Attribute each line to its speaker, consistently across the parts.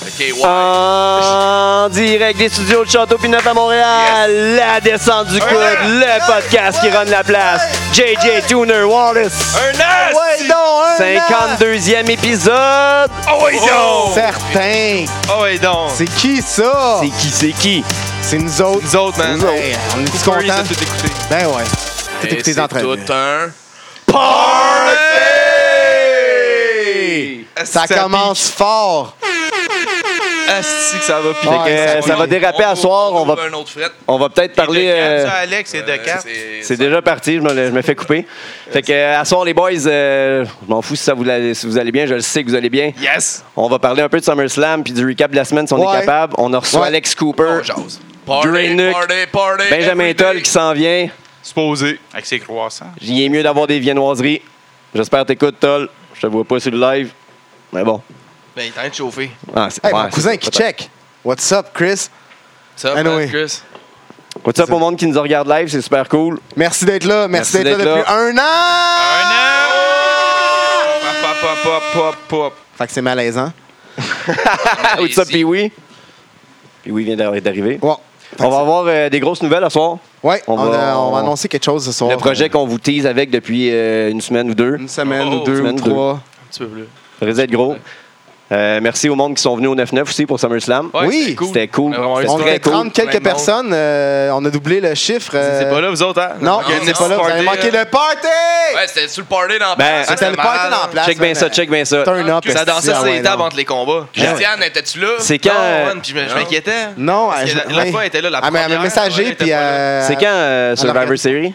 Speaker 1: OK, ouais. Ah
Speaker 2: En direct des studios de Château Pinot à Montréal, la descente du coude, le podcast qui run la place. JJ Tuner Wallace.
Speaker 1: Un as!
Speaker 3: Ah Ouais, donc, un
Speaker 2: 52e épisode.
Speaker 1: Oh, oui,
Speaker 3: an.
Speaker 1: donc!
Speaker 3: Certain.
Speaker 1: Oh, oui, donc!
Speaker 3: C'est qui ça?
Speaker 2: C'est qui, c'est qui?
Speaker 3: C'est nous autres.
Speaker 1: Nous autres, man.
Speaker 3: Nous autres. Hey, on est-tu
Speaker 1: Cooper, il
Speaker 3: contents?
Speaker 1: sait tout écouter.
Speaker 3: Ben ouais. Tout
Speaker 1: Et
Speaker 3: écouter les
Speaker 1: c'est
Speaker 3: entrevues.
Speaker 1: tout un...
Speaker 3: Party!
Speaker 1: Asti
Speaker 3: Ça
Speaker 1: que pique.
Speaker 3: commence fort.
Speaker 1: Asti que ça va piquer.
Speaker 3: Ouais,
Speaker 2: Fait que, euh,
Speaker 3: ça
Speaker 2: ça
Speaker 3: va
Speaker 2: va déraper à soir. On va,
Speaker 1: un autre fret.
Speaker 2: on va peut-être parler. euh,
Speaker 4: ça, Alex, c'est de
Speaker 1: Euh,
Speaker 4: cap.
Speaker 2: C'est
Speaker 1: C'est
Speaker 2: déjà parti, je me, le- je me fais couper. Fait que, euh, à soir, les boys, euh, je m'en fous si, ça vous allez, si vous allez bien, je le sais que vous allez bien.
Speaker 1: Yes!
Speaker 2: On va parler un peu de SummerSlam puis du recap de la semaine si on
Speaker 3: Ouais.
Speaker 2: est capable. On a reçu
Speaker 3: Ouais.
Speaker 2: Alex Cooper,
Speaker 1: On jase. Party,
Speaker 2: Drainuc,
Speaker 1: party, party,
Speaker 2: Benjamin
Speaker 1: every
Speaker 2: Toll
Speaker 1: day.
Speaker 2: qui s'en vient.
Speaker 1: Supposé.
Speaker 4: Avec ses croissants.
Speaker 2: J'y ai mieux d'avoir des viennoiseries. J'espère que t'écoutes, Toll. Je te vois pas sur le live. Mais bon.
Speaker 4: Ben, il est en train de chauffer.
Speaker 2: Ah, c'est-
Speaker 3: Hey,
Speaker 2: ouais,
Speaker 3: mon
Speaker 2: c'est
Speaker 3: cousin
Speaker 2: ça,
Speaker 3: qui
Speaker 2: peut-être.
Speaker 3: check. What's up, Chris?
Speaker 1: Ça va,
Speaker 3: Ah, oui.
Speaker 1: Chris?
Speaker 2: What's up au monde qui nous regarde live, c'est super cool.
Speaker 3: Merci d'être là.
Speaker 2: Merci
Speaker 3: Merci, d'être là
Speaker 2: d'être
Speaker 3: depuis un an.
Speaker 4: Un an! Pop, pop, pop, pop, pop.
Speaker 3: Fait que c'est malaisant.
Speaker 2: Ah, what's up,
Speaker 1: Allez-y.
Speaker 2: Pee-Wee? Pee-Wee vient d'arri- d'arriver.
Speaker 3: Ouais. Fait
Speaker 2: On
Speaker 3: que
Speaker 2: va avoir euh, des grosses nouvelles ce soir.
Speaker 3: c'est- Ouais,
Speaker 2: on
Speaker 3: on,
Speaker 2: va-
Speaker 3: a- on
Speaker 2: on-
Speaker 3: va annoncer quelque chose ce soir.
Speaker 2: Le projet qu'on vous tease avec depuis euh, une semaine ou deux.
Speaker 3: Une semaine
Speaker 4: Oh,
Speaker 3: ou deux
Speaker 2: semaine,
Speaker 3: ou
Speaker 2: deux.
Speaker 3: trois.
Speaker 4: Un petit peu bleu.
Speaker 2: Reset gros. Euh, merci au monde qui sont venus au 9-9 aussi pour SummerSlam.
Speaker 4: Ouais,
Speaker 3: Oui.
Speaker 4: c'était cool.
Speaker 2: C'était cool.
Speaker 4: On a vraiment eu
Speaker 2: C'était
Speaker 4: du
Speaker 3: On
Speaker 4: fun.
Speaker 2: très
Speaker 3: était
Speaker 2: cool.
Speaker 3: 30 quelques
Speaker 4: Plein de monde.
Speaker 3: personnes. euh, on a doublé le chiffre. euh,
Speaker 4: C'est pas là, vous autres, hein?
Speaker 3: Non,
Speaker 1: Non,
Speaker 3: c'est pas là. Vous
Speaker 4: party,
Speaker 3: avez manqué
Speaker 4: euh,
Speaker 3: le party!
Speaker 1: Ouais, c'était sur le party dans la
Speaker 2: Ben,
Speaker 1: place.
Speaker 2: c'était
Speaker 3: C'était le party
Speaker 4: malade.
Speaker 3: dans la place.
Speaker 2: Check bien ça, check bien ça.
Speaker 3: Turn up.
Speaker 4: Ça dansait
Speaker 3: Ah
Speaker 4: sur
Speaker 3: ouais,
Speaker 4: les tables
Speaker 3: non.
Speaker 4: entre les combats.
Speaker 1: Christiane, étais-tu là?
Speaker 2: ben C'est quand.
Speaker 4: Non,
Speaker 2: euh,
Speaker 4: man, puis je me- je
Speaker 1: Non.
Speaker 4: m'inquiétais.
Speaker 3: Non,
Speaker 4: Parce
Speaker 3: elle-
Speaker 4: que la- la
Speaker 3: ouais.
Speaker 4: fois, elle était là, la
Speaker 3: Elle m'a elle m'a
Speaker 4: première, ouais,
Speaker 3: messagé,
Speaker 4: elle était
Speaker 3: puis.
Speaker 4: pas là.
Speaker 3: euh,
Speaker 2: c'est quand euh,
Speaker 3: Alors,
Speaker 2: Survivor
Speaker 3: quand-
Speaker 2: Series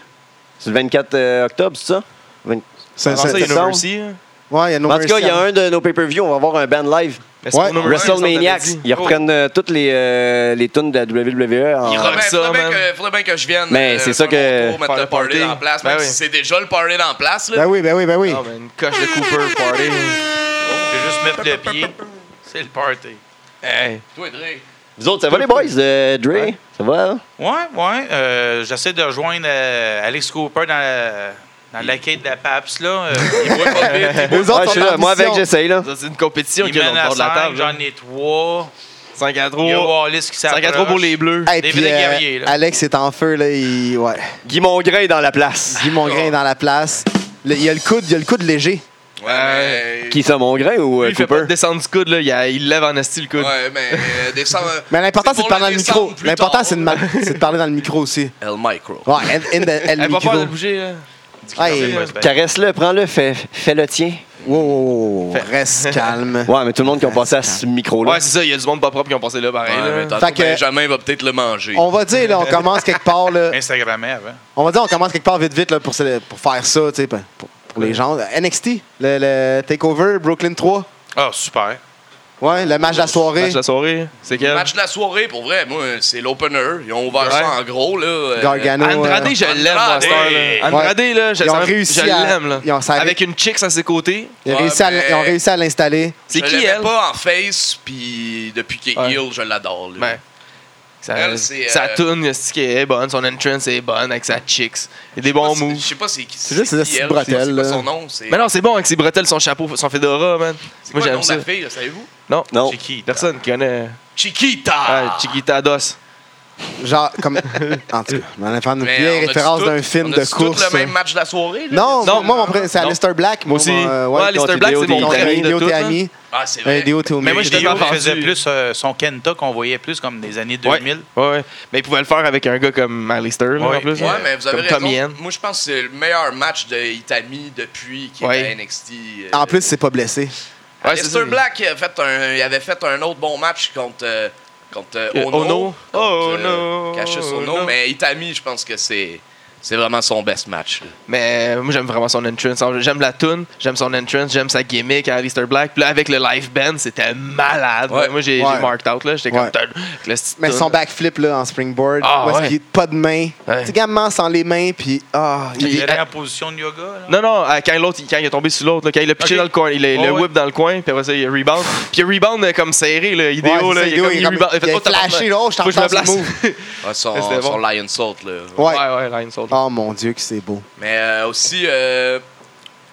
Speaker 2: C'est le 24 euh, octobre, c'est ça Vingt-
Speaker 3: c'est-
Speaker 4: Avant ça,
Speaker 3: c'est-
Speaker 4: il y a
Speaker 2: septembre.
Speaker 4: University. hein.
Speaker 3: Ouais, il y a No
Speaker 2: En tout cas,
Speaker 3: Mercy
Speaker 2: il y a
Speaker 3: à-
Speaker 2: un de nos pay-per-view, on va avoir un band live.
Speaker 4: Mais c'est
Speaker 3: Ouais.
Speaker 4: pour Number One,
Speaker 2: WrestleManiacs.
Speaker 4: ils sont en
Speaker 2: Ils
Speaker 4: Abitibi.
Speaker 2: reprennent euh, toutes les, euh, les tunes de la WWE. en-
Speaker 1: Il
Speaker 4: rock
Speaker 1: faudrait,
Speaker 4: ça,
Speaker 1: faudrait bien
Speaker 4: man.
Speaker 1: que, faudrait bien que je vienne.
Speaker 2: Mais Ben, c'est
Speaker 1: faire
Speaker 2: ça
Speaker 1: mon
Speaker 2: que-
Speaker 1: tour, mettre
Speaker 4: Faire
Speaker 1: le
Speaker 4: le
Speaker 1: party,
Speaker 4: party.
Speaker 1: dans la place,
Speaker 4: Ben
Speaker 1: même
Speaker 4: oui.
Speaker 1: si c'est déjà le party dans la place. Là.
Speaker 3: Ben oui, ben oui, ben oui.
Speaker 4: Oh,
Speaker 2: Ah,
Speaker 4: Non, mais une coche de Cooper party. Je vais juste mettre le pied. C'est le party. Hey.
Speaker 1: Toi, Dre.
Speaker 2: Vous autres, ça va les boys euh, Dre
Speaker 4: Ouais.
Speaker 2: Ça va hein?
Speaker 4: Ouais, ouais. euh, J'essaie de rejoindre euh, Alex Cooper dans la, dans la quête de la PAPS. Là. Euh, il
Speaker 1: Il boit pas de bière.
Speaker 3: Eux autres
Speaker 2: ben. Ouais, je
Speaker 3: sont
Speaker 2: suis là.
Speaker 3: en
Speaker 2: Moi avec,
Speaker 3: mission.
Speaker 2: j'essaye. là.
Speaker 1: Ça, C'est une compétition
Speaker 4: il mène à cinq, J'en ai trois.
Speaker 1: 5 hein. à
Speaker 4: Il y a
Speaker 1: 3.
Speaker 4: Wallis qui
Speaker 1: 5
Speaker 4: s'approche.
Speaker 1: à 3 pour les Bleus.
Speaker 3: Hey,
Speaker 4: David
Speaker 3: puis,
Speaker 4: est
Speaker 3: euh,
Speaker 4: guerrier, là.
Speaker 3: Alex est en feu, là. Il... Ouais.
Speaker 2: Guy Mongrain est dans la place.
Speaker 3: Guy Mongrain est dans la place. Le- Il y a le coude, il y a le coude léger.
Speaker 1: Ouais,
Speaker 2: Qui ça, Mongrain ou euh,
Speaker 4: Lui, il fait pas
Speaker 2: Cooper
Speaker 4: de descendre du coude, là. Il, a- il lève en esti le
Speaker 1: mais,
Speaker 4: coude.
Speaker 1: ouais, mais euh, descendre.
Speaker 3: Mais l'important, c'est de
Speaker 1: pour
Speaker 3: parler dans
Speaker 1: la
Speaker 3: le micro.
Speaker 1: descendre plus
Speaker 3: L'important,
Speaker 1: tard.
Speaker 3: c'est de, ma- c'est de parler dans le micro aussi.
Speaker 1: El Micro.
Speaker 3: Ouais, elle, elle, elle,
Speaker 4: Elle
Speaker 3: le
Speaker 4: va pas
Speaker 3: micro.
Speaker 4: de le bouger,
Speaker 1: hein.
Speaker 4: là.
Speaker 3: Hey,
Speaker 4: Ouais,
Speaker 3: wow,
Speaker 5: Ben.
Speaker 4: c'est bien.
Speaker 2: Caresse-le, prends-le, fais, fais le tien.
Speaker 3: wow, wow, wow, Reste calme.
Speaker 2: Ouais, mais tout le monde qui a passé à ce micro-là.
Speaker 4: Ouais, c'est ça. Il y a du monde pas propre qui ont passé là, pareil. là.
Speaker 1: Ouais, mais
Speaker 3: Fait
Speaker 1: tantôt,
Speaker 3: que-
Speaker 1: Benjamin va peut-être le manger.
Speaker 3: On va dire, là, on commence quelque part, là.
Speaker 4: Instagrammé
Speaker 5: hein.
Speaker 4: avant.
Speaker 3: On va dire, on commence quelque part vite, vite, là, pour, se- pour faire ça, tu sais, pour, pour les gens. NXT, le, le Takeover, Brooklyn 3.
Speaker 4: Ah, super.
Speaker 3: Ouais, le match de la soirée.
Speaker 4: Match de la soirée. C'est
Speaker 1: Le
Speaker 4: quel?
Speaker 1: match de la soirée, pour vrai, moi, c'est l'opener. Ils ont ouvert ça
Speaker 4: Ouais.
Speaker 1: en gros, là. euh,
Speaker 3: Gargano.
Speaker 4: Andrade,
Speaker 3: euh,
Speaker 4: je l'aime, moi, à cette heure, là.
Speaker 3: Ouais.
Speaker 4: Andrade, là, je
Speaker 3: Ils ont
Speaker 4: l'aime.
Speaker 3: réussi
Speaker 4: Je
Speaker 3: à-
Speaker 4: l'aime, là.
Speaker 3: ils ont- ça a-
Speaker 4: Avec une chick à ses côtés.
Speaker 3: ils, ont
Speaker 1: Ouais,
Speaker 3: réussi à, l-
Speaker 1: mais-
Speaker 3: ils ont réussi à l'installer.
Speaker 4: C'est
Speaker 1: je
Speaker 4: qui,
Speaker 1: l'aimais
Speaker 4: elle?
Speaker 1: pas en face, puis depuis qu'il est
Speaker 4: Ouais.
Speaker 1: heel, je l'adore. là.
Speaker 4: Ben, sa,
Speaker 1: Elle, c'est,
Speaker 4: sa
Speaker 1: euh,
Speaker 4: toune, est-ce qu'elle est bonne, son entrance est bonne avec sa chicks. Il y a des
Speaker 1: Je
Speaker 4: bons
Speaker 1: sais pas si-
Speaker 4: moves.
Speaker 1: Je sais pas c'est qui.
Speaker 3: C'est juste
Speaker 1: qui
Speaker 3: des petites
Speaker 1: elle, je sais pas
Speaker 3: bretelles,
Speaker 1: C'est quoi
Speaker 3: là.
Speaker 1: son nom? C'est
Speaker 4: Mais non, c'est bon avec ses bretelles, son chapeau, son fedora, man.
Speaker 1: c'est
Speaker 4: Moi,
Speaker 1: quoi le nom
Speaker 4: j'aime
Speaker 1: de
Speaker 4: ça.
Speaker 1: la fille, là, savez-vous?
Speaker 4: Non,
Speaker 2: Non.
Speaker 4: Chiquita. Personne qui connaît.
Speaker 1: Chiquita!
Speaker 4: Ah, Chiquita Dos.
Speaker 3: Genre, comme. En tout cas, on allait faire une
Speaker 1: Mais
Speaker 3: vieille
Speaker 1: on a-tu
Speaker 3: référence
Speaker 1: tout-
Speaker 3: d'un film
Speaker 1: on a-tu
Speaker 3: de course.
Speaker 1: tout le même
Speaker 3: ça.
Speaker 1: match de la soirée? là?
Speaker 3: Non,
Speaker 4: Non,
Speaker 3: moi,
Speaker 4: non,
Speaker 3: mon pré- c'est
Speaker 4: non.
Speaker 3: Alistair Black.
Speaker 4: Moi aussi.
Speaker 3: euh,
Speaker 4: Moi, Alistair
Speaker 2: ton
Speaker 4: Black,
Speaker 2: vidéo
Speaker 4: c'est mon
Speaker 2: des
Speaker 4: ami de
Speaker 3: Léo
Speaker 4: tout. là.
Speaker 3: Théami.
Speaker 1: Ah, c'est
Speaker 3: Euh,
Speaker 1: vrai.
Speaker 3: Léo Théami.
Speaker 4: Mais moi, j'étais
Speaker 5: Vidéo
Speaker 4: pas
Speaker 5: qui faisait
Speaker 4: vendu.
Speaker 5: plus euh, son Kenta qu'on voyait plus comme des années 2000.
Speaker 4: Ouais, ouais. Mais il pouvait le faire avec un gars comme Alistair, là,
Speaker 5: Ouais.
Speaker 4: en plus.
Speaker 1: Ouais, mais vous avez
Speaker 4: comme
Speaker 1: raison.
Speaker 4: Tommy Yen.
Speaker 1: Moi, je pense que c'est le meilleur match de Itami depuis qu'il
Speaker 4: Ouais.
Speaker 1: est à NXT. euh,
Speaker 3: En plus, c'est pas blessé.
Speaker 4: Ouais, c'est
Speaker 1: Aleister
Speaker 4: ça.
Speaker 1: Black il a fait un, il avait fait un autre bon match contre, euh, contre euh,
Speaker 4: Euh,
Speaker 1: Ono.
Speaker 4: Ono.
Speaker 1: Contre,
Speaker 4: Ono,
Speaker 1: euh, Cassius Ono.
Speaker 4: Ono.
Speaker 1: Mais Itami, je pense que c'est c'est vraiment son best match. là.
Speaker 4: Mais euh, moi, j'aime vraiment son entrance. J'aime la tune, j'aime son entrance, j'aime sa gimmick à Alistair Black. Puis là, avec le live band, c'était malade.
Speaker 1: Ouais.
Speaker 4: Moi, j'ai j'ai
Speaker 3: Ouais.
Speaker 4: marked out. là. J'étais comme.
Speaker 3: Ouais.
Speaker 4: Tain, avec le petit
Speaker 3: Mais
Speaker 4: tune.
Speaker 3: son backflip là, en springboard,
Speaker 4: Ah,
Speaker 3: où est-ce
Speaker 4: ouais.
Speaker 3: qu'il- pas de main.
Speaker 4: Ouais.
Speaker 3: Tu sais, gamin sans les mains, puis. Ah, il-
Speaker 5: Il
Speaker 4: Il-
Speaker 5: était en position de yoga.
Speaker 4: Non,
Speaker 5: là.
Speaker 4: non, euh, quand l'autre, quand il est tombé sur l'autre, là, quand il a pitché
Speaker 5: Ok.
Speaker 4: dans le coin, il a,
Speaker 5: Ouais,
Speaker 4: le
Speaker 5: ouais.
Speaker 4: whip dans le coin, puis après ça, il a rebound. Puis il a rebound euh, comme serré, là, idéo,
Speaker 3: Ouais, c'est
Speaker 4: là,
Speaker 3: ça,
Speaker 4: il, est
Speaker 3: idéo,
Speaker 4: comme,
Speaker 3: il
Speaker 4: il
Speaker 3: est comme-
Speaker 4: rebound.
Speaker 3: il a
Speaker 4: oh, tabarnak,
Speaker 3: flashé, là, oh, je
Speaker 4: faut que je me
Speaker 3: t'entends
Speaker 4: place.
Speaker 3: ce
Speaker 1: Ah, son,
Speaker 4: Ouais, c'était bon.
Speaker 1: son Lion Salt. Là.
Speaker 3: Ouais.
Speaker 4: ouais, ouais, Lion Soul.
Speaker 3: Oh mon Dieu, que c'est beau.
Speaker 1: Mais euh, aussi, euh,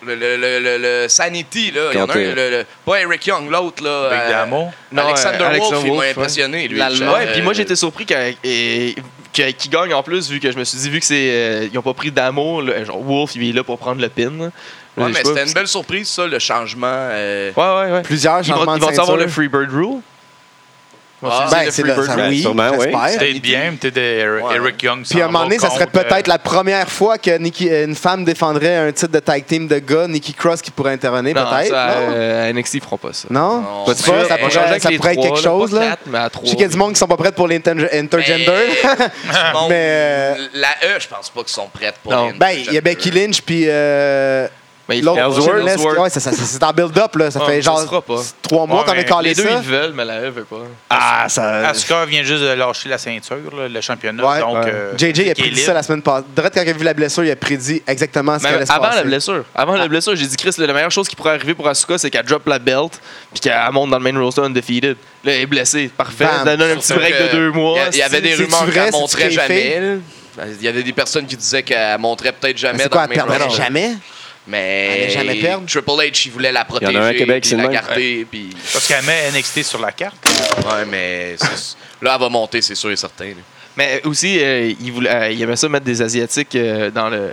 Speaker 1: Le, le, le, le- le Sanity, là. Il y en a
Speaker 2: Quand
Speaker 1: un,
Speaker 2: t'es-
Speaker 3: euh,
Speaker 1: le- le- pas Eric Young, l'autre, là.
Speaker 5: Big
Speaker 1: euh,
Speaker 5: Damo.
Speaker 4: Non,
Speaker 1: Alexander
Speaker 4: euh,
Speaker 1: Wolf, il m'a
Speaker 4: Wolf,
Speaker 1: impressionné, lui. euh,
Speaker 4: L'Allemand.
Speaker 1: Ouais,
Speaker 4: Ouais, puis moi, j'étais surpris qu'à- et- que- qu'il gagne en plus, vu que je me suis dit, vu que c'est. euh, ils ont pas pris d'amour, là, genre Wolf, il est là pour prendre le pin. là.
Speaker 1: Ouais,
Speaker 4: Je
Speaker 1: mais
Speaker 4: sais pas,
Speaker 1: c'était une belle surprise, ça, le changement. euh,
Speaker 4: Ouais, ouais, ouais.
Speaker 3: Plusieurs
Speaker 4: Ils vont,
Speaker 3: changements
Speaker 4: ils vont
Speaker 3: de ceinture.
Speaker 4: avoir le Freebird Rule. Ils vont
Speaker 1: Ah.
Speaker 4: utiliser
Speaker 3: ben, c'est le,
Speaker 4: Freebird
Speaker 3: ça,
Speaker 4: Rule.
Speaker 2: Rule.
Speaker 3: oui,
Speaker 2: Sûrement, oui.
Speaker 3: j'espère.
Speaker 5: C'était bien, mais t'étais Eric,
Speaker 1: Ouais.
Speaker 5: Eric Young.
Speaker 3: Puis à un moment donné, ça serait
Speaker 5: euh,
Speaker 3: peut-être la première fois que Nikki, une femme défendrait un titre de tag team de gars, Nikki Cross, qui pourrait intervenir,
Speaker 4: Non,
Speaker 3: peut-être.
Speaker 4: ça,
Speaker 3: Non?
Speaker 4: euh, NXT, ils feront pas ça.
Speaker 3: Non?
Speaker 1: Non, Pas
Speaker 3: Tu
Speaker 1: de
Speaker 4: Pas
Speaker 3: sais
Speaker 4: de
Speaker 1: sûr,
Speaker 3: pas,
Speaker 4: suite.
Speaker 3: ça
Speaker 4: Euh,
Speaker 3: pourrait,
Speaker 4: changer avec
Speaker 3: ça
Speaker 4: les
Speaker 3: pourrait être
Speaker 4: trois,
Speaker 3: quelque
Speaker 4: là, pas
Speaker 3: chose, là.
Speaker 4: quatre, mais à trois.
Speaker 3: Je sais qu'il y a du monde qui sont pas prêts pour l'intergender.
Speaker 1: bon,
Speaker 3: Mais, euh,
Speaker 1: La E, je pense pas qu'ils sont prêtes pour
Speaker 4: Ah, Non.
Speaker 1: une-
Speaker 3: ben, il y a Becky Lynch, puis euh,
Speaker 4: Mais ils
Speaker 3: l'autre.
Speaker 4: feront pas ça.
Speaker 3: Ellsworth.
Speaker 4: Ellsworth.
Speaker 3: Ouais, ça- ça- ça- c'est en build-up, là. Ça
Speaker 4: Ah,
Speaker 3: fait
Speaker 4: ça se fera
Speaker 3: genre
Speaker 4: pas.
Speaker 3: trois mois
Speaker 5: Ouais,
Speaker 3: qu'on a
Speaker 5: mais
Speaker 3: calé
Speaker 4: Les deux,
Speaker 3: ça.
Speaker 4: ils veulent, mais la E veut pas.
Speaker 3: Ah, ça.
Speaker 5: Asuka vient juste de lâcher la ceinture, là, le championnat.
Speaker 3: Ouais.
Speaker 5: donc,
Speaker 3: Ouais.
Speaker 5: euh,
Speaker 3: JJ a
Speaker 5: qui est
Speaker 3: prédit
Speaker 5: libre.
Speaker 3: ça la semaine passée. Direct quand il a vu la blessure, il a prédit exactement ce
Speaker 4: Mais
Speaker 3: qu'elle allait se
Speaker 4: avant la
Speaker 3: passer. Ah.
Speaker 4: blessure, avant la blessure, j'ai dit Chris, la meilleure chose qui pourrait arriver pour Asuka, c'est qu'elle drop la belt puis qu'elle monte dans le main roster undefeated. Là, elle est blessée, parfait.
Speaker 3: Bam.
Speaker 4: Donne un petit
Speaker 1: Surtout
Speaker 4: break
Speaker 1: que
Speaker 4: de deux
Speaker 1: il
Speaker 4: mois.
Speaker 1: y a- Il y avait des
Speaker 3: C'est-tu
Speaker 1: rumeurs
Speaker 3: vrai?
Speaker 1: qu'elle
Speaker 3: C'est-tu
Speaker 1: montrait
Speaker 3: créé?
Speaker 1: jamais. là. Il y avait des personnes qui disaient qu'elle montrait peut-être
Speaker 3: Mais
Speaker 1: jamais
Speaker 3: C'est
Speaker 1: dans
Speaker 3: quoi,
Speaker 1: le
Speaker 3: elle
Speaker 1: main
Speaker 3: perdrait
Speaker 1: roster.
Speaker 3: jamais? Elle
Speaker 1: Mais
Speaker 3: allait jamais perdre.
Speaker 1: Triple H, il voulait la
Speaker 2: y en a
Speaker 1: protéger.
Speaker 2: un à Québec,
Speaker 1: puis
Speaker 2: c'est le
Speaker 1: la
Speaker 2: même.
Speaker 1: garder. Puis...
Speaker 5: Parce qu'elle met NXT sur la carte.
Speaker 1: Ouais, mais c'est- là, elle va monter, c'est sûr et certain. là.
Speaker 4: Mais aussi, euh, il, voulait, euh, il aimait ça mettre des Asiatiques euh, dans le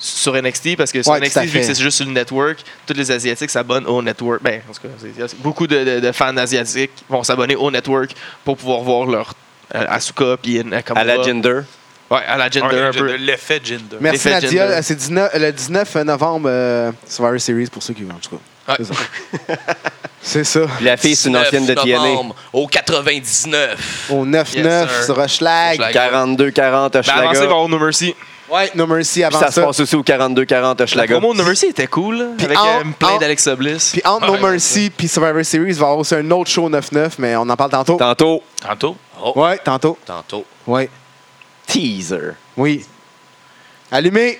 Speaker 4: sur NXT parce que sur
Speaker 3: Ouais, tout
Speaker 4: NXT,
Speaker 3: à
Speaker 4: vu que
Speaker 3: fait.
Speaker 4: c'est juste sur le network, tous les Asiatiques s'abonnent au network. Ben, en tout cas, c'est- c'est- beaucoup de, de- de fans asiatiques vont s'abonner au network pour pouvoir voir leur euh, Asuka puis Nakamura.
Speaker 2: À la gender.
Speaker 4: Ouais, à la
Speaker 1: Ah,
Speaker 5: Ah,
Speaker 4: gender un peu.
Speaker 5: L'effet Jinder.
Speaker 3: Merci
Speaker 4: L'effet
Speaker 3: Nadia.
Speaker 4: gender.
Speaker 3: Euh, C'est 19 le 19 novembre, euh, Survivor Series, pour ceux qui veulent, en tout cas.
Speaker 4: Ouais.
Speaker 3: C'est ça. C'est ça.
Speaker 2: Puis la fille, c'est une
Speaker 1: 19
Speaker 2: ancienne de TNA.
Speaker 1: novembre Au 99.
Speaker 3: Au 9-9
Speaker 4: Yes, sir.
Speaker 3: sur Rochelag.
Speaker 4: Rochelag.
Speaker 2: 42-40
Speaker 4: Ben, avancez
Speaker 2: Hochelaga.
Speaker 4: vers No Mercy.
Speaker 3: Ouais, No Mercy
Speaker 2: Puis
Speaker 3: avant
Speaker 2: ça
Speaker 3: ça.
Speaker 2: se passe aussi au 42-40
Speaker 4: La
Speaker 2: Hochelaga.
Speaker 4: promo de No Mercy était cool, là,
Speaker 3: Puis
Speaker 4: avec
Speaker 3: en-
Speaker 4: euh, plein
Speaker 3: en-
Speaker 4: d'Alexa Bliss.
Speaker 3: Puis entre
Speaker 4: Ouais,
Speaker 3: No Mercy puis Survivor Series, il va y avoir aussi un autre show 9-9, mais on en parle tantôt.
Speaker 2: Tantôt,
Speaker 5: Tantôt.
Speaker 1: Oh,
Speaker 3: Ouais, tantôt.
Speaker 1: tantôt.
Speaker 3: Ouais.
Speaker 2: teaser.
Speaker 3: Oui. Allumé.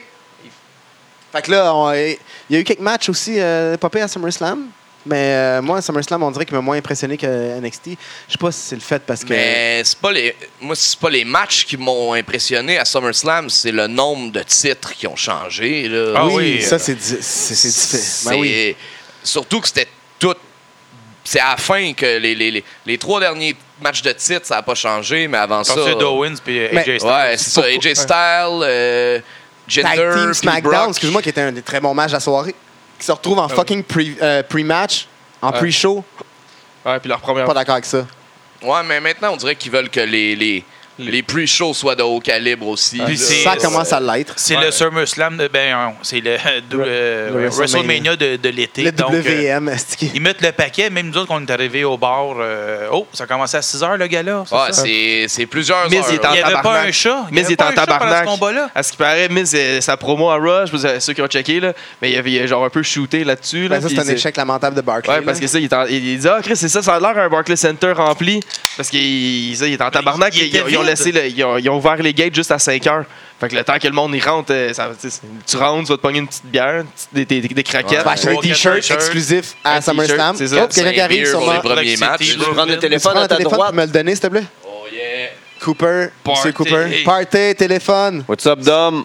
Speaker 3: Fait que là, on- il y a eu quelques matchs aussi euh, popés à SummerSlam. Mais euh, moi, à SummerSlam, on dirait qu'il m'a moins impressionné que NXT. Je sais pas si c'est le fait parce que.
Speaker 1: Mais c'est pas les. Moi, c'est pas les matchs qui m'ont impressionné à SummerSlam, c'est le nombre de titres qui ont changé. Là.
Speaker 5: Ah
Speaker 3: oui,
Speaker 5: oui,
Speaker 3: ça,
Speaker 5: euh,
Speaker 3: c'est di- c'est c'est
Speaker 1: C'est-
Speaker 3: difficile. Ben oui.
Speaker 1: Surtout que c'était tout. C'est à la fin que les, les, les, les trois derniers matchs de titre, ça n'a pas changé, mais avant ça.
Speaker 5: Ensuite, Owens puis
Speaker 3: Mais-
Speaker 5: AJ Styles.
Speaker 1: Ouais, c'est ça. AJ Styles, euh, Jinder,
Speaker 3: Tag Team
Speaker 1: puis
Speaker 3: SmackDown,
Speaker 1: Brock.
Speaker 3: excuse-moi, qui était un des très bons matchs de la soirée, qui se retrouve en fucking pre- euh, pre-match, en
Speaker 4: Ouais. Ah
Speaker 3: pre-show.
Speaker 4: Ouais, puis leur première
Speaker 3: Pas d'accord avec ça.
Speaker 1: Ouais, mais maintenant, on dirait qu'ils veulent que les, les, les pre-shows soient de haut calibre aussi.
Speaker 5: Puis
Speaker 1: là.
Speaker 5: c'est-
Speaker 3: Ça commence à l'être.
Speaker 5: C'est
Speaker 4: Ouais.
Speaker 5: le SummerSlam, de- ben, euh, c'est le, de- euh,
Speaker 3: le WrestleMania
Speaker 5: WrestleMania de, de l'été.
Speaker 3: Le
Speaker 5: donc, euh,
Speaker 3: WM, est-ce qu'il-
Speaker 5: ils mettent le paquet, même nous autres, qu'on est arrivés au bar. euh, oh, ça commençait à 6 h le gala. c'est
Speaker 1: Ouais,
Speaker 5: ça?
Speaker 1: c'est c'est plusieurs
Speaker 4: Mais
Speaker 1: heures.
Speaker 4: il est en
Speaker 5: euh, Il n'y avait pas
Speaker 4: tabarnak.
Speaker 5: un chat.
Speaker 4: Mais il
Speaker 5: avait
Speaker 4: est
Speaker 5: pas
Speaker 4: en
Speaker 5: un chat pendant
Speaker 4: tabarnak.
Speaker 5: ce combat-là.
Speaker 4: À ce qui paraît, Miz, euh, sa promo à Rush, vous savez, ceux qui ont checké, là, mais il y avait il a genre un peu shooté là-dessus. là,
Speaker 3: Ben, ça, c'est
Speaker 4: puis
Speaker 3: un échec lamentable de Barclay.
Speaker 4: Ouais, parce
Speaker 3: là.
Speaker 4: que ça, il, est en- il- il dit Ah, Chris, c'est ça, ça a l'air un Barclay Center rempli. Parce qu'il ça, il est en tabarnak.
Speaker 5: Ben, il
Speaker 4: Ils,
Speaker 5: était
Speaker 4: ils ont
Speaker 5: vide.
Speaker 4: laissé le- ils, ont, ils ont ouvert les gates juste à 5 heures. Fait que le temps que le monde y rentre, euh, ça, tu sais, tu rentres, tu vas te pogner une petite bière, une petite- des, des- des
Speaker 3: Tu
Speaker 4: craquettes.
Speaker 3: vas acheter un
Speaker 5: Trois, quatre
Speaker 3: t-shirt
Speaker 5: t-shirts.
Speaker 3: exclusif à
Speaker 4: Un t-shirt,
Speaker 3: SummerSam.
Speaker 4: c'est ça.
Speaker 3: Hop, quelqu'un qui
Speaker 1: Cinq
Speaker 3: arrive
Speaker 1: beers
Speaker 3: sur
Speaker 1: pour les
Speaker 3: moi.
Speaker 1: premiers
Speaker 5: Brexit,
Speaker 1: matchs.
Speaker 5: Brexit.
Speaker 1: là.
Speaker 5: prendre
Speaker 3: Tu
Speaker 5: le
Speaker 3: prends le téléphone pour me le donner, s'il te plaît?
Speaker 1: Oh yeah.
Speaker 3: Cooper,
Speaker 4: Party.
Speaker 3: Monsieur Cooper. Party, téléphone.
Speaker 2: What's up, Dom?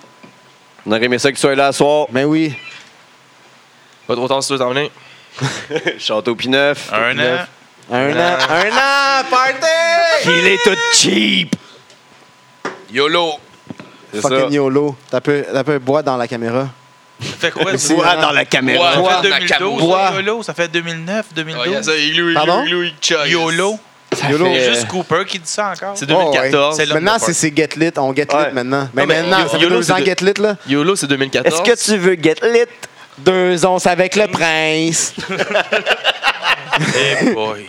Speaker 2: On aurait aimé ça que tu sois là ce soir.
Speaker 3: Ben oui.
Speaker 4: Pas trop tard si tu veux t'en venir.
Speaker 2: Château P9.
Speaker 5: Un an.
Speaker 3: Un an. Un an, party!
Speaker 2: Il est tout cheap!
Speaker 1: YOLO.
Speaker 2: C'est ça.
Speaker 3: Fucking YOLO. T'as peu, t'as peu bois dans la caméra.
Speaker 5: Ça fait quoi, ça?
Speaker 3: Bois dans
Speaker 2: la
Speaker 1: caméra.
Speaker 5: Ça
Speaker 1: Bois.
Speaker 5: fait
Speaker 3: Bois.
Speaker 5: 2012, YOLO. Ça fait 2009,
Speaker 4: Ouais, il y a
Speaker 5: 2012.
Speaker 4: ça, il loue, il
Speaker 3: Pardon?
Speaker 4: loue, il loue, il chug.
Speaker 5: YOLO.
Speaker 3: YOLO.
Speaker 5: Il y a
Speaker 2: fait-
Speaker 5: juste Cooper qui dit ça encore.
Speaker 4: C'est
Speaker 3: Oh, ouais.
Speaker 4: 2014.
Speaker 5: C'est là-
Speaker 3: Maintenant, c'est c'est Get Lit. On Get
Speaker 2: Ouais.
Speaker 3: Lit maintenant. Mais
Speaker 4: Non, mais
Speaker 3: maintenant,
Speaker 4: Yo-
Speaker 3: ça fait
Speaker 4: YOLO,
Speaker 3: deux
Speaker 4: c'est
Speaker 3: ans
Speaker 4: de-
Speaker 3: Get Lit, là.
Speaker 4: YOLO, c'est 2014.
Speaker 2: Est-ce que tu veux get lit?
Speaker 3: Deux onces avec le prince.
Speaker 5: Eh boy.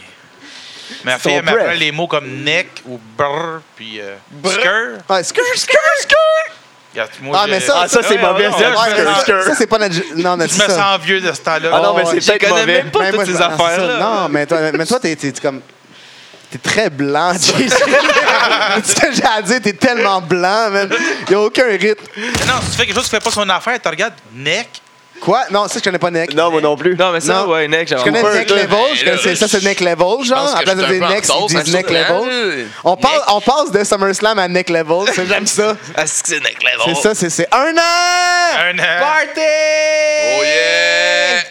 Speaker 5: Ma fille,
Speaker 3: Son
Speaker 5: elle m'apprend
Speaker 3: breath.
Speaker 5: les mots comme neck ou brr, puis euh, skur.
Speaker 3: Ouais, skrr, skrr, skrr.
Speaker 5: Regarde, moi,
Speaker 3: Ah,
Speaker 5: je-
Speaker 3: mais ça,
Speaker 2: Ah, ça, c'est
Speaker 5: Ouais,
Speaker 2: mauvais,
Speaker 5: ouais,
Speaker 2: ça.
Speaker 5: ouais,
Speaker 3: Ouais,
Speaker 5: je me sens-
Speaker 3: ça, ça, c'est pas notre. Non, notre
Speaker 5: Je me sens vieux de ce temps-là.
Speaker 2: Ah non, mais
Speaker 3: ouais.
Speaker 2: c'est
Speaker 4: Je
Speaker 2: peut-être
Speaker 4: connais
Speaker 2: mauvais.
Speaker 4: même pas
Speaker 3: Ben,
Speaker 4: toutes
Speaker 3: moi, je
Speaker 4: ces
Speaker 3: me- ah, c'est
Speaker 4: affaires-là.
Speaker 3: ça. Non, mais toi, mais toi, t'es t'es- t'es comme. T'es très blanc, JJ. C'est ce que j'ai à dire, t'es tellement blanc, man. Y'a aucun rythme.
Speaker 5: Mais Non, si tu fais quelque chose qui fait pas son affaire, tu regardes neck,
Speaker 3: Quoi? Non, ça, je connais pas Nick.
Speaker 2: Non, moi non plus.
Speaker 4: Non, mais ça,
Speaker 3: Non.
Speaker 4: ouais, Nick, j'avais
Speaker 3: Je connais
Speaker 4: envie.
Speaker 3: Neck Level, je
Speaker 1: Ben, là,
Speaker 3: connais- ça c'est
Speaker 1: je-
Speaker 3: Neck Level,
Speaker 1: pense
Speaker 3: genre,
Speaker 1: que
Speaker 3: Ah, à place
Speaker 1: je suis un hein,
Speaker 3: de dire
Speaker 1: peu en
Speaker 3: Neck,
Speaker 1: retard,
Speaker 3: ils
Speaker 1: mais
Speaker 3: disent Neck Level.
Speaker 1: là,
Speaker 3: On, parle,
Speaker 1: Neck.
Speaker 3: on passe de SummerSlam à Neck Level, ça, j'aime ça.
Speaker 4: Ah, c'est que c'est Nick Level.
Speaker 3: C'est ça, c'est- c'est un an!
Speaker 5: Un an.
Speaker 3: Party!
Speaker 1: Oh yeah!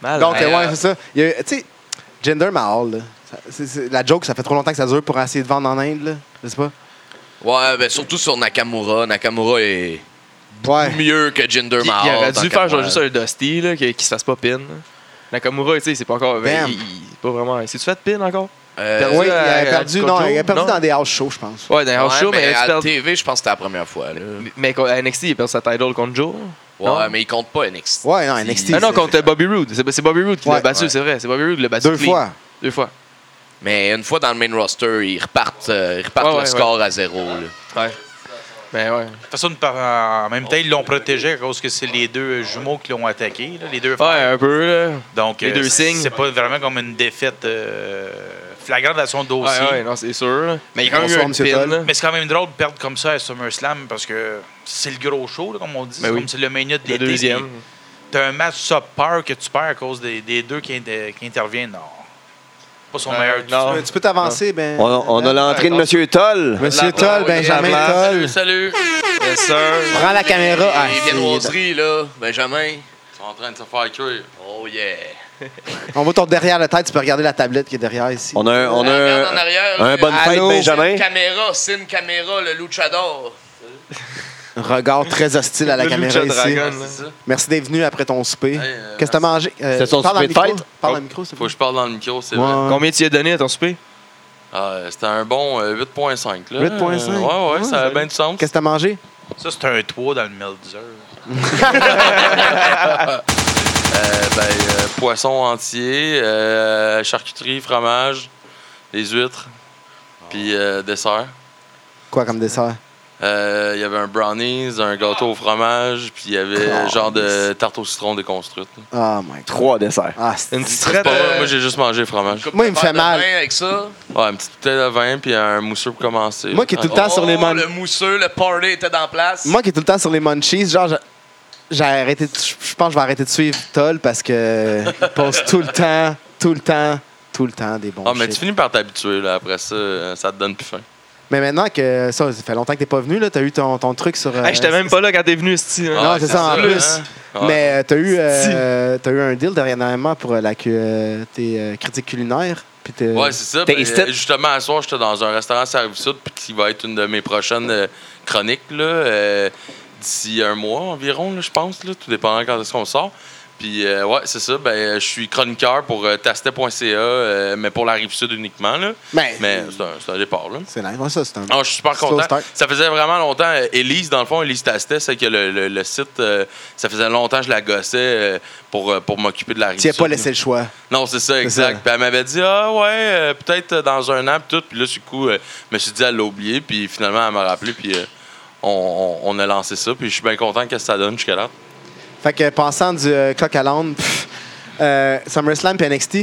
Speaker 4: Malade.
Speaker 3: Donc,
Speaker 1: Ouais,
Speaker 3: euh, ouais,
Speaker 1: euh,
Speaker 3: c'est ça. Il y a- Tu sais, Gender Mahal, là. Ça- c'est- c'est- la joke, ça fait trop longtemps que ça dure pour essayer de vendre en Inde, là. Je sais pas.
Speaker 1: Ouais, ben surtout sur Nakamura. Nakamura est
Speaker 3: Ouais.
Speaker 1: mieux que Jinder
Speaker 4: il, il
Speaker 1: Mahal.
Speaker 4: aurait
Speaker 1: tant
Speaker 4: dû
Speaker 1: qu'à
Speaker 4: faire genre
Speaker 1: moi.
Speaker 4: juste un Dusty, là, qui, qui se fasse pas pin. là. Nakamura, tu sais, c'est pas encore. Ben,
Speaker 3: Damn.
Speaker 4: il, il- c'est pas vraiment. C'est-tu fait pin encore?
Speaker 1: Euh,
Speaker 3: Oui, il
Speaker 4: à-
Speaker 3: a
Speaker 4: à
Speaker 3: perdu,
Speaker 4: Kojo,
Speaker 3: non, il a perdu
Speaker 4: non?
Speaker 3: dans des house shows, je pense.
Speaker 4: Ouais, dans un
Speaker 1: ouais,
Speaker 4: show, mais,
Speaker 1: mais
Speaker 4: il a
Speaker 1: à
Speaker 4: perdu-
Speaker 1: TV, je pense que c'était la première fois. là.
Speaker 4: mais co- à NXT, il a perdu sa title contre Joe.
Speaker 1: Ouais,
Speaker 4: Non.
Speaker 1: mais il compte pas NXT.
Speaker 3: Ouais, non, NXT.
Speaker 4: Ah non,
Speaker 3: c'est-
Speaker 4: contre Bobby Roode. C'est c'est Bobby Roode qui
Speaker 3: Ouais.
Speaker 4: l'a battu,
Speaker 1: Ouais.
Speaker 4: c'est vrai. C'est Bobby Roode qui l'a battu.
Speaker 3: Deux
Speaker 4: clean.
Speaker 3: fois.
Speaker 4: Deux fois.
Speaker 1: Mais une fois dans le main roster, ils repartent, euh, ils repartent
Speaker 4: Ouais,
Speaker 1: le
Speaker 4: ouais,
Speaker 1: score à zéro. là.
Speaker 4: Ouais. Mais ouais.
Speaker 5: De toute façon, par- en même temps, ils l'ont protégé à cause que c'est les deux jumeaux qui l'ont attaqué, là, les deux
Speaker 4: Ouais, un peu, là.
Speaker 5: Donc,
Speaker 4: Les
Speaker 5: euh,
Speaker 4: deux
Speaker 5: c'est-
Speaker 4: signes.
Speaker 5: C'est pas vraiment comme une défaite euh, flagrante à son
Speaker 4: Ouais,
Speaker 5: dossier.
Speaker 4: ouais, non, c'est sûr. là. Mais il y a quand même eu
Speaker 3: Bonsoir,
Speaker 4: un
Speaker 3: Monsieur
Speaker 4: pin,
Speaker 3: Toll.
Speaker 4: là.
Speaker 5: Mais c'est quand même drôle de perdre comme ça à SummerSlam parce que c'est le gros show, là, comme on dit.
Speaker 4: Ben
Speaker 5: c'est
Speaker 4: oui.
Speaker 5: comme c'est le mania de
Speaker 4: Le
Speaker 5: l'été.
Speaker 4: deuxième.
Speaker 5: puis T'as un match subpar que tu perds à cause des, des deux qui, inter- qui interviennent. Non. Pas son
Speaker 4: Ouais,
Speaker 5: meilleur.
Speaker 4: non.
Speaker 3: Tu peux t'avancer, ben.
Speaker 2: On, on a l'entrée de Monsieur Toll.
Speaker 3: Monsieur
Speaker 4: La-
Speaker 3: Toll, Benjamin
Speaker 4: La-
Speaker 3: Toll.
Speaker 1: Salut!
Speaker 4: Yes, sir.
Speaker 3: Prends la caméra. Ah,
Speaker 1: les
Speaker 3: c'est-
Speaker 1: viennoiseries, là, Benjamin.
Speaker 6: Ils sont en train de se faire cuire.
Speaker 1: Oh yeah!
Speaker 3: On va tourner derrière la tête, tu peux regarder la tablette qui est derrière ici.
Speaker 2: On a un, on a
Speaker 1: Regarde en
Speaker 2: un,
Speaker 1: arrière,
Speaker 2: un
Speaker 1: là.
Speaker 2: bonne fête,
Speaker 3: Allô?
Speaker 1: C'est
Speaker 2: Benjamin.
Speaker 1: une caméra, c'est une caméra, le luchador.
Speaker 3: Un regard très hostile à la
Speaker 4: Le
Speaker 3: caméra
Speaker 4: Lucha
Speaker 3: ici.
Speaker 4: Dragon, là.
Speaker 6: C'est ça?
Speaker 3: Merci d'être venu après ton souper.
Speaker 6: euh,
Speaker 3: Qu'est-ce que t'as mangé? Euh,
Speaker 2: C'est son
Speaker 3: parle dans le
Speaker 2: souper de
Speaker 3: micro.
Speaker 2: fête?
Speaker 3: Parle dans le micro, c'est
Speaker 6: Faut que je parle dans le micro, c'est vrai.
Speaker 4: Combien tu y as donné à ton souper?
Speaker 6: Ah, C'était un bon euh, 8.5. là.
Speaker 3: 8.5?
Speaker 6: Euh, ouais, ouais,
Speaker 3: Ouais,
Speaker 6: ça a
Speaker 4: salut.
Speaker 6: bien du sens.
Speaker 3: Qu'est-ce que t'as mangé?
Speaker 5: Ça, c'est un 3 dans le Meltzer.
Speaker 6: Euh, ben, euh, poisson entier, euh, charcuterie, fromage, les huîtres,
Speaker 3: Ah.
Speaker 6: puis euh, dessert.
Speaker 3: Quoi comme dessert?
Speaker 6: Euh, Il y avait un brownies, un gâteau au fromage, puis il y avait
Speaker 3: Oh,
Speaker 6: genre de tarte au citron déconstruite. là.
Speaker 3: Oh my god.
Speaker 2: Trois desserts.
Speaker 3: Ah, c'est-
Speaker 4: Une petite
Speaker 6: C'est
Speaker 4: traite.
Speaker 6: pas-
Speaker 4: euh,
Speaker 6: Moi, j'ai juste mangé le fromage.
Speaker 3: Moi, il me fait mal.
Speaker 1: Avec ça.
Speaker 6: Ouais, une petite bouteille de vin, puis un mousseux pour commencer. Ah,
Speaker 3: Moi qui est tout le temps sur les
Speaker 1: Oh,
Speaker 3: munchies.
Speaker 1: le mousseux, le party était dans place.
Speaker 3: Moi qui est tout le temps sur les munchies, genre je- j'ai arrêté de- Je pense que je vais arrêter de suivre Toll parce que il pose tout le temps, tout le temps, tout le temps des bons
Speaker 6: Ah, mais
Speaker 3: shit.
Speaker 6: tu finis par t'habituer, là. Après ça, euh, ça te donne plus faim.
Speaker 3: Mais maintenant que ça, ça fait longtemps que t'es pas venu, là, t'as eu ton, ton truc sur. euh,
Speaker 4: Hey, j'étais même pas là quand t'es venu,
Speaker 6: hein.
Speaker 4: ici.
Speaker 3: Non,
Speaker 6: Ah,
Speaker 3: c'est ça, en plus.
Speaker 6: Mais...
Speaker 3: Mais euh, t'as eu, euh, t'as eu un deal dernièrement pour euh, la, cu- euh, tes euh, critiques culinaires. Puis t'es-
Speaker 6: Ouais, c'est ça.
Speaker 2: T'es
Speaker 6: puis,
Speaker 2: instant.
Speaker 6: euh, justement, à soir, j'étais dans un restaurant à Rive-Sud, puis qui va être une de mes prochaines euh, chroniques, là, euh, d'ici un mois environ, là, je pense, là, tout dépendant quand est-ce qu'on sort. Puis, euh, ouais, c'est ça. Ben, euh, je suis chroniqueur pour euh, tastet.ca, euh, mais pour la Rive-Sud uniquement, là.
Speaker 3: mais,
Speaker 6: Mais c'est un, c'est un départ, là.
Speaker 3: c'est nice. Ouais, ça, c'est un.
Speaker 6: Ah, je suis super
Speaker 3: Slow
Speaker 6: content.
Speaker 3: start.
Speaker 6: Ça faisait vraiment longtemps. euh, Élise, dans le fond, Élise Tastet, c'est que le, le- le site, euh, ça faisait longtemps que je la gossais euh, pour, euh, pour m'occuper de la rive
Speaker 3: Tu y as pas laissé le choix.
Speaker 6: Non, c'est ça,
Speaker 3: ça.
Speaker 6: exact. Puis elle m'avait dit, ah ouais, euh, peut-être euh, dans un an, puis tout. Puis là, du coup, euh, je me suis dit, elle l'a oublié. Puis finalement, elle m'a rappelé, puis euh, on, on- on a lancé ça. Puis je suis bien content que ça donne jusqu'à là.
Speaker 3: Fait que pensant du euh, coq à l'âne, pff, euh, SummerSlam puis NXT.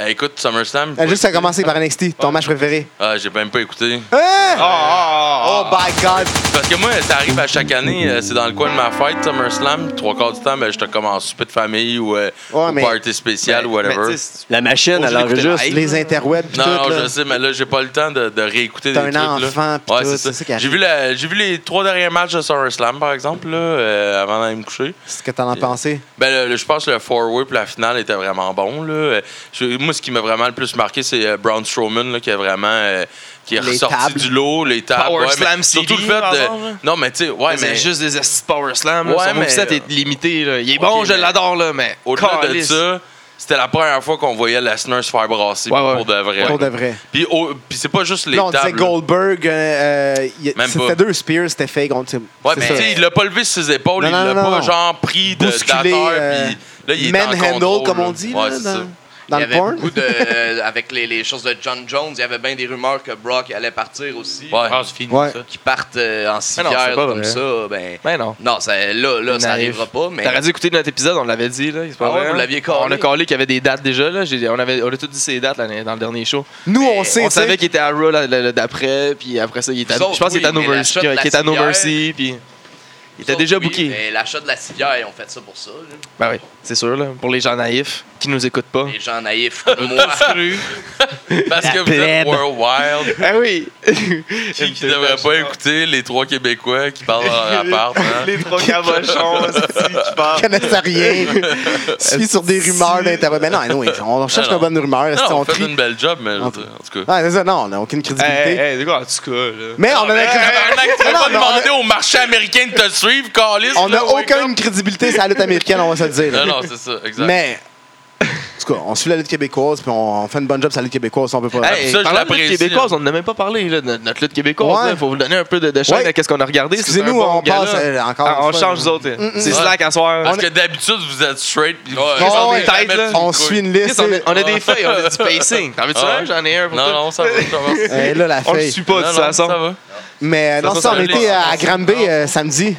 Speaker 6: Euh, écoute, SummerSlam.
Speaker 3: Euh, juste à commencer par NXT, ton match préféré.
Speaker 6: Ah, j'ai même pas écouté.
Speaker 3: Hein?
Speaker 4: Ah,
Speaker 3: Oh my god!
Speaker 6: Parce que moi, ça arrive à chaque année, euh, c'est dans le coin de ma fête, SummerSlam. puis Trois quarts du temps, ben, je te commence souper de famille ou, euh,
Speaker 3: Ouais,
Speaker 6: ou
Speaker 3: mais- ben,
Speaker 6: party
Speaker 4: ben,
Speaker 6: spécial ou whatever.
Speaker 2: La machine, elle enregistre.
Speaker 3: Les interwebs pis
Speaker 6: Non, non,
Speaker 3: tout.
Speaker 6: je
Speaker 3: là.
Speaker 6: sais, mais là, j'ai pas le temps de, de réécouter
Speaker 3: T'as
Speaker 6: des
Speaker 3: un
Speaker 6: trucs.
Speaker 3: enfant,
Speaker 6: là.
Speaker 3: pis
Speaker 6: ouais,
Speaker 3: tout,
Speaker 6: c'est
Speaker 3: c'est ça qui
Speaker 6: ça.
Speaker 3: arrive.
Speaker 6: J'ai vu, la- j'ai vu les trois derniers matchs de SummerSlam, par exemple, là, euh, avant d'aller me coucher.
Speaker 3: C'est ce que t'en as pensé.
Speaker 6: Ben, le- le- je pense que le four-way pour la finale était vraiment bon. Là. Euh, je- moi, ce qui m'a vraiment le plus marqué, c'est euh, Braun Strowman là, qui est vraiment euh, qui est
Speaker 3: Les
Speaker 6: ressorti
Speaker 3: tables.
Speaker 6: du lot, les tables.
Speaker 4: Power
Speaker 6: mais
Speaker 4: Slam
Speaker 6: surtout le
Speaker 4: CD,
Speaker 6: fait
Speaker 4: par
Speaker 6: de.
Speaker 4: exemple, là.
Speaker 6: Non, mais tu sais, ouais, mais.
Speaker 4: mais juste des assis power slam. Là.
Speaker 6: Ouais,
Speaker 4: Son move
Speaker 6: mais-
Speaker 4: set est limité. Là. Il est bon,
Speaker 6: Ok,
Speaker 4: je
Speaker 6: mais-
Speaker 4: l'adore, là, mais
Speaker 6: Au-delà de
Speaker 4: calisse.
Speaker 6: ça, c'était la première fois qu'on voyait Lesnar se faire brasser
Speaker 4: Ouais, ouais.
Speaker 6: pour de vrai.
Speaker 3: Pour de vrai.
Speaker 6: Puis, au- puis c'est pas juste les
Speaker 3: Là, on disait
Speaker 6: tables. là.
Speaker 3: Goldberg, euh, euh, il-
Speaker 6: Même
Speaker 3: c'était
Speaker 6: pas.
Speaker 3: deux Spears, c'était fake. on- c'est-
Speaker 6: Ouais,
Speaker 3: c'est
Speaker 6: mais
Speaker 3: ça.
Speaker 6: tu sais, il l'a pas levé sur ses épaules,
Speaker 3: Non,
Speaker 6: il
Speaker 3: non,
Speaker 6: l'a
Speaker 3: non,
Speaker 6: pas
Speaker 3: non.
Speaker 6: genre pris de
Speaker 3: Bousculé,
Speaker 6: d'affaire,
Speaker 3: euh,
Speaker 6: puis là, il est en
Speaker 3: Manhandle,
Speaker 6: contrôle,
Speaker 3: comme
Speaker 6: là.
Speaker 3: on dit,
Speaker 6: Ouais,
Speaker 3: là,
Speaker 6: c'est ça.
Speaker 3: dans, dans
Speaker 1: il y
Speaker 3: le
Speaker 1: avait
Speaker 3: porn.
Speaker 1: beaucoup de. euh, avec les, les choses de John Jones, il y avait bien des rumeurs que Brock allait partir aussi.
Speaker 6: Ouais.
Speaker 5: Ah, c'est fini,
Speaker 3: Ouais.
Speaker 5: ça.
Speaker 1: Qui partent euh, en
Speaker 4: Ah non, c'est
Speaker 1: civière
Speaker 4: pas
Speaker 1: comme
Speaker 4: vrai.
Speaker 1: ça. Ben,
Speaker 4: Mais non.
Speaker 1: non, ça, là, là
Speaker 4: Il
Speaker 1: ça
Speaker 4: n'arrive.
Speaker 1: arrivera pas. Mais
Speaker 4: T'aurais dû écouter notre épisode, on l'avait dit. Là. c'est pas
Speaker 1: Ah ouais,
Speaker 4: vrai,
Speaker 1: vous
Speaker 4: hein.
Speaker 1: l'aviez callé.
Speaker 4: On a collé qu'il y avait des dates déjà. Là. J'ai- On, avait, on a tous dit ces dates là, dans le dernier show.
Speaker 3: Nous,
Speaker 1: Mais
Speaker 3: on sait,
Speaker 4: on
Speaker 3: tu sais.
Speaker 4: savait qu'il était à Raw là, le- le- d'après, puis après ça, il était à-
Speaker 1: Vous autres,
Speaker 4: je pense qu'il était à
Speaker 1: oui,
Speaker 4: No
Speaker 1: mais la
Speaker 4: Mercy.
Speaker 1: shot de la
Speaker 4: qu'il était à No
Speaker 1: civière.
Speaker 4: Mercy, puis Il était déjà
Speaker 1: Oui,
Speaker 4: booké.
Speaker 1: mais l'achat de la civière, ils ont fait ça pour ça. là.
Speaker 4: Ben oui, c'est sûr, là. Pour les gens naïfs qui nous écoutent pas.
Speaker 1: Les gens naïfs comme moi.
Speaker 4: Ah,
Speaker 6: Parce
Speaker 4: La
Speaker 6: que vous
Speaker 4: plèbe.
Speaker 6: êtes World Wild.
Speaker 3: Eh
Speaker 4: Ah oui! eh,
Speaker 6: Qui, qui devrait pas écouter les trois Québécois qui parlent en appart. hein?
Speaker 4: Les trois cabochons, hostie, qui parlent.
Speaker 3: connaissent à rien. suis sur des rumeurs d'Internet. Mais non, anyway, on cherche
Speaker 6: Ah non.
Speaker 3: la bonne rumeur.
Speaker 6: Non,
Speaker 3: Si
Speaker 6: on
Speaker 3: on
Speaker 6: fait
Speaker 3: crie.
Speaker 6: une belle job, mais je
Speaker 3: En
Speaker 6: veux
Speaker 3: tout-
Speaker 6: dire, en tout cas.
Speaker 3: Ah, c'est ça, non, on n'a aucune crédibilité.
Speaker 4: Hey, hey, les gars, eh, en tout cas, là.
Speaker 3: Mais on en a
Speaker 6: Tabarnak, tu peux
Speaker 3: Non,
Speaker 6: pas
Speaker 3: mais on a-
Speaker 6: demander au marché américain de te suivre, Calis.
Speaker 3: On n'a
Speaker 6: là, wake up.
Speaker 3: aucune crédibilité sur la lutte américaine, on va se le dire. là.
Speaker 6: Non, non, c'est ça, exact.
Speaker 3: Mais, en tout cas, on suit la lutte québécoise, puis on on fait une bonne job sur la lutte québécoise, on peut pas.
Speaker 6: Hey, ça, je
Speaker 4: parlant de lutte
Speaker 6: l'apprécie,
Speaker 4: québécoise, on n'a même pas parlé là, de notre lutte québécoise.
Speaker 3: Ouais.
Speaker 4: Il faut vous donner un peu de, de chaîne
Speaker 3: Ouais.
Speaker 4: à qu'est-ce qu'on a regardé. c'est
Speaker 3: Excusez-nous,
Speaker 4: un bon
Speaker 3: on passe
Speaker 4: gala.
Speaker 3: euh, encore.
Speaker 4: Ah,
Speaker 3: une
Speaker 4: on
Speaker 3: fois,
Speaker 4: change,
Speaker 3: là.
Speaker 4: nous autres. hein.
Speaker 3: Mm, mm.
Speaker 4: C'est
Speaker 6: Ouais.
Speaker 4: slack à soir.
Speaker 6: Parce
Speaker 3: On
Speaker 6: que d'habitude, vous êtes straight. Puis vous
Speaker 3: on
Speaker 6: sortez
Speaker 3: est-
Speaker 6: jamais
Speaker 4: là.
Speaker 6: de
Speaker 3: On
Speaker 6: couille.
Speaker 3: suit une
Speaker 4: Chris,
Speaker 3: liste.
Speaker 4: on, a,
Speaker 3: et-
Speaker 4: on a des feuilles, on a du pacing. T'en veux-tu
Speaker 6: Ah
Speaker 4: un?
Speaker 6: ouais?
Speaker 4: J'en ai un pour
Speaker 6: Non,
Speaker 4: toi.
Speaker 6: non, ça va. ça va.
Speaker 3: et euh, là, la
Speaker 4: On le
Speaker 3: feuille.
Speaker 4: suit pas, de
Speaker 6: Non,
Speaker 4: toute
Speaker 6: non,
Speaker 4: façon.
Speaker 6: Ça va.
Speaker 3: Mais
Speaker 6: Ça,
Speaker 3: non,
Speaker 6: ça,
Speaker 3: ça,
Speaker 6: ça,
Speaker 3: on
Speaker 6: les-
Speaker 3: était à, à
Speaker 6: ça,
Speaker 3: Granby
Speaker 6: ça.
Speaker 3: euh, samedi,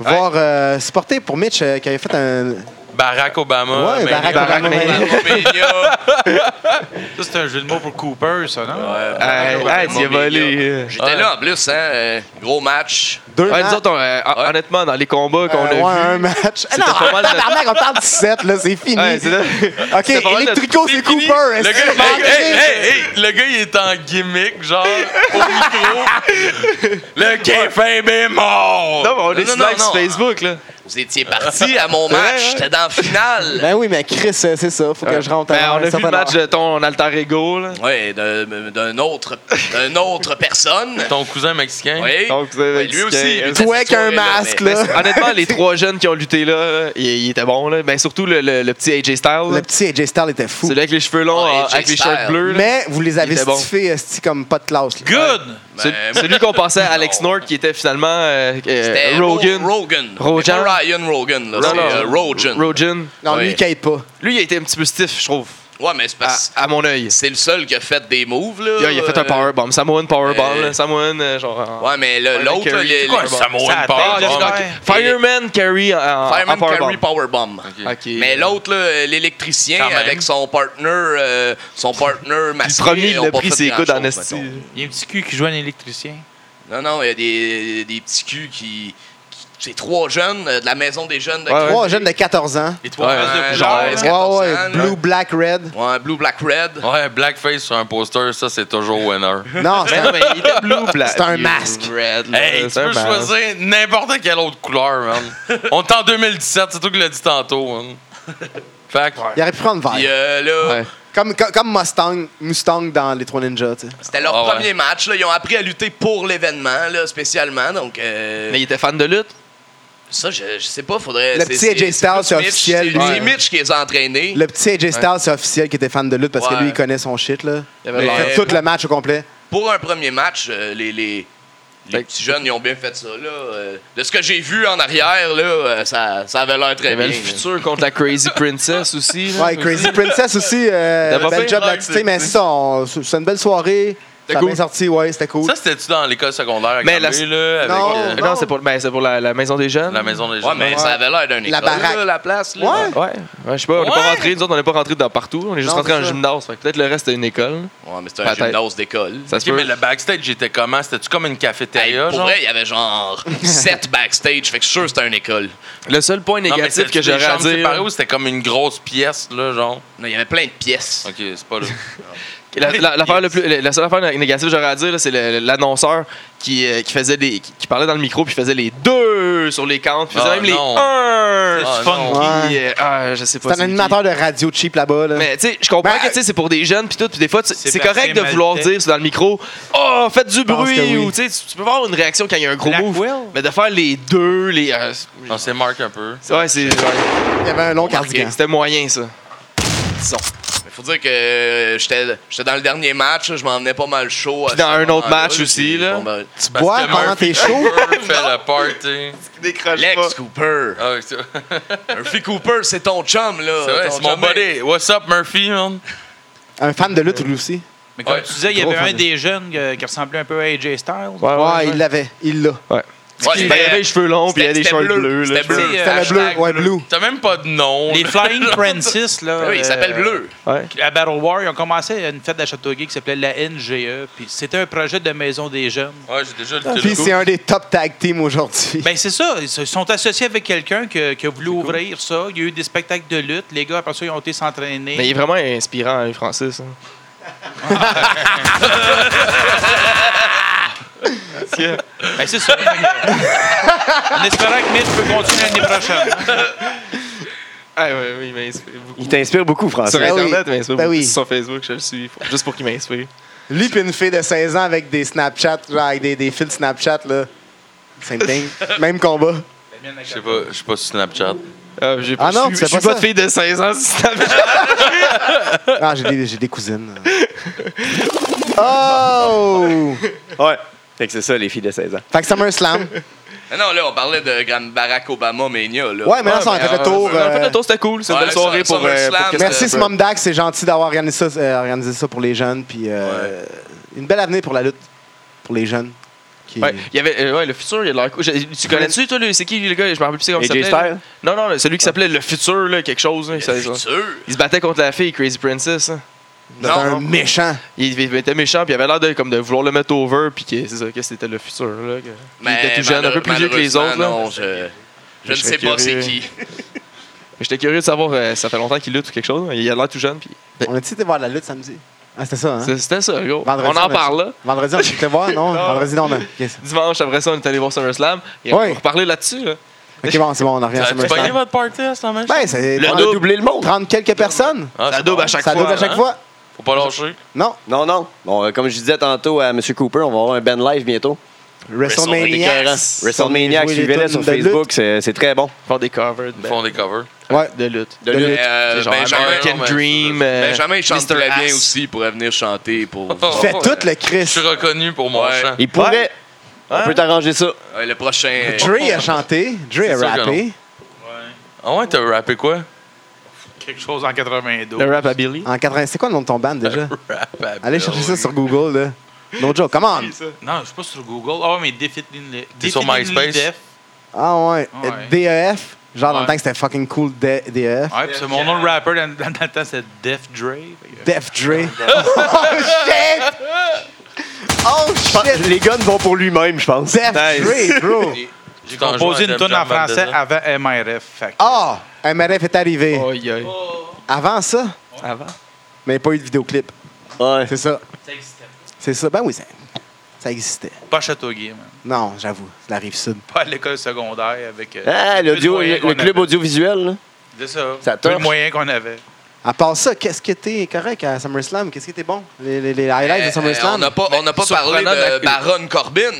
Speaker 3: voir euh, supporter pour Mitch euh, qui avait fait un.
Speaker 6: Barack Obama.
Speaker 3: Ouais,
Speaker 6: Mania,
Speaker 3: Barack
Speaker 4: Obama.
Speaker 6: Mania.
Speaker 5: Ça, c'est un jeu de mots pour Cooper, ça, non?
Speaker 4: Hey, hey, t'y as volé.
Speaker 1: J'étais là en plus, hein. euh, gros match.
Speaker 3: Deux
Speaker 4: Ouais, nous
Speaker 3: matchs.
Speaker 4: autres, on, euh, hon- honnêtement, dans les combats qu'on
Speaker 3: Euh, ouais, hein.
Speaker 4: a
Speaker 3: un match. Eh
Speaker 4: C'était
Speaker 3: Non,
Speaker 4: pas mal de-
Speaker 3: tabarnak, on parle de 17, là, c'est fini.
Speaker 4: vus. Ouais, c'est ça.
Speaker 3: OK,
Speaker 4: pas mal
Speaker 3: et
Speaker 4: de-
Speaker 3: les tricots, c'est Cooper. est-ce
Speaker 6: Le
Speaker 3: que
Speaker 6: gars,
Speaker 3: c'est
Speaker 6: hey,
Speaker 3: manqué?
Speaker 6: hey, hey, hey, le gars, il est en gimmick, genre, au micro. le K-Fame est mort!
Speaker 4: Non, mais on est
Speaker 1: non,
Speaker 4: slack
Speaker 1: non,
Speaker 4: sur
Speaker 1: non.
Speaker 4: Facebook, là.
Speaker 1: Vous étiez partis à mon
Speaker 4: vrai, hein?
Speaker 1: match.
Speaker 4: ouais.
Speaker 1: J'étais dans la finale.
Speaker 3: Ben oui, mais Chris, euh, c'est ça, faut que je rentre.
Speaker 4: Ben,
Speaker 3: avant
Speaker 4: on a
Speaker 3: un
Speaker 4: vu le
Speaker 3: certain
Speaker 4: match
Speaker 3: heure.
Speaker 4: de ton alter ego, là.
Speaker 1: Oui, d'un autre, d'une autre personne.
Speaker 6: Ton cousin mexicain?
Speaker 1: Oui.
Speaker 4: Donc, vous avez
Speaker 1: Ouais, lui aussi, il
Speaker 3: Toi avec un
Speaker 1: Cette soirée-là,
Speaker 3: masque,
Speaker 1: mais-
Speaker 3: là.
Speaker 4: Honnêtement, les trois jeunes qui ont lutté là, là, ils ils étaient bons. Là. Ben, surtout le, le- le petit AJ Styles.
Speaker 3: Le
Speaker 4: là.
Speaker 3: petit AJ Styles était fou.
Speaker 4: Celui avec les cheveux longs,
Speaker 1: Ouais,
Speaker 4: euh,
Speaker 1: AJ
Speaker 4: avec les shorts
Speaker 1: Ah, Styles.
Speaker 4: bleus. là.
Speaker 3: Mais vous les avez
Speaker 4: était bon.
Speaker 3: stiffés esti, comme pas de classe. là.
Speaker 5: Good!
Speaker 1: Ben,
Speaker 4: Celui- celui qu'on pensait à Alex
Speaker 1: Non.
Speaker 4: North qui était finalement euh, euh,
Speaker 1: c'était
Speaker 4: Rogan.
Speaker 1: Ro- Rogan.
Speaker 4: Rogan.
Speaker 1: C'est pas Ryan Rogan, là.
Speaker 4: Non,
Speaker 1: C'est
Speaker 4: non.
Speaker 1: euh, Rogan.
Speaker 4: Rogan.
Speaker 3: Non, lui,
Speaker 1: Ouais.
Speaker 3: il caille pas.
Speaker 4: Lui, il a été un petit peu stiff, je trouve,
Speaker 1: ouais, mais c'est
Speaker 4: à,
Speaker 1: parce que
Speaker 4: à mon œil.
Speaker 1: c'est le seul qui a fait des moves, là.
Speaker 4: Ah. Il a, il a fait un
Speaker 1: euh,
Speaker 4: powerbomb. Samoan powerbomb.
Speaker 1: euh,
Speaker 4: là. Samoan, euh, genre. en-
Speaker 1: Ouais, mais le-
Speaker 4: Ouais,
Speaker 1: l'autre,
Speaker 4: Carey.
Speaker 1: là, les-
Speaker 4: C'est
Speaker 6: Quoi,
Speaker 1: les-
Speaker 6: Samoan
Speaker 5: Ça
Speaker 6: Power?
Speaker 5: attaque, Ah,
Speaker 6: Genre,
Speaker 5: ouais.
Speaker 4: Fireman Carry en, en
Speaker 1: Fireman
Speaker 4: Ah, powerbomb.
Speaker 1: Carry Powerbomb.
Speaker 4: Ok.
Speaker 1: Mais l'autre, là, l'électricien,
Speaker 6: Quand même.
Speaker 1: avec son partner, euh, son partner
Speaker 4: Le
Speaker 1: masqué.
Speaker 4: premier,
Speaker 1: ils
Speaker 4: il
Speaker 1: ont
Speaker 4: a
Speaker 1: pas
Speaker 4: pris
Speaker 1: fait
Speaker 4: ses coudes en
Speaker 1: grand-chose,
Speaker 4: esti.
Speaker 1: mettons.
Speaker 5: Il y a un petit cul qui joue un électricien.
Speaker 1: Non, non, il y a des, des petits culs qui. qui- c'est trois jeunes euh, de la maison des jeunes de
Speaker 4: Ouais,
Speaker 3: Trois jeunes de 14 ans.
Speaker 5: Les trois
Speaker 6: Ouais,
Speaker 5: races de
Speaker 1: ouais,
Speaker 5: couleurs,
Speaker 1: genre,
Speaker 5: là.
Speaker 1: c'est-
Speaker 3: Ouais,
Speaker 1: 14 ans,
Speaker 3: ouais,
Speaker 1: là.
Speaker 3: blue, black, red.
Speaker 1: Ouais, Blue, Black, Red.
Speaker 6: Ouais, blackface sur un poster, ça, c'est toujours winner.
Speaker 3: Non, c'est
Speaker 4: Mais
Speaker 3: un-
Speaker 4: non, mais il était blue, black.
Speaker 3: C'est un masque.
Speaker 4: Red, là,
Speaker 6: Hey, tu
Speaker 4: Euh, c'est un
Speaker 6: peux
Speaker 4: masque.
Speaker 6: choisir n'importe quelle autre couleur, man. On est en 2017, c'est toi qui l'as dit tantôt, man. Fait que-
Speaker 3: il aurait pu prendre
Speaker 1: Puis
Speaker 3: vert.
Speaker 1: euh, là,
Speaker 4: Ouais.
Speaker 3: Comme, comme, comme Mustang, Mustang dans Les Trois Ninjas. tu sais.
Speaker 1: c'était leur
Speaker 6: Ah ouais.
Speaker 1: premier match. Là. Ils ont appris à lutter pour l'événement, là, spécialement. Donc, euh,
Speaker 4: Mais il était fan de lutte.
Speaker 1: ça, je, je sais pas. Faudrait.
Speaker 3: Le
Speaker 1: c'est-
Speaker 3: petit
Speaker 1: c'est-
Speaker 3: AJ
Speaker 1: c'est
Speaker 3: Styles,
Speaker 1: plus
Speaker 3: c'est
Speaker 1: Mitch.
Speaker 3: officiel,
Speaker 1: C'est-
Speaker 3: lui.
Speaker 1: C'est Mitch qui les a entraînés.
Speaker 3: Le petit AJ Styles, c'est officiel qu'il était fan de lutte parce que
Speaker 1: Ouais.
Speaker 3: lui, il connaît son shit. là.
Speaker 4: Il
Speaker 3: Il
Speaker 4: avait
Speaker 3: a
Speaker 4: l'air-
Speaker 3: fait
Speaker 1: Ouais.
Speaker 3: tout le match au complet.
Speaker 1: Pour un premier match, euh, les, les, les
Speaker 4: Fait-
Speaker 1: petits jeunes, ils ont bien fait ça. Là. Euh, de ce que j'ai vu en arrière, là, euh, ça, ça avait l'air
Speaker 4: Il y
Speaker 1: très bien.
Speaker 4: avait le
Speaker 1: là.
Speaker 4: futur contre la Crazy Princess aussi. là.
Speaker 3: Ouais, Crazy Princess aussi,
Speaker 4: T'as
Speaker 3: euh,
Speaker 4: pas fait
Speaker 3: bel job là
Speaker 6: une blague,
Speaker 3: mais
Speaker 6: c'est-
Speaker 3: c'est ça, on- c'est une belle soirée.
Speaker 4: C'était
Speaker 3: Ça a
Speaker 4: cool.
Speaker 3: bien sorti, ouais, c'était cool.
Speaker 6: Ça, c'était-tu dans l'école secondaire à
Speaker 4: Mais la-
Speaker 6: Granby, là, avec
Speaker 3: Non.
Speaker 6: euh,
Speaker 4: Non, c'est pour, ben, c'est pour la, la maison des jeunes.
Speaker 6: la maison des gens?
Speaker 1: Ouais, mais ça avait l'air d'un école.
Speaker 3: La baraque.
Speaker 1: là, la place. Là.
Speaker 3: Ouais.
Speaker 4: Ouais, ouais je sais pas, on n'est
Speaker 6: Ouais.
Speaker 4: pas rentré, nous autres, on n'est pas rentré dans partout, on est juste
Speaker 3: Non,
Speaker 4: rentré
Speaker 3: c'est
Speaker 4: en
Speaker 3: ça.
Speaker 4: gymnase. Fait que peut-être le reste c'est une école.
Speaker 1: Ouais, mais c'était un
Speaker 4: Peut-être.
Speaker 1: gymnase d'école.
Speaker 4: Ça se
Speaker 6: Ok, mais
Speaker 4: peut.
Speaker 6: le backstage, était comment? C'était-tu comme une
Speaker 1: Hey,
Speaker 6: cafétéria,
Speaker 1: pour
Speaker 6: genre?
Speaker 1: vrai, il y avait genre 7 backstage. Fait que je suis sûr que c'était une école.
Speaker 4: Le seul point
Speaker 6: Non, mais
Speaker 4: négatif
Speaker 6: c'était-tu
Speaker 4: que
Speaker 6: des
Speaker 4: j'aurais à
Speaker 6: chambres séparées
Speaker 4: dire,
Speaker 6: ou c'était comme une grosse pièce, là, genre?
Speaker 1: Non, il y avait plein de pièces.
Speaker 6: Ok, c'est pas là.
Speaker 4: la, la- l'affaire le plus, la seule affaire né- négative que j'aurais à dire, là, c'est le- l'annonceur qui, euh, qui faisait des, qui, qui parlait dans le micro puis faisait les deux sur les comptes, puis faisait
Speaker 6: Ah,
Speaker 4: même les
Speaker 6: non.
Speaker 4: un.
Speaker 6: Ah,
Speaker 5: fun.
Speaker 6: non.
Speaker 3: Ouais.
Speaker 4: Puis, euh, ah, je sais pas.
Speaker 3: C'est un
Speaker 4: qui.
Speaker 3: animateur de radio cheap là-bas. Là.
Speaker 4: Mais tu sais, je comprends
Speaker 3: Ben,
Speaker 4: que tu sais, c'est pour des jeunes puis tout, puis des fois tu-
Speaker 5: c'est
Speaker 4: c'est
Speaker 5: parce
Speaker 4: correct
Speaker 5: que
Speaker 4: de vouloir
Speaker 5: Maltais-
Speaker 4: dire c'est dans le micro, oh faites du
Speaker 3: pense
Speaker 4: bruit
Speaker 3: que oui.
Speaker 4: ou tu sais, tu tu peux avoir une réaction quand il y a un gros
Speaker 5: Black
Speaker 4: move.
Speaker 5: Will.
Speaker 4: Mais de faire les deux, les euh,
Speaker 6: On s'est marqué un peu.
Speaker 4: ouais, c'est ouais,
Speaker 3: Il y avait un long cardigan.
Speaker 4: c'était moyen ça. Disons.
Speaker 1: Il faut dire que euh, j'étais j'étais dans le dernier match. là, Je m'en venais pas mal chaud. à
Speaker 4: Puis dans
Speaker 1: ce
Speaker 4: un autre
Speaker 1: moment-là,
Speaker 4: match
Speaker 1: là,
Speaker 4: aussi,
Speaker 1: j'ai-
Speaker 4: là.
Speaker 1: bon, ben,
Speaker 3: Tu bois pendant tes shows.
Speaker 6: Cooper fait le party.
Speaker 4: Décroche
Speaker 1: Lex Cooper.
Speaker 6: Ah, c'est
Speaker 1: Murphy Cooper, c'est ton chum, là.
Speaker 6: c'est vrai,
Speaker 1: Ton
Speaker 6: c'est mon
Speaker 1: chum, mec.
Speaker 6: buddy. What's up, Murphy, man?
Speaker 3: Un fan de lutte, lui aussi.
Speaker 5: Mais comme
Speaker 6: Ouais.
Speaker 5: tu disais, il y
Speaker 4: Gros
Speaker 5: avait un
Speaker 4: fan.
Speaker 5: des jeunes euh, qui ressemblait un peu à AJ Styles.
Speaker 4: Ouais,
Speaker 3: Ouais, il l'avait. Il l'a.
Speaker 1: Ouais,
Speaker 4: Ben, il avait les cheveux longs, puis il avait des
Speaker 1: C'était-
Speaker 4: shorts
Speaker 1: c'était bleu,
Speaker 4: bleus. là.
Speaker 1: c'était bleu.
Speaker 5: C'était
Speaker 3: C'était le
Speaker 5: hashtag
Speaker 3: bleu, ouais, bleu.
Speaker 6: T'as même pas de nom.
Speaker 5: Les
Speaker 6: là.
Speaker 5: Flying Francis, là.
Speaker 1: Oui, il s'appelle
Speaker 5: euh,
Speaker 1: Bleu.
Speaker 4: Ouais.
Speaker 5: À Battle War, ils ont commencé une fête à Châteauguay qui s'appelait la NGE. Puis c'était un projet de maison des jeunes.
Speaker 6: Ouais, j'ai déjà le
Speaker 3: Puis c'est un des top tag teams aujourd'hui.
Speaker 5: Ben c'est ça. Ils se sont associés avec quelqu'un que- qui a voulu ouvrir ça. Il y a eu des spectacles de lutte. Les gars, après ça, ils ont été s'entraîner.
Speaker 4: Mais il est vraiment inspirant, lui, Francis. hein.
Speaker 5: Ben, c'est ça. en espérant que Mitch peut continuer l'année prochaine.
Speaker 4: Ah, ouais, oui, il m'inspire beaucoup.
Speaker 2: Il t'inspire beaucoup, François.
Speaker 4: Sur
Speaker 3: Ben oui.
Speaker 4: Internet, il m'inspire
Speaker 3: Ben
Speaker 4: beaucoup.
Speaker 3: oui.
Speaker 4: Sur Facebook, je le suis. pour- Juste pour qu'il m'inspire.
Speaker 3: Lui puis une fille de 16 ans avec des Snapchat, genre avec des, des fils Snapchat, là. Same thing. Même combat.
Speaker 6: Je sais pas, je suis pas sur Snapchat.
Speaker 4: Ah, j'ai
Speaker 3: Ah non,
Speaker 4: je
Speaker 3: tu
Speaker 4: suis-
Speaker 3: fais
Speaker 4: je suis
Speaker 3: pas
Speaker 4: pas
Speaker 3: ça.
Speaker 4: de fille de 16 ans, si ça
Speaker 3: Ah, j'ai des, j'ai des cousines. Oh!
Speaker 2: Ouais. Fait que c'est ça, les filles de 16 ans.
Speaker 3: Fait que SummerSlam.
Speaker 1: Mais non, là, on parlait de Grand Barack Obama Mania. Là.
Speaker 3: Ouais, mais là, ça, on a fait le tour.
Speaker 4: On a fait
Speaker 3: euh,
Speaker 4: le tour, c'était cool. C'est une
Speaker 1: Ouais,
Speaker 4: belle soirée
Speaker 1: Summer-
Speaker 4: pour. euh, pour
Speaker 1: SummerSlam,
Speaker 4: que-
Speaker 3: Merci,
Speaker 1: euh,
Speaker 3: Smom Dax. C'est gentil d'avoir organisé ça, euh, organisé ça pour les jeunes. Puis euh, une belle avenir pour la lutte. Pour les jeunes. Qui...
Speaker 4: Ouais, il y avait, euh, ouais, le futur, il a de l'air cool. Je- Tu connais-tu, toi, le- c'est qui le gars Je me rappelle plus c'est comment il
Speaker 2: AJ
Speaker 4: s'appelait.
Speaker 2: Styles?
Speaker 4: là. Non, non, celui qui s'appelait le futur, là, quelque chose. là, ça-
Speaker 1: C'est sûr.
Speaker 4: Il se battait contre la fille Crazy Princess. hein.
Speaker 3: C'est un méchant.
Speaker 4: Il, il était méchant, puis il avait l'air de, comme, de vouloir le mettre over, puis que, c'est ça, que c'était le futur. Là, que-
Speaker 1: Mais
Speaker 4: il était tout jeune, un peu plus vieux que les autres.
Speaker 1: malheureusement,
Speaker 4: là.
Speaker 1: Non, je, je ne
Speaker 4: Je
Speaker 1: sais
Speaker 4: serais
Speaker 1: pas c'est
Speaker 4: curieux.
Speaker 1: qui.
Speaker 4: Mais J'étais curieux de savoir, euh, ça fait longtemps qu'il lutte ou quelque chose. hein. Il a l'air tout jeune, puis. Ben,
Speaker 3: On a-tu été voir la lutte samedi? Ah, c'était ça, hein?
Speaker 4: c'est- C'était ça, gros.
Speaker 3: Vendredi,
Speaker 4: on en
Speaker 3: a-
Speaker 4: parle là.
Speaker 3: Vendredi, on était voir, non?
Speaker 4: Non.
Speaker 3: Vendredi, non, non. Ok, ça.
Speaker 4: Dimanche, après ça, on est allé voir SummerSlam. Et
Speaker 3: Ouais.
Speaker 4: On va reparler là-dessus. Là.
Speaker 3: Ok, bon, c'est bon, on en revient à
Speaker 6: T'as tu pogné
Speaker 3: SummerSlam.
Speaker 6: votre party à ce moment?
Speaker 3: Ben, c'est
Speaker 4: Le
Speaker 2: On a
Speaker 4: double.
Speaker 2: doublé le monde.
Speaker 3: 30 quelques personnes.
Speaker 6: Ah,
Speaker 4: ça
Speaker 6: c'est
Speaker 4: double
Speaker 6: bon.
Speaker 4: à chaque
Speaker 3: Ça
Speaker 4: fois.
Speaker 3: double à chaque
Speaker 4: hein.
Speaker 3: fois.
Speaker 6: Faut pas lâcher.
Speaker 3: Non,
Speaker 2: Non, non. Bon, euh, comme je disais tantôt à M. Cooper, on va avoir un band live bientôt.
Speaker 3: WrestleMania.
Speaker 2: WrestleMania,
Speaker 3: On est joué
Speaker 2: suivez-le
Speaker 3: les
Speaker 2: sur
Speaker 3: tunes de
Speaker 2: Facebook, c'est c'est très bon.
Speaker 4: Ils font des covers
Speaker 6: Ils
Speaker 4: de,
Speaker 6: font des covers.
Speaker 3: Ouais.
Speaker 4: de lutte.
Speaker 2: De
Speaker 3: De
Speaker 2: lutte.
Speaker 3: lutte.
Speaker 1: Euh,
Speaker 4: C'est genre
Speaker 1: Benjamin,
Speaker 4: American
Speaker 6: non, mais-
Speaker 4: Dream. euh,
Speaker 1: Benjamin, il chante
Speaker 4: Mr.
Speaker 1: très bien
Speaker 4: Ass. Oh.
Speaker 1: aussi pour venir chanter. Pour...
Speaker 3: Il fait tout le
Speaker 6: Je suis
Speaker 3: Chris.
Speaker 6: reconnu pour mon
Speaker 1: Ouais.
Speaker 6: chant.
Speaker 2: Il pourrait.
Speaker 4: Ouais.
Speaker 2: On peut t'arranger ça.
Speaker 1: Ouais, le prochain. euh,
Speaker 3: Dre a chanté, Dre
Speaker 6: C'est
Speaker 3: a
Speaker 6: sûr que
Speaker 3: rappé
Speaker 6: Ah ouais, t'as rappé quoi?
Speaker 5: Quelque chose en 92.
Speaker 4: Le rap à Billy.
Speaker 3: en 80. C'est quoi le nom de ton band déjà?
Speaker 6: Rap à
Speaker 3: Allez chercher ça sur Google, là. No joke, come on!
Speaker 5: Non, je suis pas sur Google. Ah, ouais, mais Definitely.
Speaker 6: T'es sur
Speaker 5: Definitely
Speaker 6: MySpace?
Speaker 5: Def.
Speaker 3: Ah ouais,
Speaker 5: Ouais.
Speaker 3: DEF. Genre dans le
Speaker 5: Ouais.
Speaker 3: temps que c'était fucking cool, D- E DEF.
Speaker 5: Ouais, puis c'est mon nom de rapper dans, dans- dans le temps, c'était Def Dre. Fait que-
Speaker 3: Def Dre. oh shit! Oh shit!
Speaker 2: Les guns vont pour lui-même, je pense.
Speaker 3: Def
Speaker 4: Nice.
Speaker 3: Dre, bro!
Speaker 6: J'ai
Speaker 5: Composé une tonne en français avant MRF. Fait que-
Speaker 3: Ah! MRF est arrivé.
Speaker 4: Aïe, aïe.
Speaker 3: Avant ça,
Speaker 4: Avant.
Speaker 3: mais pas eu de vidéoclip.
Speaker 2: Ouais.
Speaker 3: C'est ça.
Speaker 5: Ça existait.
Speaker 3: C'est ça. Ben oui, ça, ça existait.
Speaker 5: Pas à Châteauguay, man.
Speaker 3: Non, j'avoue, c'est la rive sud.
Speaker 5: Pas à l'école secondaire avec. euh,
Speaker 2: Ah,
Speaker 5: le peu de
Speaker 2: l'audio,
Speaker 5: moyens
Speaker 2: le,
Speaker 5: qu'on
Speaker 2: le club
Speaker 5: avait.
Speaker 2: audiovisuel. là.
Speaker 5: C'est ça.
Speaker 2: Ça
Speaker 5: Peu de
Speaker 2: torche.
Speaker 5: moyens qu'on avait.
Speaker 3: À part ça, qu'est-ce qui était correct à SummerSlam? Qu'est-ce qui était bon? Les, les- les highlights
Speaker 1: Euh,
Speaker 3: de SummerSlam?
Speaker 1: on n'a pas, on n'a pas parlé
Speaker 4: surprenant
Speaker 1: de
Speaker 4: d'accueil.
Speaker 1: Baron Corbin.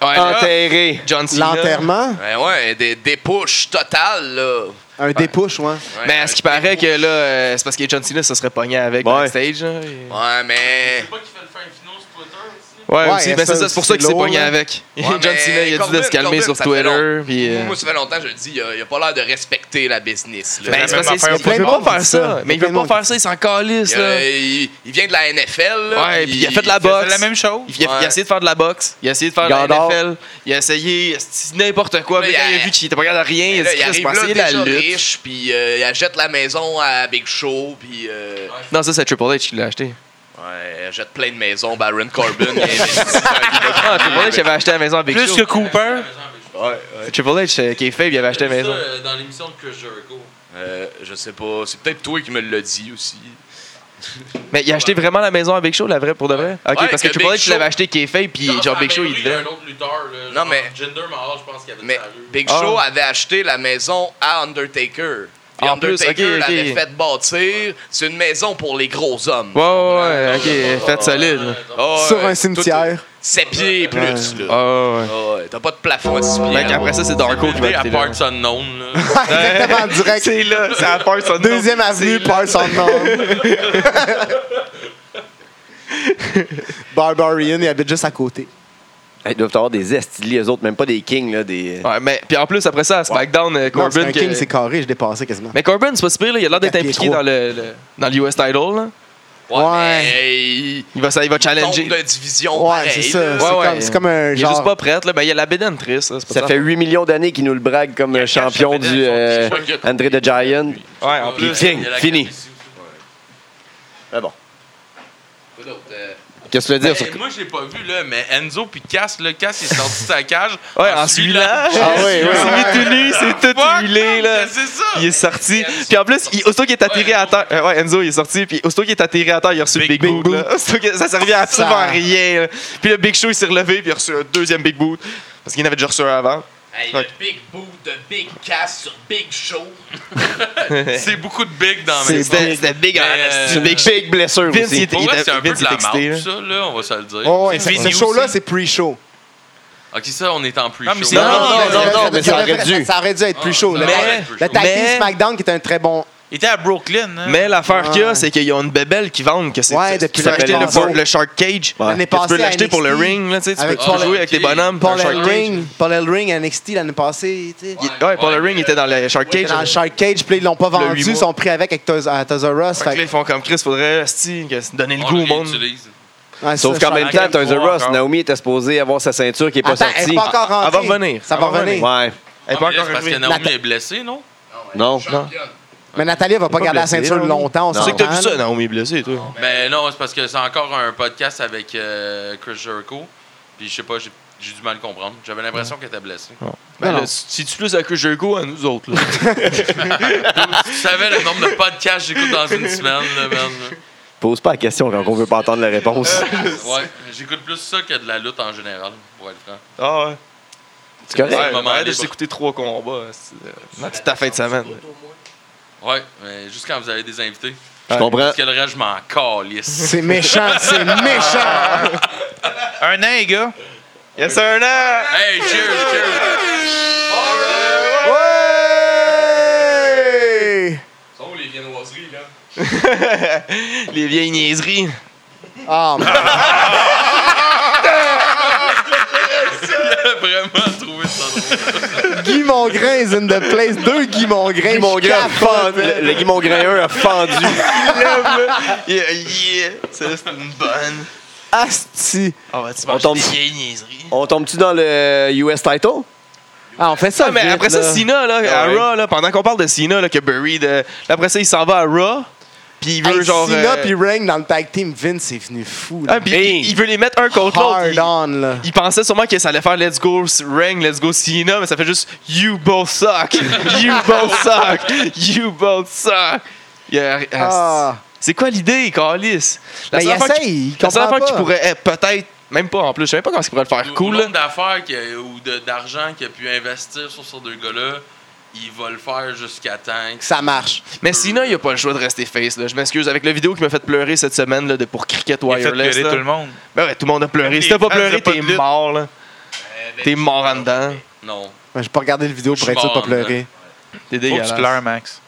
Speaker 4: Ouais, là,
Speaker 2: Enterré.
Speaker 4: John Cena.
Speaker 3: L'enterrement?
Speaker 1: Ouais, ouais, des, des pushs totales, là.
Speaker 3: Un dépouche, ouais.
Speaker 1: Ouais,
Speaker 4: Mais Ben, à ce qui paraît que là, euh, c'est parce que John Cena, ça serait pogné avec
Speaker 2: Ouais.
Speaker 4: backstage. là, et-
Speaker 1: Ouais, mais.
Speaker 6: pas qu'il fait le fin finaux sur Twitter aussi.
Speaker 4: Ouais,
Speaker 3: Ouais,
Speaker 4: aussi.
Speaker 3: ça
Speaker 4: Ben, c'est ça, c'est pour ça
Speaker 3: aussi
Speaker 4: qu'il s'est
Speaker 3: lourd, hein.
Speaker 4: pogné
Speaker 3: là.
Speaker 4: avec.
Speaker 1: Ouais,
Speaker 4: John
Speaker 1: mais
Speaker 4: Cena, il a
Speaker 1: Corbin,
Speaker 4: dû se calmer
Speaker 1: Corbin,
Speaker 4: sur
Speaker 1: ça fait
Speaker 4: Twitter.
Speaker 1: long-
Speaker 4: Puis, euh,
Speaker 1: Moi, ça fait longtemps que je le dis, il a, il a pas l'air de respecter la business. là.
Speaker 4: Ben,
Speaker 5: la
Speaker 4: c'est
Speaker 5: même
Speaker 4: parce qu'il
Speaker 5: affaire pour
Speaker 4: il veut
Speaker 3: tout le
Speaker 4: pas
Speaker 3: monde,
Speaker 4: faire
Speaker 3: c'est ça.
Speaker 4: ça. Mais il
Speaker 3: Tout
Speaker 4: veut
Speaker 3: le
Speaker 4: pas
Speaker 3: monde.
Speaker 4: faire ça, il s'en calisse.
Speaker 1: il,
Speaker 4: là.
Speaker 1: a- il- il vient de la NFL. Là,
Speaker 4: Ouais, puis il a fait de la
Speaker 5: Il faisait
Speaker 4: boxe.
Speaker 5: la même chose.
Speaker 4: Il a, il a
Speaker 1: Ouais.
Speaker 4: essayé de faire de la boxe, il a essayé de faire de la
Speaker 2: Gandor.
Speaker 4: NFL, il a essayé esti, n'importe quoi,
Speaker 1: Là,
Speaker 4: mais quand
Speaker 1: il
Speaker 4: il
Speaker 1: a-
Speaker 4: a vu qu'il était pas capable de rien,
Speaker 1: Mais
Speaker 4: il
Speaker 1: Ben
Speaker 4: a
Speaker 1: là,
Speaker 4: dit
Speaker 1: il
Speaker 4: Chris,
Speaker 1: arrive
Speaker 4: je
Speaker 1: là
Speaker 4: vais essayer
Speaker 1: déjà
Speaker 4: la lutte.
Speaker 1: riche, puis euh, il achète la maison à Big Show, puis euh,
Speaker 4: Non, ça, c'est Triple H qui l'a acheté.
Speaker 1: ouais, il achète plein de maisons. Baron Corbin, il est
Speaker 4: Ah, Triple H avait acheté la maison avec
Speaker 5: Plus que Cooper.
Speaker 4: Triple H, euh, qui est faible, il avait acheté la maison.
Speaker 6: euh, dans l'émission de Chris Jericho.
Speaker 1: Euh, je sais pas, c'est peut-être toi qui me l'as dit aussi.
Speaker 4: Mais il a acheté vraiment la maison avec Show, la vraie, pour de vrai? Ok,
Speaker 1: Ouais,
Speaker 4: parce que
Speaker 1: que
Speaker 4: Triple
Speaker 1: Big
Speaker 4: H
Speaker 1: Show-
Speaker 4: l'avait acheté qui est faible, puis genre Big Show, il devait.
Speaker 6: un autre lutteur. Là,
Speaker 1: genre mais-
Speaker 6: Jinder Mahal, je pense qu'il avait
Speaker 1: Mais Big Show avait acheté la maison à Undertaker. Puis
Speaker 4: Ah. En plus,
Speaker 1: Undertaker
Speaker 4: ok, ok.
Speaker 1: l'avait fait bâtir. C'est une maison pour les gros hommes.
Speaker 4: Ouais, ouais, ouais, ok, fait solide.
Speaker 1: Ah,
Speaker 3: Sur
Speaker 1: ouais,
Speaker 3: un cimetière.
Speaker 1: tout- 7 pieds et plus, là.
Speaker 4: Ah, ouais.
Speaker 1: Ah, ouais, T'as pas de plafond à 6 pieds.
Speaker 4: Mec, après ça, c'est Darko qui va
Speaker 6: à
Speaker 4: acheter là.
Speaker 6: Parts Unknown. là.
Speaker 3: Exactement, en direct.
Speaker 4: C'est là, c'est à part son
Speaker 3: Deuxième avenue, Parts Unknown. Barbarian, il habite juste à côté.
Speaker 2: Hey, Ils doivent avoir des estilis, eux autres, même pas des kings. Là, des...
Speaker 4: Ouais, mais puis en plus, après ça, à SmackDown, euh,
Speaker 3: Non, c'est
Speaker 4: Corbin.
Speaker 3: un
Speaker 4: que-
Speaker 3: king, c'est carré, je dépassais quasiment.
Speaker 4: Mais Corbin, c'est pas si pire, là, il a l'air d'être
Speaker 3: Quatre pieds
Speaker 4: impliqué
Speaker 3: trois.
Speaker 4: dans le, le- dans l'US Title. Là.
Speaker 1: Ouais,
Speaker 3: Ouais.
Speaker 1: mais il
Speaker 4: Il va, ça- il va challenger.
Speaker 1: tombe de division
Speaker 3: Ouais,
Speaker 1: pareil,
Speaker 3: c'est ça.
Speaker 1: là.
Speaker 3: c'est,
Speaker 4: ouais.
Speaker 3: Comme, c'est comme un
Speaker 4: Il est
Speaker 3: genre.
Speaker 4: juste pas prêt. Là. Ben, il y a la bédentrice. là, c'est pas
Speaker 2: Ça fait 8 millions d'années qu'il nous le brague comme euh, champion du euh, André the Giant.
Speaker 4: Ouais, en plus.
Speaker 2: Fini, fini. Mais bon.
Speaker 6: Quoi d'autre, euh,
Speaker 2: Qu'est-ce que tu veux dire?
Speaker 6: ben,
Speaker 2: sur-
Speaker 6: moi, je l'ai pas vu, là, mais Enzo puis Cass, là, Cass, il est sorti de sa cage.
Speaker 4: Ouais, en celui-là.
Speaker 3: Ah oui,
Speaker 4: Il s'est
Speaker 3: oui.
Speaker 4: mis tout nu, c'est tout
Speaker 6: Fuck,
Speaker 4: huilé,
Speaker 6: man,
Speaker 4: là.
Speaker 6: C'est ça.
Speaker 4: Il est sorti. Puis en plus, il, aussitôt qu'il est atterri
Speaker 6: Ouais,
Speaker 4: à terre. euh, ouais, Enzo, il est sorti. Puis aussitôt qu'il est atterri à terre, il a reçu le
Speaker 6: Big
Speaker 4: Big Boot. là. Aussitôt que- Ça servait à absolument
Speaker 3: Ça-
Speaker 4: rien. là. Puis le Big Show, il s'est relevé. Puis il a reçu un deuxième Big Boot. Parce qu'il en avait déjà reçu un avant.
Speaker 1: Hey,
Speaker 4: le
Speaker 1: Big Boo de Big Cass sur Big Show.
Speaker 6: C'est beaucoup de big dans
Speaker 3: C'est
Speaker 6: mes
Speaker 3: C'était-
Speaker 4: C'était big
Speaker 6: en esti.
Speaker 4: C'est big,
Speaker 2: Big blessure
Speaker 4: Vince, il
Speaker 2: aussi.
Speaker 4: était,
Speaker 6: Pour
Speaker 4: il
Speaker 6: vrai,
Speaker 4: était-
Speaker 6: c'est un peu
Speaker 4: Vince
Speaker 6: de la
Speaker 4: était excité,
Speaker 6: marde,
Speaker 4: là.
Speaker 6: ça, là, Oh. on va se le dire.
Speaker 3: Ouais, ouais, ça-
Speaker 6: Vinny
Speaker 3: ce show-là,
Speaker 6: aussi.
Speaker 3: c'est pre-show.
Speaker 6: Ok, ça, on est en plus
Speaker 5: Non, mais
Speaker 6: show.
Speaker 5: c'est- Non, non, non,
Speaker 2: non, non, mais ça aurait dû.
Speaker 3: Ça aurait dû être pre-show.
Speaker 6: Ah,
Speaker 3: là.
Speaker 6: ça aurait dû être
Speaker 3: Le
Speaker 6: pre-show.
Speaker 3: tag team
Speaker 4: Mais-
Speaker 3: SmackDown qui est un très bon.
Speaker 5: Il était à Brooklyn. hein.
Speaker 4: Mais l'affaire
Speaker 3: Ouais.
Speaker 4: qu'il y a, c'est qu'ils ont une bébelle qui vend que c'est
Speaker 3: Ouais,
Speaker 4: qui
Speaker 3: depuis
Speaker 4: s'appelle
Speaker 3: l'année
Speaker 4: le,
Speaker 3: passée.
Speaker 4: bar- le Shark Cage.
Speaker 3: L'année
Speaker 4: Que Tu peux
Speaker 3: passée à
Speaker 4: l'acheter pour le
Speaker 3: NXT,
Speaker 4: ring, là, tu sais, tu
Speaker 3: avec
Speaker 4: peux
Speaker 3: Paul-
Speaker 4: jouer avec tes bonhommes.
Speaker 3: Paul
Speaker 4: un Shark Cage.
Speaker 3: Elring, Paul Elring à NXT l'année passée. tu sais.
Speaker 4: Il- Ouais, Paul
Speaker 6: Ouais.
Speaker 4: Elring était dans le Shark
Speaker 3: Il
Speaker 4: Cage.
Speaker 3: était Dans le Shark Cage, puis là, ils l'ont pas vendu,
Speaker 4: huit
Speaker 3: ils sont pris avec avec Toys- à Toys R Us.
Speaker 4: Fait que là,
Speaker 3: fait
Speaker 4: ils font comme Chris, faudrait esti, que- donner le goût au monde.
Speaker 6: réutilise.
Speaker 3: que- ouais,
Speaker 2: Sauf
Speaker 3: ça,
Speaker 2: qu'en
Speaker 3: Shark-
Speaker 2: même temps,
Speaker 4: Shark-
Speaker 2: t'as un The
Speaker 4: Encore.
Speaker 2: Ross. Naomi était supposée avoir sa ceinture qui est pas
Speaker 3: Attends, elle
Speaker 2: sortie.
Speaker 3: est pas encore rentrée.
Speaker 4: Elle va revenir.
Speaker 3: Ça va
Speaker 4: Elle va
Speaker 3: revenir.
Speaker 2: Ouais.
Speaker 4: Elle est
Speaker 6: Ah,
Speaker 4: pas
Speaker 6: mais là,
Speaker 4: encore
Speaker 6: c'est parce que
Speaker 4: arrivée.
Speaker 6: Naomi
Speaker 3: Nata-
Speaker 6: est blessée, non?
Speaker 2: Non.
Speaker 3: Mais Nathalie, elle va pas
Speaker 4: pas
Speaker 3: garder la
Speaker 4: blessée,
Speaker 3: ceinture
Speaker 4: Naomi.
Speaker 3: longtemps. on
Speaker 4: Tu sais que t'as vu
Speaker 3: s'entend,
Speaker 4: ça,
Speaker 3: là.
Speaker 4: Naomi est blessée, toi.
Speaker 6: Ben non, c'est parce que c'est encore un podcast avec euh, Chris Jericho. Puis je sais pas, j'ai j'ai du mal à comprendre. J'avais l'impression qu'elle était blessée.
Speaker 4: Ben
Speaker 3: Non,
Speaker 4: là,
Speaker 3: non.
Speaker 4: si tu plus à que Jericho, à nous autres, là.
Speaker 6: tu savais le nombre de podcasts que j'écoute dans une semaine, là, man. là.
Speaker 2: Pose pas la question quand on veut pas entendre la réponse.
Speaker 6: Ouais, j'écoute plus ça que de la lutte en général, pour être franc.
Speaker 4: Ah ouais.
Speaker 2: C'est correct.
Speaker 6: Ouais, maman,
Speaker 4: Arrête
Speaker 6: elle
Speaker 4: de
Speaker 6: est
Speaker 4: s'écouter trois combats. esti. Non, C'est ta fin de semaine.
Speaker 6: Ouais, mais juste quand vous avez des invités.
Speaker 2: Je comprends.
Speaker 6: Parce que le reste, je m'en calisse.
Speaker 3: C'est méchant, c'est méchant.
Speaker 5: Un an, les gars.
Speaker 4: Yes, sir, un an!
Speaker 6: Hey, cheers, cheers!
Speaker 3: Ouais!
Speaker 6: Sont les viennoiseries, là?
Speaker 4: Les vieilles niaiseries.
Speaker 3: Ah, man.
Speaker 6: vraiment trouvé ça drôle.
Speaker 3: Guy Mongrain is in the place. Deux Guy Mongrain.
Speaker 2: Guy Mongrain a
Speaker 3: Je
Speaker 2: fendu.
Speaker 3: capote.
Speaker 2: Le le Guy Mongrain 1 a fendu.
Speaker 4: Yeah, yeah. Ça, c'est une bonne.
Speaker 3: Asti.
Speaker 4: On va-tu
Speaker 2: On
Speaker 4: manger
Speaker 2: tombe-
Speaker 4: des vieilles niaiseries?
Speaker 2: On tombe-tu dans le US title?
Speaker 3: Ah, on fait ça.
Speaker 4: Ah, mais
Speaker 3: vite,
Speaker 4: après ça,
Speaker 3: là. Ah
Speaker 4: Cena, là, à
Speaker 2: ouais.
Speaker 4: Raw, là, pendant qu'on parle de Cena, là, que Buried, euh, là, après ça, il s'en va à Raw, puis il veut
Speaker 3: Hey,
Speaker 4: genre.
Speaker 3: Cena
Speaker 4: euh,
Speaker 3: puis Reign dans le tag team, Vince est venu fou. là.
Speaker 4: ah, puis
Speaker 2: Hey.
Speaker 4: il- il veut les mettre un contre l'autre.
Speaker 3: Hard
Speaker 4: Il,
Speaker 3: on, là.
Speaker 4: il pensait sûrement que ça allait faire Let's Go Ring, Let's Go Cena, mais ça fait juste You both suck, You both suck, You both suck. Il a- ah,
Speaker 3: Ah.
Speaker 4: C'est quoi l'idée, Carlis?
Speaker 3: Ben, il essaye, il
Speaker 4: La seule
Speaker 3: comprend
Speaker 4: affaire
Speaker 3: pas.
Speaker 4: qu'il pourrait eh, peut-être, même pas en plus, je sais même pas comment il pourrait le
Speaker 3: Ah,
Speaker 4: faire
Speaker 6: Cool.
Speaker 4: cool.
Speaker 6: Le
Speaker 4: là.
Speaker 6: nombre d'affaires qu'il- ou de- d'argent qu'il a pu investir sur ces deux gars-là, il va le faire jusqu'à temps. que-
Speaker 3: Ça marche.
Speaker 4: Mais Cena, il a pas le choix de rester face. Là. Je m'excuse avec la vidéo qui m'a fait pleurer cette semaine là, de pour Cricket
Speaker 5: Il a fait pleurer
Speaker 4: Wireless. là.
Speaker 5: tout le monde.
Speaker 4: Ben ouais, tout le monde a pleuré.
Speaker 5: Même
Speaker 4: Si t'as
Speaker 5: les
Speaker 4: pas
Speaker 5: fans, y
Speaker 4: pleuré,
Speaker 5: a pas
Speaker 4: t'es
Speaker 5: de lutte.
Speaker 4: mort, là.
Speaker 6: Eh ben,
Speaker 4: T'es mort en dedans.
Speaker 6: Non.
Speaker 3: Je j'ai pas regardé le vidéo
Speaker 6: Je
Speaker 3: pour être
Speaker 6: suis
Speaker 3: sûr de pas
Speaker 6: mort, là.
Speaker 3: pleurer.
Speaker 4: T'es
Speaker 5: Faut que
Speaker 4: dégueulasse.
Speaker 5: tu pleures, Max.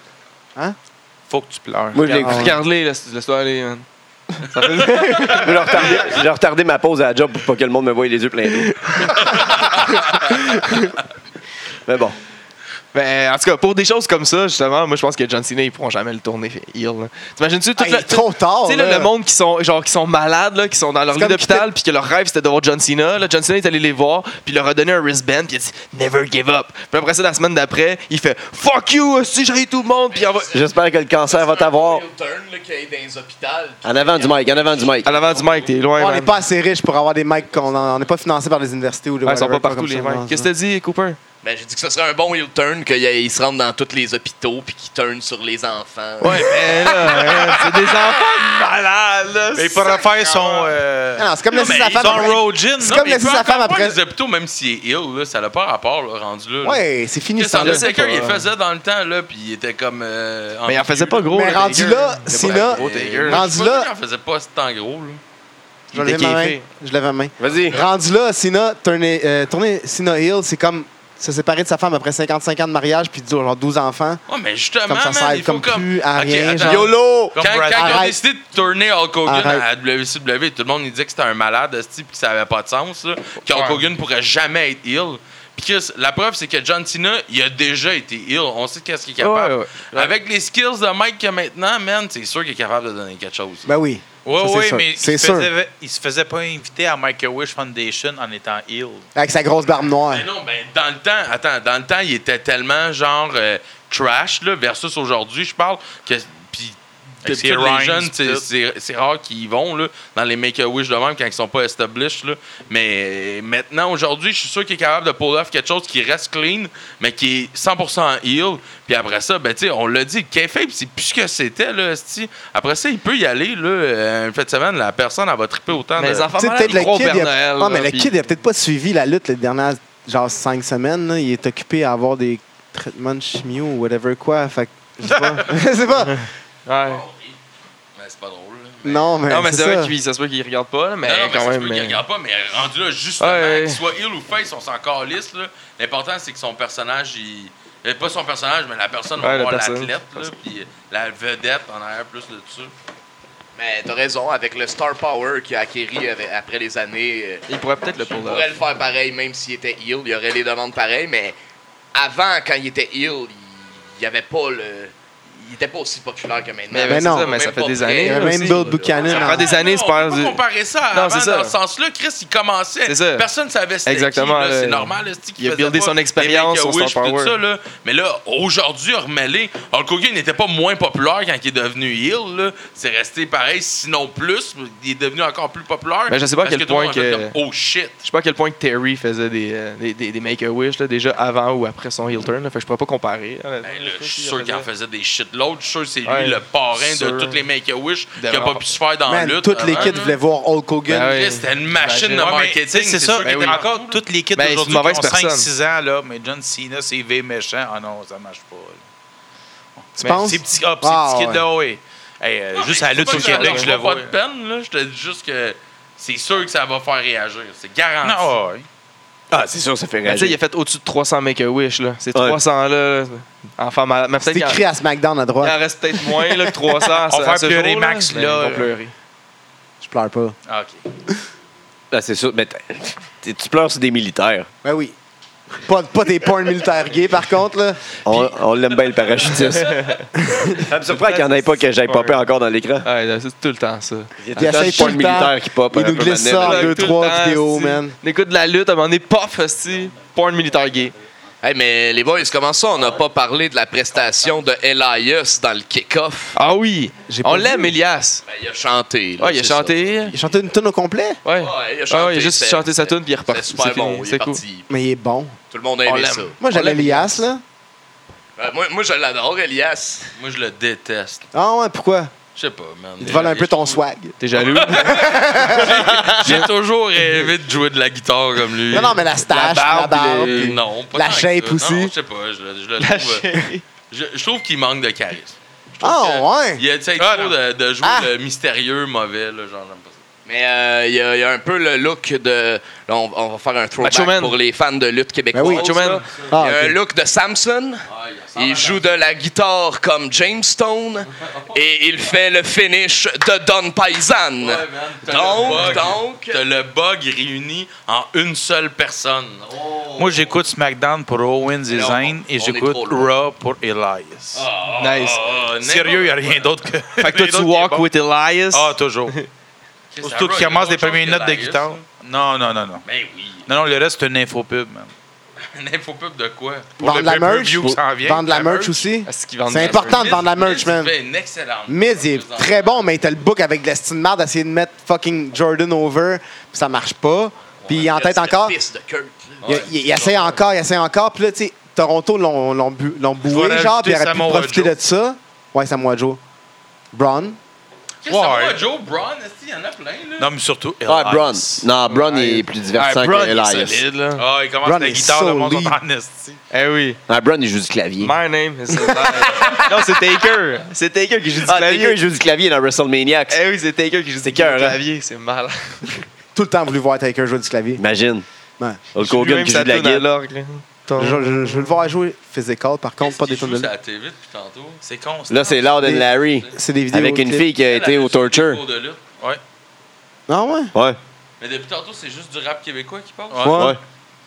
Speaker 3: Hein?
Speaker 5: Faut que tu pleures.
Speaker 2: Moi, je l'ai
Speaker 3: Ah ouais.
Speaker 4: Regarde-les, là, laisse-toi aller, man.
Speaker 2: je vais retarder- je vais retarder ma pause à la job pour pas que le monde me voie les yeux pleins d'eau. Mais bon.
Speaker 4: Ben, en tout cas, pour des choses comme ça, justement, moi, je pense que John Cena, ils pourront jamais le tourner heel. là. T'imagines-tu tout
Speaker 3: Ah, il est trop tard.
Speaker 4: Tu sais, là, le monde qui sont, genre, qui sont malades, là, qui sont dans leur
Speaker 3: C'est
Speaker 4: lit
Speaker 3: comme
Speaker 4: d'hôpital, puis que leur rêve c'était de voir John Cena. Là, John Cena est allé les voir, puis il leur a donné un wristband, puis il a dit Never give up. Puis après ça, la semaine d'après, il fait Fuck you, si j'haïs tout le monde, puis il envoie.
Speaker 2: J'espère que le cancer va t'avoir.
Speaker 1: turn là, qui est dans les hôpitaux.
Speaker 2: En avant du mic, en avant du mic.
Speaker 4: À l'avant du mic, t'es loin.
Speaker 3: On
Speaker 4: man.
Speaker 3: n'est pas assez riche pour avoir des mics qu'on en- on n'est pas financé par les universités ou des
Speaker 4: Ouais, ils sont pas
Speaker 3: whatever,
Speaker 4: partout,
Speaker 3: comme
Speaker 4: les
Speaker 3: ça, non,
Speaker 4: mecs. Qu'est-ce que
Speaker 3: ça.
Speaker 4: t'as dit, Cooper
Speaker 1: Ben, j'ai dit que ce serait un bon heel turn qu'il se rende dans tous les hôpitaux puis qu'il turn sur les enfants.
Speaker 4: Ouais, mais là, hein, c'est des enfants malades, là.
Speaker 5: Mais il pourra faire son. euh,
Speaker 3: Ah non, c'est comme
Speaker 6: Non,
Speaker 3: laisser
Speaker 6: mais
Speaker 3: sa
Speaker 6: ils
Speaker 3: femme.
Speaker 5: Son
Speaker 3: après-
Speaker 5: road gin.
Speaker 3: C'est comme
Speaker 6: mais il
Speaker 3: laisser
Speaker 6: peut
Speaker 3: sa
Speaker 6: encore
Speaker 3: femme
Speaker 6: voir
Speaker 3: après.
Speaker 6: Les hôpitaux, même s'il est ill, là, ça n'a pas rapport, là, rendu là. là.
Speaker 3: Ouais, c'est fini
Speaker 6: Qu'est-ce
Speaker 3: ça.
Speaker 6: qu'en
Speaker 3: là.
Speaker 6: Undertaker, il
Speaker 4: pas.
Speaker 6: faisait dans le temps, là, puis il était comme. euh,
Speaker 4: Mais il en faisait pas gros.
Speaker 3: Mais
Speaker 4: le
Speaker 3: rendu
Speaker 4: Taker.
Speaker 3: là,
Speaker 4: Il était
Speaker 3: Cena-
Speaker 4: pas gros,
Speaker 6: gros,
Speaker 4: Taker.
Speaker 6: Taker.
Speaker 3: Rendu
Speaker 6: Je sais pas
Speaker 3: là-
Speaker 6: qu'il en faisait pas tant gros, là.
Speaker 3: Je lève ma main.
Speaker 4: dékiffé.
Speaker 3: Je lève ma main.
Speaker 2: Vas-y.
Speaker 3: Rendu là, Cena, tourner, euh, tourner Cena Hill, c'est comme se séparer de sa femme après 55 ans de mariage puis genre 12 enfants.
Speaker 6: Ouais, mais justement,
Speaker 3: Comme ça
Speaker 6: Ah, man,
Speaker 3: sert
Speaker 6: il faut
Speaker 3: comme
Speaker 6: comme.
Speaker 3: plus à
Speaker 6: Ok,
Speaker 3: rien,
Speaker 6: attends.
Speaker 3: genre.
Speaker 2: YOLO!
Speaker 6: Quand,
Speaker 5: Comme Brad-
Speaker 6: quand ils ont
Speaker 3: Arrête.
Speaker 6: décidé de tourner Hulk Hogan
Speaker 3: Arrête.
Speaker 6: à WCW, tout le monde il disait que c'était un malade, ce type, que ça avait pas de sens, là, que Hulk Hogan pourrait jamais être heel. Puis Chris, la preuve, c'est que John Cena, il a déjà été ill. On sait qu'est-ce qu'il est capable.
Speaker 4: Ouais, ouais.
Speaker 6: Avec les skills de Mike qu'il a maintenant, man, c'est sûr qu'il est capable de donner quelque chose.
Speaker 3: Ben oui.
Speaker 5: Oui,
Speaker 3: Ça, c'est
Speaker 5: oui,
Speaker 3: sûr.
Speaker 5: mais il
Speaker 3: C'est
Speaker 5: se,
Speaker 3: sûr.
Speaker 5: faisait, il se faisait pas inviter à Make a Wish Foundation en étant ill.
Speaker 3: Avec sa grosse barbe noire.
Speaker 6: Mais non, ben, dans le temps, attends, dans le temps, il était tellement genre euh, trash, là, versus aujourd'hui, je parle, que. Puis,
Speaker 5: Avec
Speaker 6: d'habitude,
Speaker 5: ses rhymes,
Speaker 6: les jeunes, c'est-
Speaker 5: tout.
Speaker 6: c'est c'est rare qu'ils y vont, là, dans les Make-A-Wish de même, quand ils sont pas established, là. Mais euh, maintenant, aujourd'hui, je suis sûr qu'il est capable de pull off quelque chose qui reste clean, mais qui est 100% heal. Puis après ça, ben, tu sais, on l'a dit, le kayfabe, c'est plus ce que c'était, là, esti. Après ça, il peut y aller, là, euh, une fête de semaine, la personne, elle va triper autant.
Speaker 4: Mais
Speaker 6: de-
Speaker 4: les enfants
Speaker 3: Tu sais,
Speaker 4: malades,
Speaker 3: peut-être
Speaker 4: ils croient
Speaker 3: le
Speaker 4: au
Speaker 3: kid.
Speaker 4: Père
Speaker 3: il a-
Speaker 4: Noël.
Speaker 3: Ah,
Speaker 4: là,
Speaker 3: mais le
Speaker 4: puis-
Speaker 3: kid, il a peut-être pas suivi la lutte les dernières, genre, cinq semaines. là. Il est occupé à avoir des traitements de chimio ou whatever quoi. Fait que, je sais pas. Je sais pas.
Speaker 4: Ouais.
Speaker 6: Mais c'est pas drôle, là.
Speaker 3: Non, mais.
Speaker 4: Non, mais c'est vrai
Speaker 3: ça.
Speaker 4: qu'il ça se peut qu'il regarde pas, là, mais
Speaker 6: Non, non, mais
Speaker 4: quand
Speaker 6: ça se
Speaker 4: même.
Speaker 6: peut qu'il
Speaker 4: euh,
Speaker 6: regarde pas, mais rendu là, justement,
Speaker 4: Ouais, ouais.
Speaker 6: qu'il soit il ou face, on s'en calisse. là. L'important, c'est que son personnage, il... euh, pas son personnage, mais la personne
Speaker 4: Ouais,
Speaker 6: va
Speaker 4: la
Speaker 6: voir
Speaker 4: personne.
Speaker 6: l'athlète, là, puis la vedette en arrière plus de ça.
Speaker 1: Mais Ben, t'as raison, avec le star power qu'il a acquéri avec- après les années, euh,
Speaker 4: Il pourrait peut-être le
Speaker 1: il
Speaker 4: pull
Speaker 1: pourrait
Speaker 4: off.
Speaker 1: le faire pareil, même s'il était ill, il y aurait les demandes pareilles, mais avant, quand il était ill, il- il n'y avait pas le... Il était pas aussi populaire que maintenant.
Speaker 4: Mais,
Speaker 3: ben
Speaker 4: c'est
Speaker 3: non,
Speaker 4: ça, mais
Speaker 1: même
Speaker 4: ça fait
Speaker 1: pas
Speaker 4: des
Speaker 1: près.
Speaker 4: années.
Speaker 3: Il y a
Speaker 4: là,
Speaker 3: même
Speaker 4: aussi.
Speaker 3: Bill Buchanan.
Speaker 4: Ça prend
Speaker 3: en-
Speaker 4: des années,
Speaker 6: Non,
Speaker 4: c'est
Speaker 6: on
Speaker 4: pas.
Speaker 6: peut pas comparer ça à
Speaker 4: Non,
Speaker 6: avant,
Speaker 4: c'est ça.
Speaker 6: dans ce sens-là. Chris, il commençait.
Speaker 4: C'est ça.
Speaker 6: Personne savait c'était
Speaker 4: Exactement,
Speaker 6: qui, là.
Speaker 4: là.
Speaker 6: C'est normal. là, c'est-tu qu'il
Speaker 4: Il a
Speaker 6: faisait
Speaker 4: buildé
Speaker 6: pas
Speaker 4: son
Speaker 6: des
Speaker 4: expérience, son
Speaker 6: make-a-wish,
Speaker 4: star
Speaker 6: tout
Speaker 4: power.
Speaker 6: ça, là. Mais là, aujourd'hui, remêlé, Hulk Hogan n'était pas moins populaire quand il est devenu heel. là. C'est resté pareil, sinon plus. Il est devenu encore plus populaire.
Speaker 4: Mais Ben, je sais pas à
Speaker 6: Parce
Speaker 4: quel
Speaker 6: tout le
Speaker 4: point
Speaker 6: monde a fait
Speaker 4: que-
Speaker 6: comme, oh shit.
Speaker 4: Je sais pas à quel point que Terry faisait des, euh, des, des, des make-a-wish là, déjà avant ou après son heel turn. là, fait que je pourrais pas comparer. honnêtement.
Speaker 6: Ben là, je
Speaker 4: sais
Speaker 6: suis
Speaker 4: qu'il
Speaker 6: sûr qu'il en
Speaker 4: faisait.
Speaker 6: faisait des shitloads. Je suis sûr que c'est lui
Speaker 4: Ouais,
Speaker 6: le parrain
Speaker 4: sûr.
Speaker 6: de toutes les Make-A-Wish qui a
Speaker 4: Devant-
Speaker 6: pas pu se faire dans la
Speaker 3: Man,
Speaker 6: lutte.
Speaker 3: toutes les
Speaker 6: avant,
Speaker 3: kids
Speaker 6: là.
Speaker 3: voulaient voir Hulk Hogan.
Speaker 4: Ben oui.
Speaker 6: Chris, C'était une machine de
Speaker 4: J'imagine.
Speaker 5: Ouais, mais,
Speaker 6: marketing.
Speaker 5: tu sais, c'est ça.
Speaker 6: sûr qu'il était
Speaker 4: Ben oui.
Speaker 6: partout,
Speaker 5: Encore
Speaker 6: là.
Speaker 5: toutes les kids
Speaker 4: Ben, c'est une
Speaker 5: d'aujourd'hui qui ont
Speaker 4: mauvaise
Speaker 5: 5-6
Speaker 4: personne.
Speaker 5: ans, là, mais John Cena, c'est V méchant. Ah non, ça marche pas. là.
Speaker 3: Tu
Speaker 5: Mais
Speaker 3: penses?
Speaker 5: Ces petits, ah,
Speaker 3: Ah,
Speaker 5: ces petits
Speaker 3: ouais.
Speaker 5: kids-là, oui. Hey, euh,
Speaker 6: Non,
Speaker 5: juste
Speaker 6: mais
Speaker 5: à la lutte
Speaker 6: faut
Speaker 5: au
Speaker 6: pas que
Speaker 5: Québec,
Speaker 6: j'en
Speaker 5: je le
Speaker 6: donne
Speaker 5: vois.
Speaker 6: pas de peine, là. Je te dis juste que c'est sûr que ça va faire réagir. C'est garanti.
Speaker 5: Non, ouais.
Speaker 2: Ah, c'est sûr, ça fait
Speaker 4: Ben, tu sais, il
Speaker 2: réagir.
Speaker 4: a fait au-dessus de 300 make-a-wish. là. Ces
Speaker 2: Ouais.
Speaker 4: 300-là, enfants malades. Mais peut-être
Speaker 3: C'est
Speaker 4: qu'il en-
Speaker 3: écrit à SmackDown à
Speaker 4: il
Speaker 3: droite.
Speaker 4: en reste peut-être moins là, que 300. à ce-
Speaker 5: On va
Speaker 4: à
Speaker 5: faire
Speaker 4: ce
Speaker 5: pleurer
Speaker 4: jour, là,
Speaker 5: Max,
Speaker 4: mais
Speaker 5: là.
Speaker 4: Ils vont pleurer.
Speaker 3: Je pleure pas.
Speaker 5: Ah, OK.
Speaker 2: Ah, c'est sûr, mais t'es- t'es- tu pleures sur des militaires.
Speaker 3: Ben oui. Pas, pas des porn militaires gays, par contre, là.
Speaker 2: On, on l'aime bien, le parachutiste. ça me surprend qu'il n'y en ait pas que j'aille popper encore dans l'écran.
Speaker 4: Ouais, là, c'est tout le temps ça.
Speaker 2: Il y a
Speaker 3: Il essaie
Speaker 2: des
Speaker 3: tout
Speaker 2: points
Speaker 3: le temps.
Speaker 2: militaires qui pop.
Speaker 3: Il
Speaker 2: un
Speaker 3: nous
Speaker 2: peu
Speaker 3: glisse
Speaker 2: maintenant.
Speaker 3: ça. Ah,
Speaker 4: Là,
Speaker 3: deux,
Speaker 4: tout le
Speaker 3: trois
Speaker 4: temps,
Speaker 3: vidéos,
Speaker 4: esti.
Speaker 3: man.
Speaker 4: On écoute de la lutte, à un moment donné, pof, hostie. Porn militaire gay.
Speaker 1: Hey, mais les boys, comment ça, on n'a pas parlé de la prestation de Elias dans le kick-off?
Speaker 4: Ah oui!
Speaker 3: J'ai pas
Speaker 4: On
Speaker 3: vu.
Speaker 4: l'aime, Elias.
Speaker 1: Ben, il a chanté. là,
Speaker 4: Ouais, il a
Speaker 1: c'est ça.
Speaker 4: chanté.
Speaker 3: Il chantait une tonne au complet,
Speaker 4: Ouais.
Speaker 1: Ouais, il a
Speaker 4: Ah
Speaker 1: chanté.
Speaker 4: ouais, il a juste
Speaker 1: c'est-
Speaker 4: chanté sa tune puis il est
Speaker 1: C'était
Speaker 4: reparti.
Speaker 1: super bon, il
Speaker 4: c'est
Speaker 1: est
Speaker 4: cool.
Speaker 1: parti.
Speaker 3: mais il est bon.
Speaker 1: Tout le monde a aimé
Speaker 4: l'aime.
Speaker 1: ça.
Speaker 3: Moi, j'avais Elias, là.
Speaker 1: Ben, moi, moi, je l'adore, Elias.
Speaker 6: Moi, je le déteste.
Speaker 3: Ah ouais, pourquoi?
Speaker 6: Je sais pas, man.
Speaker 3: Il te vole un peu ton swag.
Speaker 4: T'es jaloux?
Speaker 6: J'ai toujours rêvé de jouer de la guitare comme lui.
Speaker 3: Non, non, mais la stache,
Speaker 4: barbe,
Speaker 3: la barbe.
Speaker 4: les-
Speaker 6: Euh,
Speaker 3: puis-
Speaker 6: Non, pas
Speaker 3: La
Speaker 6: tant que
Speaker 3: shape
Speaker 6: ça.
Speaker 3: aussi.
Speaker 6: Non, je sais pas. Je, le- je le trouve. euh, Je, je trouve qu'il manque de charisme.
Speaker 3: Ah ouais!
Speaker 6: Il y a, tu sais,
Speaker 5: Ah,
Speaker 6: trop
Speaker 5: non.
Speaker 6: de, de jouer
Speaker 3: Ah.
Speaker 6: le mystérieux, mauvais, là. Genre, j'aime pas ça.
Speaker 1: Mais euh, il y a- il y, a un peu le look de. Là, on, on va faire un
Speaker 4: Macho
Speaker 1: throwback
Speaker 4: Man.
Speaker 1: pour les fans de lutte québécoise.
Speaker 3: Ben oui,
Speaker 4: Macho Man.
Speaker 1: là.
Speaker 3: Ah,
Speaker 1: il y a
Speaker 3: ok.
Speaker 1: un look de Samson.
Speaker 6: Ah,
Speaker 1: Il joue de la guitare comme James Stone et il fait le finish de Don Paisan. donc, donc,
Speaker 6: T'as le bug réuni en une seule personne. Oh.
Speaker 5: Moi, j'écoute SmackDown pour Owens et
Speaker 1: Non,
Speaker 5: Zayn
Speaker 1: on
Speaker 5: et
Speaker 1: est
Speaker 5: j'écoute
Speaker 1: trop loin.
Speaker 5: Raw pour Elias.
Speaker 6: Ah,
Speaker 4: Nice.
Speaker 6: Oh,
Speaker 5: Sérieux, il n'y a rien d'autre que.
Speaker 4: Fait que toi, tu walk with Elias.
Speaker 5: Ah, toujours. Surtout qui commence les premières notes de guitare. Non, non, non, non.
Speaker 6: Ben oui.
Speaker 5: Non, non, le reste, c'est une infopub, man.
Speaker 6: Une info pub de quoi?
Speaker 5: Pour
Speaker 3: Vendre
Speaker 5: le
Speaker 3: la merch.
Speaker 5: pay-per-view qui s'en vient,
Speaker 3: Vendre la
Speaker 5: la
Speaker 3: merch
Speaker 5: merch.
Speaker 3: aussi.
Speaker 4: Est-ce qu'ils vendent
Speaker 3: C'est
Speaker 4: des-
Speaker 3: important de vendre la merch,
Speaker 6: Miz,
Speaker 3: man.
Speaker 6: Il fait une excellente.
Speaker 3: Miz, il est très bon, mais il t'a le book avec de la style merde d'essayer de mettre fucking Jordan over, puis ça marche pas. Puis il est en tête
Speaker 1: C'est le
Speaker 3: encore.
Speaker 1: fils de Kurt, là.
Speaker 3: Il, il- il essaie encore, il essaie encore. Puis là, tu sais, Toronto l'ont l'ont bu- l'ont
Speaker 5: dois
Speaker 3: boué, genre, puis il
Speaker 5: rajouter
Speaker 3: aurait pu
Speaker 5: Samoa
Speaker 3: profiter
Speaker 5: Joe.
Speaker 3: de ça. Ouais, Samoa Joe. Braun.
Speaker 6: Qu'est-ce que ça
Speaker 5: Ouais.
Speaker 6: va, Joe Brown, est-ce qu'il y en a plein, là?
Speaker 5: Non, mais surtout.
Speaker 2: Ouais,
Speaker 5: Elias.
Speaker 2: Braun. Ah, Non, Braun il est plus divertissant
Speaker 4: Braun,
Speaker 2: que
Speaker 4: il est
Speaker 2: Elias.
Speaker 4: solide, là.
Speaker 5: Ah, il commence
Speaker 3: Ron
Speaker 5: la
Speaker 3: est
Speaker 5: guitare, le monde
Speaker 3: solide.
Speaker 5: est en esti.
Speaker 4: Eh oui.
Speaker 2: Ah, Braun, il joue du clavier.
Speaker 4: My name is Elias. non, c'est Taker. C'est Taker qui joue du
Speaker 2: Ah,
Speaker 4: clavier.
Speaker 2: Taker, il joue du clavier dans WrestleManiacs.
Speaker 4: Eh oui, c'est Taker qui joue du
Speaker 2: cœur, hein.
Speaker 4: clavier. C'est mal.
Speaker 3: Tout le temps voulu voir Taker jouer du clavier.
Speaker 2: Imagine.
Speaker 3: Ouais.
Speaker 2: Hulk Hogan qui joue de la guitare.
Speaker 3: Je, je- je veux le voir jouer physical, par contre,
Speaker 6: Qu'est-ce
Speaker 3: pas des
Speaker 6: qu'il
Speaker 3: tonnes
Speaker 6: joue
Speaker 3: de
Speaker 6: sur la TV depuis tantôt.
Speaker 5: C'est con.
Speaker 2: Là, c'est Lord and
Speaker 3: Des-
Speaker 2: Larry.
Speaker 3: C'est des vidéos.
Speaker 2: Avec une
Speaker 3: clips.
Speaker 2: fille qui a
Speaker 6: Elle,
Speaker 2: été
Speaker 6: elle
Speaker 2: au
Speaker 6: fait des
Speaker 2: torture.
Speaker 6: cours de lutte.
Speaker 3: Ah ouais?
Speaker 2: Ouais.
Speaker 6: Mais depuis tantôt, c'est juste du rap québécois qui passe.
Speaker 3: Ouais.
Speaker 2: Ouais.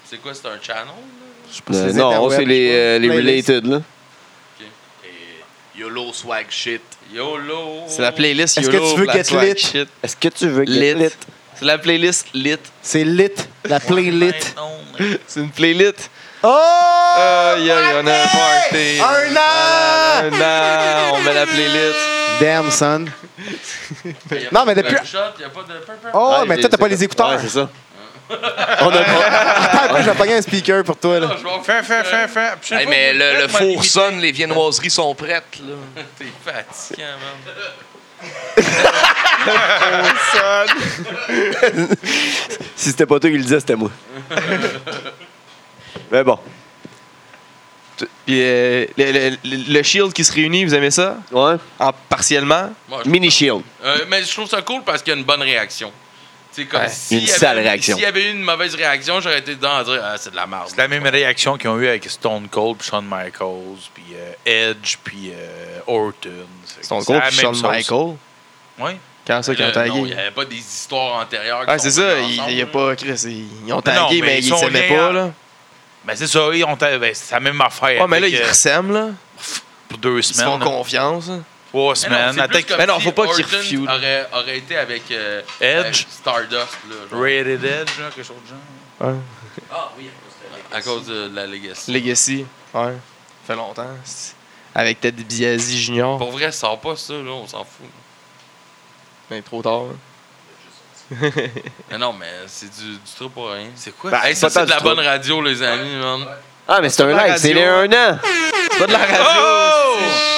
Speaker 6: C'est quoi, c'est un channel? là?
Speaker 3: c'est
Speaker 2: Euh,
Speaker 3: les
Speaker 2: non,
Speaker 3: interwebs,
Speaker 2: c'est les,
Speaker 3: je
Speaker 2: euh, les
Speaker 3: pense. Playlist.
Speaker 2: related, là.
Speaker 1: YOLO swag shit.
Speaker 6: YOLO.
Speaker 4: C'est la playlist
Speaker 3: Est-ce
Speaker 4: YOLO.
Speaker 3: que tu veux
Speaker 4: Black
Speaker 3: get
Speaker 4: Swag
Speaker 3: lit?
Speaker 4: Shit.
Speaker 2: Est-ce que tu veux
Speaker 4: Lit. C'est la playlist lit.
Speaker 3: C'est lit, la playlist.
Speaker 4: C'est une playlist.
Speaker 3: Oh!
Speaker 4: Euh, yeah, on a un party.
Speaker 3: Un an!
Speaker 4: Un an, on met la playlist.
Speaker 3: Damn, son.
Speaker 6: Y a
Speaker 3: Non,
Speaker 6: pas
Speaker 3: mais
Speaker 6: de
Speaker 3: depuis-
Speaker 6: gunshot, y a pas de pur, pur.
Speaker 3: Oh,
Speaker 2: Ouais,
Speaker 3: mais
Speaker 2: j'ai-
Speaker 3: toi, t'as pas
Speaker 2: c'est-
Speaker 3: les écouteurs.
Speaker 2: Ouais, c'est ça. on a pas...
Speaker 3: Attends un peu, je vais pogner un speaker pour toi. Là.
Speaker 6: Je vais en faire
Speaker 5: Fais, fais, fais, fais. Puis je sais
Speaker 1: Hey,
Speaker 5: pas,
Speaker 1: mais
Speaker 5: moi,
Speaker 1: le, le
Speaker 5: moi,
Speaker 1: four
Speaker 5: les-
Speaker 1: sonne, les viennoiseries sont prêtes. Là.
Speaker 6: tes fatigants, man.
Speaker 2: si c'était pas toi qui le disais, c'était moi. mais bon.
Speaker 4: Puis euh, le, le- le- le Shield qui se réunit, vous aimez ça?
Speaker 2: Ouais.
Speaker 4: En, partiellement.
Speaker 6: Moi, je-
Speaker 2: Mini shield.
Speaker 6: Euh, mais je trouve ça cool parce qu'il y a une bonne réaction. C'est comme
Speaker 4: Ouais,
Speaker 6: s'il
Speaker 2: une
Speaker 6: y avait-
Speaker 2: sale réaction.
Speaker 6: S'il y avait eu une mauvaise réaction, j'aurais été dedans à dire Ah, c'est de la merde.
Speaker 5: C'est la même réaction qu'ils ont eu avec Stone Cold, puis Shawn Michaels, puis euh, Edge, puis euh, Orton. C'est
Speaker 4: Son
Speaker 5: c'est
Speaker 4: groupe,
Speaker 5: la même
Speaker 4: Shawn
Speaker 5: sauce.
Speaker 4: Michael. Euh,
Speaker 5: Ouais.
Speaker 4: Quand ça,
Speaker 6: Le-
Speaker 4: qu'ils ont
Speaker 6: Euh, non, il n'y
Speaker 4: tagué.
Speaker 6: avait pas des histoires antérieures. qui
Speaker 4: Ah, c'est
Speaker 6: sont
Speaker 4: ça,
Speaker 6: venues
Speaker 4: il
Speaker 6: ensemble,
Speaker 4: il y a
Speaker 6: là.
Speaker 4: pas. Chris, ils ils ont tagué,
Speaker 5: mais
Speaker 4: mais
Speaker 5: ils
Speaker 4: ils
Speaker 5: sont
Speaker 4: s'aimaient
Speaker 5: liés
Speaker 4: pas,
Speaker 5: à-
Speaker 4: là.
Speaker 5: Ben, c'est ça, ils ont ta- ben, c'est la même affaire.
Speaker 4: Ouais, mais là,
Speaker 5: Fait
Speaker 4: ils
Speaker 5: que,
Speaker 4: ressemblent, là.
Speaker 5: pour deux
Speaker 4: Ils se font
Speaker 5: semaines, là,
Speaker 4: confiance. hein. là.
Speaker 5: trois
Speaker 6: Mais non,
Speaker 5: semaines.
Speaker 6: c'est plus
Speaker 5: Attaque
Speaker 6: comme
Speaker 4: Mais non,
Speaker 6: si
Speaker 4: faut pas qu'ils
Speaker 6: Orton
Speaker 4: refusent.
Speaker 6: Aurait, aurait été avec euh,
Speaker 5: Edge.
Speaker 6: euh, Stardust. Là, genre. Ah,
Speaker 5: Rated Edge, là, quelque chose de genre.
Speaker 6: À cause de la Legacy.
Speaker 4: Legacy. Ouais. Ça fait longtemps. c'est- Avec Ted Biazzi Junior.
Speaker 6: Pour vrai, sort pas ça, là, on s'en fout.
Speaker 4: Mais trop tard. là.
Speaker 6: Mais non, mais c'est du, du truc pour rien. C'est quoi
Speaker 2: Ben,
Speaker 6: ça?
Speaker 2: c'est pas
Speaker 6: C'est de la
Speaker 2: tant du
Speaker 6: bonne radio, les amis, man.
Speaker 2: Ah, mais c'est un
Speaker 4: la
Speaker 2: live, c'est les un
Speaker 4: radio. hein.
Speaker 2: an.
Speaker 4: C'est pas de la radio. c'est-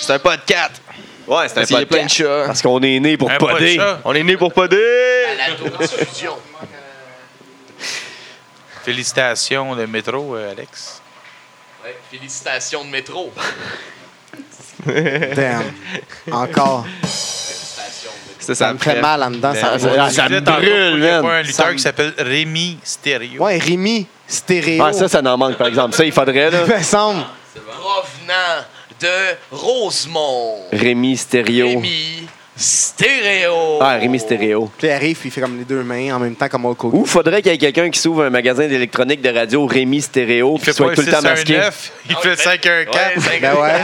Speaker 4: C'est un podcast.
Speaker 2: Ouais, c'est
Speaker 4: Parce qu'il y a plein de chats.
Speaker 2: Parce qu'on est né pour
Speaker 5: Un pas de
Speaker 2: poder.
Speaker 5: chat.
Speaker 4: On est né pour poder.
Speaker 5: Félicitations, le métro, euh, Alex.
Speaker 1: Ouais, félicitations de métro.
Speaker 3: Damn. Encore.
Speaker 1: Félicitations de métro.
Speaker 4: C'était
Speaker 3: Ça me fait mal en dedans.
Speaker 2: Ah,
Speaker 3: Ça,
Speaker 2: ça- ah, ça
Speaker 5: Je
Speaker 2: me
Speaker 5: disais tantôt qu'il
Speaker 2: brûle,
Speaker 5: y a pas
Speaker 2: man.
Speaker 5: un lutteur
Speaker 3: Ça me-
Speaker 5: qui s'appelle Rémi Stereo.
Speaker 3: Ouais, Rémi, stéréo.
Speaker 2: Ah, ça, ça n'en manque, par exemple. Ça, il faudrait, là.
Speaker 3: Il me semble.
Speaker 1: Provenant de Rosemont.
Speaker 2: Rémi Stéréo.
Speaker 1: Rémi Stéréo.
Speaker 2: Ah, Rémi Stéréo.
Speaker 3: Puis il arrive, puis il fait comme les deux mains en même temps comme Hulk Hogan.
Speaker 2: Ou faudrait qu'il y ait quelqu'un qui s'ouvre un magasin d'électronique de radio Rémi Stéréo,
Speaker 5: Il
Speaker 2: puis
Speaker 5: fait
Speaker 2: soit
Speaker 5: pas
Speaker 2: tout le temps masqué.
Speaker 5: 619, il
Speaker 1: Ah,
Speaker 5: fait
Speaker 1: ben,
Speaker 5: 514.
Speaker 1: Ouais, cinq-
Speaker 3: Ben ouais.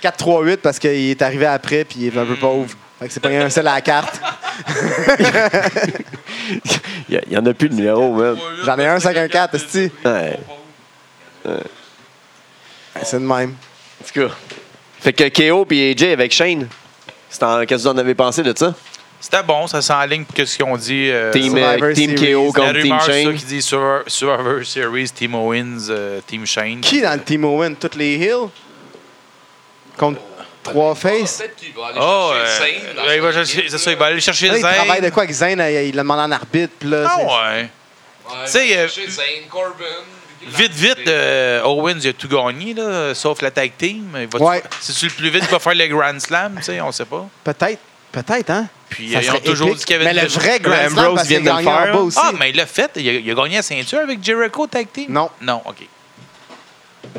Speaker 3: 4-3-8 parce qu'il est arrivé après, puis il est un
Speaker 2: Mm.
Speaker 3: peu pauvre. Fait que c'est pas un seul à la carte.
Speaker 2: Il y a- il y en a plus de numéro, man.
Speaker 3: J'en ai un 5-1-4, esti.
Speaker 2: Ouais.
Speaker 3: C'est de même.
Speaker 2: En tout cas. Fait que KO puis AJ avec Shane. C'est en- Qu'est-ce que vous en avez pensé de ça?
Speaker 5: Euh, C'était bon, ça sent en ligne pour ce qu'ils ont dit. euh,
Speaker 2: Team,
Speaker 5: sur-
Speaker 2: euh,
Speaker 3: Survivor
Speaker 2: team
Speaker 3: Series.
Speaker 2: KO
Speaker 5: la
Speaker 2: contre Team
Speaker 5: rumeur, c'est ça
Speaker 2: Shane.
Speaker 5: qui dit Survivor, Survivor Series, Team Owens, euh, Team Shane.
Speaker 3: Qui dans le Team Owen? Toutes les Hills? Contre trois faces?
Speaker 1: Peut-être qu'il va aller
Speaker 5: Oh, euh,
Speaker 1: chercher le Zane dans
Speaker 5: ouais, il va
Speaker 1: son
Speaker 5: chercher-
Speaker 1: équipe,
Speaker 5: c'est ça,
Speaker 1: là.
Speaker 5: il va aller chercher
Speaker 3: Là,
Speaker 5: Zane.
Speaker 3: Ah, il travaille de quoi avec Zane? euh, Il il le demande en arbitre. puis Là,
Speaker 5: Ah
Speaker 3: c'est-
Speaker 5: ouais.
Speaker 1: Ouais,
Speaker 5: Tu sais,
Speaker 1: il va
Speaker 5: euh,
Speaker 1: chercher Zane, Corbin.
Speaker 5: Vite, vite, euh, Owens, il a tout gagné, là, sauf la tag team. Il va
Speaker 3: Ouais.
Speaker 5: C'est-tu le plus vite qu'il va faire le Grand Slam, tu sais, on sait pas.
Speaker 3: Peut-être. Peut-être, hein?
Speaker 5: Puis
Speaker 3: Ça
Speaker 5: euh, ils ont
Speaker 3: serait
Speaker 5: toujours
Speaker 3: épique.
Speaker 5: dit qu'il y avait
Speaker 3: Mais
Speaker 5: une-
Speaker 3: le vrai Grand
Speaker 4: Ambrose
Speaker 3: Slam, parce
Speaker 4: vient
Speaker 3: qu'il
Speaker 4: de le
Speaker 3: gagne en
Speaker 4: faire.
Speaker 3: bas aussi.
Speaker 5: Ah, mais il l'a fait. Il a, il a gagné la ceinture avec Jericho tag team?
Speaker 3: Non.
Speaker 5: Non, OK.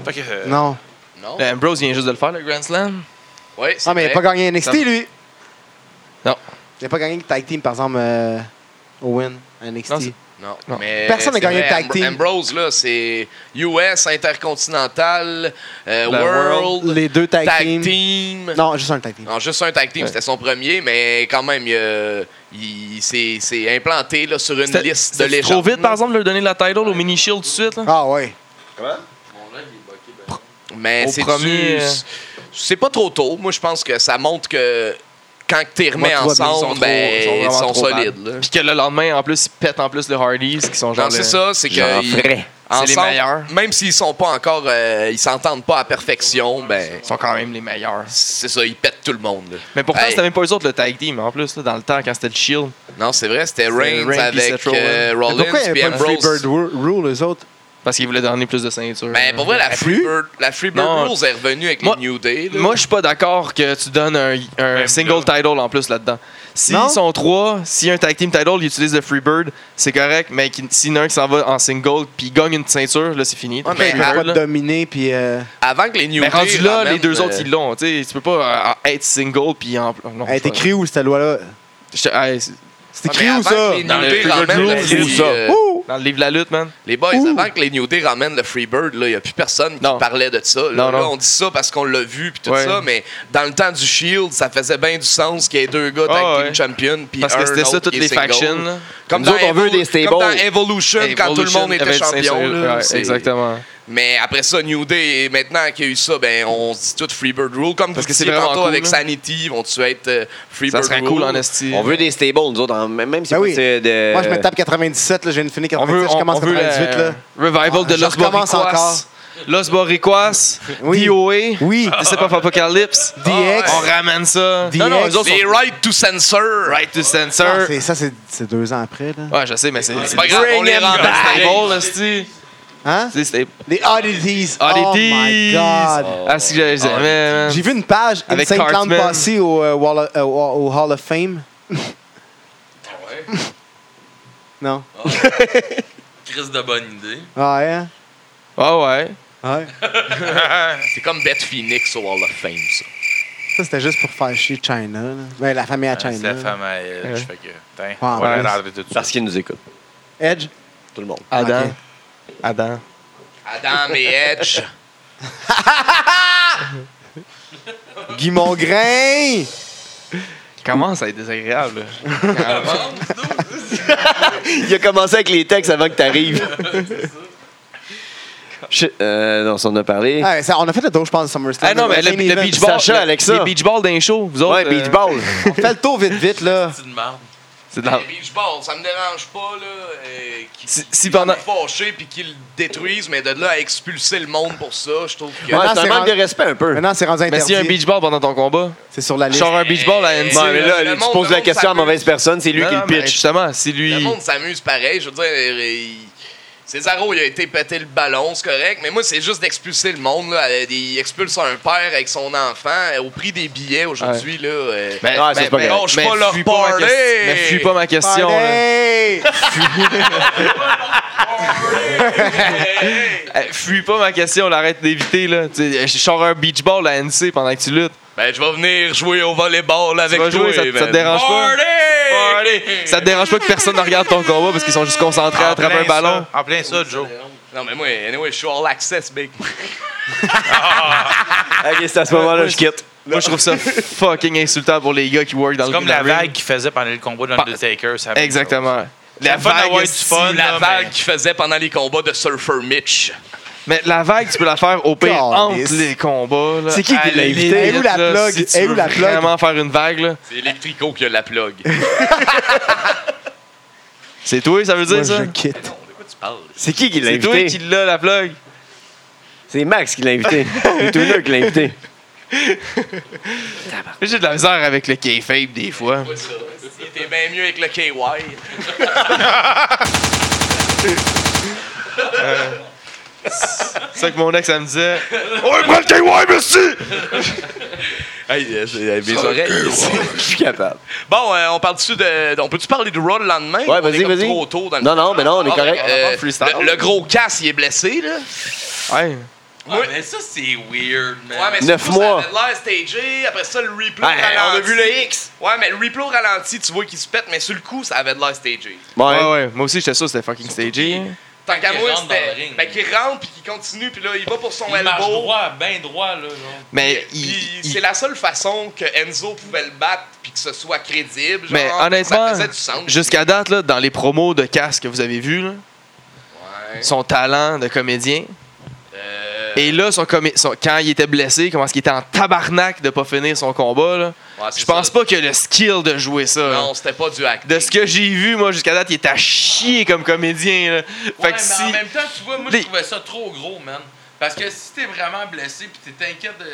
Speaker 5: Fait que, euh,
Speaker 3: Non.
Speaker 1: Non.
Speaker 4: Ben, Ambrose vient juste de le faire, le Grand Slam.
Speaker 1: Ouais, c'est
Speaker 3: Ah, mais il n'a pas
Speaker 1: vrai.
Speaker 3: gagné NXT, lui.
Speaker 4: Non.
Speaker 3: Il n'a pas gagné le tag team, par exemple, euh, Owen, à NXT.
Speaker 4: Non, c'est-
Speaker 1: Non,
Speaker 4: Non.
Speaker 1: mais
Speaker 3: Personne n'a
Speaker 1: c'est
Speaker 3: gagné
Speaker 1: vrai,
Speaker 3: le tag
Speaker 1: Ambr-
Speaker 3: team.
Speaker 1: Ambrose, là, c'est US, Intercontinental, euh,
Speaker 4: La
Speaker 1: World,
Speaker 3: les deux tag,
Speaker 1: Tag
Speaker 3: team.
Speaker 1: Team.
Speaker 3: Non, juste un tag team.
Speaker 1: Non, juste un tag team, c'était son premier, mais quand même, il, euh, il- il s'est s'est implanté là, sur une
Speaker 4: C'était-
Speaker 1: liste de
Speaker 4: c'était
Speaker 1: légendes.
Speaker 4: trop vite, par exemple, de leur donner la title au mini shield tout de suite. là.
Speaker 3: Ah, ouais.
Speaker 1: Mais
Speaker 4: Au
Speaker 1: c'est
Speaker 4: premier,
Speaker 1: du-
Speaker 4: euh,
Speaker 1: C'est pas trop tôt. Moi, je pense que ça montre que quand tu les remets
Speaker 4: Moi, tu vois, ils sont
Speaker 1: ensemble,
Speaker 4: trop-
Speaker 1: ben,
Speaker 4: ils sont
Speaker 1: ils
Speaker 4: vraiment
Speaker 1: sont,
Speaker 4: trop
Speaker 1: solides. là.
Speaker 4: Puis que le lendemain, en plus, ils pètent en plus le Hardys, qui sont genre.
Speaker 1: Non, Ah, c'est
Speaker 4: le-
Speaker 1: ça, c'est que
Speaker 2: Genre
Speaker 1: ils-
Speaker 2: frais.
Speaker 4: C'est les
Speaker 1: ensemble,
Speaker 4: meilleurs.
Speaker 1: même s'ils sont pas encore, euh, ils s'entendent pas à perfection, ben
Speaker 4: Ils sont quand même les meilleurs.
Speaker 1: c'est ça, ils pètent tout le monde. là.
Speaker 4: Mais pourtant,
Speaker 1: Hey.
Speaker 4: c'était même pas eux autres le tag team, en plus, là, dans le temps, quand c'était le Shield.
Speaker 1: Non, c'est vrai, c'était Reigns
Speaker 4: Reigns puis
Speaker 1: avec
Speaker 4: Seth Rollins.
Speaker 1: euh,
Speaker 3: Mais
Speaker 1: Rollins
Speaker 3: pourquoi il n'y
Speaker 1: puis
Speaker 3: a pas de
Speaker 1: Ambrose.
Speaker 3: Freebird Ru- Rule, eux autres?
Speaker 4: Parce qu'ils voulaient donner plus de ceinture.
Speaker 1: Ben, pour vrai, la Freebird, la Freebird
Speaker 4: Non.
Speaker 1: Rules est revenue avec
Speaker 4: Moi-
Speaker 1: les New Day. là.
Speaker 4: Moi, je suis pas d'accord que tu donnes un, un
Speaker 5: Même
Speaker 4: single title en plus là-dedans. S'ils
Speaker 3: Non?
Speaker 4: sont trois, si un tag team title, ils utilisent le Freebird, c'est correct, mais qu'il- s'il y en a un qui s'en va en single puis il gagne une ceinture, là, c'est
Speaker 1: Ouais,
Speaker 4: fini. T'as
Speaker 1: mais
Speaker 4: le
Speaker 3: Il n'a
Speaker 4: Freebird,
Speaker 3: pas
Speaker 4: là.
Speaker 3: de dominé, puis... euh,
Speaker 1: Avant que les New
Speaker 4: Mais
Speaker 1: Day.
Speaker 4: rendu là, les
Speaker 1: ramènent,
Speaker 4: deux autres,
Speaker 1: euh,
Speaker 4: ils l'ont. Tu sais, tu peux pas euh, être single puis en. Non,
Speaker 3: Elle est
Speaker 4: je-
Speaker 3: écrite où, cette loi-là?
Speaker 4: je- hey, c'est-
Speaker 3: C'est
Speaker 1: mais
Speaker 3: écrit où,
Speaker 1: avant
Speaker 3: ça?
Speaker 1: que les
Speaker 4: Dans
Speaker 1: New
Speaker 4: le
Speaker 1: Day
Speaker 4: Freebird
Speaker 1: ramènent
Speaker 4: Rules,
Speaker 1: la-
Speaker 4: c'est
Speaker 1: les,
Speaker 4: ça.
Speaker 1: euh,
Speaker 3: Ouh!
Speaker 4: Dans le livre de la lutte, man.
Speaker 1: Les boys, avant que les New Day ramènent le Freebird, il n'y a plus personne qui
Speaker 4: Non.
Speaker 1: parlait de ça. Là,
Speaker 4: Non,
Speaker 1: Là,
Speaker 4: non.
Speaker 1: on dit ça parce qu'on l'a vu puis tout
Speaker 4: Ouais.
Speaker 1: ça, mais dans le temps du Shield, ça faisait bien du sens qu'il y ait deux gars tag
Speaker 4: Ah,
Speaker 1: team
Speaker 4: ouais.
Speaker 1: champion puis
Speaker 4: Parce
Speaker 1: un
Speaker 4: que c'était ça,
Speaker 1: autre
Speaker 4: toutes
Speaker 1: qui est
Speaker 4: les
Speaker 1: single.
Speaker 4: factions. là.
Speaker 1: Comme
Speaker 2: Nous
Speaker 1: dans,
Speaker 2: autres, on veut
Speaker 1: Evol-
Speaker 2: des
Speaker 1: comme dans
Speaker 2: stables.
Speaker 1: Evolution, quand tout le monde était
Speaker 4: Evolution,
Speaker 1: champion.
Speaker 4: Evolution,
Speaker 1: là,
Speaker 4: ouais,
Speaker 1: c'est-
Speaker 4: exactement.
Speaker 1: Mais après ça, New Day, et maintenant qu'il y a eu ça, ben, on se dit tout Freebird Rule. Comme
Speaker 4: Parce
Speaker 1: vous
Speaker 4: que c'est
Speaker 1: disiez
Speaker 4: vraiment
Speaker 1: tantôt
Speaker 4: cool,
Speaker 1: avec
Speaker 4: là.
Speaker 1: Sanity, vont-tu être euh,
Speaker 4: Ça
Speaker 1: Freebird
Speaker 4: serait
Speaker 1: Rule?
Speaker 4: cool, en esti.
Speaker 2: On veut des stables, nous autres, en- même si
Speaker 3: Ben
Speaker 2: pas
Speaker 3: oui.
Speaker 2: c'est de.
Speaker 3: Moi, je me tape 97, là, je viens de finir 97, je commence
Speaker 4: veut la-
Speaker 3: 98. Là.
Speaker 4: Revival de
Speaker 3: Je
Speaker 4: Los
Speaker 3: recommence
Speaker 4: Boricuas. Los Boricuas,
Speaker 3: Oui.
Speaker 4: DOA,
Speaker 3: Oui,
Speaker 4: Disciple of Apocalypse. Ah,
Speaker 3: DX.
Speaker 4: On ramène ça.
Speaker 3: DX.
Speaker 4: Non, non, les autres
Speaker 1: Les
Speaker 4: sont
Speaker 1: Right to Censor.
Speaker 4: Right to
Speaker 3: Ah,
Speaker 4: Censor.
Speaker 3: c'est- ça, c'est c'est deux ans après. Là.
Speaker 4: Ouais, je sais, mais c'est.
Speaker 1: C'est pas grave, on les rend
Speaker 4: C'est
Speaker 1: pareil.
Speaker 4: bon, esti.
Speaker 3: Hein?
Speaker 4: C'est stable.
Speaker 3: Les Oddities. Oh my
Speaker 4: Oddities.
Speaker 3: God.
Speaker 4: Ah, si que j'aimais, man.
Speaker 3: J'ai vu une page
Speaker 4: Avec
Speaker 3: Insane Clown
Speaker 4: Cartman.
Speaker 3: Posse au, euh, Wall of- euh, au- au Hall of Fame. non.
Speaker 6: Crise de bonne idée.
Speaker 3: Ah ouais. hein?
Speaker 4: Ah ouais.
Speaker 3: Ouais.
Speaker 1: C'est comme Beth Phoenix au Wall of Fame, ça.
Speaker 3: Ça, c'était juste pour faire chier China. là. Ben, la
Speaker 4: Ah,
Speaker 3: famille à China.
Speaker 5: Euh, C'est la femme à Edge. Fait que, tiens, on
Speaker 3: Ouais,
Speaker 5: va
Speaker 4: ouais.
Speaker 5: la rentrer tout de
Speaker 2: Parce
Speaker 5: suite.
Speaker 2: qu'ils nous écoutent,
Speaker 3: Edge.
Speaker 2: tout le monde.
Speaker 4: Adam.
Speaker 3: Ok.
Speaker 4: Adam.
Speaker 1: Adam et Edge.
Speaker 3: Guy Mongrain.
Speaker 4: Comment ça va être désagréable? là?
Speaker 2: Il a commencé avec les textes avant que t'arrives. Je- euh, non, ça on en a parlé.
Speaker 3: Ah, ouais, ça, on a fait le dos, je pense, de SummerSlam.
Speaker 4: Ah non, mais le,
Speaker 3: main
Speaker 4: le
Speaker 3: event.
Speaker 4: beach ball.
Speaker 2: Sacha,
Speaker 4: le-
Speaker 2: Alexa.
Speaker 4: Les beach balls d'un show, vous autres.
Speaker 2: ouais,
Speaker 4: euh,
Speaker 2: beach ball.
Speaker 3: On fait le tour vite, vite, là.
Speaker 6: C'est de merde.
Speaker 4: c'est de la-
Speaker 1: Les Beach Balls, ça me dérange pas, là. euh, qu'ils-
Speaker 4: Si-
Speaker 1: qu'ils
Speaker 4: si
Speaker 1: soient
Speaker 4: pendant-
Speaker 1: fâchés puis qu'ils le détruisent, mais de là à expulser le monde pour ça, je trouve que.
Speaker 2: Ouais,
Speaker 3: Maintenant,
Speaker 2: c'est un
Speaker 3: c'est
Speaker 2: manque
Speaker 3: rendu-
Speaker 2: de respect un peu.
Speaker 3: Maintenant, c'est rendu
Speaker 4: Mais s'il y a un
Speaker 3: interdit.
Speaker 4: beach ball pendant ton combat,
Speaker 3: C'est sur la
Speaker 4: je
Speaker 3: liste.
Speaker 4: sors un beach ball à NC.
Speaker 2: Ouais, mais là,
Speaker 1: Le
Speaker 2: tu
Speaker 1: monde-
Speaker 2: poses
Speaker 1: le
Speaker 2: la
Speaker 1: monde
Speaker 2: question à
Speaker 1: s'amuse.
Speaker 2: mauvaise personne, c'est lui
Speaker 4: Non,
Speaker 2: qui
Speaker 4: non,
Speaker 2: le
Speaker 4: mais
Speaker 2: pitch.
Speaker 4: Justement, si lui.
Speaker 1: Le monde s'amuse pareil. Je veux dire, il- Cesaro, il a été pété le ballon, c'est correct. Mais moi, c'est juste d'expulser le monde. Là. Il expulse un père avec son enfant euh, au prix des billets aujourd'hui. là. euh.
Speaker 4: Ben,
Speaker 2: Ouais, ça, Ah, c'est pas
Speaker 4: ben,
Speaker 2: grave.
Speaker 1: Lâche
Speaker 4: mais
Speaker 1: pas leur
Speaker 4: fuis ma
Speaker 1: parler.
Speaker 4: question- Mais fuis pas ma question. là.
Speaker 3: Allez!
Speaker 4: Eh, Fuis pas ma question, là, arrête d'éviter. là. Tu sais, eh, Je sors un beach ball à NC pendant que tu luttes.
Speaker 1: Ben, je vais venir jouer au volleyball avec
Speaker 4: vas
Speaker 1: toi,
Speaker 4: jouer, ça te- ça te
Speaker 1: man.
Speaker 4: dérange pas?
Speaker 1: Party!
Speaker 4: Ça te dérange pas que personne ne regarde ton combat parce qu'ils sont juste concentrés à
Speaker 5: En
Speaker 4: attraper
Speaker 5: Ah, plein
Speaker 4: un ballon?
Speaker 5: ça, En plein ça, Joe.
Speaker 1: Non, mais moi, anyway, je suis all access, big.
Speaker 2: Ok, c'est à ce moment-là je quitte.
Speaker 4: Moi, je trouve ça fucking insultant pour les gars qui work dans
Speaker 5: C'est
Speaker 4: le
Speaker 5: comme la
Speaker 4: ring.
Speaker 5: vague qu'il faisait pendant le combat de l'Undertaker. ça-
Speaker 4: Exactement.
Speaker 5: La fun d'avoir du
Speaker 4: esti.
Speaker 5: fun,
Speaker 1: La
Speaker 5: là,
Speaker 1: vague
Speaker 5: mais-
Speaker 1: qu'il faisait pendant les combats de Surfer Mitch.
Speaker 4: Mais la vague, tu peux la faire au pire
Speaker 3: Calisse.
Speaker 4: entre les combats. là.
Speaker 2: C'est qui qui
Speaker 4: À
Speaker 2: l'a
Speaker 4: la
Speaker 2: invité?
Speaker 4: limite,
Speaker 3: Et où la
Speaker 4: là,
Speaker 3: plug?
Speaker 4: Si tu
Speaker 3: Et où
Speaker 4: veux
Speaker 3: la plug?
Speaker 4: vraiment faire une vague, là.
Speaker 1: C'est Electrico qui a la plug.
Speaker 4: c'est toi, ça veut dire
Speaker 3: Moi,
Speaker 4: ça?
Speaker 3: je quitte.
Speaker 2: C'est qui qui l'a
Speaker 4: C'est toi qui
Speaker 2: invité?
Speaker 4: l'a, la plug.
Speaker 2: C'est Max qui l'a invité. C'est toi là qui l'a invité.
Speaker 4: J'ai de la misère avec le kayfabe des fois.
Speaker 1: Pas ça. C'était bien mieux avec le KY.
Speaker 4: C'est ça que mon ex, elle me disait.
Speaker 1: Mes oreilles.
Speaker 2: Je suis capable.
Speaker 1: Bon, euh, on parle-tu de. On peut-tu parler du Raw le lendemain?
Speaker 2: Ouais,
Speaker 1: On est
Speaker 2: vas-y,
Speaker 1: comme
Speaker 2: vas-y.
Speaker 1: trop tôt dans le-
Speaker 2: Non, non, mais non, on est
Speaker 1: Ah,
Speaker 2: correct.
Speaker 1: ben, euh,
Speaker 4: On freestyle.
Speaker 1: le, le gros casse, il est blessé, là.
Speaker 4: Ouais.
Speaker 6: Ah, mais ça, c'est weird, man.
Speaker 2: Neuf
Speaker 1: surtout,
Speaker 2: mois.
Speaker 1: Ça avait l'air stagé. Après ça, le replay
Speaker 2: Ouais, on
Speaker 1: ralenti.
Speaker 2: a vu le X.
Speaker 1: Ouais, mais le replay au ralenti, tu vois qu'il se pète, mais sur le coup, ça avait de l'air stagé.
Speaker 4: Ouais,
Speaker 2: Ouais.
Speaker 4: ouais. Moi aussi, j'étais sûr que c'était fucking stagé.
Speaker 1: Tant qu'à
Speaker 6: Qu'il
Speaker 1: moi,
Speaker 6: rentre dans le
Speaker 1: c'était.
Speaker 6: ring,
Speaker 1: Ben,
Speaker 6: là.
Speaker 1: qu'il rentre, puis qu'il continue, puis là, il va pour son
Speaker 6: Il marche
Speaker 1: elbow.
Speaker 6: droit, bien droit, là. genre.
Speaker 4: Mais
Speaker 1: Puis
Speaker 4: il.
Speaker 1: c'est
Speaker 4: il-
Speaker 1: la seule façon que Enzo pouvait le battre puis que ce soit crédible. Genre,
Speaker 4: Mais
Speaker 1: ça
Speaker 4: honnêtement,
Speaker 1: faisait du sens.
Speaker 4: jusqu'à date, là, dans les promos de casque que vous avez vus, là,
Speaker 1: Ouais.
Speaker 4: son talent de comédien.
Speaker 1: Euh,
Speaker 4: Et là, son comé- son- quand il était blessé, comment est-ce qu'il était en tabarnak de pas finir son combat, là,
Speaker 1: ouais, c'est
Speaker 4: je pense
Speaker 1: ça.
Speaker 4: pas que le skill de jouer ça. là.
Speaker 1: Non, c'était pas du hack.
Speaker 4: De ce que j'ai vu, moi, jusqu'à date, il était à chier comme comédien. là.
Speaker 6: Ouais,
Speaker 4: Fait que
Speaker 6: mais
Speaker 4: si.
Speaker 6: en même temps, tu vois, moi,
Speaker 4: Les-
Speaker 6: je trouvais ça trop gros, man. Parce que si t'es vraiment blessé puis t'es inquiète de...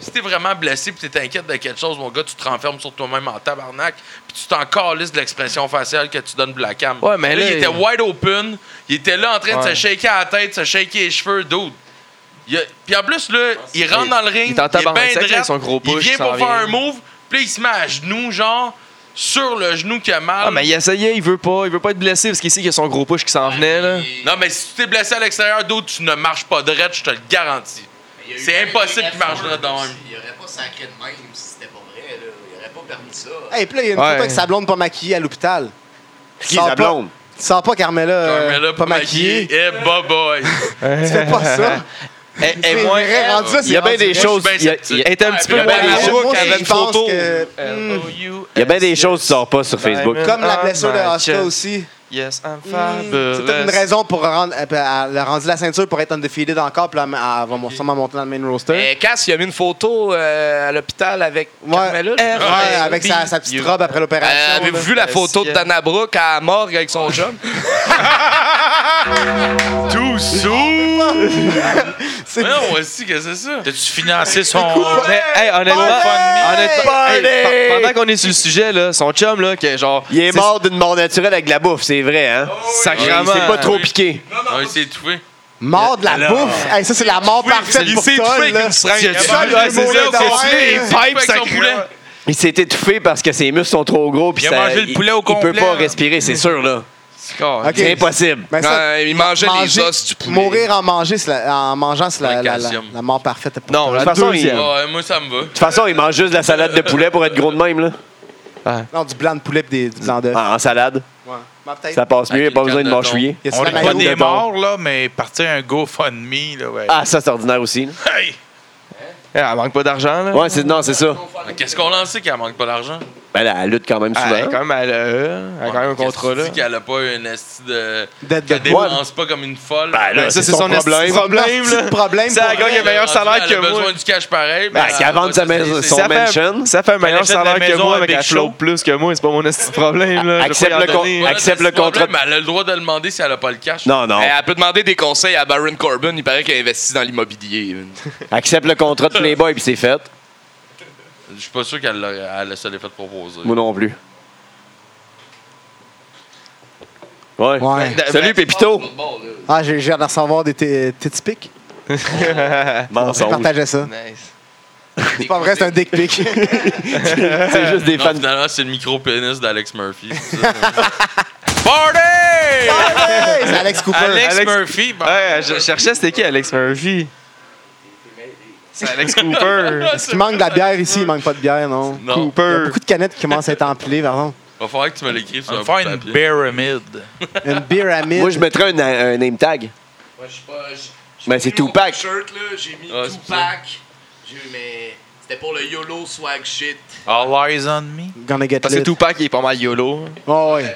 Speaker 6: Si t'es vraiment blessé puis t'es inquiète de quelque chose, mon gars, tu te renfermes sur toi-même en tabarnak puis tu t'en calisses de l'expression faciale que tu donnes pour la cam.
Speaker 4: Ouais, mais là,
Speaker 6: il était
Speaker 4: il-
Speaker 6: wide open. Il était là en train de
Speaker 4: Ouais.
Speaker 6: se shaker à la tête, se shaker les cheveux, dude. Il a- Puis en plus, là, il rentre dans le ring,
Speaker 4: il
Speaker 6: il
Speaker 4: est en
Speaker 6: est
Speaker 4: tabarnak
Speaker 6: bien
Speaker 4: sec avec
Speaker 6: drette,
Speaker 4: son gros
Speaker 6: il
Speaker 4: push
Speaker 6: vient
Speaker 4: qui
Speaker 6: pour
Speaker 4: s'en
Speaker 6: faire
Speaker 4: vient.
Speaker 6: un move, puis là, il se met à genoux, genre, sur le genou qui a mal.
Speaker 4: Ah, mais il essayait, il veut pas, il veut pas être blessé parce qu'il sait qu'il y a son gros push qui s'en venait, là.
Speaker 6: Non, mais si tu t'es blessé à l'extérieur, d'autres, tu ne marches pas direct, je te le garantis. C'est impossible qu'il marche là dans même.
Speaker 1: Il aurait pas sacré de même si c'était pas vrai. Là. Il aurait pas permis ça.
Speaker 3: Hey, puis là, il y a une
Speaker 4: Ouais.
Speaker 3: photo avec sa blonde pas maquillée à l'hôpital.
Speaker 2: C'est qui
Speaker 3: Sors
Speaker 2: sa
Speaker 3: pas-
Speaker 2: blonde?
Speaker 3: Tu sens pas Carmela, euh,
Speaker 6: Carmella
Speaker 3: pas maquillée.
Speaker 6: Eh, bah, boy.
Speaker 3: Tu fais pas ça.
Speaker 4: Eh, eh,
Speaker 3: C'est
Speaker 4: moi,
Speaker 3: vrai, rendu là,
Speaker 4: il y a bien
Speaker 3: c'est rendu-
Speaker 4: des
Speaker 6: je
Speaker 4: choses.
Speaker 6: suis bien
Speaker 4: Il y a-
Speaker 6: sceptique.
Speaker 4: il était un
Speaker 6: Ah,
Speaker 4: petit
Speaker 6: puis
Speaker 4: peu
Speaker 6: la
Speaker 4: loin
Speaker 6: ben,
Speaker 3: Moi,
Speaker 4: des
Speaker 6: ben,
Speaker 4: choses
Speaker 3: moi,
Speaker 4: qui avaient
Speaker 3: je
Speaker 4: une
Speaker 3: pense
Speaker 4: photo.
Speaker 3: que-
Speaker 4: Oh,
Speaker 2: Il y a bien des choses qui sortent pas sur Facebook.
Speaker 4: Diamond.
Speaker 3: Comme la
Speaker 4: Ah,
Speaker 3: blessure de
Speaker 4: my
Speaker 3: Asuka
Speaker 4: God.
Speaker 3: aussi.
Speaker 4: Yes, I'm
Speaker 3: C'est peut-être une
Speaker 4: fabulous.
Speaker 3: raison pour rendre, euh, elle, elle a rendu la ceinture pour être undefeated encore, puis là, elle va sûrement monter dans le main roster.
Speaker 1: Mais Euh, Cass, il a mis une photo euh, à l'hôpital avec
Speaker 3: Ouais.
Speaker 1: Carmella.
Speaker 3: Ouais, avec sa, sa petite robe après l'opération.
Speaker 1: Euh, Avez-vous
Speaker 3: là.
Speaker 1: vu la
Speaker 4: Euh,
Speaker 1: photo
Speaker 4: si,
Speaker 1: de
Speaker 4: euh,
Speaker 1: Dana Brooke à la morgue avec son chum?
Speaker 6: Tout soon.
Speaker 3: C'est-
Speaker 6: Non, aussi, qu'est-ce que c'est ça?
Speaker 5: T'as-tu financé son.
Speaker 4: Mais, hey, honnêtement, honnêtement, hey, pe- pendant qu'on est sur le sujet, là, son chum, là, qui est genre.
Speaker 2: Il est
Speaker 4: c'est- Oh,
Speaker 2: mort d'une mort naturelle avec de la bouffe, c'est vrai, hein?
Speaker 4: Sacrément.
Speaker 2: C'est pas trop piqué.
Speaker 6: Non, il s'est étouffé.
Speaker 3: Mort de la bouffe! Hey, ça, c'est la mort parfaite
Speaker 1: Il
Speaker 3: pour
Speaker 1: s'est
Speaker 3: toi,
Speaker 1: étouffé avec
Speaker 3: là.
Speaker 1: une seringue.
Speaker 4: Tu as- tu
Speaker 1: Ah,
Speaker 4: as-
Speaker 1: ben,
Speaker 3: le
Speaker 4: ouais, c'est
Speaker 3: mot
Speaker 4: ça,
Speaker 3: là,
Speaker 4: c'est-
Speaker 3: ouais.
Speaker 4: c'est-
Speaker 3: Ouais.
Speaker 6: Avec
Speaker 4: ça
Speaker 6: son
Speaker 4: crée-
Speaker 6: poulet.
Speaker 2: Il s'est étouffé parce que ses muscles sont trop gros. Puis
Speaker 5: Il a
Speaker 2: ça-
Speaker 5: mangé le poulet au
Speaker 2: Il peut
Speaker 5: complet,
Speaker 2: pas
Speaker 5: hein.
Speaker 2: respirer, c'est sûr, là.
Speaker 3: Ok.
Speaker 2: C'est impossible.
Speaker 3: Ben, ça,
Speaker 1: euh, il mangeait
Speaker 3: manger-
Speaker 1: les os du poulet.
Speaker 3: mourir en, manger, c'est la- en mangeant, c'est la,
Speaker 6: Ouais,
Speaker 3: la- la-
Speaker 6: calcium.
Speaker 3: la mort parfaite pour
Speaker 4: Non,
Speaker 3: toi.
Speaker 2: De
Speaker 4: la
Speaker 2: toute façon, il-
Speaker 4: deuxième.
Speaker 2: de
Speaker 6: Ouais, moi, ça me va.
Speaker 2: toute façon, il mange juste de la salade de poulet pour être gros de même, là.
Speaker 3: Non, du blanc de poulet et des, du blanc d'œuf.
Speaker 2: Ah, en salade.
Speaker 3: Ouais. Ma petite.
Speaker 2: Ça passe mieux, il n'y a pas
Speaker 6: Avec
Speaker 2: besoin
Speaker 6: une
Speaker 2: de
Speaker 6: canne de
Speaker 2: mâchouiller.
Speaker 3: Il y a
Speaker 5: On
Speaker 3: Slam
Speaker 5: n'est pas
Speaker 3: Mayo.
Speaker 5: des
Speaker 2: de bon.
Speaker 5: morts, là, mais partir un GoFundMe, là, ouais.
Speaker 2: Ah, ça, c'est ordinaire aussi. là.
Speaker 4: Eh, Elle manque pas d'argent, là.
Speaker 2: Ouais, c'est non, c'est ça.
Speaker 6: Mais Qu'est-ce qu'on en sait qu'elle manque pas d'argent?
Speaker 2: Ben, là, elle lutte quand même
Speaker 4: Elle elle,
Speaker 2: souvent.
Speaker 4: quand même, elle a, elle a quand même un
Speaker 6: Qu'est-ce
Speaker 4: contrat,
Speaker 6: que tu
Speaker 4: là.
Speaker 6: dis qu'elle a pas une esti de.
Speaker 3: D'être
Speaker 6: Qu'elle
Speaker 3: de
Speaker 6: dépense pas comme une folle.
Speaker 2: Ben, là,
Speaker 4: Ben, ça,
Speaker 2: c'est
Speaker 4: c'est
Speaker 3: son
Speaker 4: son esti de
Speaker 3: problème.
Speaker 4: problème,
Speaker 3: Son
Speaker 4: là.
Speaker 3: petit problème
Speaker 4: C'est la
Speaker 3: pour
Speaker 4: gars qui a
Speaker 6: Elle
Speaker 4: meilleur
Speaker 6: rendu-
Speaker 4: salaire que
Speaker 6: Elle a
Speaker 4: moi.
Speaker 6: besoin du cash pareil.
Speaker 2: Ben,
Speaker 6: elle
Speaker 2: qu'elle
Speaker 6: va
Speaker 2: vende
Speaker 6: pas
Speaker 2: sa
Speaker 6: se
Speaker 2: maison-
Speaker 6: laisser.
Speaker 2: son
Speaker 4: Ça fait-
Speaker 2: mansion.
Speaker 4: Ça fait un meilleur
Speaker 5: achète la
Speaker 4: salaire que
Speaker 5: maison
Speaker 4: moi, mais
Speaker 5: avec
Speaker 4: qu'elle
Speaker 5: Flo.
Speaker 4: flotte plus que moi. C'est pas mon esti de problème, là. Je vais
Speaker 2: Accepte
Speaker 4: pas y en
Speaker 2: le con-
Speaker 4: donner.
Speaker 6: Ouais,
Speaker 2: Accepte
Speaker 6: c'est
Speaker 2: le
Speaker 6: son problème,
Speaker 2: contrat.
Speaker 6: mais Elle a le droit de demander si elle a pas le cash.
Speaker 2: Non, non.
Speaker 1: Eh, Elle peut demander des conseils à Baron Corbin. Il paraît qu'il investit dans l'immobilier.
Speaker 2: Accepte le contrat de Playboy, puis c'est fait.
Speaker 6: Je suis pas sûr qu'elle l'a- elle se l'ait fait proposer.
Speaker 2: Moi non plus. Ouais.
Speaker 5: Ben,
Speaker 3: Ouais.
Speaker 2: Salut, Pépito.
Speaker 3: Ah, j'ai j'ai hâte de recevoir des tits pics.
Speaker 5: ben,
Speaker 2: Mensonge.
Speaker 3: Partagez ça.
Speaker 4: Nice.
Speaker 3: C'est pas vrai, c'est un dick pic.
Speaker 5: ben,
Speaker 2: C'est juste des
Speaker 6: Non,
Speaker 2: fans.
Speaker 6: finalement, c'est le micro-pénis d'Alex Murphy. c'est ça. Party!
Speaker 3: c'est Alex Cooper.
Speaker 5: Alex,
Speaker 4: Alex-
Speaker 5: Murphy, bon.
Speaker 4: Ouais, je cherchais c'était qui Alex Murphy. C'est Alex Cooper.
Speaker 3: Est-ce qu'il manque de la bière ici? Il manque pas de bière, non?
Speaker 6: Non.
Speaker 3: Il y a
Speaker 4: Cooper.
Speaker 3: beaucoup de canettes qui commencent à être empilées, pardon.
Speaker 6: Va falloir que tu me l'écrives sur
Speaker 5: On
Speaker 6: un
Speaker 5: va faire
Speaker 6: bout
Speaker 5: une
Speaker 6: de papier.
Speaker 5: pyramide.
Speaker 3: Une beer à
Speaker 5: ben.
Speaker 3: mille.
Speaker 2: Moi, je mettrais un, un name tag. Ben, c'est Tupac.
Speaker 1: J'ai mis
Speaker 6: Ah, c'est
Speaker 1: Tupac. J'ai eu, mais c'était pour le YOLO swag shit.
Speaker 5: All eyes on me.
Speaker 3: Gonna get
Speaker 4: Parce que
Speaker 3: lit.
Speaker 4: Tupac il est pas mal YOLO.
Speaker 3: Oh, ouais.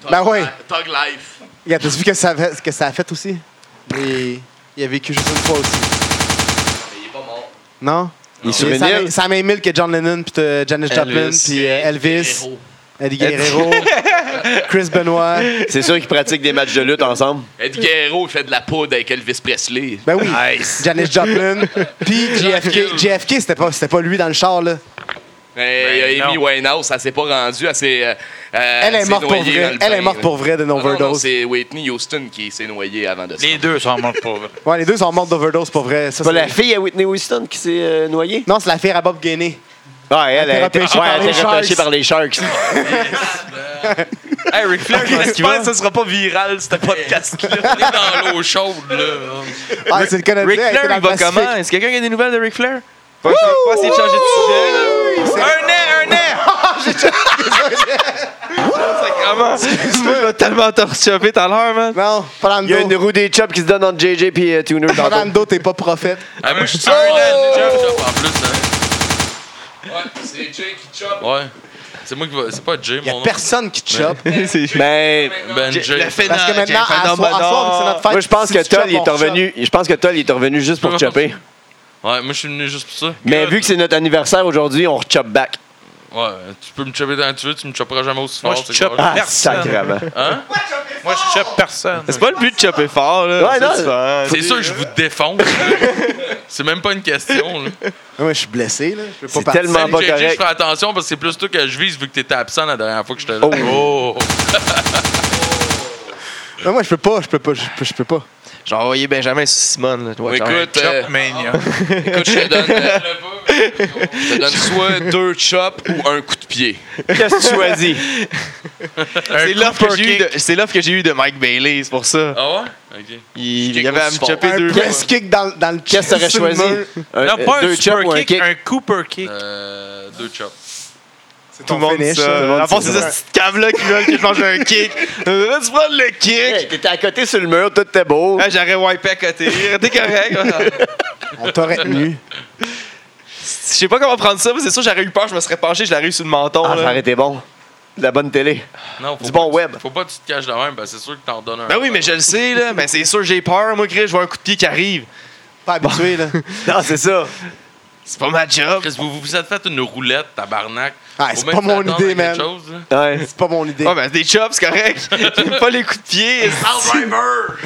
Speaker 1: Tug
Speaker 3: Ben ouais.
Speaker 1: Li- Tug Life.
Speaker 3: Regarde, t'as vu que ça, fait- ce que ça a fait aussi? Et il a vécu juste une fois aussi.
Speaker 1: Mais il est pas mort.
Speaker 3: Non?
Speaker 2: Il est sur une île.
Speaker 3: C'est la même île que John Lennon, puis t'as Janis Joplin, puis euh, Elvis,
Speaker 1: Héros.
Speaker 3: Eddie Guerrero, Chris Benoit.
Speaker 2: C'est sûr qu'ils pratiquent des matchs de lutte ensemble.
Speaker 1: Ed Guerrero, il fait de la poudre avec Elvis Presley.
Speaker 3: Ben oui,
Speaker 2: Nice.
Speaker 3: Janis Joplin, puis JFK. JFK, c'était pas, c'était pas lui dans le char, là.
Speaker 1: Eh,
Speaker 5: Ben,
Speaker 1: Amy
Speaker 5: non.
Speaker 1: Winehouse, elle s'est pas rendue. Elle s'est. euh, euh,
Speaker 3: Elle est
Speaker 1: s'est
Speaker 3: morte pour
Speaker 1: noyée dans
Speaker 3: vrai.
Speaker 1: le
Speaker 3: Elle est
Speaker 1: bain,
Speaker 3: morte
Speaker 1: là.
Speaker 3: pour vrai d'une
Speaker 1: Non, non, non,
Speaker 3: overdose.
Speaker 1: c'est Whitney Houston qui s'est noyée avant de ça.
Speaker 5: Les deux sont morts pour vrai.
Speaker 3: Ouais, les deux sont morts d'overdose pour vrai.
Speaker 2: C'est
Speaker 3: Ça,
Speaker 2: pas
Speaker 3: c'est-
Speaker 2: Bah, la fille à Whitney Houston qui s'est euh, noyée?
Speaker 3: Non, c'est l'affaire à Bob Gainey.
Speaker 2: Ouais, elle,
Speaker 3: Elle a été
Speaker 2: ouais,
Speaker 3: repêchée par
Speaker 2: elle a été
Speaker 3: les
Speaker 2: repêchée
Speaker 3: Sharks.
Speaker 2: par les Sharks.
Speaker 4: Hey, Ric Flair, qu'est-ce qu'il va?
Speaker 1: ça sera pas viral, c'était pas de
Speaker 6: On est dans l'eau chaude, là. hein.
Speaker 3: Ah, c'est le Canadien.
Speaker 4: Ric
Speaker 3: elle était
Speaker 4: Flair,
Speaker 3: dans
Speaker 4: il
Speaker 3: le
Speaker 4: va
Speaker 3: Pacifique.
Speaker 4: comment? Est-ce que quelqu'un a des nouvelles de Ric Flair? Pas essayer- pas essayer de changer de sujet, là. Un an, un an! Sacrément. Je vais tellement torchoper tout à l'heure, man.
Speaker 3: Non,
Speaker 2: Il y a une
Speaker 3: Fernando.
Speaker 2: roue des chops qui se donne entre JJ puis euh, Tuner tantôt.
Speaker 3: Fernando, t'es pas prophète.
Speaker 6: Ah, moi, je suis sûr, là, déjà, je chope en plus.
Speaker 1: Ouais, c'est Jay qui chope.
Speaker 6: hein. Ouais. C'est moi qui va. C'est pas Jay,
Speaker 3: Il y
Speaker 6: mon
Speaker 3: a
Speaker 6: nom.
Speaker 3: personne qui te chope.
Speaker 2: Mais
Speaker 6: Ben Jay.
Speaker 3: Parce que maintenant, à soir, à soir, c'est notre fête.
Speaker 2: moi je pense
Speaker 3: Si
Speaker 2: que
Speaker 3: tu chopes,
Speaker 2: Toll il est
Speaker 3: on chope.
Speaker 2: revenu, je pense que Toll il est revenu juste pour chopper.
Speaker 6: Ouais, moi, je suis venu juste pour ça.
Speaker 2: Mais vu que c'est notre anniversaire aujourd'hui, on rechoppe back.
Speaker 6: Ouais, tu peux me chopper tant que tu veux, tu me chopperas jamais aussi fort.
Speaker 5: Moi, je
Speaker 6: c'est
Speaker 5: chope.
Speaker 6: clair.
Speaker 2: Ah,
Speaker 5: Personne.
Speaker 2: sacrément.
Speaker 6: Hein?
Speaker 5: Moi, je chope personne.
Speaker 4: C'est pas le but de choper fort, là.
Speaker 2: Ouais,
Speaker 4: C'est
Speaker 2: non.
Speaker 4: différent.
Speaker 6: C'est sûr que je vous défonce. là. c'est même pas une question, là.
Speaker 3: Ouais, je suis blessé, là. Je peux
Speaker 2: C'est
Speaker 3: pas partir.
Speaker 2: tellement
Speaker 6: Salut,
Speaker 2: pas
Speaker 6: JJ, je
Speaker 2: correct.
Speaker 6: fais attention parce que c'est plus toi que je vise vu que t'étais absent la dernière fois que j'étais là.
Speaker 2: Oh.
Speaker 6: Oh.
Speaker 3: Non, Moi, je peux pas, je peux pas, je peux- je peux pas.
Speaker 4: J'ai envoyé Benjamin sur Simone. là. Tu vois, genre,
Speaker 1: Écoute, euh,
Speaker 5: Chope mania.
Speaker 1: écoute, je te donne. euh, je te donne soit deux chops ou un coup de pied.
Speaker 2: Qu'est-ce que tu choisis?
Speaker 4: C'est
Speaker 5: Un
Speaker 4: l'offre que
Speaker 5: Cooper
Speaker 4: j'ai eu
Speaker 5: Kick.
Speaker 4: de- c'est l'offre que j'ai eu de Mike Bailey, c'est pour ça.
Speaker 6: Ah ouais? Ok.
Speaker 4: Il,
Speaker 1: Kick
Speaker 4: il avait à
Speaker 1: aussi
Speaker 4: me
Speaker 1: fort.
Speaker 4: choper
Speaker 3: Un
Speaker 4: deux fois.
Speaker 3: press kick dans, dans le
Speaker 2: Qu'est-ce que t'aurais
Speaker 3: sur le
Speaker 2: choisi?
Speaker 3: mur.
Speaker 2: Un- euh,
Speaker 5: Non, pas
Speaker 2: deux
Speaker 5: un
Speaker 2: chops
Speaker 5: super
Speaker 2: ou
Speaker 5: kick, un Cooper kick.
Speaker 6: Euh, deux chops.
Speaker 4: Tout le
Speaker 3: ton
Speaker 4: monde
Speaker 3: finish, là. Tout le
Speaker 4: ça.
Speaker 3: monde
Speaker 4: En fond,
Speaker 3: dit
Speaker 4: c'est
Speaker 3: ça.
Speaker 4: cette petite cave-là qui veulent que je mange un kick. Euh, tu prends le
Speaker 2: Hey,
Speaker 4: kick.
Speaker 2: T'étais à côté sur le mur, tout était beau.
Speaker 4: Ah, J'aurais wipé à côté. T'es correct.
Speaker 3: On t'aurait tenu.
Speaker 4: Je sais pas comment prendre ça, mais c'est sûr, j'aurais eu peur, je me serais penché, je l'aurais eu sur le menton.
Speaker 2: Ah,
Speaker 4: là.
Speaker 2: ça aurait été bon. De la bonne télé.
Speaker 6: Non, faut
Speaker 2: Du
Speaker 6: pas
Speaker 2: bon
Speaker 6: que tu-
Speaker 2: web.
Speaker 6: Faut pas que tu te caches de même, ben c'est sûr que t'en donnes un.
Speaker 4: Ben oui, mais je le sais, là. Ben c'est sûr, j'ai peur, moi, Chris. Je vois un coup de pied qui arrive.
Speaker 3: Pas habitué, là.
Speaker 2: Non, c'est ça.
Speaker 4: C'est pas ma job.
Speaker 6: Chris, vous vous vous êtes fait une roulette, tabarnak.
Speaker 3: Ah,
Speaker 6: Faut
Speaker 3: c'est
Speaker 6: bien
Speaker 3: pas
Speaker 6: que tu
Speaker 3: mon
Speaker 6: t'attendes
Speaker 3: idée,
Speaker 6: à quelque
Speaker 3: man.
Speaker 6: chose, là.
Speaker 2: Ouais.
Speaker 3: C'est pas mon idée.
Speaker 4: Ah, ben des chops, c'est correct. J'aime pas les coups de pied.
Speaker 6: Alzheimer!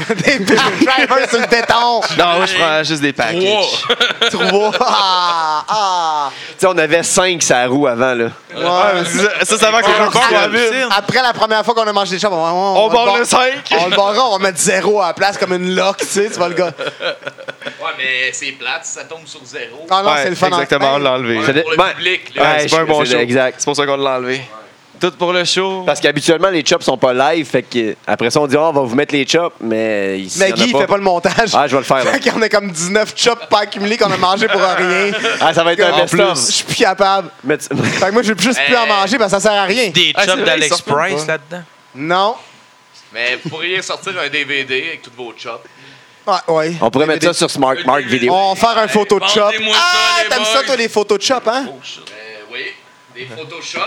Speaker 3: Des driver sur le béton.
Speaker 4: Non, moi, je prends juste des packages.
Speaker 6: Trois.
Speaker 3: Trois. Ah, ah.
Speaker 2: Tu sais, on avait 5 sa roue avant, là.
Speaker 3: Ouais.
Speaker 4: Ça, ça, ça va que
Speaker 5: Ah,
Speaker 4: je
Speaker 5: c'est
Speaker 4: pars
Speaker 5: la
Speaker 4: en ville.
Speaker 5: piscine.
Speaker 3: Après la première fois qu'on a mangé des chambres, on, on,
Speaker 4: On
Speaker 3: va le
Speaker 4: barre
Speaker 3: bar-
Speaker 4: le 5.
Speaker 3: On le barra, on va mettre zéro à la place comme une loque, tu sais, tu vois le gars.
Speaker 1: Ouais, mais c'est plate, ça tombe sur zéro.
Speaker 3: Ah non, c'est le fun. en-
Speaker 4: Exactement, on
Speaker 3: Hey,
Speaker 4: l'a enlevé.
Speaker 1: Ouais,
Speaker 2: c'est-
Speaker 1: pour le
Speaker 2: ben,
Speaker 1: public, là.
Speaker 4: Ouais, c'est
Speaker 2: je-
Speaker 4: pas un bon
Speaker 2: c'est-
Speaker 4: show.
Speaker 2: Exact.
Speaker 4: C'est pour ça qu'on l'a enlevé. Tout pour le show.
Speaker 2: Parce qu'habituellement, les chops sont pas live. Fait que après ça, on dit, Ah, on va vous mettre les chops. Mais ici,
Speaker 3: Mais
Speaker 2: y en a
Speaker 3: Guy, il fait pas le montage.
Speaker 2: Ah, je vais le faire. là.
Speaker 3: Fait qu'on a comme 19 chops pas accumulés qu'on a mangé pour rien.
Speaker 2: Ah, ça va être un
Speaker 3: En
Speaker 2: best-of.
Speaker 3: plus, je suis plus capable.
Speaker 2: Mais tu-
Speaker 3: Fait que moi, je veux juste plus en manger parce que ça sert à rien.
Speaker 5: Des
Speaker 4: Ah, c'est
Speaker 5: chops
Speaker 4: vrai, ils
Speaker 5: d'Alex
Speaker 4: sortent même
Speaker 5: Price
Speaker 4: pas.
Speaker 5: là-dedans.
Speaker 3: Non.
Speaker 1: Mais vous pourriez sortir un DVD avec tous vos chops.
Speaker 3: Ouais, Ah, ouais.
Speaker 2: On pourrait mettre ça sur Smart Mark Video.
Speaker 3: On va faire un photo de chop.
Speaker 6: Vendez-moi ça,
Speaker 3: Ah,
Speaker 6: les
Speaker 3: t'aimes ça,
Speaker 6: boys.
Speaker 3: toi, les photos de chop, hein?
Speaker 6: Oh, shit.
Speaker 1: Euh, oui, des Photoshop.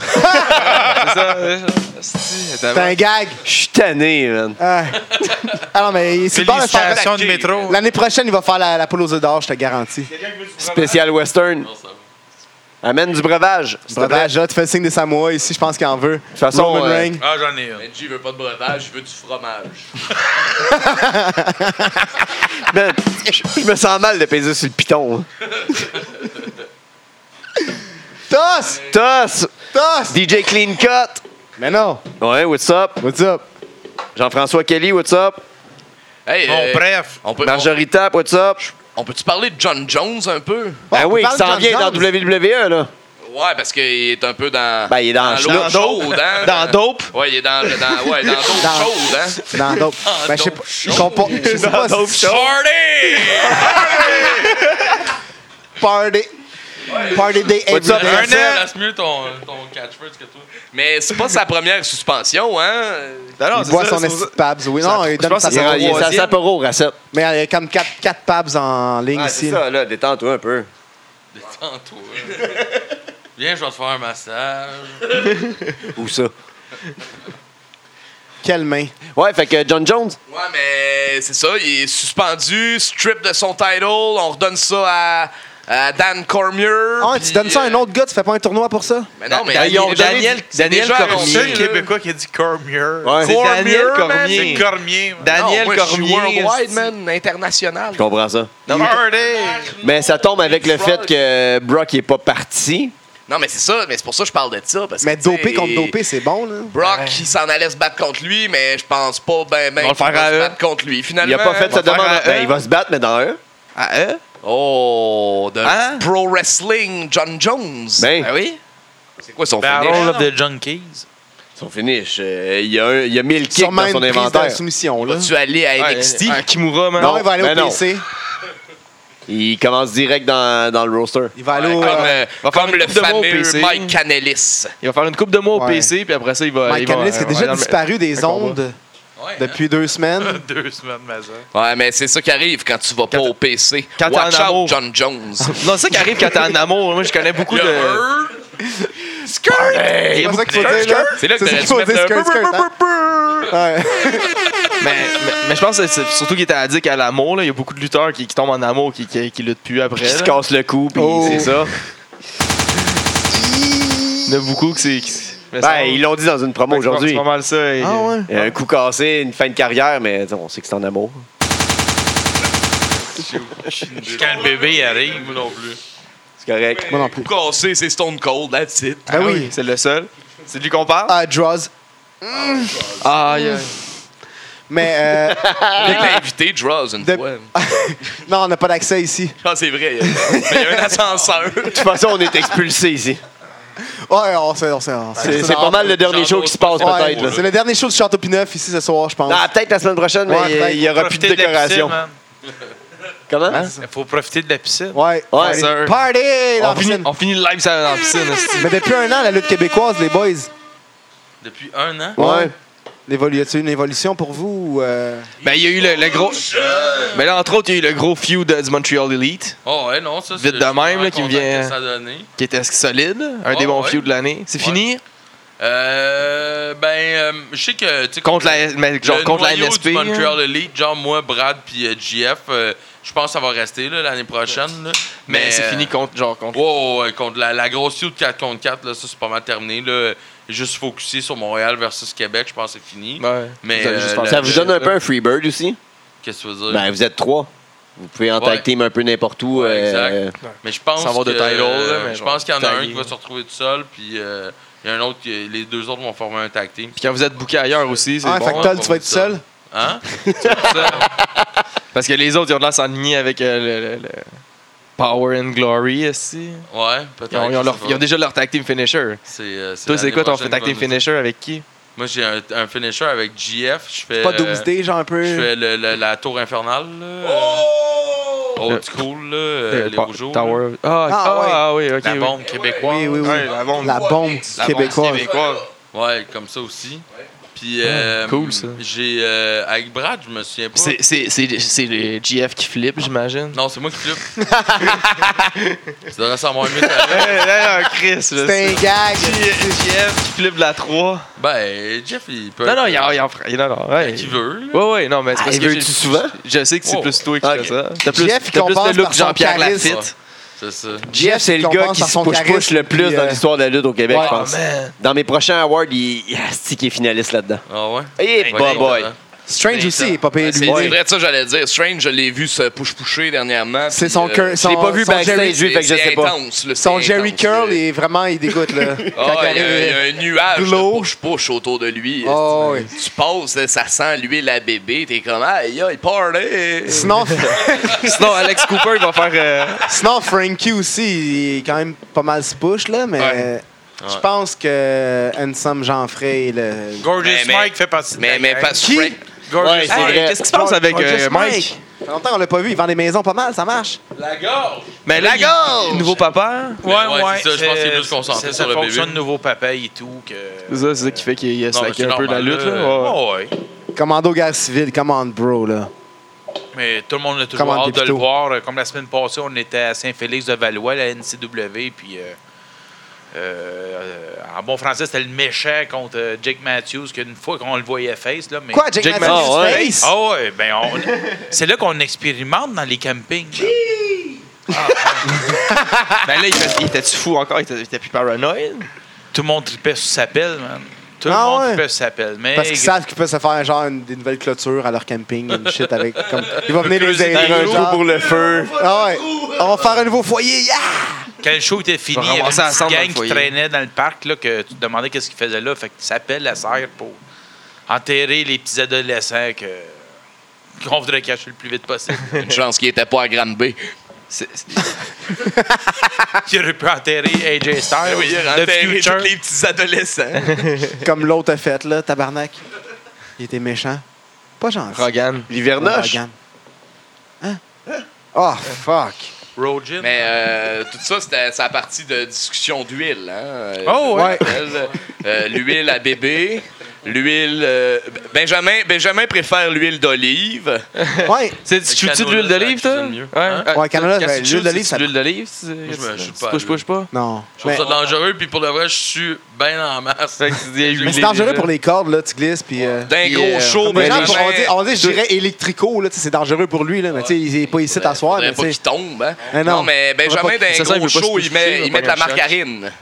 Speaker 4: C'est ça, euh, c'est- attends,
Speaker 3: C'est un gag.
Speaker 2: Je suis tanné, man.
Speaker 3: Ah, Ah non, mais c'est bon, le faire.
Speaker 5: Félicitations de métro.
Speaker 3: L'année prochaine, il va faire la, la poule aux œufs d'or, je te garantis.
Speaker 2: Spécial Western.
Speaker 6: Non, ça va.
Speaker 2: Amène du breuvage. s'il te plaît.
Speaker 3: Breuvage, là, tu fais le signe des Samoa ici, je pense qu'il en veut. De toute
Speaker 2: façon,
Speaker 3: Roman
Speaker 2: euh,
Speaker 3: Reigns.
Speaker 5: Ah, j'en ai un.
Speaker 1: Benji veut pas de breuvage, il veut du fromage.
Speaker 2: Man, je je me sens mal de peser sur le piton. hein.
Speaker 3: Toss!
Speaker 2: Toss!
Speaker 3: Toss!
Speaker 2: DJ Clean Cut!
Speaker 3: Mais non!
Speaker 2: Ouais, what's up?
Speaker 3: What's up?
Speaker 2: Jean-François Kelly, what's up?
Speaker 1: Hey, euh,
Speaker 5: Bon, bref.
Speaker 1: on peut, on,
Speaker 2: Marjorie Tap, what's up?
Speaker 1: on peut-tu parler de John Jones un peu?
Speaker 2: Ben
Speaker 3: on
Speaker 2: oui,
Speaker 3: Oh, parle
Speaker 2: qui s'en
Speaker 3: de
Speaker 2: vient
Speaker 3: John
Speaker 2: dans WWE, là.
Speaker 1: Ouais, parce qu'il est un peu dans.
Speaker 2: Ben, il est dans,
Speaker 1: l'eau
Speaker 4: dans
Speaker 1: chaude, hein?
Speaker 4: Dans Dope.
Speaker 1: Ouais, il est dans, dans, ouais, dans l'eau
Speaker 3: Dans-
Speaker 1: chaude, hein?
Speaker 3: Dans d'autres.
Speaker 1: Ah,
Speaker 3: Ben, je sais
Speaker 1: dope
Speaker 3: pas.
Speaker 1: show.
Speaker 3: Je comprends- je sais pas si c'est
Speaker 1: Party!
Speaker 3: party. Party day every
Speaker 2: What's up,
Speaker 3: day.
Speaker 6: Un
Speaker 2: Marcel?
Speaker 6: an, laisse mieux ton, ton catchphrase que toi.
Speaker 1: Mais c'est pas sa première suspension, hein?
Speaker 4: Non, non,
Speaker 3: Il
Speaker 4: c'est
Speaker 3: boit
Speaker 4: ça,
Speaker 3: son
Speaker 4: c'est
Speaker 3: esti
Speaker 4: ça.
Speaker 3: de Pabs. Oui,
Speaker 4: Ça-
Speaker 3: non, il
Speaker 4: je
Speaker 3: donne
Speaker 4: pense
Speaker 3: sa
Speaker 4: que c'est
Speaker 2: Il est à
Speaker 4: troisième.
Speaker 2: Sapporo, Racette.
Speaker 3: Mais il y a comme 4 quatre Pabs en ligne
Speaker 2: Ah,
Speaker 3: ici.
Speaker 2: c'est
Speaker 3: là.
Speaker 2: ça, là, détends-toi un peu.
Speaker 6: Détends-toi. Viens, je vais te faire un massage.
Speaker 2: Où ça?
Speaker 3: Quelle main.
Speaker 2: Ouais, fait que John Jones,
Speaker 1: Ouais, mais c'est ça, il est suspendu, strip de son title, on redonne ça à, à Dan Cormier.
Speaker 3: Ah,
Speaker 1: puis, euh,
Speaker 3: tu donnes ça à un autre gars, tu fais pas un tournoi pour ça?
Speaker 1: Mais non, mais
Speaker 4: Daniel-
Speaker 1: il est déjà-
Speaker 4: Daniel-
Speaker 1: c'est
Speaker 4: Daniel
Speaker 1: déjà
Speaker 4: Cormier.
Speaker 1: annoncé,
Speaker 5: C'est
Speaker 1: là.
Speaker 5: le Québécois qui a dit Cormier.
Speaker 2: Ouais.
Speaker 4: C'est Daniel
Speaker 1: Cormier, man,
Speaker 4: Cormier.
Speaker 5: C'est Cormier. man.
Speaker 4: Daniel
Speaker 1: Non, Ah, moi, je suis
Speaker 4: Cormier.
Speaker 1: worldwide, man, international.
Speaker 2: je comprends ça.
Speaker 4: Non, mais-
Speaker 2: Mais ça tombe avec le fait
Speaker 1: Brock.
Speaker 2: que Brock est pas parti.
Speaker 1: Non, mais c'est ça, mais c'est pour ça que je parle de ça. Parce
Speaker 3: Mais
Speaker 1: que, tu sais,
Speaker 3: dopé contre dopé, c'est bon, là.
Speaker 1: Brock, il s'en allait se battre contre lui, mais je pense pas ben ben
Speaker 4: On va le
Speaker 1: qu'il
Speaker 4: faire
Speaker 1: va
Speaker 4: à
Speaker 1: se
Speaker 4: eux.
Speaker 1: battre contre lui. Finalement,
Speaker 2: Il a pas fait sa
Speaker 4: faire
Speaker 2: demande.
Speaker 4: un-
Speaker 2: Ben, il va se battre, mais dans un.
Speaker 4: Ah, hein?
Speaker 1: Oh, de
Speaker 4: Hein?
Speaker 1: pro wrestling John Jones.
Speaker 2: Ben.
Speaker 1: oui. C'est quoi son
Speaker 5: Battle
Speaker 1: finish?
Speaker 5: Ben, of the Junkies.
Speaker 2: Son finish. euh, il, y a un- il y a 1000 kicks
Speaker 3: Sûrement
Speaker 2: dans son
Speaker 3: une prise de
Speaker 2: inventaire.
Speaker 3: soumission, là.
Speaker 1: Tu allais à NXT.
Speaker 4: Un Kimura, man.
Speaker 3: Non, il va aller
Speaker 2: ben
Speaker 3: au
Speaker 2: non.
Speaker 3: PC.
Speaker 2: Il commence direct dans, dans le roster.
Speaker 3: Il va aller
Speaker 1: Comme,
Speaker 3: au. euh,
Speaker 1: euh,
Speaker 4: va faire
Speaker 1: comme
Speaker 4: une
Speaker 1: le
Speaker 4: coupe de mots au
Speaker 1: fameux
Speaker 4: PC.
Speaker 1: Mike Canelis.
Speaker 4: Il va faire une coupe de mois au
Speaker 3: Ouais.
Speaker 4: PC, puis après ça, il va.
Speaker 3: Mike
Speaker 4: il va-
Speaker 3: Canellis qui a
Speaker 4: euh,
Speaker 3: déjà
Speaker 4: ouais, dans le-
Speaker 3: disparu des
Speaker 4: un combat.
Speaker 3: ondes
Speaker 6: Ouais, hein?
Speaker 3: depuis deux semaines.
Speaker 5: Deux semaines, ma soeur.
Speaker 1: Ouais, mais c'est ça qui arrive quand tu vas pas
Speaker 4: Quand-
Speaker 1: au PC.
Speaker 4: quand t'es
Speaker 1: Watch
Speaker 4: en
Speaker 1: out,
Speaker 4: amour.
Speaker 1: John Jones.
Speaker 4: Non, c'est ça qui arrive quand t'es en amour. Moi, je connais beaucoup
Speaker 1: Le
Speaker 4: de.
Speaker 1: Hurt,
Speaker 3: C'est
Speaker 4: beaucoup
Speaker 3: pas ça qu'il
Speaker 4: de-
Speaker 3: faut dire, là.
Speaker 1: C'est là que
Speaker 3: C'est
Speaker 1: t'aurais dû
Speaker 3: ça qu'il faut
Speaker 1: mettre
Speaker 3: dire,
Speaker 1: un
Speaker 3: skirt, skirt, hein. Ouais.
Speaker 4: Mais, mais, mais je pense que c'est surtout qu'il était addict à l'amour. là. Il y a beaucoup de lutteurs qui, qui tombent en amour, qui, qui, qui luttent plus après.
Speaker 2: Il se
Speaker 4: là.
Speaker 2: casse le cou, puis
Speaker 3: Oh.
Speaker 2: c'est ça.
Speaker 4: Il y en a beaucoup que c'est. qui- mais ça-
Speaker 2: Ben, ils l'ont dit dans une promo
Speaker 4: c'est pas-
Speaker 2: aujourd'hui.
Speaker 4: C'est pas mal ça. et-
Speaker 3: Ah ouais?
Speaker 2: Il y a Un coup cassé, une fin de carrière, mais tu sais, on sait que c'est en amour.
Speaker 5: Quand le bébé arrive.
Speaker 6: Moi non plus.
Speaker 2: C'est correct.
Speaker 3: Moi non plus.
Speaker 1: cassé, c'est Stone Cold, that's it.
Speaker 3: Ben oui.
Speaker 4: Ah C'est le seul. C'est de lui qu'on parle.
Speaker 3: Ah, Draws.
Speaker 4: Aïe, aïe.
Speaker 3: Mais euh,
Speaker 1: Il l'a invité, Draws, une
Speaker 3: De-
Speaker 1: fois.
Speaker 3: non, on n'a pas d'accès ici.
Speaker 1: Ah, c'est vrai. il y a- Mais il y a un ascenseur.
Speaker 2: De toute façon, on est expulsé ici.
Speaker 3: Ouais, on sait, on sait. on sait.
Speaker 2: C'est c'est pas mal le dernier show qui se passe,
Speaker 3: Ouais,
Speaker 2: peut-être. là.
Speaker 3: C'est le dernier show du Château Pinneuf ici ce soir, je pense.
Speaker 2: Ah, peut-être la semaine prochaine, mais
Speaker 3: Ouais,
Speaker 2: il y aura plus
Speaker 5: Profitez hein?
Speaker 2: de Hein?
Speaker 5: la piscine,
Speaker 2: décoration.
Speaker 5: man.
Speaker 2: Comment?
Speaker 5: Il faut profiter de la piscine.
Speaker 3: Ouais. Party!
Speaker 4: sir.
Speaker 3: Party! dans
Speaker 4: On
Speaker 3: la
Speaker 4: finit,
Speaker 3: piscine.
Speaker 4: on finit le live ça, dans la piscine. esti.
Speaker 3: Mais depuis un an, la lutte québécoise, les boys.
Speaker 6: Depuis un an.
Speaker 3: Ouais. L'évolu- Y a-t-il une évolution pour vous? ou, euh,
Speaker 4: Ben, il y a eu le, le
Speaker 6: Oh,
Speaker 4: gros. Mais là, entre autres, il y a eu le gros feud euh, du Montreal Elite,
Speaker 6: Oh, ouais, non, ça,
Speaker 4: Vite de même, là, qui me vient-
Speaker 6: Ça donné.
Speaker 4: qui était solide, un
Speaker 6: Oh,
Speaker 4: des bons
Speaker 6: ouais.
Speaker 4: feuds de l'année. C'est
Speaker 6: Ouais.
Speaker 4: fini?
Speaker 6: Euh, ben, euh, je sais que. tu sais,
Speaker 4: Contre la, mais genre,
Speaker 6: le
Speaker 4: contre la
Speaker 6: noyau
Speaker 4: NSP.
Speaker 6: Du
Speaker 4: hein.
Speaker 6: Montreal Elite, genre moi, Brad puis euh, GF, euh, je pense que ça va rester là, l'année prochaine. là.
Speaker 4: Mais, Ben, c'est
Speaker 6: euh,
Speaker 4: fini contre. Genre, contre...
Speaker 6: Ouais, ouais, ouais, contre la, la grosse suite 4 contre 4, là, ça c'est pas mal terminé. Là. Juste focusé sur Montréal versus Québec, je pense que c'est fini.
Speaker 4: Ouais.
Speaker 6: Mais
Speaker 4: Vous allez juste
Speaker 6: euh,
Speaker 4: faire
Speaker 6: le-
Speaker 4: ça.
Speaker 2: Ça vous donne un peu un Freebird aussi?
Speaker 6: Qu'est-ce que tu veux dire?
Speaker 2: Ben, vous êtes trois. Vous pouvez en
Speaker 6: Ouais.
Speaker 2: tag team un peu n'importe où.
Speaker 6: Ouais,
Speaker 2: euh,
Speaker 6: mais je pense
Speaker 4: Sans avoir
Speaker 6: que,
Speaker 4: de title, là, mais
Speaker 6: je
Speaker 4: genre,
Speaker 6: pense qu'il y en a un
Speaker 4: tagué.
Speaker 6: qui va se retrouver tout seul, puis euh, il y a un autre, qui- les deux autres vont former un tag team.
Speaker 4: Puis quand vous êtes booké ailleurs aussi, c'est
Speaker 3: Ah,
Speaker 4: bon.
Speaker 3: fait que Tol,
Speaker 6: hein,
Speaker 3: tu vas être
Speaker 6: pour ça.
Speaker 3: seul?
Speaker 6: Hein? C'est pour ça.
Speaker 4: Parce que les autres, ils ont de l'air s'enligner avec euh, le, le- le Power and Glory aussi. Ils
Speaker 6: Ouais,
Speaker 4: ont,
Speaker 6: peut-être.
Speaker 4: ils ont leur-
Speaker 6: je sais
Speaker 4: ils ont
Speaker 6: pas.
Speaker 4: déjà leur tag team finisher.
Speaker 6: C'est, euh, c'est
Speaker 4: Toi, c'est
Speaker 6: l'année
Speaker 4: quoi ton
Speaker 6: prochaine
Speaker 4: tag
Speaker 6: qu'ils
Speaker 4: team
Speaker 6: vont nous dire.
Speaker 4: finisher avec qui
Speaker 6: Moi, j'ai un, un finisher avec GF. Je fais.
Speaker 3: Pas
Speaker 6: euh,
Speaker 3: 12D, genre un
Speaker 6: Je
Speaker 3: peu.
Speaker 6: fais le- le- la tour infernale. Là.
Speaker 4: Oh!
Speaker 1: Oh!
Speaker 6: Old school, là, euh, les
Speaker 4: Pa-
Speaker 6: rougeaux. là.
Speaker 4: Tower. Ah,
Speaker 3: Ah,
Speaker 4: ah,
Speaker 3: ouais.
Speaker 4: ah oui, ok.
Speaker 6: La
Speaker 4: oui.
Speaker 6: bombe québécoise.
Speaker 3: Oui, oui, oui.
Speaker 4: Ouais, la bombe.
Speaker 3: La bombe
Speaker 4: La bombe
Speaker 3: québécoise.
Speaker 4: québécoise.
Speaker 6: Ouais, comme ça aussi. Puis, euh,
Speaker 4: Ah, cool, ça.
Speaker 6: J'ai. euh, avec Brad, je me souviens pas.
Speaker 4: C'est- C'est c'est- c'est le GF qui flippe, j'imagine.
Speaker 6: Non, c'est moi qui flippe. ça devrait s'en mieux. ça.
Speaker 4: Chris,
Speaker 3: C'était un gag.
Speaker 4: GF qui flippe de la 3.
Speaker 6: Ben, Jeff, il peut. euh,
Speaker 4: Non, non, il en- il en fera. Non, non, ouais.
Speaker 6: Qui veut, là.
Speaker 4: Ouais, ouais, non, mais c'est
Speaker 2: Ah,
Speaker 4: parce
Speaker 2: il
Speaker 4: que.
Speaker 2: veut-tu
Speaker 4: j'ai-
Speaker 2: souvent?
Speaker 4: Je sais que c'est
Speaker 6: Oh.
Speaker 4: plus toi qui
Speaker 2: Ok.
Speaker 4: fais ça. T'as plus,
Speaker 3: GF, il
Speaker 4: t'as plus
Speaker 3: compense
Speaker 4: le look
Speaker 3: par son
Speaker 4: Jean-Pierre
Speaker 3: charisme.
Speaker 4: Lafitte.
Speaker 6: C'est ça.
Speaker 2: Jeff, c'est le
Speaker 3: qu'on
Speaker 2: gars
Speaker 3: pense
Speaker 2: qui
Speaker 3: par
Speaker 2: se
Speaker 3: son
Speaker 2: push,
Speaker 3: charisme,
Speaker 2: push le plus
Speaker 3: puis,
Speaker 2: dans
Speaker 3: euh,
Speaker 2: l'histoire de la lutte au Québec,
Speaker 3: ouais.
Speaker 2: je pense.
Speaker 4: Oh, man.
Speaker 2: Dans mes prochains awards, il, il asti qui est finaliste là-dedans.
Speaker 6: Ah ouais?
Speaker 2: Il est pas boy.
Speaker 3: Strange
Speaker 6: C'est
Speaker 3: aussi,
Speaker 6: ça.
Speaker 3: il est pas payé
Speaker 1: Ben, C'est
Speaker 3: lui.
Speaker 1: c'est vrai de ça, j'allais dire. Strange, je l'ai vu se push-pusher dernièrement.
Speaker 3: C'est
Speaker 1: puis,
Speaker 3: son
Speaker 1: euh,
Speaker 3: cœur.
Speaker 2: Je l'ai pas vu
Speaker 3: son
Speaker 2: backstage,
Speaker 3: Jerry,
Speaker 2: lui, fait que je sais pas.
Speaker 1: intense, là,
Speaker 3: son
Speaker 1: c'est
Speaker 3: Jerry
Speaker 1: intense,
Speaker 3: Curl
Speaker 1: là.
Speaker 3: est vraiment, il dégoûte, là.
Speaker 1: Ah,
Speaker 3: Quand
Speaker 1: il,
Speaker 3: il
Speaker 1: y a, il y a
Speaker 3: arrive.
Speaker 1: un nuage
Speaker 3: de l'eau.
Speaker 1: de push-push autour de lui.
Speaker 3: Oh,
Speaker 1: tu, tu passes, ça sent l'huile à bébé. T'es comme, aïe, aïe, party!
Speaker 3: Sinon,
Speaker 4: Sinon, Alex Cooper, il va faire. euh,
Speaker 3: sinon, Frankie aussi, il est quand même pas mal se push, là, mais
Speaker 4: Ouais.
Speaker 3: je pense que Ensemble Jean-Frey est le.
Speaker 5: Gorgeous
Speaker 1: Mais- mais-
Speaker 5: Mike fait partie de
Speaker 1: Mais,
Speaker 5: la
Speaker 1: mais
Speaker 5: gang.
Speaker 1: parce
Speaker 3: Qui?
Speaker 1: Frank-
Speaker 5: Gorgeous
Speaker 2: Ouais, c'est
Speaker 5: Mike.
Speaker 2: vrai.
Speaker 4: Qu'est-ce qui se passe avec
Speaker 3: Gorgeous
Speaker 4: euh, Mike?
Speaker 3: Ça fait longtemps qu'on l'a pas vu, il vend des maisons pas mal, ça marche.
Speaker 6: La gorge!
Speaker 4: Mais là,
Speaker 1: La gorge!
Speaker 4: il- nouveau papa.
Speaker 6: Ouais, ouais, c'est ça, je pense qu'il est plus concentré
Speaker 5: c'est
Speaker 6: sur le
Speaker 5: sa
Speaker 6: bébé.
Speaker 5: fonction de nouveau papa et tout. Que...
Speaker 4: C'est ça, c'est ça qui fait qu'il a
Speaker 6: Non, mais
Speaker 4: slacké
Speaker 6: c'est
Speaker 4: un peu la
Speaker 6: normal,
Speaker 4: lutte.
Speaker 6: là.
Speaker 4: Là. Ouais.
Speaker 5: Oh, ouais.
Speaker 3: Commando guerre civile, commande bro, là.
Speaker 5: Mais tout le monde a toujours
Speaker 3: Commande
Speaker 5: hâte de le
Speaker 3: Dépito.
Speaker 5: voir. Euh, Comme la semaine passée, on était à Saint-Félix-de-Valois, la NCW, puis... euh, euh, en bon français, c'était le méchant contre euh, Jake Matthews, qu'une fois qu'on le voyait face, là, mais...
Speaker 3: Quoi, Jake,
Speaker 4: Jake
Speaker 3: Matthews
Speaker 2: Matthews, ouais.
Speaker 3: Face?
Speaker 5: Ah ouais, ben on... c'est là qu'on expérimente dans les campings.
Speaker 4: Ben là, il, fait- il était-tu fou encore? Il était, il était plus paranoïde?
Speaker 5: Tout le monde tripait sur sa pelle, man. Tout le
Speaker 3: Ah
Speaker 5: monde
Speaker 3: ouais.
Speaker 5: tripait sur sa pelle. Mais
Speaker 3: Parce qu'ils savent qu'ils peuvent se faire genre une, des nouvelles clôtures à leur camping, une shit avec. Comme, ils vont venir les
Speaker 5: creuser
Speaker 3: aider.
Speaker 5: dans le
Speaker 3: Un
Speaker 5: trou
Speaker 3: genre.
Speaker 2: le feu.
Speaker 3: Ah ouais. On va faire un nouveau foyer, yeah!
Speaker 5: quand le show était fini,
Speaker 4: On
Speaker 5: il y avait une
Speaker 4: ramassait la cendre dans
Speaker 5: petite
Speaker 4: le
Speaker 5: gang qui
Speaker 4: foyer.
Speaker 5: traînait dans le parc, là, que tu te demandais qu'est-ce qu'ils faisaient là. Fait que tu s'appelles la serre pour enterrer les petits adolescents que qu'on voudrait cacher le plus vite possible.
Speaker 1: Une chance qu'il était pas à Granby.
Speaker 4: C'est- c'est-
Speaker 5: Qui aurait pu enterrer AJ Styles,
Speaker 4: Ah
Speaker 1: il a
Speaker 5: The
Speaker 1: enterré
Speaker 5: Future.
Speaker 1: tous les petits adolescents.
Speaker 3: Comme l'autre a fait, là, tabarnak. Il était méchant. Pas gentil.
Speaker 4: Rogan.
Speaker 2: L'hivernoche.
Speaker 3: Rogan. Hein? Oh, fuck.
Speaker 5: Rojin.
Speaker 1: Mais euh, tout ça, c'était sa partie de discussion d'huile. Hein? euh,
Speaker 5: Oh,
Speaker 1: je
Speaker 3: ouais.
Speaker 1: rappelle. Euh, l'huile à bébé. L'huile. euh, Benjamin, Benjamin préfère l'huile d'olive.
Speaker 3: Ouais.
Speaker 4: C'est tu chutes-tu
Speaker 6: Le
Speaker 4: de
Speaker 6: canola,
Speaker 4: l'huile d'olive,
Speaker 6: ça
Speaker 4: toi?
Speaker 6: cuisine mieux. Hein?
Speaker 4: Ah,
Speaker 3: Ouais, canola,
Speaker 4: quand
Speaker 3: ben,
Speaker 4: tu
Speaker 3: l'huile
Speaker 4: chutes, c'est-tu
Speaker 3: d'olive, ça-
Speaker 4: de l'huile d'olive?
Speaker 6: Moi, je me chute pas à
Speaker 4: Push, push, pas.
Speaker 3: Non.
Speaker 6: Je trouve
Speaker 3: Mais,
Speaker 6: ça dangereux, puis pour de vrai, je suis bien en masse.
Speaker 3: mais c'est dangereux pour les cordes, là, tu glisses, puis. euh,
Speaker 1: D'un
Speaker 4: Puis,
Speaker 1: gros
Speaker 4: euh,
Speaker 1: show,
Speaker 3: mais genre,
Speaker 1: Benjamin.
Speaker 3: on dit, oh, on dit, je dirais électrico, là, tu sais, c'est dangereux pour lui, là, mais tu sais, il est pas ici à soir,
Speaker 1: Faudrait
Speaker 3: mais
Speaker 1: pas
Speaker 3: tu
Speaker 1: qu'il
Speaker 3: sais.
Speaker 1: tombe. hein.
Speaker 3: Mais non.
Speaker 1: non. mais Benjamin,
Speaker 3: Faudrait
Speaker 1: d'un
Speaker 4: C'est ça,
Speaker 1: gros
Speaker 4: il veut pas se
Speaker 1: show, il
Speaker 4: coucher,
Speaker 1: met, il
Speaker 4: il va
Speaker 1: met de la
Speaker 4: prendre un
Speaker 1: margarine.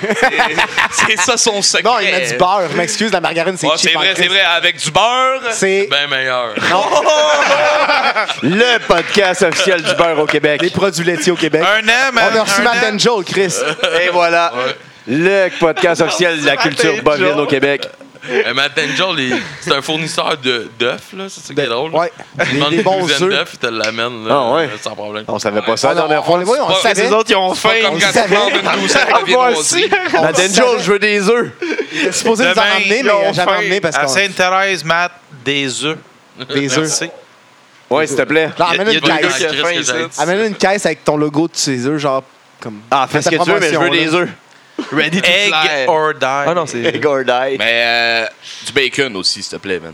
Speaker 1: c'est c'est ça son secret.
Speaker 3: Non, il met du beurre, je m'excuse, la margarine, c'est
Speaker 1: Ah,
Speaker 3: cheap
Speaker 1: c'est
Speaker 3: en
Speaker 1: vrai,
Speaker 3: Christ.
Speaker 1: c'est vrai. Avec du beurre.
Speaker 3: C'est
Speaker 6: Bien meilleur.
Speaker 2: Le podcast officiel du beurre au Québec.
Speaker 3: les produits laitiers au Québec.
Speaker 5: Un an, man.
Speaker 3: On a reçu
Speaker 5: un
Speaker 3: Matt
Speaker 5: an.
Speaker 3: Angel, Chris.
Speaker 2: Et voilà. Le podcast officiel de la culture bovine au Québec.
Speaker 6: Euh, Matt Angel, il- c'est un fournisseur de- d'œufs, là. C'est ça qui est drôle.
Speaker 3: Ben,
Speaker 6: là.
Speaker 3: Ouais.
Speaker 6: Il demande
Speaker 3: Des, des
Speaker 6: une
Speaker 3: bons
Speaker 6: douzaine
Speaker 3: œufs.
Speaker 6: d'œufs, il te l'amène, là.
Speaker 2: Ah ouais.
Speaker 6: euh, Sans problème.
Speaker 2: On savait pas ça
Speaker 3: On,
Speaker 2: la dernière
Speaker 3: on,
Speaker 2: fois.
Speaker 3: les voit, on le savait.
Speaker 4: les autres, ils ont faim.
Speaker 1: Comme
Speaker 3: on
Speaker 1: quand tu
Speaker 3: savait. Ah,
Speaker 1: demandes une douzaine de
Speaker 4: Moi
Speaker 1: viennoiserie.
Speaker 4: aussi.
Speaker 3: On le
Speaker 2: Madden
Speaker 3: savait.
Speaker 2: je veux des œufs.
Speaker 3: Il est supposé nous en
Speaker 5: Demain,
Speaker 3: emmener,
Speaker 5: ils
Speaker 3: mais il a
Speaker 5: ont
Speaker 3: jamais
Speaker 5: faim.
Speaker 3: emmené parce
Speaker 5: À
Speaker 3: qu'on.
Speaker 5: Sainte-Thérèse, Matt, des œufs.
Speaker 3: Des œufs.
Speaker 5: Merci.
Speaker 2: Ouais, s'il te plaît.
Speaker 3: Genre,
Speaker 4: Il y a-
Speaker 3: amène
Speaker 4: il y a
Speaker 3: une
Speaker 4: des gars
Speaker 3: caisse.
Speaker 4: qui a faim,
Speaker 6: Qu'est-ce que j'ai
Speaker 4: ici.
Speaker 3: Amène une caisse avec ton logo de ses œufs, genre comme.
Speaker 2: Ah, fais ce que tu veux, mais je veux des œufs.
Speaker 4: Ready to
Speaker 5: Egg
Speaker 4: fly.
Speaker 5: or die.
Speaker 4: Ah non, c'est.
Speaker 2: Egg or die.
Speaker 1: Mais euh, du bacon aussi, s'il te plaît, man.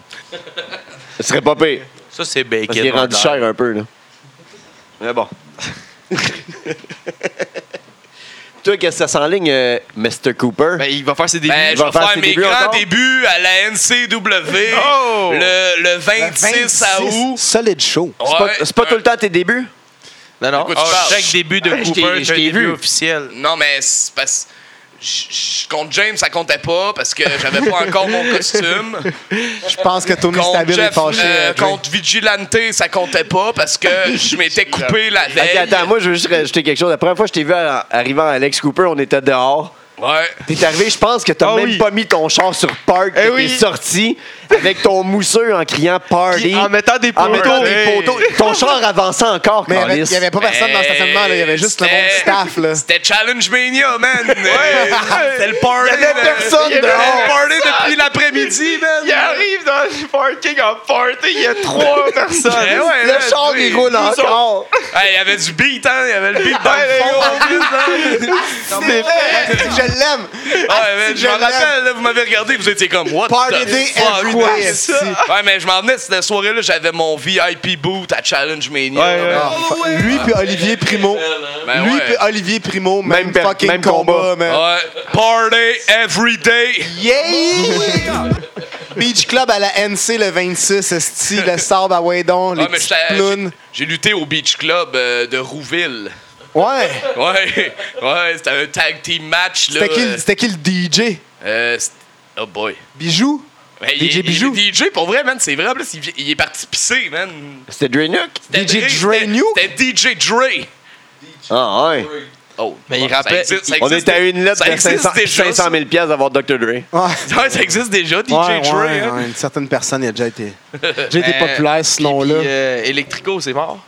Speaker 2: Ce serait pas pire.
Speaker 5: Ça, c'est
Speaker 2: Parce
Speaker 5: bacon.
Speaker 2: qu'il est rendu
Speaker 5: or die.
Speaker 2: cher un peu, là. Mais bon. Toi, qu'est-ce que ça s'enligne, euh, Mr. Cooper?
Speaker 4: Ben, il va faire ses débuts.
Speaker 1: Ben, je
Speaker 2: va
Speaker 1: vais
Speaker 2: faire
Speaker 1: faire
Speaker 2: ses
Speaker 1: mes
Speaker 2: débuts
Speaker 1: grands
Speaker 2: encore?
Speaker 1: débuts à la NCW
Speaker 4: Oh!
Speaker 1: le, le 26 août.
Speaker 3: Solide show.
Speaker 2: c'est pas,
Speaker 1: Ben, Ouais.
Speaker 2: c'est pas tout
Speaker 4: euh,
Speaker 2: le temps tes débuts?
Speaker 4: non, non.
Speaker 1: Écoute,
Speaker 5: Ah,
Speaker 1: tu parles.
Speaker 5: chaque début de
Speaker 4: Je t'ai-
Speaker 5: Cooper,
Speaker 4: je
Speaker 5: c'est un
Speaker 4: t'ai
Speaker 5: début
Speaker 4: vu.
Speaker 5: officiel.
Speaker 1: Non, mais c'est parce je je- contre James, ça comptait pas parce que j'avais pas encore mon costume.
Speaker 3: Je pense que Tony
Speaker 1: Contre,
Speaker 3: Stabile est
Speaker 1: Jeff-
Speaker 3: fâché.
Speaker 1: euh,
Speaker 3: euh, Jay.
Speaker 1: contre Vigilante, ça comptait pas parce que je m'étais coupé la
Speaker 4: ben,
Speaker 1: veille.
Speaker 2: Attends, attends, moi, je veux juste rajouter quelque chose. La première fois que je t'ai vu à- arrivant à Alex Cooper, on était dehors.
Speaker 1: Ouais.
Speaker 2: T'es arrivé, je pense que t'as
Speaker 4: Ah
Speaker 2: même
Speaker 4: oui. Eh
Speaker 2: pas mis ton char sur park. T'es
Speaker 4: oui.
Speaker 2: sorti avec ton mousseux en criant party.
Speaker 4: Puis en mettant des
Speaker 2: en
Speaker 4: poteaux.
Speaker 2: mettant des
Speaker 4: Hey.
Speaker 2: poteaux. Ton char avançait encore,
Speaker 3: Mais il y avait-
Speaker 2: câlisse.
Speaker 3: il n'y avait pas personne dans le stationnement, là. il y avait juste le monde du
Speaker 1: C'était-
Speaker 3: staff. Là.
Speaker 1: C'était Challenge Mania, man. Euh, C'était le party.
Speaker 2: Il y avait
Speaker 1: man.
Speaker 2: personne
Speaker 1: Il y avait
Speaker 2: dehors.
Speaker 1: le party depuis l'après-midi, man.
Speaker 4: Il arrive dans le parking en party, il y a trois personnes.
Speaker 1: Eh ouais,
Speaker 2: Le
Speaker 1: là,
Speaker 2: char,
Speaker 1: tu sais.
Speaker 2: il roule encore.
Speaker 1: Hey, il y avait du beat, hein. Il y avait le beat dans le fond. en plus, hein.
Speaker 3: Je l'aime.
Speaker 1: Ouais, mais je
Speaker 3: que
Speaker 1: me
Speaker 3: je l'aime.
Speaker 1: rappelle, là, vous m'avez regardé, vous étiez comme, what
Speaker 3: Party
Speaker 1: the
Speaker 3: day
Speaker 1: fuck,
Speaker 3: every
Speaker 1: quoi,
Speaker 3: day,
Speaker 1: c'est ça? Ouais, mais je m'en venais, cette soirée-là, j'avais mon VIP boot à Challenge Mania.
Speaker 4: Ouais, ouais.
Speaker 3: Ah, fa- lui puis Olivier Primo.
Speaker 1: Ben
Speaker 3: lui
Speaker 1: ouais.
Speaker 3: puis Olivier Primo, même,
Speaker 2: Même per-
Speaker 3: fucking
Speaker 2: même
Speaker 3: combat,
Speaker 2: combat.
Speaker 3: man.
Speaker 4: euh,
Speaker 1: Ouais. Party every day.
Speaker 3: Yeah! Beach Club à la NC le 26, esti, le sable à Waydon, les
Speaker 1: Ouais, mais
Speaker 3: petites
Speaker 1: j'étais-
Speaker 3: plounes.
Speaker 1: J'ai lutté au Beach Club euh, de Rouville.
Speaker 3: Ouais!
Speaker 1: Ouais, ouais, c'était un tag team match, là.
Speaker 3: C'était qui, le- c'était qui le DJ?
Speaker 1: Euh, c'est- oh boy.
Speaker 3: Bijou?
Speaker 1: Mais
Speaker 3: DJ
Speaker 1: il,
Speaker 3: Bijou.
Speaker 1: Il, DJ, pour vrai, man, c'est vrai, en plus, il, vi- il est parti pisser, man.
Speaker 2: C'était Drainuk?
Speaker 1: C'était
Speaker 3: DJ
Speaker 1: Dre,
Speaker 3: Dre
Speaker 1: c'était-
Speaker 3: Nuke?
Speaker 1: C'était DJ Dre.
Speaker 2: Ah, ouais.
Speaker 1: Oh,
Speaker 4: Mais il
Speaker 1: ça
Speaker 4: rappelle-
Speaker 1: existe- ça
Speaker 2: On
Speaker 1: existe-
Speaker 2: était à une lettre
Speaker 1: ça
Speaker 2: de
Speaker 1: existe
Speaker 2: 500,
Speaker 1: déjà,
Speaker 2: 500 000 piastres d'avoir Dr. Dre.
Speaker 3: Ouais.
Speaker 1: ça. Ouais, ça existe déjà, DJ
Speaker 3: Ouais,
Speaker 1: Dre.
Speaker 3: ouais,
Speaker 1: hein.
Speaker 3: ouais, Une certaine personne il a déjà été, j'ai été
Speaker 4: Ben,
Speaker 3: populaire ce
Speaker 4: Puis,
Speaker 3: nom-là.
Speaker 4: euh, Electrico, c'est mort.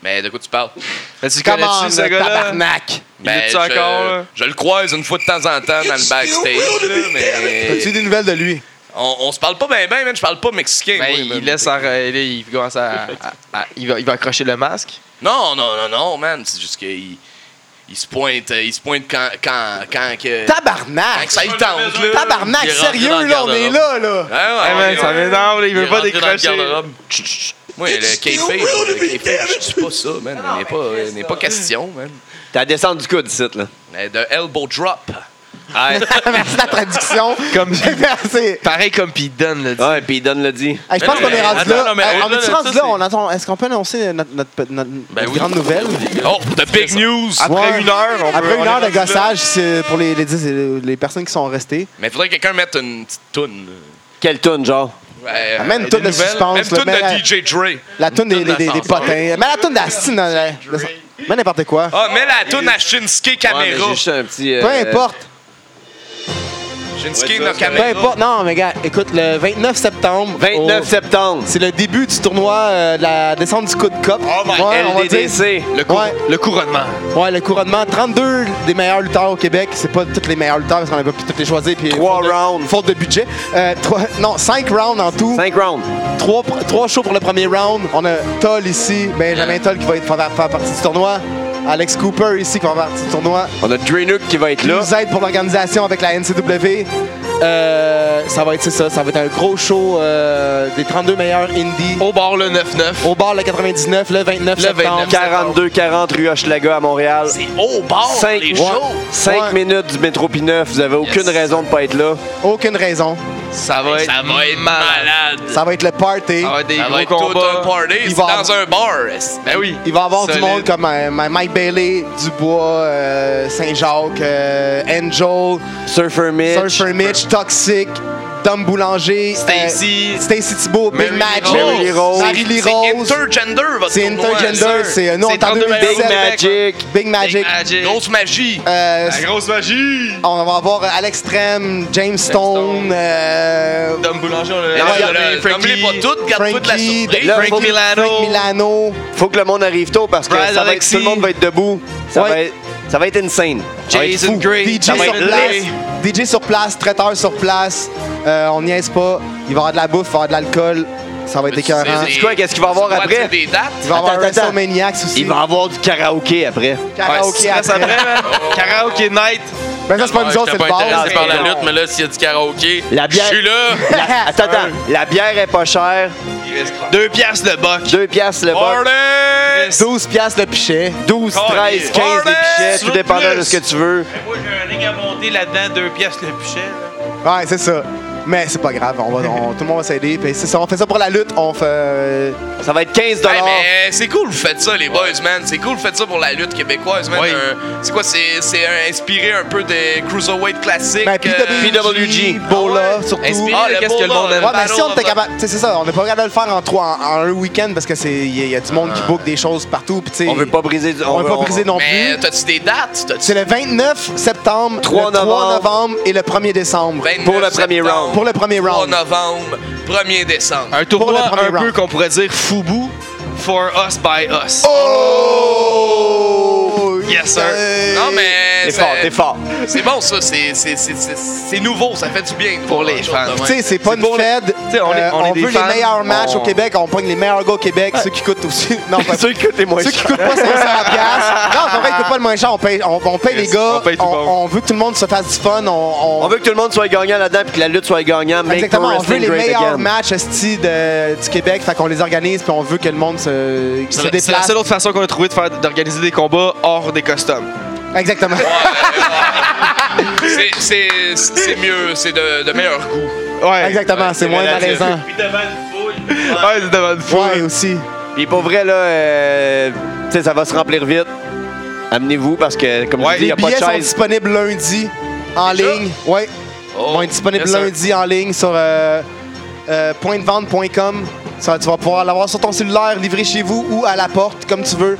Speaker 1: Mais de quoi tu parles? Ben,
Speaker 4: Ben, tu
Speaker 3: Come on,
Speaker 4: connais-tu ce
Speaker 3: le
Speaker 4: gars-là?
Speaker 3: tabarnak!
Speaker 4: Il est-tu encore, hein?
Speaker 1: je,
Speaker 4: là?
Speaker 1: je le croise une fois de temps en temps dans le backstage, là,
Speaker 3: As-tu
Speaker 1: mais
Speaker 3: des nouvelles de lui?
Speaker 1: on, on se parle pas bien, bien, man. Je parle pas mexicain.
Speaker 4: Ben,
Speaker 1: moi,
Speaker 4: il,
Speaker 1: man.
Speaker 4: laisse sa- euh, là, il commence à, à- à- il, va, il va accrocher le masque.
Speaker 1: Non, non, non, non, man. C'est juste qu'il il se pointe, euh, il se pointe quand, quand, quand que. quand
Speaker 3: Tabarnak!
Speaker 1: que ça y tente, là.
Speaker 3: Tabarnak,
Speaker 6: Il est rentré dans
Speaker 3: sérieux,
Speaker 6: le
Speaker 3: là, on est
Speaker 6: garde-robe.
Speaker 3: là, là!
Speaker 1: Ah, ouais,
Speaker 4: Eh ben,
Speaker 1: ouais,
Speaker 4: ça
Speaker 1: ouais.
Speaker 4: m'énerve, là, il
Speaker 6: Il
Speaker 4: veut
Speaker 6: est
Speaker 4: pas
Speaker 6: rentré dans le
Speaker 4: décrocher.
Speaker 6: garde-robe.
Speaker 1: Moi, le café, le café, je suis pas ça, man. Il n'est pas, il n'est pas question, man.
Speaker 2: T'as la descente du coude, site, là.
Speaker 1: Mais De elbow drop.
Speaker 3: Merci de la traduction.
Speaker 4: Comme-
Speaker 3: Merci.
Speaker 4: Pareil comme Pete Dunne le dit.
Speaker 2: Ouais, puis Don l'a dit.
Speaker 3: Hey, je pense
Speaker 6: Mais-
Speaker 3: qu'on est rendu
Speaker 6: Attends,
Speaker 3: là.
Speaker 6: non, mais
Speaker 3: Hey, on
Speaker 6: au-delà
Speaker 3: est
Speaker 6: de
Speaker 3: rendu
Speaker 6: ça,
Speaker 3: là.
Speaker 6: c'est-
Speaker 3: On attend. Est-ce qu'on peut annoncer notre, notre- notre-
Speaker 6: Ben
Speaker 3: notre
Speaker 6: oui.
Speaker 3: grande nouvelle?
Speaker 1: Oh, the big news.
Speaker 4: Après
Speaker 3: Ouais.
Speaker 4: une heure, on peut-
Speaker 3: Après
Speaker 4: on
Speaker 3: une heure
Speaker 4: est rendu
Speaker 3: de
Speaker 4: là.
Speaker 3: gossage, c'est pour les, les, dix- les, personnes qui sont restées,
Speaker 1: Mais faudrait que quelqu'un mette une petite toune.
Speaker 2: Quelle tune, genre?
Speaker 1: Ouais,
Speaker 3: Amène
Speaker 1: euh,
Speaker 3: une toune
Speaker 1: des
Speaker 3: de
Speaker 1: nouvelles.
Speaker 3: suspense,
Speaker 1: Même
Speaker 3: là,
Speaker 1: toune
Speaker 3: mais la-
Speaker 1: de DJ Dre.
Speaker 3: la toune des, des, des, des
Speaker 6: d'ascenseur.
Speaker 3: potins. Mais la toune d'Astine, la- la- mais n'importe quoi.
Speaker 1: Ah, mets la toune à Shinsuke
Speaker 2: Ouais, mais
Speaker 1: Kamera.
Speaker 2: j'ai juste un petit... euh,
Speaker 3: Peu importe.
Speaker 1: Shinsuke no
Speaker 3: Peu
Speaker 1: Kamera.
Speaker 3: importe. Non, mais gars, écoute, le 29 septembre.
Speaker 2: 29
Speaker 3: au-
Speaker 2: septembre.
Speaker 3: C'est le début du tournoi euh, de la descente du coup de cop.
Speaker 1: Oh my
Speaker 3: on va dire.
Speaker 2: LDDC.
Speaker 4: Le, cou-
Speaker 3: Ouais.
Speaker 4: le couronnement.
Speaker 3: Ouais, le couronnement. 32 des meilleurs lutteurs au Québec. C'est pas tous les meilleurs lutteurs parce qu'on n'a pas pu tous les choisir. Puis
Speaker 2: Trois
Speaker 3: faute de-
Speaker 2: rounds.
Speaker 3: Faute de budget. Euh, trois- non, 5 rounds en tout.
Speaker 2: 5 rounds.
Speaker 3: Trois, trois shows pour le premier round. On a Toll ici, Benjamin Toll qui va être, faire, faire partie du tournoi. Alex Cooper ici qui va faire partie du tournoi.
Speaker 2: On a Drainuk qui va être
Speaker 3: Qui
Speaker 2: là.
Speaker 3: nous aide pour l'organisation avec la NCW. Euh, ça va être c'est ça, ça va être un gros show euh, des 32 meilleurs indies.
Speaker 4: Au bord, le 9-9.
Speaker 3: Au bar le 99, le 29
Speaker 4: Le
Speaker 3: septembre.
Speaker 4: 29.
Speaker 2: 42-40 rue Hochelaga à Montréal.
Speaker 1: C'est au bord,
Speaker 2: Cinq-
Speaker 1: les
Speaker 3: Ouais.
Speaker 1: shows.
Speaker 2: 5
Speaker 3: Ouais.
Speaker 2: minutes du métro P9. Vous avez aucune raison de pas être là.
Speaker 3: Aucune raison.
Speaker 4: Ça va être,
Speaker 1: Ça va être
Speaker 4: malade.
Speaker 1: malade.
Speaker 3: Ça va être le
Speaker 4: Mmh.
Speaker 3: party.
Speaker 4: Ça va être des
Speaker 1: Ça
Speaker 4: gros
Speaker 1: va être tout
Speaker 4: combats.
Speaker 1: un party.
Speaker 3: Il
Speaker 1: C'est
Speaker 3: va Oh,
Speaker 1: dans un bar. est-ce.
Speaker 4: Ben oui.
Speaker 3: Il va y avoir
Speaker 4: Solide.
Speaker 3: du monde comme euh, Mike Bailey, Dubois, euh, Saint-Jacques, euh, Angel,
Speaker 2: Surfer Mitch.
Speaker 3: Surfer Mitch, Toxic, Dom Boulanger,
Speaker 4: Stacy.
Speaker 3: euh, Stacy Thibault, Big
Speaker 4: Mary
Speaker 3: Magic,
Speaker 4: Lee Rose.
Speaker 3: Mary Lee Rose, Mary Lee
Speaker 1: C'est
Speaker 3: Rose.
Speaker 1: intergender, votre
Speaker 3: C'est
Speaker 1: tournoi.
Speaker 3: intergender, c'est euh, nous on
Speaker 4: C'est
Speaker 3: est en
Speaker 4: 32 meilleurs
Speaker 2: Big
Speaker 3: 2017.
Speaker 4: Québec,
Speaker 2: Magic.
Speaker 3: Big Magic.
Speaker 4: Magic.
Speaker 1: Grosse magie.
Speaker 3: Euh,
Speaker 4: La grosse magie.
Speaker 3: on va avoir euh, Alex Trem, James Stone,
Speaker 4: Stone.
Speaker 3: euh,
Speaker 4: Dom Boulanger, on
Speaker 1: Mais
Speaker 4: l'a
Speaker 1: là,
Speaker 3: ouais,
Speaker 1: là,
Speaker 4: regardé,
Speaker 1: nomme-les pas
Speaker 4: Frankie.
Speaker 1: toutes, garde-toi de la
Speaker 3: Frankie,
Speaker 1: surprise.
Speaker 2: Là, faut,
Speaker 4: Frank Milano.
Speaker 3: Frank Milano.
Speaker 2: faut que le monde arrive tôt parce que
Speaker 4: Brad
Speaker 2: ça va être-
Speaker 4: Alexis.
Speaker 2: tout le monde va être debout. Ça,
Speaker 3: Ouais.
Speaker 2: va, être, ça va être insane. Ça va être
Speaker 4: Jason
Speaker 2: fou.
Speaker 4: Gray.
Speaker 3: DJ
Speaker 4: Ça va
Speaker 3: sur
Speaker 4: être
Speaker 3: place,
Speaker 4: laid.
Speaker 3: DJ sur place, traiteur sur place. Euh, on niaise pas. Il va y avoir de la bouffe, il va y avoir de l'alcool. Ça va être
Speaker 1: Mais tu sais,
Speaker 3: écœurant.
Speaker 1: des-
Speaker 2: C'est quoi, qu'est-ce qu'il va y avoir
Speaker 1: tu dois
Speaker 2: après?
Speaker 1: dire des dates?
Speaker 3: Il va y avoir
Speaker 2: Attends, attends.
Speaker 3: WrestleManiacs aussi.
Speaker 2: Il va avoir du karaoké après.
Speaker 4: Ah,
Speaker 3: Karaoké
Speaker 4: Ouais, si tu
Speaker 3: après.
Speaker 4: restes après, man. Karaoké night.
Speaker 3: Ben ça, c'est pas nous autres, c'est
Speaker 6: pas
Speaker 3: le bar.
Speaker 6: intéressé par la lutte, mais là, s'il y a du karaoké,
Speaker 2: La
Speaker 6: je
Speaker 2: bière-
Speaker 6: suis là.
Speaker 2: La- attends, attends. La bière est pas chère.
Speaker 4: Deux piastres le buck.
Speaker 2: 2 piastres le bar.
Speaker 3: 12 piastres le pichet.
Speaker 2: 12, 13, 15 les pichets.
Speaker 5: Tu veux
Speaker 2: Tout dépendant de
Speaker 5: plus?
Speaker 2: ce que tu veux.
Speaker 5: Moi, j'ai un ring à monter là-dedans, deux pièces le pichet. là.
Speaker 3: Ouais, c'est ça. Mais c'est pas grave, on va, on- tout le monde va s'aider. Puis c'est ça, on fait ça pour la lutte. On fait. euh,
Speaker 2: Ça va être 15
Speaker 1: Hey, mais euh, c'est cool, vous faites ça, les boys, man. C'est cool, vous faites ça pour la lutte québécoise, man.
Speaker 4: Oui.
Speaker 1: Un- c'est quoi, c'est, c'est un- inspiré un peu des Cruiserweight classiques.
Speaker 3: Ben,
Speaker 1: euh,
Speaker 3: PWG, Bola,
Speaker 1: Ah ouais?
Speaker 3: surtout.
Speaker 1: Inspiré
Speaker 4: Ah,
Speaker 1: de
Speaker 4: qu'est-ce que le
Speaker 1: Bola,
Speaker 4: monde aime.
Speaker 3: Ouais, mais
Speaker 1: Battle
Speaker 3: si on
Speaker 1: of
Speaker 3: était
Speaker 1: the-
Speaker 3: capable. Tu sais, c'est ça, on n'est pas capable de le faire en trois, en, en un week-end parce que c'est, il y, a- il y a du monde qui book des choses partout. Puis, tu sais,
Speaker 2: On veut pas briser du.
Speaker 3: on veut pas briser non
Speaker 1: Mais
Speaker 3: plus.
Speaker 1: t'as-tu des dates? T'as-tu
Speaker 3: C'est le 29 septembre,
Speaker 2: 3
Speaker 3: le 3
Speaker 2: novembre.
Speaker 3: novembre et le 1er décembre.
Speaker 1: 29
Speaker 2: Pour le premier
Speaker 1: septembre,
Speaker 2: round.
Speaker 3: Pour le premier
Speaker 1: 3
Speaker 3: round.
Speaker 1: novembre, 1er décembre.
Speaker 4: Un tournoi
Speaker 3: Pour le premier
Speaker 4: un peu
Speaker 3: round.
Speaker 4: qu'on pourrait dire Fubu for us by us.
Speaker 3: Oh!
Speaker 4: Yes, sir.
Speaker 3: Hey!
Speaker 1: Non, mais.
Speaker 2: T'es
Speaker 1: ça-
Speaker 2: fort, t'es fort.
Speaker 3: Euh,
Speaker 1: C'est bon, ça. C'est, c'est, c'est, c'est, c'est nouveau, ça fait du bien. de
Speaker 4: Pour
Speaker 1: voir
Speaker 4: les
Speaker 1: des choses de
Speaker 4: fans.
Speaker 1: même.
Speaker 3: Tu sais, c'est pas
Speaker 4: C'est
Speaker 3: une
Speaker 4: pour le-
Speaker 3: fed.
Speaker 4: Tu sais, on est-
Speaker 3: Euh,
Speaker 4: on est des
Speaker 3: veut
Speaker 4: fans. Oh.
Speaker 3: les meilleurs matchs au
Speaker 4: On-
Speaker 3: Québec. On pogne les meilleurs gars au Québec. Ceux qui coûtent aussi. Non, pas
Speaker 2: Ceux qui coûtent les moins
Speaker 3: Ceux qui
Speaker 2: chers.
Speaker 3: coûtent pas 500 piastres. Non, en vrai, ils coûtent pas le moins cher. On paye, on, on paye les
Speaker 4: Yes,
Speaker 3: gars.
Speaker 4: on paye tout le monde.
Speaker 3: veut que tout le monde se fasse du fun. On, on-
Speaker 2: On veut que tout le monde soit gagnant là-dedans puis que la lutte soit gagnante. Make
Speaker 3: Exactement,
Speaker 2: pro
Speaker 3: on veut
Speaker 2: wrestling
Speaker 3: les
Speaker 2: great
Speaker 3: meilleurs
Speaker 2: again.
Speaker 3: matchs esti de- du Québec, fait qu'on les organise puis on veut que le monde se,
Speaker 4: C'est
Speaker 3: se
Speaker 4: la- c'est la
Speaker 3: déplace.
Speaker 4: seule autre façon qu'on a trouvé de faire d'organiser des combats hors des customs.
Speaker 3: Exactement.
Speaker 1: C'est, c'est, c'est mieux, c'est de, de meilleur goût.
Speaker 4: Ouais.
Speaker 3: Exactement, c'est moins
Speaker 2: relatif.
Speaker 3: malaisant.
Speaker 5: Puis devant une foule.
Speaker 4: Ouais, c'est devant une fois.
Speaker 3: Ouais, aussi.
Speaker 2: Puis pour vrai, là, euh, tu sais, ça va se remplir vite. Amenez-vous parce que, comme
Speaker 4: Ouais,
Speaker 2: je dis, il n'y
Speaker 3: Les
Speaker 2: a pas de
Speaker 3: billets sont
Speaker 2: chaise.
Speaker 3: disponibles lundi en
Speaker 1: Déjà?
Speaker 3: ligne. Ouais.
Speaker 2: Oh,
Speaker 3: Ils vont être disponibles
Speaker 4: yes, sir.
Speaker 3: lundi en ligne sur euh, euh, pointdevente.com. Ça, tu vas pouvoir l'avoir sur ton cellulaire, livré chez vous ou à la porte, comme tu veux.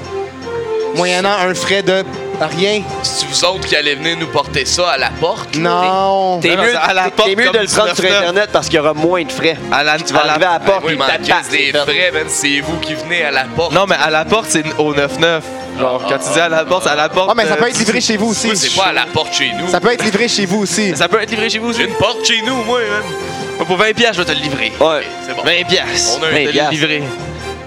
Speaker 3: Moyennant un frais de rien.
Speaker 1: C'est vous autres qui allez venir nous porter ça à la porte. là?
Speaker 3: Non.
Speaker 2: T'es
Speaker 4: Non,
Speaker 2: mieux,
Speaker 4: c'est à la
Speaker 2: t'es
Speaker 4: porte
Speaker 2: mieux de
Speaker 4: comme
Speaker 2: le prendre
Speaker 4: 19
Speaker 2: sur
Speaker 4: neuf.
Speaker 2: Internet parce qu'il y aura moins de frais.
Speaker 4: À la,
Speaker 2: Tu vas
Speaker 4: à la-
Speaker 2: arriver à la
Speaker 1: Eh
Speaker 2: porte
Speaker 1: oui,
Speaker 2: et
Speaker 1: mais en
Speaker 2: ta
Speaker 1: crise des frais, man, c'est vous qui venez à la porte.
Speaker 4: Non, mais à la porte, c'est au 9-9. Genre, quand tu dis à la porte, c'est à la porte.
Speaker 3: Ah, mais ça
Speaker 4: euh,
Speaker 3: peut être livré chez vous
Speaker 1: Moi,
Speaker 3: aussi.
Speaker 1: c'est pas à la porte chez nous.
Speaker 3: Ça peut être livré chez vous aussi.
Speaker 4: Ça peut être livré chez vous
Speaker 1: J'ai
Speaker 4: aussi.
Speaker 1: une porte chez nous, moi, man.
Speaker 4: Pour 20 piastres, je vais te le livrer.
Speaker 2: Ouais.
Speaker 1: C'est bon.
Speaker 4: 20 piastres.
Speaker 1: On a un-
Speaker 4: Je vais
Speaker 2: 20
Speaker 4: te
Speaker 2: piastres.
Speaker 4: le livrer.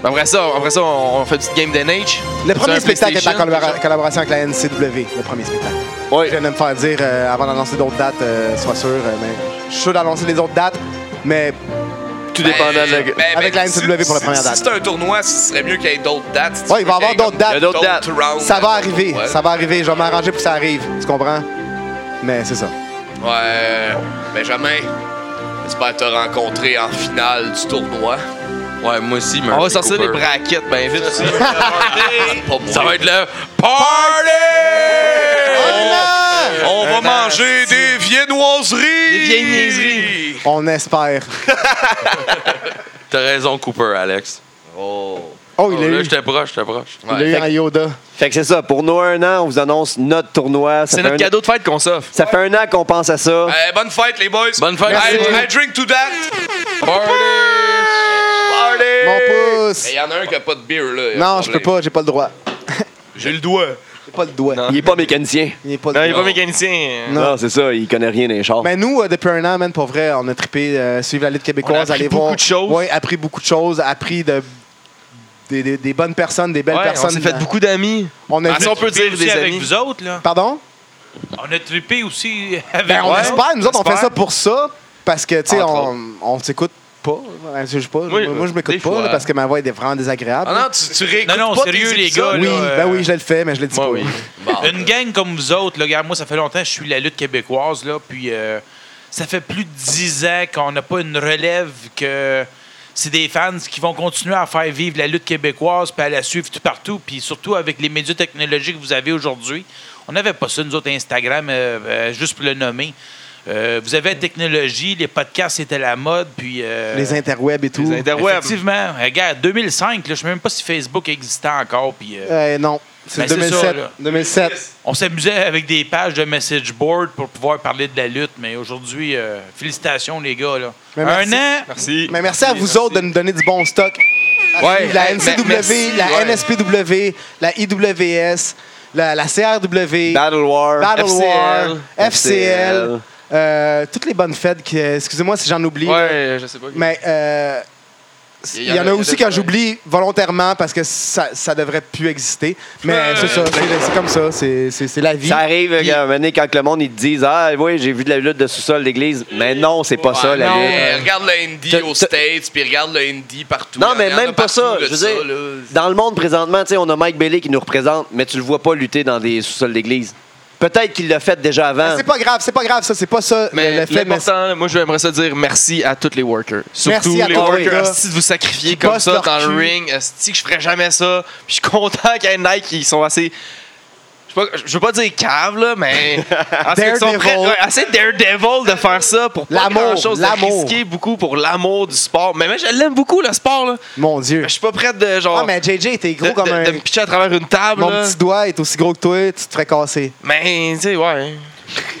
Speaker 4: Après ça, après ça, on on fait une petite game d'NH.
Speaker 3: Le premier
Speaker 4: un
Speaker 3: spectacle est en
Speaker 4: PlayStation,
Speaker 3: collabora-
Speaker 4: déjà?
Speaker 3: collaboration avec la NCW. Le premier spectacle.
Speaker 2: Ouais.
Speaker 3: Je viens de me faire dire euh, avant d'annoncer d'autres dates, euh, sois sûr. euh, mais je suis sûr d'annoncer les autres dates, mais
Speaker 2: Tout dépendant de la.
Speaker 1: Ben, ben,
Speaker 3: Avec
Speaker 1: ben,
Speaker 3: la
Speaker 1: si-
Speaker 3: NCW pour la
Speaker 1: si-
Speaker 3: première date.
Speaker 1: Si c'est un tournoi, ce serait mieux qu'il y ait d'autres dates. Si tu
Speaker 3: Ouais, il va y
Speaker 1: veux qu'il
Speaker 3: avoir
Speaker 1: y ait
Speaker 3: d'autres dates.
Speaker 1: comme
Speaker 3: Il y a
Speaker 2: d'autres dates.
Speaker 1: rounds,
Speaker 3: ça va
Speaker 1: d'autres-
Speaker 3: arriver.
Speaker 1: ouais.
Speaker 3: Ça va arriver. Je vais m'arranger pour que ça arrive. Tu comprends? Mais c'est ça.
Speaker 1: Ouais. Benjamin, j'espère te rencontrer en finale du tournoi.
Speaker 6: Ouais, moi aussi, mais.
Speaker 4: On va sortir les braquettes bien vite aussi.
Speaker 1: Pas moi.
Speaker 6: Ça va être le party!
Speaker 1: On va
Speaker 4: Attends,
Speaker 1: manger des viennoiseries.
Speaker 4: Des vieilles niaiseries.
Speaker 3: On espère.
Speaker 6: T'as raison, Cooper, Alex.
Speaker 1: Oh.
Speaker 3: Oh, il
Speaker 6: Oh,
Speaker 3: l'a
Speaker 6: là,
Speaker 3: eu.
Speaker 6: j'étais proche, j'étais proche.
Speaker 3: Il l'a eu en Yoda.
Speaker 2: Fait que c'est ça. Pour nous, un an, on vous annonce notre tournoi. Ça
Speaker 4: C'est
Speaker 2: fait
Speaker 4: notre
Speaker 2: un-
Speaker 4: cadeau de fête qu'on s'offre.
Speaker 2: Ça fait un an qu'on pense à ça.
Speaker 1: Eh, bonne fête, les boys.
Speaker 6: Bonne fête.
Speaker 1: I,
Speaker 6: Merci.
Speaker 1: I drink to that.
Speaker 6: Party!
Speaker 1: Party.
Speaker 3: Mon pouce!
Speaker 1: Il y en Ah! a un qui a pas de beer, là. y a
Speaker 3: Non,
Speaker 1: un
Speaker 3: je peux
Speaker 1: problème.
Speaker 3: pas. J'ai pas le droit.
Speaker 1: J'ai le doigt.
Speaker 3: J'ai pas le doigt.
Speaker 4: Non.
Speaker 2: Il est pas mécanicien.
Speaker 3: Il est pas
Speaker 4: Non,
Speaker 3: le
Speaker 4: il est
Speaker 3: droit.
Speaker 4: pas mécanicien.
Speaker 3: Non.
Speaker 2: Non, c'est ça. Il connaît rien des chars.
Speaker 3: Mais nous, euh, depuis un an, man, pour vrai, on a trippé, euh, suivre la
Speaker 4: On
Speaker 3: lutte
Speaker 4: a
Speaker 3: québécoise,
Speaker 4: appris
Speaker 3: aller
Speaker 4: beaucoup
Speaker 3: voir.
Speaker 4: de choses.
Speaker 3: Oui, appris beaucoup de choses, appris de, des, des- des bonnes personnes, des belles
Speaker 4: Ouais, on
Speaker 3: personnes.
Speaker 4: s'est fait beaucoup d'amis.
Speaker 3: On a
Speaker 4: Ah,
Speaker 3: vu-
Speaker 4: ça, on peut
Speaker 5: Puis
Speaker 4: dire
Speaker 5: aussi
Speaker 4: des
Speaker 5: avec
Speaker 4: amis.
Speaker 5: vous autres, là.
Speaker 3: Pardon?
Speaker 5: On a trippé aussi avec
Speaker 3: Ben, on
Speaker 5: vous autres.
Speaker 3: espère, nous autres, on fait
Speaker 4: j'espère.
Speaker 3: ça pour ça, parce que, tu sais,
Speaker 4: Entre
Speaker 3: on, on s'écoute pas. Ouais, Je, sais pas,
Speaker 4: Oui,
Speaker 3: moi, je m'écoute
Speaker 4: des
Speaker 3: pas,
Speaker 4: fois.
Speaker 3: là, parce que ma voix est vraiment désagréable.
Speaker 1: Ah non, tu, tu réécoutes
Speaker 5: Non, non,
Speaker 1: pas
Speaker 5: sérieux,
Speaker 1: tes
Speaker 5: les
Speaker 1: épisodes?
Speaker 3: oui,
Speaker 5: gars, là,
Speaker 3: ben
Speaker 5: euh,
Speaker 3: oui, je le fais, mais je le dis
Speaker 4: Moi,
Speaker 3: pas.
Speaker 4: oui. euh,
Speaker 1: Bon.
Speaker 5: Une gang comme vous autres, là, regarde, moi, ça fait longtemps que je suis la lutte québécoise, là, puis euh, ça fait plus de 10 ans qu'on n'a pas une relève que c'est des fans qui vont continuer à faire vivre la lutte québécoise, puis à la suivre tout partout, puis surtout avec les médias technologiques que vous avez aujourd'hui. On n'avait pas ça, nous autres, Instagram, euh, euh, juste pour le nommer. Euh, vous avez la technologie, les podcasts c'était la mode, puis... euh,
Speaker 3: Les interwebs et tout.
Speaker 4: Les interwebs.
Speaker 5: Effectivement. Regarde, 2005, là, je ne sais même pas si Facebook existait encore, puis... euh,
Speaker 3: Euh, non, c'est
Speaker 5: Ben, c'est
Speaker 3: 2007.
Speaker 5: ça, là.
Speaker 3: 2007.
Speaker 5: on s'amusait avec des pages de message board pour pouvoir parler de la lutte, mais aujourd'hui, euh, félicitations les gars. Là.
Speaker 3: Mais
Speaker 5: Un
Speaker 3: merci.
Speaker 5: an,
Speaker 4: Merci.
Speaker 3: Mais merci à vous autres de nous donner du bon stock.
Speaker 4: Ouais.
Speaker 3: la
Speaker 4: Hey,
Speaker 3: NCW,
Speaker 4: merci,
Speaker 3: la
Speaker 4: ouais.
Speaker 3: NSPW, la IWS, la, la CRW,
Speaker 2: Battle War.
Speaker 3: Battle War,
Speaker 2: FCL,
Speaker 3: FCL, euh, toutes les bonnes fêtes. qui- Excusez-moi si j'en oublie.
Speaker 4: Ouais, je sais pas.
Speaker 3: Mais euh, Il y, en a aussi que j'oublie volontairement parce que ça, ça devrait plus exister. Mais c'est ça, c'est c'est comme ça, c'est- c'est c'est la vie.
Speaker 2: Ça arrive euh, à un moment donné, quand le monde ils te disent Ah oui, j'ai vu de la lutte de sous-sol d'église. Mais non, c'est pas ça la
Speaker 1: Ah, non,
Speaker 2: lutte.
Speaker 1: mais Regarde le indie
Speaker 2: T'as-
Speaker 1: aux
Speaker 2: t'as-
Speaker 1: States, puis regarde le indie partout.
Speaker 2: Non,
Speaker 1: Il y
Speaker 2: mais
Speaker 1: en a
Speaker 2: même pas
Speaker 1: partout
Speaker 2: ça.
Speaker 1: de
Speaker 2: Je veux dire,
Speaker 1: là.
Speaker 2: dans le monde présentement, tu sais, on a Mike Bailey qui nous représente, mais tu le vois pas lutter dans des sous-sols d'église. Peut-être qu'il l'a fait déjà avant.
Speaker 3: C'est pas grave, c'est pas grave, ça, c'est pas ça.
Speaker 4: Mais
Speaker 3: le fait, mais
Speaker 4: l'important, moi, j'aimerais ça dire merci à tous les workers. Surtout
Speaker 3: Merci à
Speaker 4: les
Speaker 3: toi, les gars,
Speaker 4: workers. Asti de vous sacrifier
Speaker 3: qui
Speaker 4: comme
Speaker 3: bossent
Speaker 4: ça
Speaker 3: leur
Speaker 4: dans le
Speaker 3: cul.
Speaker 4: ring. Asti que je ferais jamais ça. Puis je suis content qu'il y ait Nike qui sont assez. Je sais pas- Je veux pas dire cave, là, mais. assez, ils sont prêts-
Speaker 3: Daredevil.
Speaker 4: ouais, assez daredevil de faire ça pour pas
Speaker 3: L'amour,
Speaker 4: grand-chose, de
Speaker 3: l'amour.
Speaker 4: risquer beaucoup pour l'amour du sport. Mais moi, je l'aime beaucoup, le sport, là.
Speaker 3: Mon Dieu.
Speaker 4: Mais Ben, Je suis pas prêt de, genre.
Speaker 3: Ah, mais JJ, t'es gros
Speaker 4: de,
Speaker 3: comme
Speaker 4: de-
Speaker 3: un.
Speaker 4: de me pitcher à travers une table,
Speaker 3: Mon
Speaker 4: là.
Speaker 3: petit doigt est aussi gros que toi, tu te ferais casser.
Speaker 4: Mais, tu sais, ouais.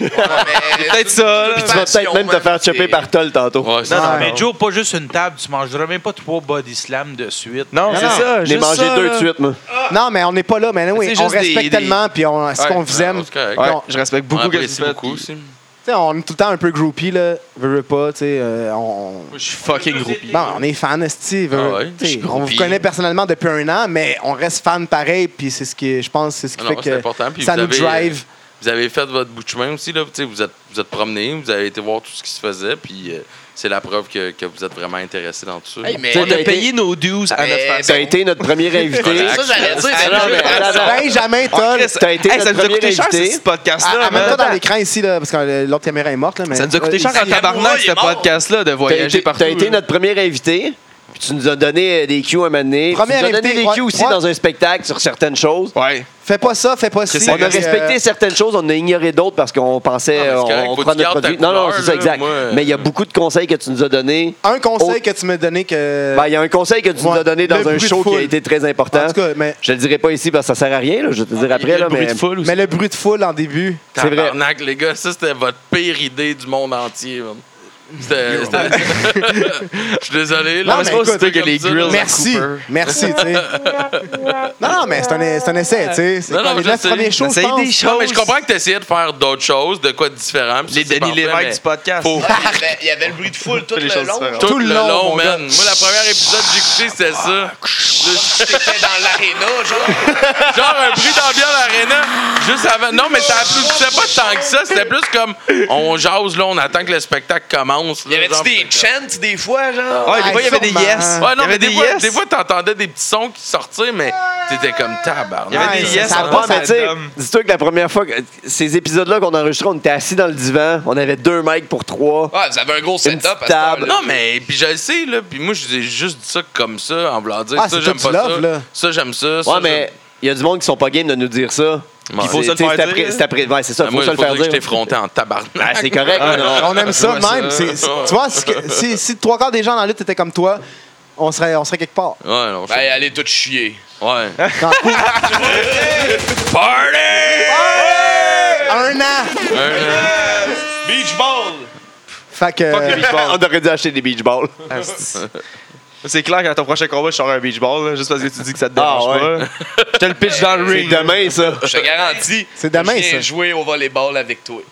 Speaker 1: Ouais, mais-
Speaker 4: Peut-être ça, là.
Speaker 1: Tu
Speaker 2: tu vas peut-être même te faire choper par Toll tantôt.
Speaker 6: Ouais, c'est-
Speaker 4: non,
Speaker 5: Mais Joe, pas juste une table, tu mangeras même pas trois body slam de suite.
Speaker 4: Non,
Speaker 3: Non,
Speaker 4: c'est
Speaker 3: non.
Speaker 4: ça.
Speaker 2: J'ai
Speaker 4: juste
Speaker 2: mangé
Speaker 4: ça,
Speaker 2: deux
Speaker 4: là.
Speaker 2: de suite, moi.
Speaker 3: Non, mais on n'est pas là, mais oui,
Speaker 4: C'est
Speaker 3: on
Speaker 4: juste des- des-
Speaker 3: respecte tellement, puis on, ce
Speaker 4: Ouais,
Speaker 3: qu'on
Speaker 4: ouais,
Speaker 3: vous aime.
Speaker 6: c'est correct.
Speaker 4: Ouais,
Speaker 3: Non.
Speaker 4: je respecte
Speaker 6: On
Speaker 4: beaucoup que
Speaker 6: apprécie beaucoup aussi.
Speaker 3: Tu sais, on est tout le temps un peu groupie, là. Veux, veux pas, tu sais. euh, on...
Speaker 4: Je suis fucking gros.
Speaker 3: Bon, on est fan, esti, veux-
Speaker 6: Ah ouais,
Speaker 3: tu sais,
Speaker 6: je suis
Speaker 3: On vous
Speaker 6: groupie.
Speaker 3: connaît personnellement depuis un an, mais on reste fan pareil, puis c'est ce qui, je pense, c'est ce qui
Speaker 6: Non,
Speaker 3: fait
Speaker 6: Ah non, c'est
Speaker 3: que
Speaker 6: important. Puis
Speaker 3: ça
Speaker 6: vous
Speaker 3: nous
Speaker 6: avez, euh,
Speaker 3: drive.
Speaker 6: Vous avez fait votre bout de chemin aussi. Là. Tu sais, Vous êtes, vous êtes promené, vous avez été voir tout ce qui se faisait. Puis euh, c'est la preuve que, que vous êtes vraiment intéressé dans tout ça.
Speaker 1: Hey, mais-
Speaker 4: On a
Speaker 2: T'as été-
Speaker 4: payé nos dues à notre
Speaker 1: Mais-
Speaker 4: façon.
Speaker 2: ben, T'as été notre premier invité.
Speaker 1: Ça, j'allais dire,
Speaker 4: Ah,
Speaker 1: c'est
Speaker 4: non, mais-
Speaker 1: juste-
Speaker 4: attends,
Speaker 3: Benjamin
Speaker 2: Ah,
Speaker 3: Toll,
Speaker 2: T'as été
Speaker 4: ça
Speaker 2: notre
Speaker 4: nous a coûté
Speaker 2: premier
Speaker 4: cher,
Speaker 2: invité.
Speaker 4: ce ce podcast-là.
Speaker 3: Ah, euh, Amène-toi
Speaker 4: man.
Speaker 3: dans l'écran ici, là, parce que euh, l'autre caméra est morte. Là, mais...
Speaker 4: ben, Ça nous a coûté cher
Speaker 1: Il-
Speaker 4: en
Speaker 1: il-
Speaker 4: tabarnak,
Speaker 1: il-
Speaker 4: ce
Speaker 1: il-
Speaker 4: podcast-là, de
Speaker 2: T'as été,
Speaker 4: voyager partout.
Speaker 2: t'as été
Speaker 4: là.
Speaker 2: notre premier invité. Puis tu nous as donné euh, des cues à un moment donné.
Speaker 3: Premier
Speaker 2: tu nous as donné
Speaker 3: invité,
Speaker 2: des
Speaker 3: ouais,
Speaker 2: cues aussi
Speaker 3: ouais.
Speaker 2: dans un spectacle sur certaines choses.
Speaker 4: Ouais.
Speaker 3: Fais pas ça, fais pas ça.
Speaker 4: c'est
Speaker 2: On a respecté certaines choses, on a ignoré d'autres parce qu'on pensait
Speaker 6: Ah, mais c'est
Speaker 2: euh,
Speaker 6: correct,
Speaker 2: on,
Speaker 6: faut que
Speaker 2: prend
Speaker 6: tu
Speaker 2: notre
Speaker 6: gardes ta
Speaker 2: produit. Non, non,
Speaker 6: couleur,
Speaker 2: c'est ça,
Speaker 6: là,
Speaker 2: exact.
Speaker 6: moi, euh,
Speaker 2: Mais il y a beaucoup de conseils que tu nous as donnés.
Speaker 3: euh, Un conseil
Speaker 2: Oh.
Speaker 3: que tu m'as donné que.
Speaker 2: Ben, Il y a un conseil que tu nous
Speaker 3: Ouais,
Speaker 2: as donné dans
Speaker 3: le
Speaker 2: un
Speaker 3: bruit de
Speaker 2: show qui a
Speaker 3: foule.
Speaker 2: été très important.
Speaker 3: en tout cas, mais,
Speaker 2: Je le dirai pas ici parce que ça sert à rien, là, je vais te le dire
Speaker 4: Il y a
Speaker 2: après.
Speaker 4: le
Speaker 2: Là,
Speaker 4: bruit
Speaker 2: mais...
Speaker 4: de foule aussi.
Speaker 3: mais le bruit de foule en début.
Speaker 2: C'est vrai.
Speaker 6: Tabarnak, les gars, ça c'était votre pire idée du monde entier. man. C'était. c'était- Je suis désolé. Là,
Speaker 3: Non, mais
Speaker 6: c'est pas
Speaker 3: écoute,
Speaker 6: aussi
Speaker 4: que les
Speaker 6: comme ça,
Speaker 4: grills-
Speaker 6: là.
Speaker 3: Merci.
Speaker 4: Cooper.
Speaker 3: Merci, tu sais. Non, non, mais c'est un, c'est un essai, tu sais. C'est
Speaker 6: Non,
Speaker 3: comme
Speaker 6: non,
Speaker 3: les
Speaker 6: je
Speaker 3: neuf
Speaker 6: sais.
Speaker 3: premiers shows, je
Speaker 4: Essaye
Speaker 3: pense.
Speaker 4: des
Speaker 6: Non, mais je
Speaker 4: choses.
Speaker 6: comprends que tu essayais de faire d'autres choses, de quoi de différent. puis
Speaker 4: Les
Speaker 6: ça, c'est
Speaker 4: Denis Lévesque
Speaker 6: parfait, mais
Speaker 4: du podcast.
Speaker 6: faut-
Speaker 1: Il y avait- Il y avait le bruit de foule tout
Speaker 4: Fais
Speaker 1: le
Speaker 4: les choses
Speaker 1: long.
Speaker 4: différentes.
Speaker 6: Tout,
Speaker 3: Tout
Speaker 6: le
Speaker 3: le long,
Speaker 6: long,
Speaker 3: mon
Speaker 6: man.
Speaker 3: gars.
Speaker 6: Moi, la première épisode que j'ai écouté, c'était
Speaker 1: Ah,
Speaker 6: ça. Le-
Speaker 1: T'étais dans l'aréna, genre.
Speaker 6: Genre un bruit d'ambiance à l'arena. Juste avant. Non, mais ça applaudissait pas tant que ça. C'était plus comme on jase, là, on attend que le spectacle commence.
Speaker 1: Y
Speaker 6: là,
Speaker 1: avait-tu
Speaker 6: genre,
Speaker 1: des
Speaker 6: fait que-
Speaker 1: chants des fois, genre?
Speaker 4: Ouais, des fois, il y avait des
Speaker 3: Sûrement.
Speaker 4: yes.
Speaker 3: Ouais,
Speaker 6: Ouais, non,
Speaker 4: Il y avait
Speaker 6: mais
Speaker 4: des
Speaker 6: des fois,
Speaker 4: yes.
Speaker 6: des fois, t'entendais des petits sons qui sortaient, mais t'étais comme tabarnak.
Speaker 4: Il y
Speaker 2: Ah,
Speaker 4: avait des
Speaker 3: Ouais,
Speaker 4: yes.
Speaker 3: ça
Speaker 4: en
Speaker 3: a
Speaker 4: bas,
Speaker 3: pas
Speaker 2: Ouais, mais
Speaker 4: madame.
Speaker 2: tu sais, dis-toi que la première fois, que ces épisodes-là qu'on enregistrait, on était assis dans le divan, on avait deux mics pour trois.
Speaker 6: Ah,
Speaker 1: Ouais, vous avez un gros
Speaker 2: Une
Speaker 1: setup
Speaker 2: petite
Speaker 1: à cette heure-là.
Speaker 2: table.
Speaker 6: Non, mais puis je le sais, là. Puis moi, je dis juste ça comme ça, en voulant dire
Speaker 3: Ah,
Speaker 6: ça,
Speaker 3: c'est
Speaker 6: j'aime
Speaker 3: toi,
Speaker 6: pas
Speaker 3: tu
Speaker 6: ça.
Speaker 3: l'offres, là.
Speaker 6: Ça, j'aime ça. ça,
Speaker 2: Ouais, mais il y a du monde qui sont pas game de nous dire ça.
Speaker 6: Ouais.
Speaker 2: Puis
Speaker 6: Faut
Speaker 2: c'est-
Speaker 4: se le
Speaker 2: tu sais,
Speaker 4: faire
Speaker 2: c'est
Speaker 4: dire,
Speaker 2: après-
Speaker 4: hein.
Speaker 2: c'est après- Ouais, c'est ça,
Speaker 6: j'aime-
Speaker 2: faut
Speaker 6: Ah, Moi,
Speaker 2: se le faire
Speaker 6: dire. que
Speaker 2: dire.
Speaker 6: je t'ai fronté en
Speaker 2: Ah,
Speaker 6: tabarnak.
Speaker 2: c'est correct.
Speaker 4: Ah,
Speaker 2: non.
Speaker 4: non.
Speaker 3: On aime ça
Speaker 4: Je vois
Speaker 3: même.
Speaker 4: ça.
Speaker 3: C'est- c'est- tu vois, c'est que- si, si trois quarts des gens dans la lutte étaient comme toi, on serait, on serait quelque part.
Speaker 6: Ouais, non, je-
Speaker 1: Ben, allez tout chier.
Speaker 6: Ouais.
Speaker 3: Dans le coup,
Speaker 6: Party!
Speaker 3: un an!
Speaker 1: Beach ball!
Speaker 3: Fait que.
Speaker 2: on aurait dû acheter des beach balls.
Speaker 4: Ah, c'est- C'est clair qu'à ton prochain combat, je sors un beach ball, là, juste parce que tu dis que ça te dérange
Speaker 2: Ah,
Speaker 4: pas. Je te le pitch dans le
Speaker 2: C'est
Speaker 4: ring.
Speaker 2: demain, ça.
Speaker 1: Je te garantis.
Speaker 3: C'est demain,
Speaker 1: Je viens
Speaker 3: ça.
Speaker 1: jouer au volleyball avec toi.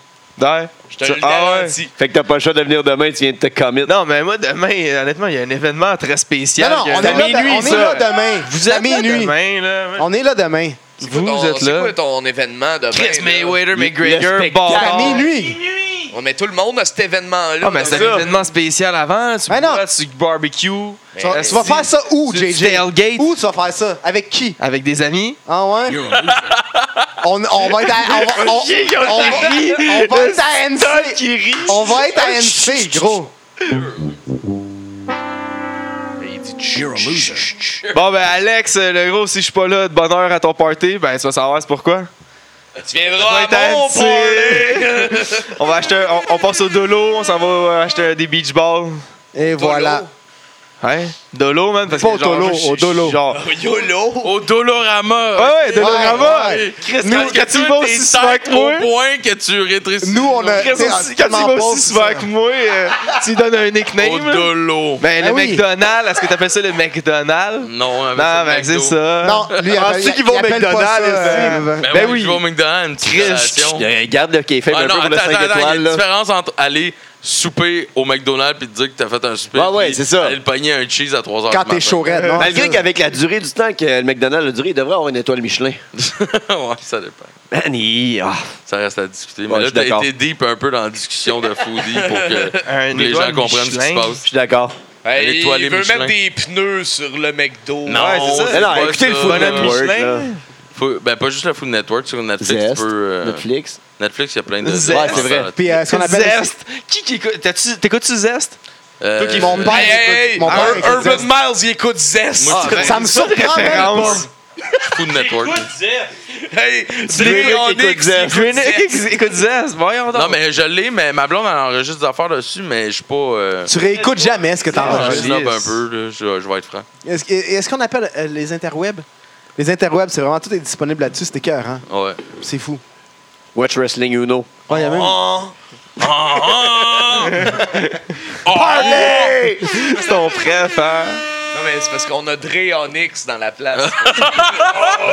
Speaker 4: Ouais.
Speaker 1: Je te le
Speaker 4: Ah, ouais.
Speaker 1: garantis.
Speaker 2: Fait que t'as pas le choix de venir demain, tu viens de te commit.
Speaker 4: Non, mais moi, demain, euh, honnêtement, il y a un événement très
Speaker 3: Non,
Speaker 4: spécial.
Speaker 3: non,
Speaker 4: que-
Speaker 3: on
Speaker 4: C'est
Speaker 3: est,
Speaker 4: à
Speaker 3: là,
Speaker 4: minuit,
Speaker 3: on est
Speaker 4: ça.
Speaker 3: là demain.
Speaker 4: Vous
Speaker 3: à
Speaker 4: êtes là
Speaker 3: minuit.
Speaker 4: demain, là. Moi,
Speaker 3: On est là demain.
Speaker 1: C'est
Speaker 4: Vous,
Speaker 1: quoi ton-
Speaker 4: vous êtes
Speaker 1: C'est
Speaker 4: là.
Speaker 1: quoi ton événement demain?
Speaker 4: Chris
Speaker 1: là?
Speaker 4: Mayweather,
Speaker 2: le
Speaker 4: McGregor,
Speaker 2: spectacle.
Speaker 4: Ball.
Speaker 3: À minuit.
Speaker 1: On met tout le monde à cet événement-là.
Speaker 4: Ah, mais c'est
Speaker 1: Dans-
Speaker 4: un événement spécial avant. Tu
Speaker 3: Mais non.
Speaker 4: bois, tu barbecue. Euh,
Speaker 1: Mais-
Speaker 3: Tu vas-
Speaker 1: c'est-
Speaker 3: tu vas faire ça où,
Speaker 4: Tu- tu
Speaker 3: JJ?
Speaker 4: tailgate.
Speaker 3: Où tu vas faire ça? Avec qui?
Speaker 4: Avec des amis.
Speaker 3: Ah ouais? on, on va être à. On va, on- on va- on va être à NC. On va
Speaker 6: Oh,
Speaker 3: être à NC, gros.
Speaker 1: Il dit You're a loser.
Speaker 4: Bon, ben, Alex, euh, le gros, si je suis pas là de bonne heure à ton party, ben, tu vas savoir c'est pourquoi.
Speaker 1: Tu
Speaker 6: Ah,
Speaker 1: viendras
Speaker 4: Ouais, t'as
Speaker 1: à mon
Speaker 4: dit.
Speaker 1: party!
Speaker 4: On va acheter, un- on, on passe au Dolo, on s'en va euh, acheter un- des beach balls.
Speaker 3: Et voilà.
Speaker 4: Ouais. Dolo, man, parce
Speaker 3: Pas
Speaker 4: que
Speaker 3: au
Speaker 4: genre,
Speaker 3: Dolo,
Speaker 4: moi, je-
Speaker 3: au
Speaker 4: je- je-
Speaker 3: Dolo.
Speaker 4: Genre,
Speaker 1: YOLO!
Speaker 6: Au Dolorama.
Speaker 4: ouais, ouais, Dolo
Speaker 3: Ouais,
Speaker 4: Rama.
Speaker 3: ouais.
Speaker 4: Chris,
Speaker 6: Nous,
Speaker 4: quand, quand tu vas aussi souvent que
Speaker 6: au
Speaker 4: moi,
Speaker 6: point que tu rétrécis.
Speaker 3: Nous, on a.
Speaker 4: Chris,
Speaker 3: t'sais,
Speaker 4: aussi- quand tu vas
Speaker 3: tellement
Speaker 4: aussi
Speaker 3: pauvre,
Speaker 4: souvent que moi, euh, tu lui donnes un
Speaker 6: Au
Speaker 4: nickname. là.
Speaker 6: Dolo.
Speaker 4: Ben,
Speaker 3: Ah
Speaker 4: le
Speaker 3: oui.
Speaker 4: McDonald's, est-ce que t'appelles ça le McDonald's?
Speaker 6: Non, avec
Speaker 4: Non,
Speaker 6: Mm. le
Speaker 4: ben, c'est
Speaker 6: McDo.
Speaker 4: ça.
Speaker 3: Non, lui, il
Speaker 4: Ah,
Speaker 3: appelle-
Speaker 4: ceux qui vont
Speaker 3: il
Speaker 4: au
Speaker 3: appelle pas
Speaker 4: McDonald's,
Speaker 3: ça,
Speaker 4: euh,
Speaker 3: euh,
Speaker 6: Ben,
Speaker 4: Ben
Speaker 6: oui.
Speaker 4: oui.
Speaker 6: Je vais au McDonald's, une petite
Speaker 2: Chris,
Speaker 6: relation.
Speaker 2: je- regarde le café un
Speaker 6: Ah
Speaker 2: peu
Speaker 6: non,
Speaker 2: pour
Speaker 6: attends,
Speaker 2: le 5
Speaker 6: attends, attends, il y a
Speaker 2: étoiles.
Speaker 6: une
Speaker 2: là.
Speaker 6: différence entre aller souper au McDonald's puis te dire que t'as fait un souper.
Speaker 2: Ouais, ouais,
Speaker 6: puis
Speaker 2: c'est ça.
Speaker 6: Aller le pogner un cheese à 3 h
Speaker 3: Quand t'es chaurette, non?
Speaker 2: Malgré qu'avec la durée du temps que le McDonald's a duré, il devrait avoir une étoile Michelin.
Speaker 6: ouais, ça dépend.
Speaker 2: Man, il- ah.
Speaker 6: Ça reste à discuter.
Speaker 2: Ouais,
Speaker 6: mais
Speaker 2: je
Speaker 6: là,
Speaker 2: suis
Speaker 6: t'as
Speaker 2: d'accord.
Speaker 6: été deep un peu dans la discussion de foodie pour que
Speaker 5: Un
Speaker 6: les gens
Speaker 5: étoile
Speaker 6: comprennent ce qui se
Speaker 5: Michelin.
Speaker 2: Je
Speaker 6: passe.
Speaker 2: suis d'accord.
Speaker 1: Hey, il
Speaker 6: L'étoilé
Speaker 1: veut
Speaker 6: Michelin.
Speaker 1: mettre des pneus sur le McDo.
Speaker 6: Non,
Speaker 4: Ouais, c'est ça.
Speaker 2: Mais non,
Speaker 6: pas
Speaker 2: écoutez le
Speaker 6: ça. euh,
Speaker 2: Food
Speaker 6: Bonhomme
Speaker 2: Network. là.
Speaker 6: Faut- ben, pas juste le Food Network, sur Netflix,
Speaker 2: Zest,
Speaker 6: tu peux, euh,
Speaker 2: Netflix.
Speaker 6: Netflix, il y a plein de.
Speaker 4: Zest.
Speaker 2: Ouais, c'est vrai.
Speaker 3: Puis euh, ce qu'on appelle.
Speaker 4: Zest. Qui, qui écoute? t'as-tu- T'écoutes-tu Zest?
Speaker 6: Euh,
Speaker 3: Toi qui- Mon père,
Speaker 1: Hey, hey,
Speaker 3: écoute, mon père,
Speaker 1: Ur-
Speaker 3: écoute
Speaker 1: Urban
Speaker 3: Zest.
Speaker 1: Miles, il écoute Zest.
Speaker 6: Moi,
Speaker 3: Ah, ça me surprend même pas.
Speaker 6: Food Network.
Speaker 1: Hey, c'est
Speaker 2: Green
Speaker 1: les
Speaker 2: Egg écoute Zest.
Speaker 1: Green Egg.
Speaker 4: Zest. Écoute Zest, voyons donc.
Speaker 6: Non, mais je l'ai, mais ma blonde, elle enregistre des affaires dessus, mais je suis pas. Euh,
Speaker 3: Tu réécoutes jamais ce que
Speaker 6: je
Speaker 2: Ah,
Speaker 3: t'enregistres.
Speaker 6: snob un peu, là, je, je vais être franc.
Speaker 3: Est-ce que- est-ce qu'on appelle euh, les interwebs? Les interwebs, c'est vraiment tout est disponible là-dessus, c'est cœur, hein?
Speaker 6: Ouais.
Speaker 3: C'est fou.
Speaker 2: Watch Wrestling Uno.
Speaker 6: Oh,
Speaker 3: Ouais, y a même.
Speaker 4: C'est ton préf, hein?
Speaker 1: Oh! Non, mais c'est parce qu'on a Dre Onyx dans la place. Oh!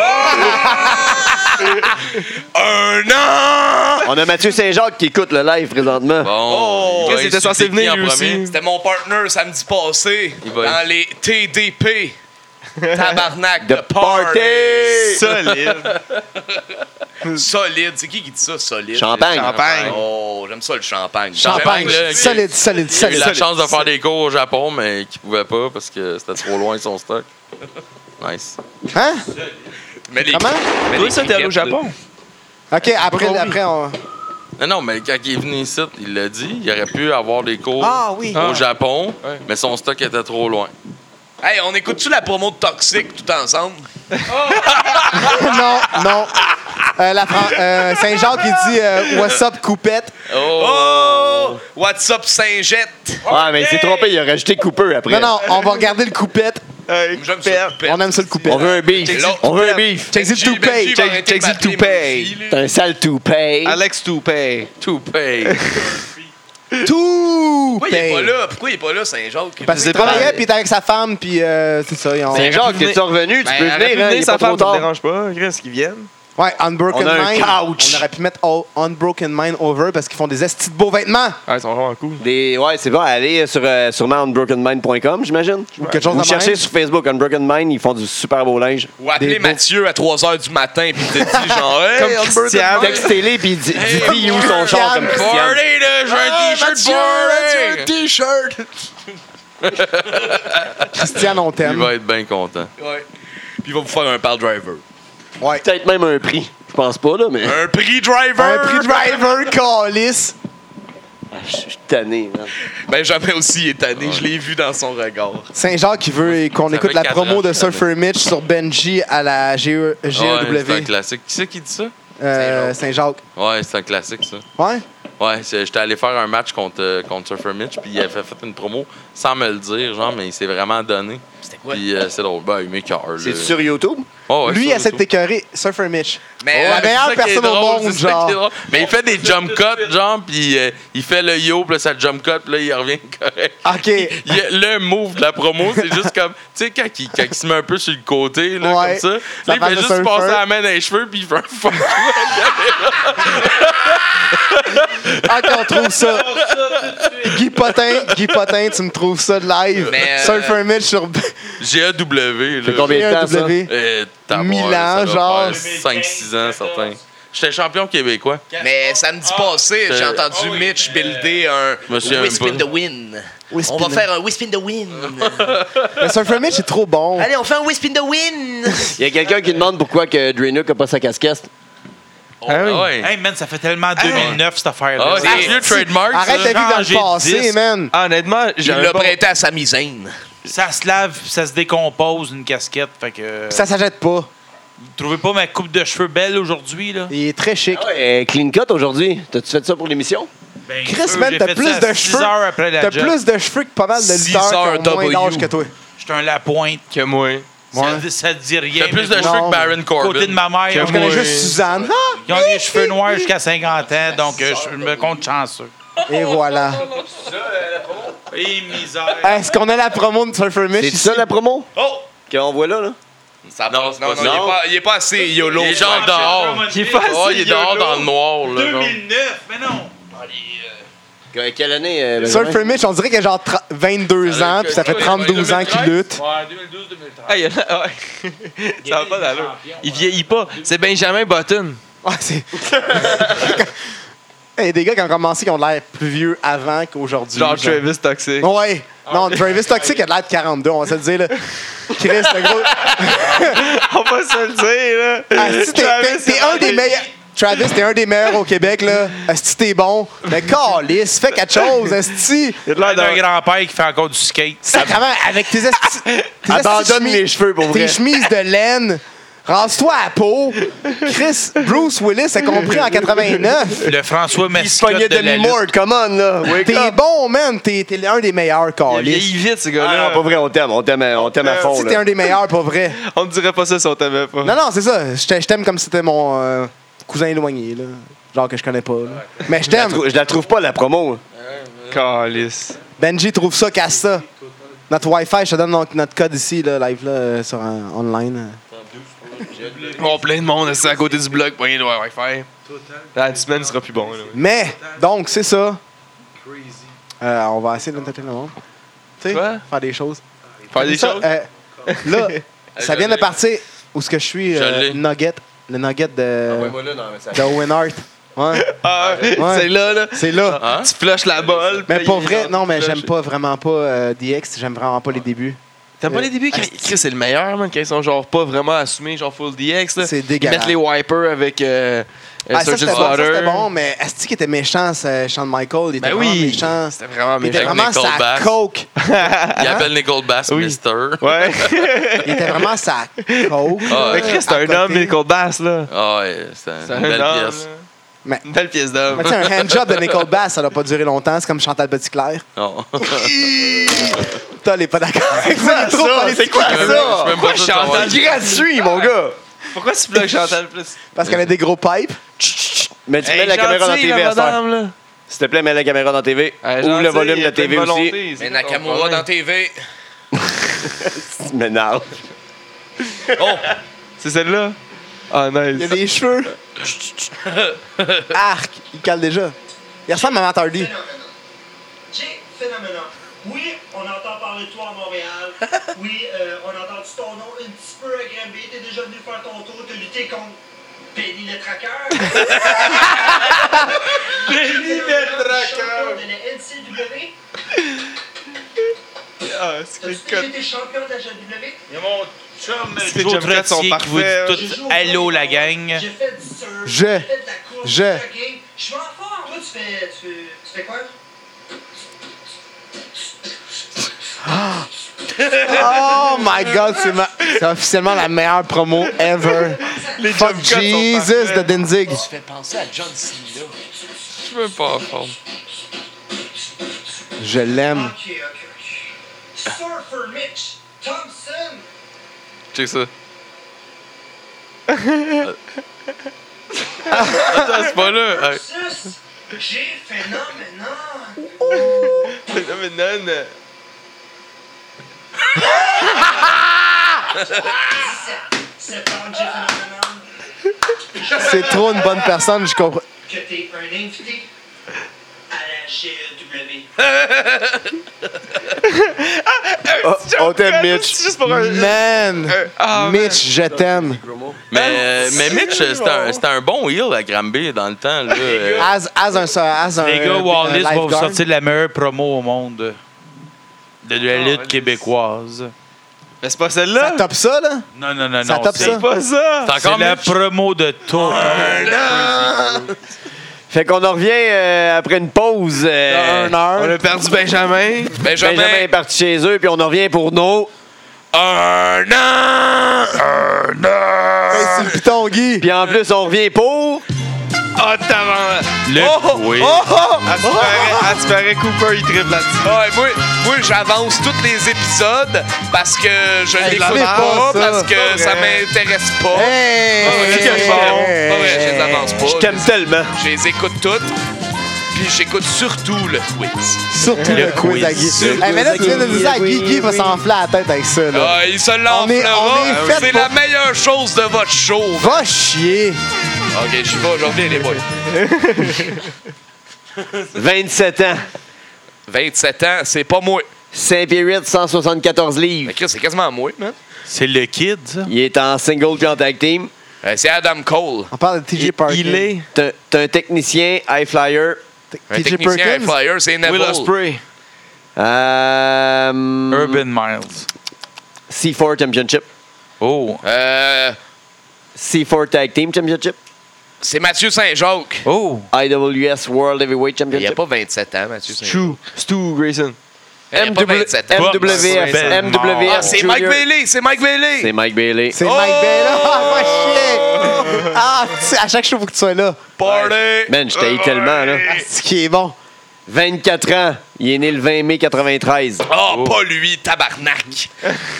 Speaker 1: Un an!
Speaker 2: On a Mathieu Saint-Jacques qui écoute le live présentement.
Speaker 6: Bon.
Speaker 1: Oh,
Speaker 6: il va
Speaker 4: Chris était
Speaker 6: insulter
Speaker 4: censé
Speaker 6: qui
Speaker 4: venir,
Speaker 6: en
Speaker 4: lui
Speaker 6: premier?
Speaker 4: aussi.
Speaker 1: C'était mon partner samedi passé
Speaker 6: Il va-
Speaker 1: dans les TDP. Tabarnak de
Speaker 2: The party!
Speaker 4: Solide.
Speaker 1: Solide. C'est qui qui dit ça, solide?
Speaker 2: Champagne.
Speaker 4: Champagne.
Speaker 1: Oh, j'aime ça le champagne.
Speaker 3: Champagne,
Speaker 6: là, qui-
Speaker 3: solide, solide,
Speaker 6: Il a eu
Speaker 3: solide.
Speaker 6: la chance de faire des cours au Japon, mais qu'il pouvait pas parce que c'était trop loin son stock. Nice.
Speaker 3: Hein?
Speaker 1: Mais les-
Speaker 3: Comment?
Speaker 1: mais
Speaker 4: Toi,
Speaker 1: les
Speaker 4: ça, t'es allé au
Speaker 1: criquettes, là.
Speaker 4: Japon?
Speaker 3: Ok, après, après on.
Speaker 6: Non, non, mais quand il est venu ici, il l'a dit, il aurait pu avoir des cours
Speaker 3: Ah oui.
Speaker 6: au
Speaker 4: Ah.
Speaker 6: Japon,
Speaker 4: Ouais.
Speaker 6: mais son stock était trop loin.
Speaker 1: Hey, on écoute-tu la promo de Toxic tout ensemble?
Speaker 3: non, non. Euh, la Fran- euh, Saint-Jacques, il dit euh, What's up, coupette?
Speaker 1: Oh! What's up, Saint-Jette?
Speaker 2: Ah, mais il s'est trompé, il a rajouté Cooper après.
Speaker 3: Non, non, on va regarder le coupette.
Speaker 4: Euh,
Speaker 1: J'aime ça. le pet.
Speaker 3: On aime ça, le coupette.
Speaker 2: On veut un beef.
Speaker 1: L'autre-
Speaker 2: On veut un beef.
Speaker 3: Check it
Speaker 1: Benji,
Speaker 3: to pay.
Speaker 1: Benji va arrêter
Speaker 4: Check-
Speaker 1: de
Speaker 4: check it to
Speaker 1: m'appeler
Speaker 4: pay.
Speaker 1: Murphy,
Speaker 2: T'as
Speaker 1: là.
Speaker 2: un sale toupet.
Speaker 4: Alex Toupay.
Speaker 6: Tout paye.
Speaker 3: Tout
Speaker 1: Pourquoi il est pas là? Pourquoi il est pas là, Saint-Jacques?
Speaker 3: Parce
Speaker 4: Je
Speaker 3: qu'il
Speaker 4: sais pas.
Speaker 3: travaillait, puis il était avec sa femme, puis euh, c'est ça. ils ont-
Speaker 2: Saint-Jacques, t'es-tu revenu? Tu
Speaker 4: Ben,
Speaker 2: peux
Speaker 4: aurait pu
Speaker 2: venir, hein? Il est
Speaker 4: sa
Speaker 2: pas
Speaker 4: femme,
Speaker 2: trop
Speaker 4: ça me
Speaker 2: tard.
Speaker 4: dérange pas. Chris, qu'ils viennent.
Speaker 3: Ouais, Unbroken
Speaker 2: On a un
Speaker 3: Mind.
Speaker 2: couch.
Speaker 3: On aurait pu mettre oh, Unbroken Mind over parce qu'ils font des estis de beaux vêtements.
Speaker 4: Ah, ils sont vraiment cool.
Speaker 2: Des, ouais, c'est pas aller sur euh, sûrement unbrokenmind.com, j'imagine.
Speaker 3: Ou quelque chose
Speaker 2: Vous
Speaker 3: de
Speaker 2: cherchez
Speaker 3: même.
Speaker 2: sur Facebook Unbroken Mind, ils font du super beau linge.
Speaker 1: Ou appeler
Speaker 3: Des beaux-
Speaker 1: Mathieu à 3h du matin pis te dit genre hey,
Speaker 4: Comme
Speaker 1: on
Speaker 4: Christian.
Speaker 1: peut te-
Speaker 2: Textez-les puis dis
Speaker 1: Hey,
Speaker 2: dis- dis où son char comme
Speaker 1: Party,
Speaker 2: Christian.
Speaker 1: là, j'ai
Speaker 3: Ah,
Speaker 1: un t-shirt boring.
Speaker 3: t-shirt. Christian, on
Speaker 6: il
Speaker 3: t'aime.
Speaker 6: va être bien content.
Speaker 1: Ouais. Puis il va vous faire un pal driver.
Speaker 3: Ouais.
Speaker 2: Peut-être même un prix. Je pense pas, là, mais
Speaker 1: Un prix driver.
Speaker 3: Un prix driver, calice.
Speaker 2: je suis tanné. man.
Speaker 1: Ben jamais aussi il est tanné, je l'ai vu dans son regard.
Speaker 3: Saint-Jacques qui veut qu'on
Speaker 6: Ça
Speaker 3: écoute
Speaker 6: fait
Speaker 3: la
Speaker 6: quatre
Speaker 3: promo
Speaker 6: ans.
Speaker 3: de Surfer Mitch sur Benji à la E, GE
Speaker 6: Ouais, c'est un
Speaker 3: GEW.
Speaker 6: classique. Qui c'est qui dit ça?
Speaker 3: Euh, Saint-Jacques.
Speaker 6: Ouais, c'est un classique, ça.
Speaker 3: Ouais?
Speaker 6: Ouais, c'est- j'étais allé faire un match contre, euh, contre Surfer Mitch, puis il avait fait une promo sans me le dire, genre, mais il s'est vraiment donné.
Speaker 1: C'était quoi?
Speaker 6: Puis euh, c'est drôle. Ben, il m'écœure,
Speaker 2: C'est
Speaker 6: là.
Speaker 2: sur YouTube?
Speaker 6: Oh, ouais,
Speaker 3: Lui, il
Speaker 6: sur
Speaker 3: essaie de
Speaker 6: YouTube.
Speaker 3: t'écœurer, Surfer Mitch.
Speaker 1: Mais
Speaker 3: la
Speaker 1: euh,
Speaker 6: Ouais,
Speaker 3: meilleure
Speaker 6: c'est ça qui est
Speaker 3: personne au
Speaker 6: drôle,
Speaker 3: monde,
Speaker 6: c'est ça qui est
Speaker 3: genre.
Speaker 6: drôle. Mais il fait des jump cuts, genre, puis euh, il fait le yo, puis là, ça jump cut, puis là, il revient correct.
Speaker 3: OK.
Speaker 6: Il y a le move de la promo, c'est juste comme, tu sais, quand, il- quand il se met un peu sur le côté, là,
Speaker 3: Ouais.
Speaker 6: comme ça,
Speaker 3: Ça
Speaker 6: là, il
Speaker 3: parle
Speaker 6: fait
Speaker 3: de
Speaker 6: juste
Speaker 3: surfer.
Speaker 6: passer la main dans les cheveux, puis il fait un fuck.
Speaker 3: Ah, qu'on trouve ça. Guy Potin, Guy Potin, tu me trouves ça de live.
Speaker 1: Mais, euh,
Speaker 3: Surfer Mitch sur
Speaker 6: GAW, là.
Speaker 2: Fait combien de temps, ça?
Speaker 3: BW.
Speaker 6: Euh,
Speaker 3: Mille ans, genre.
Speaker 6: 5-6 ans, certains. J'étais champion québécois.
Speaker 1: mais samedi passé, j'ai
Speaker 6: Euh,
Speaker 1: entendu
Speaker 5: oh oui,
Speaker 1: Mitch
Speaker 5: euh,
Speaker 1: builder un
Speaker 6: me souviens
Speaker 1: Wisp
Speaker 6: pas.
Speaker 1: in the Wind.
Speaker 3: Wisp
Speaker 1: on
Speaker 3: in
Speaker 1: va
Speaker 3: the-
Speaker 1: faire un Wisp in the Wind.
Speaker 3: Mais Surfer Mitch est trop bon.
Speaker 1: Allez, on fait un Wisp in the Wind.
Speaker 2: Il y a quelqu'un qui demande pourquoi que Drainuk a pas sa casquette.
Speaker 4: Ah oui.
Speaker 6: Ah ouais.
Speaker 5: Hey, man, ça fait tellement 2009, cette
Speaker 6: Ah,
Speaker 5: affaire-là.
Speaker 6: c'est un vieux trademark.
Speaker 3: Arrête
Speaker 6: ça.
Speaker 3: de vivre dans
Speaker 5: changer
Speaker 3: le
Speaker 5: de
Speaker 3: passé,
Speaker 5: disque.
Speaker 3: man.
Speaker 4: Ah, honnêtement, j'ai
Speaker 1: Il
Speaker 4: un
Speaker 1: l'a
Speaker 4: bon-
Speaker 1: prêté à sa misaine.
Speaker 5: ça se lave, puis ça se décompose, une casquette. Fait que...
Speaker 3: Ça s'achète pas.
Speaker 5: Vous trouvez pas ma coupe de cheveux belle aujourd'hui, là?
Speaker 3: Il est très chic.
Speaker 2: Ah Ouais, clean cut aujourd'hui. T'as-tu fait ça pour l'émission?
Speaker 5: Ben,
Speaker 3: Chris,
Speaker 5: eux,
Speaker 3: man,
Speaker 5: j'ai
Speaker 3: t'as
Speaker 5: fait
Speaker 3: plus
Speaker 5: ça
Speaker 3: de
Speaker 5: six
Speaker 3: cheveux.
Speaker 5: heures après la
Speaker 3: T'as
Speaker 5: job.
Speaker 3: plus de cheveux que pas mal de lutteurs qui ont moins
Speaker 1: 6RW.
Speaker 3: d'âge que toi.
Speaker 5: J'étais un lapointe.
Speaker 4: Que moi.
Speaker 5: Ça, ça te dit rien.
Speaker 6: T'as plus de
Speaker 5: mais
Speaker 6: cheveux
Speaker 3: Non,
Speaker 6: que Baron
Speaker 5: au
Speaker 6: Corbin.
Speaker 5: côté de ma
Speaker 4: Que
Speaker 5: mère,
Speaker 3: Je connais
Speaker 4: moi,
Speaker 3: juste Suzanne. Ah!
Speaker 5: ils ont des cheveux noirs jusqu'à 50 ans, donc euh, je me compte chanceux.
Speaker 3: Et voilà.
Speaker 5: Et misère.
Speaker 3: Est-ce qu'on a la promo de Surfer Mitch?
Speaker 2: C'est
Speaker 3: ici?
Speaker 2: ça la promo?
Speaker 1: Oh!
Speaker 2: Qu'on voit là, là?
Speaker 1: Ça
Speaker 6: Non,
Speaker 1: passe.
Speaker 6: c'est
Speaker 1: non,
Speaker 6: pas
Speaker 1: non, il
Speaker 6: ça.
Speaker 1: est pas- il est pas assez YOLO.
Speaker 6: Il est genre dehors.
Speaker 5: Qui est
Speaker 6: Oh, il est dehors dans le noir, là. genre.
Speaker 5: 2009, mais non!
Speaker 2: Que- Quelle année? euh, Benjamin?
Speaker 3: Surfer Mitch, on dirait qu'il a genre 30 22
Speaker 6: Ça
Speaker 3: ans,
Speaker 6: doit
Speaker 3: puis ça
Speaker 6: être
Speaker 3: fait 32 ans qu'il lutte.
Speaker 5: Ouais, 2012-2013.
Speaker 4: Ah, il y en a- ouais. Ça va pas d'allure. Il vieillit pas. C'est Benjamin Button.
Speaker 3: Ouais, c'est. Hey, des gars qui ont commencé qui ont l'air plus vieux avant qu'aujourd'hui.
Speaker 4: Genre
Speaker 3: genre.
Speaker 4: Travis Toxic.
Speaker 3: Ouais. Non, Travis Toxic a de l'air de 42, on va se le dire. Là. Chris, le gros.
Speaker 4: On va se le dire, là.
Speaker 3: Ah, si t'es- t'es-
Speaker 4: Travis,
Speaker 3: t'es un des meilleurs. Travis, t'es un des meilleurs au Québec, là. Asti, t'es bon. Mais calisse, fais quelque chose, Asti.
Speaker 4: Il a de
Speaker 5: Là,
Speaker 4: l'air
Speaker 5: d'un
Speaker 4: d'un
Speaker 5: grand-père qui fait encore du skate.
Speaker 3: Sacrement, avec tes asti. tes asti
Speaker 2: Abandonne
Speaker 3: chemises-
Speaker 2: mes cheveux pour vrai.
Speaker 3: Tes chemises de laine. Rase-toi à peau. Chris, Bruce Willis a compris en 89.
Speaker 5: Le François
Speaker 2: Il se pognait
Speaker 5: Mascotte de la lutte.
Speaker 2: demi-mort, come on, là. Wake
Speaker 3: T'es
Speaker 2: up.
Speaker 3: bon, man. T'es t'es un des meilleurs,
Speaker 4: Il
Speaker 3: calisse.
Speaker 4: vieillit vite, ce
Speaker 2: Ah
Speaker 4: gars-là.
Speaker 2: non, pas vrai, on t'aime, on t'aime à- on t'aime à fond,
Speaker 3: Si t'es
Speaker 2: là.
Speaker 3: un des meilleurs, pas vrai.
Speaker 4: On ne dirait pas ça si on t'aimait pas.
Speaker 3: Non, non, c'est ça. Je t'a- je t'aime comme si c'était mon euh, cousin éloigné, là. Genre que je connais pas, là. Mais je t'aime.
Speaker 2: Je la trouve pas, la promo.
Speaker 4: Calice.
Speaker 3: Benji trouve ça casse ça. Notre Wi-Fi, je te donne donc notre code ici, là, live, là, euh, sur un- online.
Speaker 4: Bon, Oh, plein de monde, c'est à côté du blog, poignet de Wi-Fi. La semaine sera plus bon. là.
Speaker 3: Mais, donc, c'est ça. Euh, on va essayer d'entertainer le monde. Tu sais,
Speaker 4: Quoi?
Speaker 3: faire des choses.
Speaker 4: Faire des
Speaker 3: Ça,
Speaker 4: choses.
Speaker 3: euh, là, ça
Speaker 6: je
Speaker 3: vient de
Speaker 6: l'ai.
Speaker 3: partir où ce que je suis, euh,
Speaker 6: Je l'ai. Ah
Speaker 3: Nugget, le Nugget de, de Owen Hart. Ouais,
Speaker 4: Ah,
Speaker 3: Ouais.
Speaker 4: C'est là, là.
Speaker 3: c'est là.
Speaker 6: Hein?
Speaker 4: Tu flushes la balle.
Speaker 3: Mais
Speaker 4: puis
Speaker 3: pour
Speaker 4: il
Speaker 3: vrai,
Speaker 4: rentre,
Speaker 3: non, mais
Speaker 4: tu
Speaker 3: j'aime
Speaker 4: flushes.
Speaker 3: pas vraiment pas euh, DX, j'aime vraiment pas les débuts.
Speaker 4: T'aimes pas les débuts? Chris, Chris, c'est le meilleur, man, quand ils sont genre pas vraiment assumés, genre full DX. Là.
Speaker 3: C'est
Speaker 4: Ils
Speaker 3: dégueulasse.
Speaker 4: mettent les wipers avec euh, euh,
Speaker 3: Ah, ça,
Speaker 4: Surgeon
Speaker 3: c'était bon, ça,
Speaker 4: Slaughter.
Speaker 3: c'était bon, mais Asti qui était méchant, c'est Shawn Michael, il était
Speaker 4: Ben
Speaker 3: vraiment
Speaker 4: oui.
Speaker 3: méchant.
Speaker 4: C'était vraiment
Speaker 3: Il était
Speaker 4: méchant.
Speaker 6: Avec
Speaker 3: vraiment
Speaker 6: Nicole
Speaker 3: sa
Speaker 6: Bass.
Speaker 3: coke.
Speaker 6: Il appelle Nicole Bass
Speaker 4: Oui.
Speaker 6: Mister.
Speaker 4: Ouais.
Speaker 3: Il était vraiment sa coke.
Speaker 6: Ah,
Speaker 4: Mais Chris, c'est
Speaker 3: à
Speaker 4: un
Speaker 3: côté.
Speaker 4: homme, Nicole Bass, là.
Speaker 6: Ah ouais, c'est
Speaker 4: C'est
Speaker 6: une
Speaker 4: un homme.
Speaker 6: belle
Speaker 1: Ah,
Speaker 6: pièce.
Speaker 4: là.
Speaker 3: Mais-
Speaker 4: Une belle pièce d'homme.
Speaker 3: Mais tu sais, un handjob de Nicole Bass, ça n'a pas duré longtemps. C'est comme Chantal Petitclerc.
Speaker 6: Non.
Speaker 3: Toi, elle est pas d'accord avec ça.
Speaker 2: Ça, c'est quoi
Speaker 6: Je suis
Speaker 2: ça?
Speaker 6: même pas sûr de savoir.
Speaker 4: Chantal
Speaker 2: C'est gratuit, mon gars.
Speaker 4: Pourquoi tu bloques Chantal plus?
Speaker 3: Parce qu'elle a des gros pipes.
Speaker 2: Mais tu
Speaker 4: Hey,
Speaker 2: mets la
Speaker 4: gentille,
Speaker 2: caméra dans TV à cette heure.
Speaker 4: madame, là.
Speaker 2: S'il te plaît, mets la caméra dans TV. Ouvre le
Speaker 4: Hey, gentille,
Speaker 2: volume
Speaker 4: il
Speaker 2: de
Speaker 4: y a plein
Speaker 2: TV aussi.
Speaker 4: volonté, c'est
Speaker 1: Mais
Speaker 4: pas ton
Speaker 1: Nakamura
Speaker 4: problème.
Speaker 1: dans TV.
Speaker 2: Tu m'énerves.
Speaker 4: C'est celle-là? Ah,
Speaker 3: Il a
Speaker 4: nice.
Speaker 3: des cheveux. Arc, il cale déjà. Il ressemble à Matt Hardy.
Speaker 7: Jay Phénoménon. Oui, on entend parler de toi à Montréal. Oui, euh, on a entendu ton nom un petit peu à Granby. T'es déjà venu faire ton tour, t'as lutté contre Penny le Traqueur. Penny le Traqueur. de la NCW.
Speaker 4: Ah, c'est
Speaker 7: T'as-tu déjà été champion de la JW?
Speaker 5: Il y a mon chum
Speaker 4: C'est
Speaker 5: Joe
Speaker 4: Jim Cat, sont
Speaker 5: Trottier qui vous
Speaker 4: parfaits.
Speaker 5: dit
Speaker 7: J'ai joué
Speaker 5: tout
Speaker 7: au
Speaker 5: Allô la
Speaker 7: volleyball,
Speaker 5: gang.
Speaker 7: J'ai fait du surf.
Speaker 3: Je-
Speaker 7: J'ai fait de la course.
Speaker 3: je-
Speaker 7: du jogging. Je suis en forme. Toi, tu fais, tu, tu fais quoi?
Speaker 3: Oh my god, c'est ma- c'est officiellement la meilleure promo ever.
Speaker 4: hein. Les
Speaker 3: Fuck
Speaker 4: jump cuts sont
Speaker 3: Jesus de
Speaker 4: parfaits.
Speaker 3: Denzig.
Speaker 1: Tu fais penser à John Cena.
Speaker 6: Je suis même pas en forme.
Speaker 3: Je l'aime.
Speaker 7: Ok, ok, ok. Surfer Mitch Thompson.
Speaker 6: Check ça. Attends, c'est pas là. Hey.
Speaker 7: Versus J'ai phénoménal.
Speaker 4: Non, mais non. euh,
Speaker 7: 17 ans, J'ai phénoménal.
Speaker 3: C'est trop une bonne personne, je comprends.
Speaker 7: Que t'es un invité à la GEW.
Speaker 2: Oh, On t'aime,
Speaker 4: Travis,
Speaker 2: Mitch.
Speaker 4: C'est juste pour un.
Speaker 3: Man!
Speaker 4: un- ah, man.
Speaker 3: Mitch, je t'aime.
Speaker 6: Mais, mais Mitch, c'était un, c'était un bon heel à Granby dans le temps. Là. Euh,
Speaker 3: As, as un as un, euh,
Speaker 5: Les gars,
Speaker 3: un
Speaker 5: Wallis va vous
Speaker 3: lifeguard.
Speaker 5: sortir la meilleure promo au monde de la
Speaker 4: Wallis.
Speaker 5: lutte québécoise.
Speaker 4: Mais c'est pas
Speaker 3: Ça
Speaker 4: celle-là.
Speaker 3: top ça, là?
Speaker 5: Non, non, non,
Speaker 3: Ça
Speaker 5: non.
Speaker 3: tape
Speaker 5: c'est-
Speaker 3: ça?
Speaker 4: C'est pas ça.
Speaker 6: T'as
Speaker 5: C'est
Speaker 6: encore
Speaker 5: la
Speaker 6: Mitch?
Speaker 5: promo de tout. Oh!
Speaker 2: Fait qu'on en revient euh, après une pause. euh,
Speaker 3: Un heure.
Speaker 4: On a perdu Benjamin.
Speaker 2: Benjamin. est
Speaker 6: Benjamin.
Speaker 2: parti chez eux, puis on en revient pour nos.
Speaker 6: Un an! Un an!
Speaker 3: Hey, c'est le piton, Guy!
Speaker 2: Puis en plus, on revient pour.
Speaker 4: Ah, t'avant.
Speaker 5: Le-
Speaker 4: Oh,
Speaker 6: Oui.
Speaker 4: oh, oh. À ce paraît- à ce paraît, Cooper, il triple là-dessus.
Speaker 1: Ah, et moi, moi j'avance tous les épisodes parce que je ne
Speaker 3: Hey,
Speaker 1: l'écoute
Speaker 3: fais
Speaker 1: pas,
Speaker 3: pas ça.
Speaker 1: parce que
Speaker 4: Pas
Speaker 1: ça
Speaker 4: vrai.
Speaker 1: m'intéresse pas.
Speaker 4: Ah
Speaker 3: Hey!
Speaker 1: Pas vrai, je les avance- pas vrai, je les avance pas.
Speaker 2: Je t'aime tellement.
Speaker 1: Je les écoute toutes. Puis j'écoute surtout le quiz.
Speaker 3: Surtout le, quiz à Guy.
Speaker 1: Surtout
Speaker 3: Hey, mais là, tu viens de nous dire à
Speaker 2: Oui,
Speaker 3: Guy, Guy va
Speaker 2: oui.
Speaker 3: s'enfler la tête avec ça, là.
Speaker 1: Ah, il se
Speaker 3: On est- on est
Speaker 1: l'enflera.
Speaker 3: fait
Speaker 1: C'est
Speaker 3: pour-
Speaker 1: la meilleure chose de votre show.
Speaker 3: Va chier!
Speaker 1: Ok, je suis pas, je reviens les boys.
Speaker 2: 27 ans.
Speaker 1: 27 ans, c'est pas moi.
Speaker 2: Saint-Pierre, 174 livres.
Speaker 1: Mais Chris, c'est quasiment moi, man.
Speaker 5: C'est le kid, ça.
Speaker 2: Il est en single puis en tag team.
Speaker 1: Euh, c'est Adam Cole.
Speaker 3: On parle de TJ Perkins.
Speaker 4: Il est
Speaker 2: T'es un- t'es un technicien, high flyer.
Speaker 1: Un
Speaker 3: TJ
Speaker 1: technicien
Speaker 3: Perkins.
Speaker 1: flyer, c'est
Speaker 4: Will
Speaker 1: Neville.
Speaker 4: Ospreay.
Speaker 2: Euh,
Speaker 5: Urban Miles.
Speaker 2: C4 Championship.
Speaker 5: Oh.
Speaker 1: Euh,
Speaker 2: C4 Tag Team Championship.
Speaker 1: c'est Mathieu Saint-Jacques.
Speaker 5: Oh.
Speaker 2: IWS World Heavyweight
Speaker 1: Il n'y a
Speaker 2: Championship.
Speaker 1: pas 27 ans, Mathieu Saint-Jacques.
Speaker 4: Stu. Stu Grayson.
Speaker 1: Il n'y a pas 27 ans.
Speaker 5: MW.
Speaker 2: MWF.
Speaker 5: Ben
Speaker 2: MWF.
Speaker 1: Ah, c'est Mike Bailey, c'est Mike Bailey.
Speaker 2: C'est Mike Bailey.
Speaker 3: C'est Mike Bell. Ah, va chier. Ah, tu- à chaque show, faut que tu sois là.
Speaker 1: Party.
Speaker 2: Man, je t'haïs tellement, là.
Speaker 3: Ce qui est bon.
Speaker 2: 24 ans. Il est né le 20 mai 93.
Speaker 1: Oh, pas lui, tabarnak.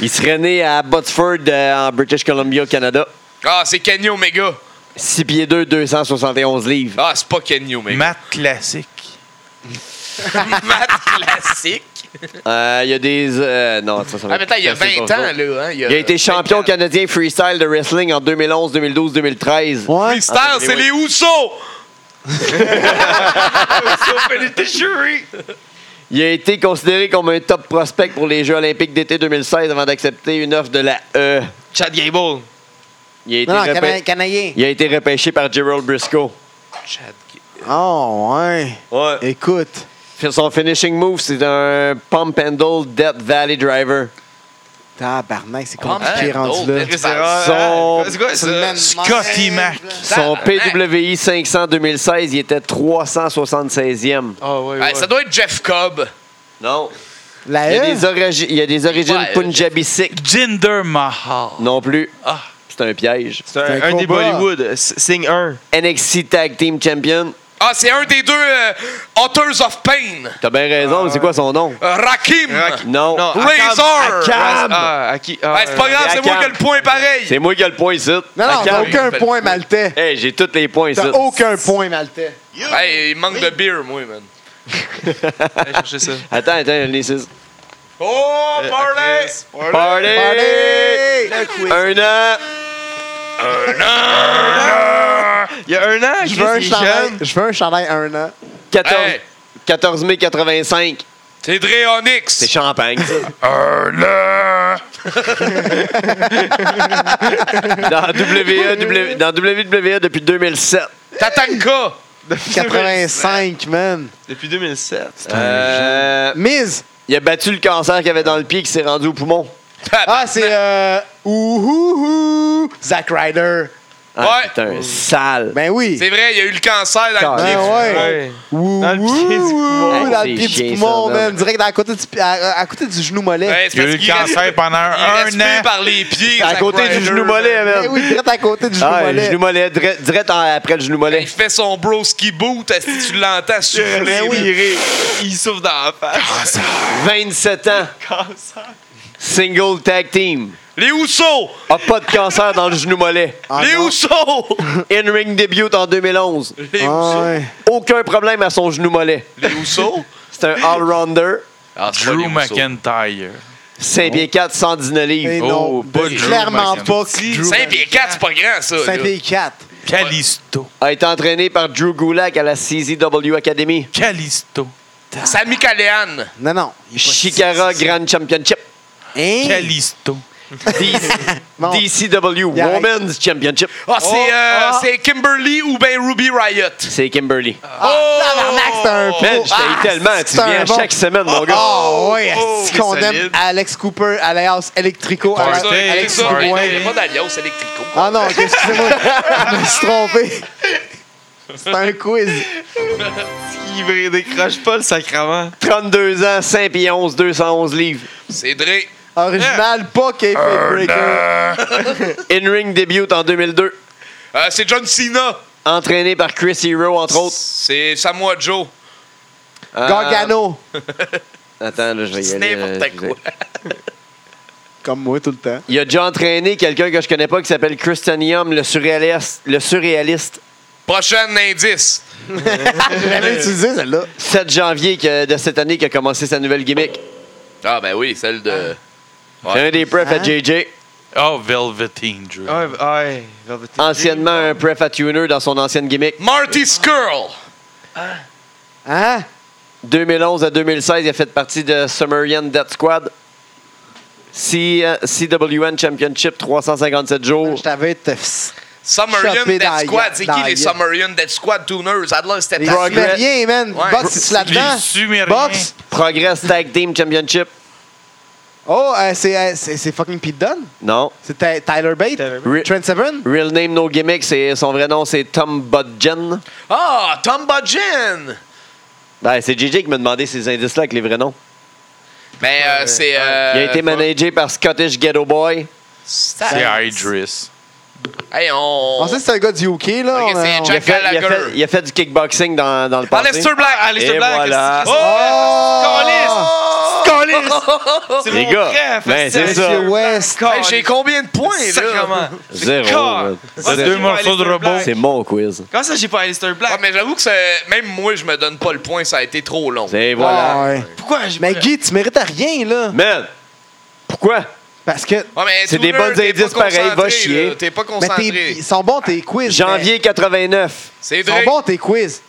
Speaker 2: Il serait né à Botsford, euh, en British Columbia, au Canada.
Speaker 1: Ah, c'est Kenny Omega.
Speaker 2: 6 pieds 2, 271 livres.
Speaker 1: Ah, c'est pas Kenny Omega.
Speaker 5: Matt Classique.
Speaker 1: Matt classique.
Speaker 2: Euh, Il y a des... euh, non, ça, ça va
Speaker 1: Ah, mais attends, il y a
Speaker 2: ça, c'est
Speaker 1: 20 ans,
Speaker 2: pas ça.
Speaker 1: là. Hein, il, y
Speaker 2: Il a été champion canadien freestyle de wrestling en 2011, 2012, 2013.
Speaker 3: Ouais.
Speaker 1: Freestyle, c'est les Housseaux.
Speaker 2: Il a été considéré comme un top prospect pour les Jeux olympiques d'été 2016 avant d'accepter une offre de la E.
Speaker 4: Chad Gable.
Speaker 2: Il a été,
Speaker 3: Non, non,
Speaker 2: repê-
Speaker 3: cana- Canadien.
Speaker 2: Il a été repêché par Gerald Briscoe.
Speaker 3: Oh, ouais.
Speaker 2: Ouais.
Speaker 3: Écoute.
Speaker 2: Son finishing move, c'est un pump handle Death Valley Driver.
Speaker 3: Tabarnak, c'est
Speaker 1: Hein?
Speaker 3: compliqué rendu
Speaker 1: D'autres,
Speaker 3: là.
Speaker 1: Chris
Speaker 4: Ah,
Speaker 1: Harris.
Speaker 2: Son,
Speaker 4: C'est quoi
Speaker 3: C'est le
Speaker 4: ça?
Speaker 3: même
Speaker 5: Scotty
Speaker 3: monde.
Speaker 5: Mac.
Speaker 2: son
Speaker 1: Tabarnak.
Speaker 2: PWI 500 2016, il était 376e.
Speaker 4: Ah ouais,
Speaker 1: Ouais, Ça doit être Jeff Cobb.
Speaker 2: Non.
Speaker 3: La
Speaker 2: Il y a
Speaker 3: E?
Speaker 2: des, origi- il y a des origines
Speaker 1: Ouais,
Speaker 2: Punjabi Sikh.
Speaker 5: Jinder Mahal.
Speaker 2: Non plus.
Speaker 5: Ah.
Speaker 2: C'est un piège.
Speaker 4: C'est un,
Speaker 3: C'est un
Speaker 4: un des
Speaker 3: combat.
Speaker 4: Bollywood. S- Signe 1.
Speaker 2: NXT Tag Team Champion.
Speaker 1: Ah, c'est un des deux euh, Authors of Pain.
Speaker 2: T'as bien raison, mais c'est quoi son nom?
Speaker 1: Euh, Rakim.
Speaker 2: Non.
Speaker 1: Razor.
Speaker 2: Akam.
Speaker 4: Ah, à qui? Ah,
Speaker 1: Ouais, c'est pas grave, c'est moi qui ai le point pareil.
Speaker 2: C'est moi qui ai le point ici.
Speaker 3: Non, non, t'as
Speaker 2: Akam.
Speaker 3: aucun
Speaker 1: Fait-
Speaker 3: point, Maltais.
Speaker 2: Hey, j'ai tous les points ici.
Speaker 3: T'as aucun point, Maltais.
Speaker 1: Hey, il manque de beer, moi, man.
Speaker 4: Allez chercher ça.
Speaker 2: Attends, attends, j'en ai six.
Speaker 1: Oh, party!
Speaker 2: Party!
Speaker 3: Party! Le quiz.
Speaker 2: Un an!
Speaker 4: Il y a un an,
Speaker 3: Je veux un
Speaker 4: Chris, il est
Speaker 3: chandail,
Speaker 4: jeune.
Speaker 3: je veux un chandail un an.
Speaker 2: 14,
Speaker 1: Hey.
Speaker 2: 14 mai 85.
Speaker 1: C'est Dre
Speaker 2: C'est
Speaker 1: Onyx.
Speaker 2: champagne, ça. dans, WWE, W- dans WWE depuis 2007.
Speaker 1: Tatanka.
Speaker 3: 85, man.
Speaker 4: Depuis 2007.
Speaker 2: Euh,
Speaker 3: Miz.
Speaker 2: il a battu le cancer qu'il avait dans le pied qui s'est rendu au poumon.
Speaker 3: Ah, c'est euh, ouhouhou, Zack Ryder.
Speaker 2: Ah,
Speaker 1: Ouais.
Speaker 2: C'est un sale.
Speaker 3: Ben oui.
Speaker 1: C'est vrai, il y a eu le cancer dans le
Speaker 3: Ben
Speaker 1: pied.
Speaker 3: ouais.
Speaker 4: Ouais.
Speaker 3: Ouh,
Speaker 4: Dans le pied du
Speaker 3: ouh,
Speaker 4: poumon.
Speaker 3: ouh, Dans
Speaker 2: Hey,
Speaker 3: le pied
Speaker 2: c'est
Speaker 3: du
Speaker 2: chiant,
Speaker 3: poumon,
Speaker 2: ça, là.
Speaker 3: man. Direct à côté du, à, à côté du genou mollet.
Speaker 1: Ouais, c'est
Speaker 5: Il a
Speaker 1: parce
Speaker 5: eu le
Speaker 1: qu'il reste-
Speaker 5: cancer pendant
Speaker 1: Il reste
Speaker 5: un
Speaker 1: plus
Speaker 5: an.
Speaker 1: par les pieds.
Speaker 2: C'est à
Speaker 1: Zack
Speaker 2: côté
Speaker 1: Ryder,
Speaker 2: du genou mollet,
Speaker 3: Ben
Speaker 2: man.
Speaker 3: oui, direct à côté du genou
Speaker 2: Ah, le
Speaker 3: mollet.
Speaker 2: genou mollet, direct, direct en- après le genou mollet.
Speaker 1: Il fait son broski boot, est-ce que tu l'entends souffler?
Speaker 4: Ben oui, il rit. Il souffre dans la face.
Speaker 3: Ben.
Speaker 2: 27 ans,
Speaker 4: Cancer.
Speaker 2: single tag team.
Speaker 1: Les Housseaux!
Speaker 2: A pas de cancer dans le genou mollet.
Speaker 3: Ah,
Speaker 1: les
Speaker 3: non.
Speaker 1: Housseaux!
Speaker 2: In-ring debut en 2011.
Speaker 1: Les
Speaker 3: Ah,
Speaker 1: Housseaux!
Speaker 3: ouais.
Speaker 2: Aucun problème à son genou mollet.
Speaker 1: Les Housseaux?
Speaker 2: C'est un all-rounder.
Speaker 1: Ah, c'est pas les
Speaker 5: Drew
Speaker 1: Housseaux.
Speaker 5: McIntyre.
Speaker 2: 5 pieds 4, 119
Speaker 3: Et
Speaker 2: livres.
Speaker 3: Eh non,
Speaker 5: Oh, pas Drew
Speaker 3: clairement
Speaker 5: McIntyre.
Speaker 3: pas que Drew
Speaker 1: 5 pieds 4, c'est pas grand, ça. là.
Speaker 3: 5 pieds 4.
Speaker 5: Calisto.
Speaker 2: A été entraîné par Drew Gulak à la CZW Academy.
Speaker 5: Calisto.
Speaker 1: Sami Callihan.
Speaker 3: Non, non.
Speaker 2: Shikara Grand Championship.
Speaker 3: Hein?
Speaker 5: Calisto.
Speaker 2: DC
Speaker 3: Bon.
Speaker 2: DCW
Speaker 3: Il arrête.
Speaker 2: Women's Championship.
Speaker 1: Ah, c'est euh,
Speaker 3: ah.
Speaker 1: c'est Kimberly ou ben Ruby Riot.
Speaker 2: C'est Kimberly.
Speaker 1: Oh!
Speaker 3: Ah, Tabarnak, c'est un
Speaker 2: Man,
Speaker 3: pro.
Speaker 2: je t'haïs
Speaker 3: Ah,
Speaker 2: tellement. Tu
Speaker 3: c'est un
Speaker 2: viens
Speaker 3: bon.
Speaker 2: chaque semaine, mon gars.
Speaker 3: Oh, oui, est-ce
Speaker 4: c'est
Speaker 3: qu'on
Speaker 4: solide.
Speaker 3: aime Alex Cooper, alias Electrico,
Speaker 5: Party,
Speaker 1: Ça,
Speaker 3: alias
Speaker 5: Hey,
Speaker 1: c'est
Speaker 3: Alex
Speaker 1: ça.
Speaker 5: sorry.
Speaker 1: Il
Speaker 3: Dubois.
Speaker 1: n'y a pas d'alliance, c'est l'électrico.
Speaker 3: Ah non, ok, excusez-moi, je me suis trompé. C'est un quiz.
Speaker 4: Il ne décroche pas le sacrement.
Speaker 2: 32 ans, 5 pieds 11, 211 livres.
Speaker 1: C'est Dre.
Speaker 3: Original, pas Kayfabe Breaker.
Speaker 2: In-ring débute en 2002.
Speaker 1: Euh, c'est John Cena.
Speaker 2: Entraîné par Chris Hero, entre autres.
Speaker 1: C'est Samoa Joe.
Speaker 2: Euh,
Speaker 3: Gargano.
Speaker 2: Attends, là, je vais y
Speaker 1: C'est
Speaker 2: aller. euh,
Speaker 1: n'importe
Speaker 2: je vais-
Speaker 1: quoi.
Speaker 3: Comme moi tout le temps.
Speaker 2: Il a déjà entraîné quelqu'un que je connais pas qui s'appelle Christianium, le surréaliste. Le surréaliste.
Speaker 1: Prochain indice.
Speaker 3: J'ai jamais utilisé celle-là.
Speaker 2: 7 janvier que- de cette année qui a commencé sa nouvelle gimmick.
Speaker 1: Ah, ben oui, celle de.
Speaker 2: C'est un des prefs à
Speaker 3: Hein?
Speaker 2: JJ.
Speaker 5: Oh, Velveteen Drew.
Speaker 2: Ah,
Speaker 4: Ouais, ouais. Velveteen
Speaker 2: Anciennement un pref à Tuner dans son ancienne gimmick.
Speaker 1: Marty Skrull.
Speaker 3: Hein?
Speaker 2: 2011 à 2016, il a fait partie de Summerian Death Squad. C- CWN Championship, 357 jours.
Speaker 3: Je t'avais te
Speaker 1: Summerian
Speaker 3: Chopé dans
Speaker 1: Dead
Speaker 3: la
Speaker 1: Squad,
Speaker 3: gueule,
Speaker 1: c'est
Speaker 3: dans
Speaker 1: qui
Speaker 3: la
Speaker 1: les
Speaker 3: gueule.
Speaker 1: Summerian Dead Squad Tuners? Adler, c'était
Speaker 3: Les
Speaker 1: ta-
Speaker 2: Progress.
Speaker 3: Sumériens, man.
Speaker 1: Ouais.
Speaker 3: Box, c'est là-dedans.
Speaker 5: Les Sumériens.
Speaker 3: Box.
Speaker 2: Progress Tag Team Championship.
Speaker 3: Oh, euh, c'est euh, c'est- c'est fucking Pete Dunne.
Speaker 2: Non.
Speaker 3: C'est Ty- Tyler Bate.
Speaker 2: Ri-
Speaker 3: Trent Seven.
Speaker 2: Real name, no gimmick. c'est- Son vrai nom, c'est Tom Budgen.
Speaker 1: Ah, Tom Budgen!
Speaker 2: Ben, c'est JJ qui m'a demandé ces indices-là avec les vrais noms.
Speaker 1: Mais euh, c'est.
Speaker 2: Il a
Speaker 1: euh,
Speaker 2: été managé par Scottish Ghetto Boy.
Speaker 1: c'est-
Speaker 6: C'est Idris.
Speaker 1: Hey, on.
Speaker 3: On sait que c'est un gars du UK, là.
Speaker 1: Ok,
Speaker 3: On-
Speaker 1: c'est Jack-
Speaker 3: on-
Speaker 2: Il a fait, il a fait- il a fait du kickboxing dans, dans le passé.
Speaker 1: Aleister Black! Aleister
Speaker 2: Et
Speaker 1: Black!
Speaker 2: voilà.
Speaker 4: Ah,
Speaker 1: qu'est-ce que c'est? Oh!
Speaker 4: Oh!
Speaker 5: C'est
Speaker 2: Les
Speaker 5: mon
Speaker 2: gars,
Speaker 5: rêve,
Speaker 2: ben, c'est
Speaker 5: c'est
Speaker 2: ça.
Speaker 3: Monsieur West.
Speaker 1: Hey, j'ai combien de points, là?
Speaker 4: Sacrement.
Speaker 2: Zéro.
Speaker 4: Car-
Speaker 2: man.
Speaker 4: Comment ça,
Speaker 5: deux
Speaker 4: j'ai pas
Speaker 5: morceaux de
Speaker 4: Aleister
Speaker 5: robot.
Speaker 4: Black?
Speaker 2: C'est mon quiz.
Speaker 4: Comment ça, j'ai pas Alistair
Speaker 1: Ouais,
Speaker 4: Black?
Speaker 1: mais j'avoue que c'est- même moi, je me donne pas le point, ça a été trop long.
Speaker 2: C'est voilà.
Speaker 3: Ah, ouais.
Speaker 4: Pourquoi j'ai
Speaker 3: Mais
Speaker 4: pas-
Speaker 3: Guy, tu mérites à rien, là.
Speaker 2: Man, pourquoi?
Speaker 3: Parce que.
Speaker 1: Ouais, mais
Speaker 2: C'est des
Speaker 1: Tuner,
Speaker 2: bonnes
Speaker 1: t'es pas
Speaker 2: indices pareils, va
Speaker 1: concentré,
Speaker 2: chier.
Speaker 1: là, T'es pas
Speaker 3: Mais tes-
Speaker 1: concentré.
Speaker 3: ils sont bons tes quiz.
Speaker 2: Janvier 89.
Speaker 1: C'est
Speaker 3: mais- Ils sont
Speaker 1: vrai.
Speaker 3: bons tes quiz.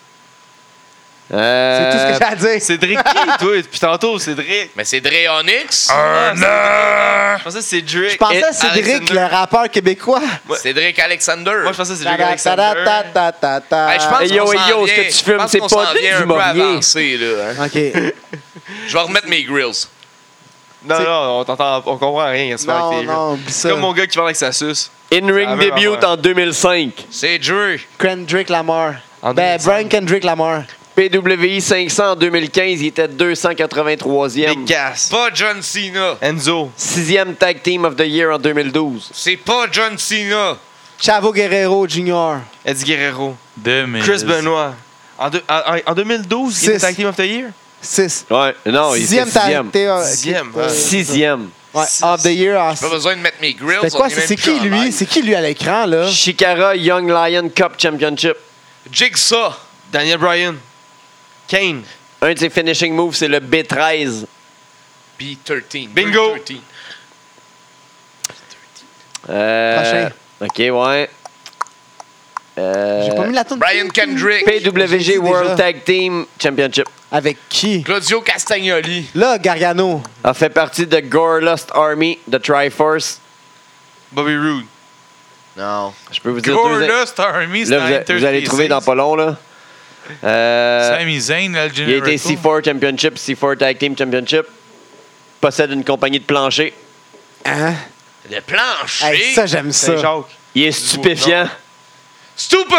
Speaker 3: C'est
Speaker 2: Euh,
Speaker 3: tout ce que j'ai à dire.
Speaker 4: Cédric qui, toi? Depuis tantôt, Cédric.
Speaker 1: Mais c'est Dre Onyx.
Speaker 2: Ah.
Speaker 4: Je pensais que Ah, c'est
Speaker 3: Je
Speaker 4: Drake.
Speaker 3: pensais
Speaker 4: et
Speaker 3: à Cédric,
Speaker 4: Alexander.
Speaker 3: le rappeur québécois.
Speaker 4: Ouais.
Speaker 1: Cédric Alexander.
Speaker 4: Moi, je pensais que c'est Drake Alexander.
Speaker 1: Hey, je pense
Speaker 3: Ta-da-ta-ta-ta-ta.
Speaker 2: Hey, yo,
Speaker 1: qu'on
Speaker 2: hey,
Speaker 1: s'en
Speaker 2: yo, ce
Speaker 1: vient.
Speaker 2: que tu filmes,
Speaker 1: Je pense
Speaker 2: c'est
Speaker 1: qu'on
Speaker 2: pas
Speaker 1: s'en
Speaker 2: des
Speaker 1: vient un peu
Speaker 2: humoriers.
Speaker 1: avancé, là, hein.
Speaker 3: OK.
Speaker 1: Je vais remettre mes grills.
Speaker 4: Non,
Speaker 3: C'est-
Speaker 4: non, on t'entend, on comprend rien. c'est pas
Speaker 3: Non,
Speaker 4: avec tes-
Speaker 3: non, oublie ça.
Speaker 4: C'est comme mon gars qui parle avec sa suce. Ah,
Speaker 2: In-ring
Speaker 4: mais
Speaker 2: debut
Speaker 4: vraiment.
Speaker 2: en 2005.
Speaker 1: C'est Dre.
Speaker 3: Kendrick Lamar.
Speaker 4: En
Speaker 3: Ben,
Speaker 4: 2005.
Speaker 3: Brian Kendrick Lamar.
Speaker 2: PWI 500 en 2015, il était
Speaker 4: Big
Speaker 2: 283e.
Speaker 4: gas.
Speaker 1: Pas John Cena.
Speaker 4: Enzo.
Speaker 2: Sixième Tag Team of the Year en 2012.
Speaker 1: C'est pas John Cena.
Speaker 3: Chavo Guerrero Jr.
Speaker 4: Eddie Guerrero.
Speaker 5: Deux minutes.
Speaker 4: Chris Benoit. En, deux- en- en 2012, il
Speaker 3: Six.
Speaker 4: était Tag Team of the Year?
Speaker 3: 6.
Speaker 2: Ouais, non, il était sixième. hein.
Speaker 4: Sixième, ouais.
Speaker 2: Sixième.
Speaker 3: euh, Ouais, of the year. en-
Speaker 1: Pas besoin de mettre mes grills.
Speaker 3: C'était
Speaker 1: on
Speaker 3: quoi?
Speaker 1: est
Speaker 3: C'est
Speaker 1: même
Speaker 3: c'est
Speaker 1: plus
Speaker 3: qui,
Speaker 1: en
Speaker 3: lui?
Speaker 1: live.
Speaker 3: C'est qui, lui, à l'écran, là?
Speaker 2: Shikara Young Lion Cup Championship.
Speaker 1: Jigsaw.
Speaker 4: Daniel Bryan. Kane.
Speaker 2: Un de ses finishing moves, c'est le B13.
Speaker 1: B13.
Speaker 4: Bingo.
Speaker 1: B13.
Speaker 2: Euh,
Speaker 3: Prochain.
Speaker 2: OK, ouais. Euh,
Speaker 3: J'ai pas mis la toune.
Speaker 1: Brian Kendrick.
Speaker 2: PWG
Speaker 3: J'ai dit
Speaker 2: World
Speaker 3: déjà.
Speaker 2: Tag Team Championship
Speaker 3: Avec qui?
Speaker 1: Claudio Castagnoli.
Speaker 3: Là, Gargano.
Speaker 2: a fait partie de Gorelust Army de Triforce.
Speaker 4: Bobby Roode.
Speaker 1: Non.
Speaker 2: Je peux vous dire
Speaker 5: Gore,
Speaker 2: deux...
Speaker 5: là, c'est un Army,
Speaker 2: Là, vous, a- vous allez trouver dans pas long, là. Euh,
Speaker 5: Sami Zayn, là, le
Speaker 2: il a été
Speaker 5: Generico.
Speaker 2: C4 Championship, C4 Tag Team Championship. Possède une compagnie de plancher.
Speaker 3: Hein?
Speaker 1: Le plancher.
Speaker 3: Hey, ça, j'aime ça.
Speaker 4: Saint-Jacques.
Speaker 2: Il est stupéfiant.
Speaker 1: Stupefy.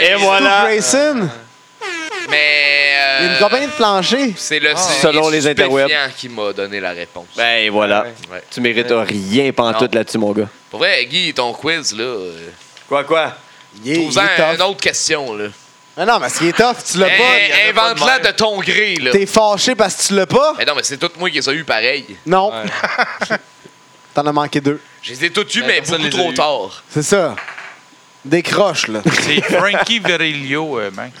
Speaker 2: Et
Speaker 3: Stu
Speaker 2: voilà.
Speaker 3: Grayson.
Speaker 1: Mais. euh,
Speaker 3: Une compagnie de plancher.
Speaker 1: C'est
Speaker 4: Ah.
Speaker 1: le c'est
Speaker 2: Selon les
Speaker 1: stupéfiant
Speaker 2: interwebs.
Speaker 1: qui m'a donné la réponse.
Speaker 2: Ben et voilà.
Speaker 1: Ouais.
Speaker 2: Tu mérites rien pantoute
Speaker 1: Non.
Speaker 2: là-dessus, mon gars.
Speaker 1: Pour vrai, Guy, ton quiz, là. euh,
Speaker 2: Quoi, quoi?
Speaker 3: Il est, il
Speaker 1: Trouve-en
Speaker 3: est
Speaker 1: une
Speaker 3: tough.
Speaker 1: autre question, là.
Speaker 3: Mais non, mais ce qui est tough, tu
Speaker 4: Eh,
Speaker 3: l'as
Speaker 1: Hey,
Speaker 3: pas.
Speaker 1: hey,
Speaker 4: pas de
Speaker 1: Invente-la de,
Speaker 4: même.
Speaker 1: ton gré,
Speaker 4: eh.
Speaker 1: là.
Speaker 3: T'es fâché parce que tu l'as pas?
Speaker 1: Mais non, mais c'est tout moi qui les a eu pareil.
Speaker 3: Non.
Speaker 4: Ouais.
Speaker 3: T'en as manqué deux.
Speaker 1: Je les ai toutes eues,
Speaker 4: Ben,
Speaker 1: mais
Speaker 4: personne
Speaker 1: beaucoup
Speaker 4: les a
Speaker 1: trop
Speaker 4: eues.
Speaker 1: tard.
Speaker 3: C'est ça. Décroche, là.
Speaker 5: C'est Frankie Virilio, euh, Max.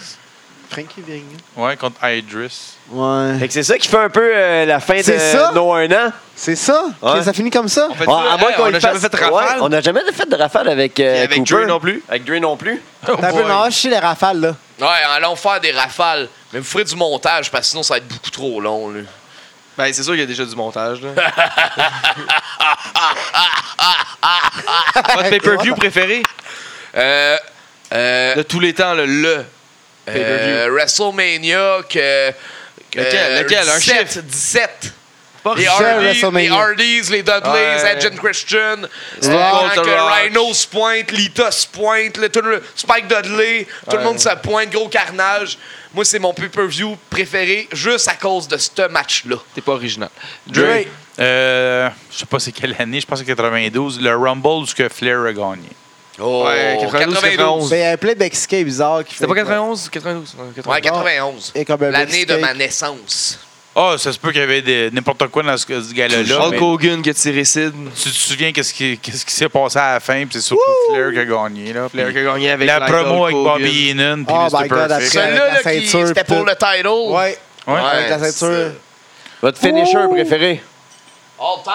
Speaker 3: Frankie Virginia.
Speaker 5: Ouais, contre Idris.
Speaker 3: Ouais.
Speaker 2: Fait que c'est ça qui fait un peu euh, la fin
Speaker 3: C'est ça?
Speaker 2: de nos un an.
Speaker 3: C'est ça?
Speaker 2: Ouais.
Speaker 3: Que Ça finit comme ça?
Speaker 4: On fait
Speaker 2: Ah, à
Speaker 4: ça,
Speaker 2: moins
Speaker 4: hein,
Speaker 2: qu'on
Speaker 4: on
Speaker 2: le
Speaker 4: n'a jamais
Speaker 2: fasse-
Speaker 4: fait de rafale.
Speaker 2: Ouais, on n'a jamais fait de rafale avec euh,
Speaker 4: Et avec
Speaker 2: Cooper.
Speaker 4: Dre non plus.
Speaker 2: Avec Dre non plus.
Speaker 5: Oh
Speaker 3: T'as un peu
Speaker 5: boy.
Speaker 3: non, je sais les rafales, là.
Speaker 1: Ouais, allons faire des rafales. Mais vous ferez du montage, parce que sinon, ça va être beaucoup trop long, là.
Speaker 4: Ben, c'est sûr qu'il y a déjà du montage. Là. Votre pay-per-view préféré
Speaker 1: Euh. Euh.
Speaker 4: de tous les temps, là, le pay-per-view.
Speaker 1: euh, WrestleMania, que. que-
Speaker 4: Lequel? Lequel? Un
Speaker 1: 17,
Speaker 4: chiffre?
Speaker 1: 17.
Speaker 4: Pas
Speaker 1: Les
Speaker 4: Richard.
Speaker 3: Richard
Speaker 1: Hardys, les
Speaker 3: WrestleMania.
Speaker 1: Hardys, les Dudleys,
Speaker 4: Ouais.
Speaker 1: Agent Christian, euh,
Speaker 4: Rock,
Speaker 1: quand
Speaker 4: The
Speaker 1: que
Speaker 4: Rock.
Speaker 1: Rhino se pointe, Lita se pointe, le- tout le- Spike Dudley, tout le
Speaker 4: Ouais.
Speaker 1: monde se pointe, gros carnage. Moi, c'est mon pay-per-view préféré juste à cause de ce match-là.
Speaker 4: T'es pas original.
Speaker 3: Dre.
Speaker 5: Euh, je sais pas c'est quelle année, je pense que c'est 92. Le Rumble, ce que Flair a gagné.
Speaker 1: Oh,
Speaker 4: Ouais, 92,
Speaker 1: 92.
Speaker 3: Mais Ben, il y a plein de Mexicains bizarres qui
Speaker 4: C'était
Speaker 3: font-
Speaker 4: pas 91 92? Ouais, 92.
Speaker 1: Ouais, 91.
Speaker 3: Ah. Et comme un
Speaker 1: L'année de
Speaker 3: beefsteak.
Speaker 1: ma naissance.
Speaker 5: Ah, ça se peut qu'il y avait des- n'importe quoi dans ce, ce gala-là. mais
Speaker 4: Hulk Hogan qui a tiré Sid.
Speaker 5: Tu te souviens qu'est-ce qui qu'est-ce qui s'est passé à la fin, puis c'est surtout Flair qui a gagné. Là,
Speaker 4: Flair qui a gagné avec
Speaker 5: la
Speaker 4: Black Hulk
Speaker 5: promo avec
Speaker 4: Hogan.
Speaker 5: Bobby Heenan, puis
Speaker 3: Oh
Speaker 5: Mr.
Speaker 3: my God,
Speaker 5: Perfect.
Speaker 3: après-
Speaker 1: Celui-là,
Speaker 3: la
Speaker 1: là, qui-
Speaker 3: ceinture,
Speaker 1: c'était pour
Speaker 3: tout.
Speaker 1: le title.
Speaker 3: Ouais.
Speaker 5: Ouais.
Speaker 3: Avec la
Speaker 1: Ouais,
Speaker 3: ceinture.
Speaker 2: Votre finisher
Speaker 3: Ouh!
Speaker 2: préféré?
Speaker 1: All time.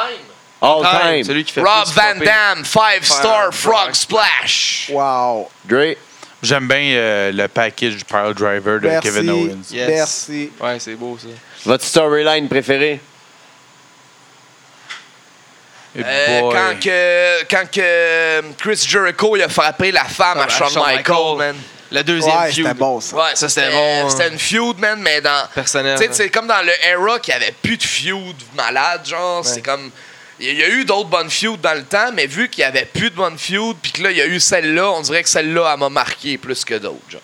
Speaker 2: All
Speaker 4: Time,
Speaker 2: time.
Speaker 4: Ah, Celui qui fait
Speaker 1: Rob
Speaker 4: plus
Speaker 1: Van
Speaker 4: frapper.
Speaker 1: Damme, 5
Speaker 4: Fire
Speaker 1: star
Speaker 4: Frog
Speaker 1: frog splash.
Speaker 3: Wow.
Speaker 2: Dre.
Speaker 5: J'aime bien euh, le package du Power Driver de
Speaker 3: Merci.
Speaker 5: Kevin Owens.
Speaker 4: Yes.
Speaker 3: Merci.
Speaker 4: Ouais, c'est beau ça.
Speaker 2: Votre storyline préférée?
Speaker 5: Et
Speaker 1: Euh,
Speaker 5: boy.
Speaker 1: quand que, quand que Chris Jericho il a frappé la femme à
Speaker 4: Ah,
Speaker 1: Shawn
Speaker 4: Shawn
Speaker 1: Michaels,
Speaker 4: Michaels.
Speaker 1: man.
Speaker 4: La deuxième
Speaker 3: Ouais,
Speaker 4: feud
Speaker 3: c'était bon, ça.
Speaker 1: Ouais,
Speaker 4: Ça, c'était bon, hein.
Speaker 1: C'était une feud, man, mais dans.
Speaker 4: personnelle.
Speaker 1: Tu sais, c'est comme dans le era qu'il n'y avait plus de feud malade, genre. C'est comme. Il y a eu d'autres bonnes feuds dans le temps, mais vu qu'il n'y avait plus de bonnes feuds, puis que là, il y a eu celle-là, on dirait que celle-là, elle m'a marqué plus que d'autres, genre.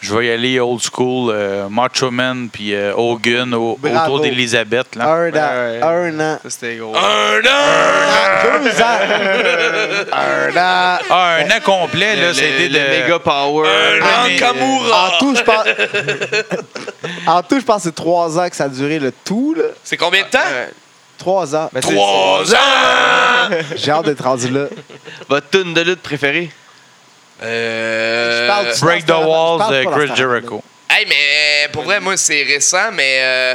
Speaker 5: Je vais y aller old school, euh, Macho Man puis euh, Hogan au-
Speaker 3: Bravo.
Speaker 5: autour d'Elizabeth. là.
Speaker 3: Un
Speaker 4: Ouais.
Speaker 3: an. Un an.
Speaker 4: Ça, c'était gros.
Speaker 1: Un an!
Speaker 3: Deux ans. Un an.
Speaker 5: Ah, un an complet,
Speaker 4: Le-
Speaker 5: là,
Speaker 4: le-
Speaker 5: c'était
Speaker 4: le
Speaker 5: de.
Speaker 4: méga power.
Speaker 1: Un an
Speaker 5: Ah, mais-
Speaker 1: de Kamura!
Speaker 3: En tout, je pense. en tout, je pense que c'est trois ans que ça a duré le tout, là.
Speaker 1: C'est combien de temps?
Speaker 4: Ouais.
Speaker 3: Trois ans.
Speaker 4: Ben, c'est-
Speaker 1: Trois ans!
Speaker 3: J'ai hâte d'être rendu là.
Speaker 4: c'est- Votre tune de lutte préférée?
Speaker 1: Euh,
Speaker 3: Je parle du-
Speaker 5: Break the
Speaker 3: Je
Speaker 5: Walls
Speaker 3: parle
Speaker 5: de
Speaker 3: pas
Speaker 5: Chris
Speaker 3: dans ce
Speaker 5: Jericho.
Speaker 1: Hey, mais euh, pour vrai, moi, c'est récent, mais. euh,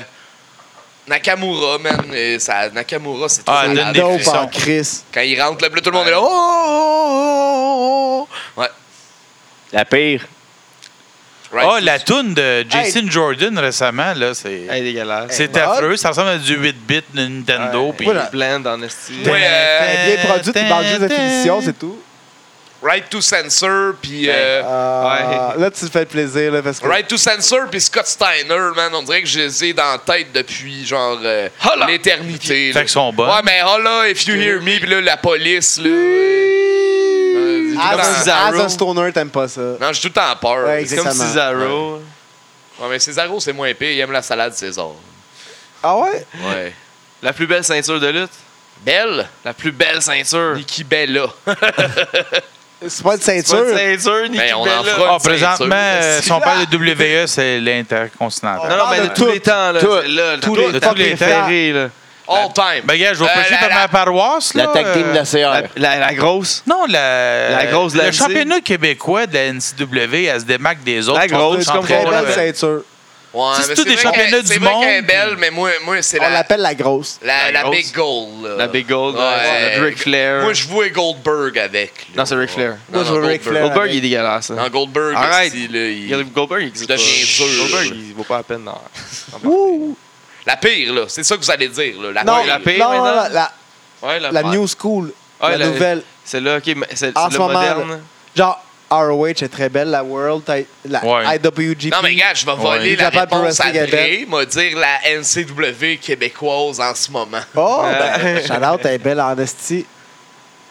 Speaker 1: Nakamura, man. euh, ça- Nakamura, c'est tout
Speaker 5: Ah,
Speaker 1: malade.
Speaker 5: donne des
Speaker 3: Dope hein.
Speaker 5: frissons.
Speaker 3: en Chris.
Speaker 1: Quand il rentre, là, puis là, tout le monde est là. Oh, oh, oh, oh, oh. Ouais.
Speaker 2: La pire.
Speaker 1: Right.
Speaker 5: Ah, la toune de Jason Jordan récemment, là, c'est.
Speaker 4: Hey, dégueulasse.
Speaker 5: C'est
Speaker 3: ben,
Speaker 5: affreux, ça ressemble à du 8-bit de Nintendo. puis-
Speaker 3: Voilà.
Speaker 4: Blend en esti.
Speaker 5: Oh,
Speaker 1: Ouais, euh,
Speaker 3: Elle est bien produite, il manque juste de finition, c'est tout.
Speaker 1: Right to Censor, puis.
Speaker 3: Ben,
Speaker 1: euh,
Speaker 3: Euh, Là, tu te fais plaisir, là, parce que.
Speaker 1: Right to Censor, puis Scott Steiner, man. On dirait que je les ai dans la tête depuis, genre, euh, l'éternité.
Speaker 5: Fait
Speaker 1: là.
Speaker 5: qu'ils sont bonnes.
Speaker 1: Ouais, mais holla, if you hear me, puis là, la police, là. euh, j'ai tout le
Speaker 3: As,
Speaker 1: temps-
Speaker 3: a-
Speaker 4: Cesaro.
Speaker 3: as a stoner, t'aimes pas ça.
Speaker 1: non, j'ai tout le temps peur.
Speaker 3: Ah, Ouais,
Speaker 4: C'est comme
Speaker 3: Exactement.
Speaker 4: Cesaro.
Speaker 1: Ouais, mais Césaro, c'est moins pire. Il aime la salade César.
Speaker 3: Ah ouais?
Speaker 1: Ouais.
Speaker 4: La plus belle ceinture de lutte.
Speaker 1: Belle?
Speaker 4: La plus belle ceinture.
Speaker 1: Nikki Bella.
Speaker 3: C'est pas une
Speaker 4: Pas de
Speaker 3: ceinture.
Speaker 4: ceinture, Nikki
Speaker 1: Ben, on en
Speaker 4: Bella.
Speaker 1: fera.
Speaker 5: Ah, présentement, euh, si on parle de WE, c'est
Speaker 4: Non,
Speaker 5: l'Intercontinental.
Speaker 4: non, mais de,
Speaker 3: de
Speaker 4: tous
Speaker 3: tout.
Speaker 4: les temps, là.
Speaker 3: Tout.
Speaker 4: Celle-là,
Speaker 3: Tous
Speaker 4: la-
Speaker 3: les
Speaker 4: la
Speaker 5: temps.
Speaker 4: préférée, là.
Speaker 1: All time.
Speaker 5: Ben, gars, je vais
Speaker 1: Euh,
Speaker 5: prêcher
Speaker 1: la-
Speaker 5: comme
Speaker 1: la-
Speaker 5: ma paroisse.
Speaker 2: La
Speaker 5: là,
Speaker 2: tag team de la
Speaker 5: euh,
Speaker 4: La,
Speaker 2: CR.
Speaker 4: la- la grosse.
Speaker 5: Non, la,
Speaker 4: La grosse de la
Speaker 5: le
Speaker 4: NC.
Speaker 5: championnat québécois de la NCW, elle se démarque des autres.
Speaker 4: La
Speaker 5: Ils sont
Speaker 4: grosse,
Speaker 5: tous
Speaker 3: C'est
Speaker 5: en euh,
Speaker 3: une très
Speaker 5: train de-
Speaker 3: belle ceinture.
Speaker 1: Ouais,
Speaker 5: C'est
Speaker 1: mais
Speaker 5: tous
Speaker 1: vrai
Speaker 5: des
Speaker 1: qu'elle-
Speaker 5: championnats du
Speaker 1: C'est vrai qu'elle est
Speaker 5: monde,
Speaker 1: belle, mais moi, moi c'est
Speaker 3: On
Speaker 1: la,
Speaker 3: l'appelle Oh, la grosse.
Speaker 1: la,
Speaker 4: La
Speaker 1: la
Speaker 4: grosse.
Speaker 1: Big Gold. là.
Speaker 4: La Big Gold,
Speaker 1: Ouais.
Speaker 4: la Ric Flair.
Speaker 1: Moi, je vois Goldberg avec. là.
Speaker 4: Non, c'est Ric Flair.
Speaker 1: Ouais.
Speaker 3: Moi, je vois Ric Flair.
Speaker 4: Goldberg, il est dégueulasse. hein.
Speaker 1: Non, Goldberg,
Speaker 4: Arrête.
Speaker 1: aussi, là, il-
Speaker 4: Il- Goldberg, il existe
Speaker 1: Je
Speaker 4: pas.
Speaker 1: deviens dur.
Speaker 4: Goldberg, il vaut pas la peine. Non.
Speaker 3: Wouh!
Speaker 1: La pire, là. C'est ça que vous allez dire, là. La
Speaker 3: Non,
Speaker 1: pire.
Speaker 4: Ah, la pire
Speaker 3: non,
Speaker 4: maintenant?
Speaker 3: la, la,
Speaker 4: Ouais, la,
Speaker 3: la new school,
Speaker 4: Ah,
Speaker 3: la,
Speaker 4: la-
Speaker 3: nouvelle.
Speaker 4: C'est là, ok, mais c'est c'est
Speaker 3: En
Speaker 4: le
Speaker 3: ce moment,
Speaker 4: moderne.
Speaker 3: Genre, ROH est très belle, la World, t'as- la
Speaker 5: Ouais.
Speaker 3: IWGP.
Speaker 1: Non, mais gars, je vais voler
Speaker 3: Ouais.
Speaker 1: la
Speaker 3: Capable de
Speaker 1: réponse à
Speaker 3: wrestling
Speaker 1: Dre. M'a dire la NCW québécoise en ce moment.
Speaker 3: Oh,
Speaker 4: Ouais.
Speaker 3: ben, Charlotte est belle en esti.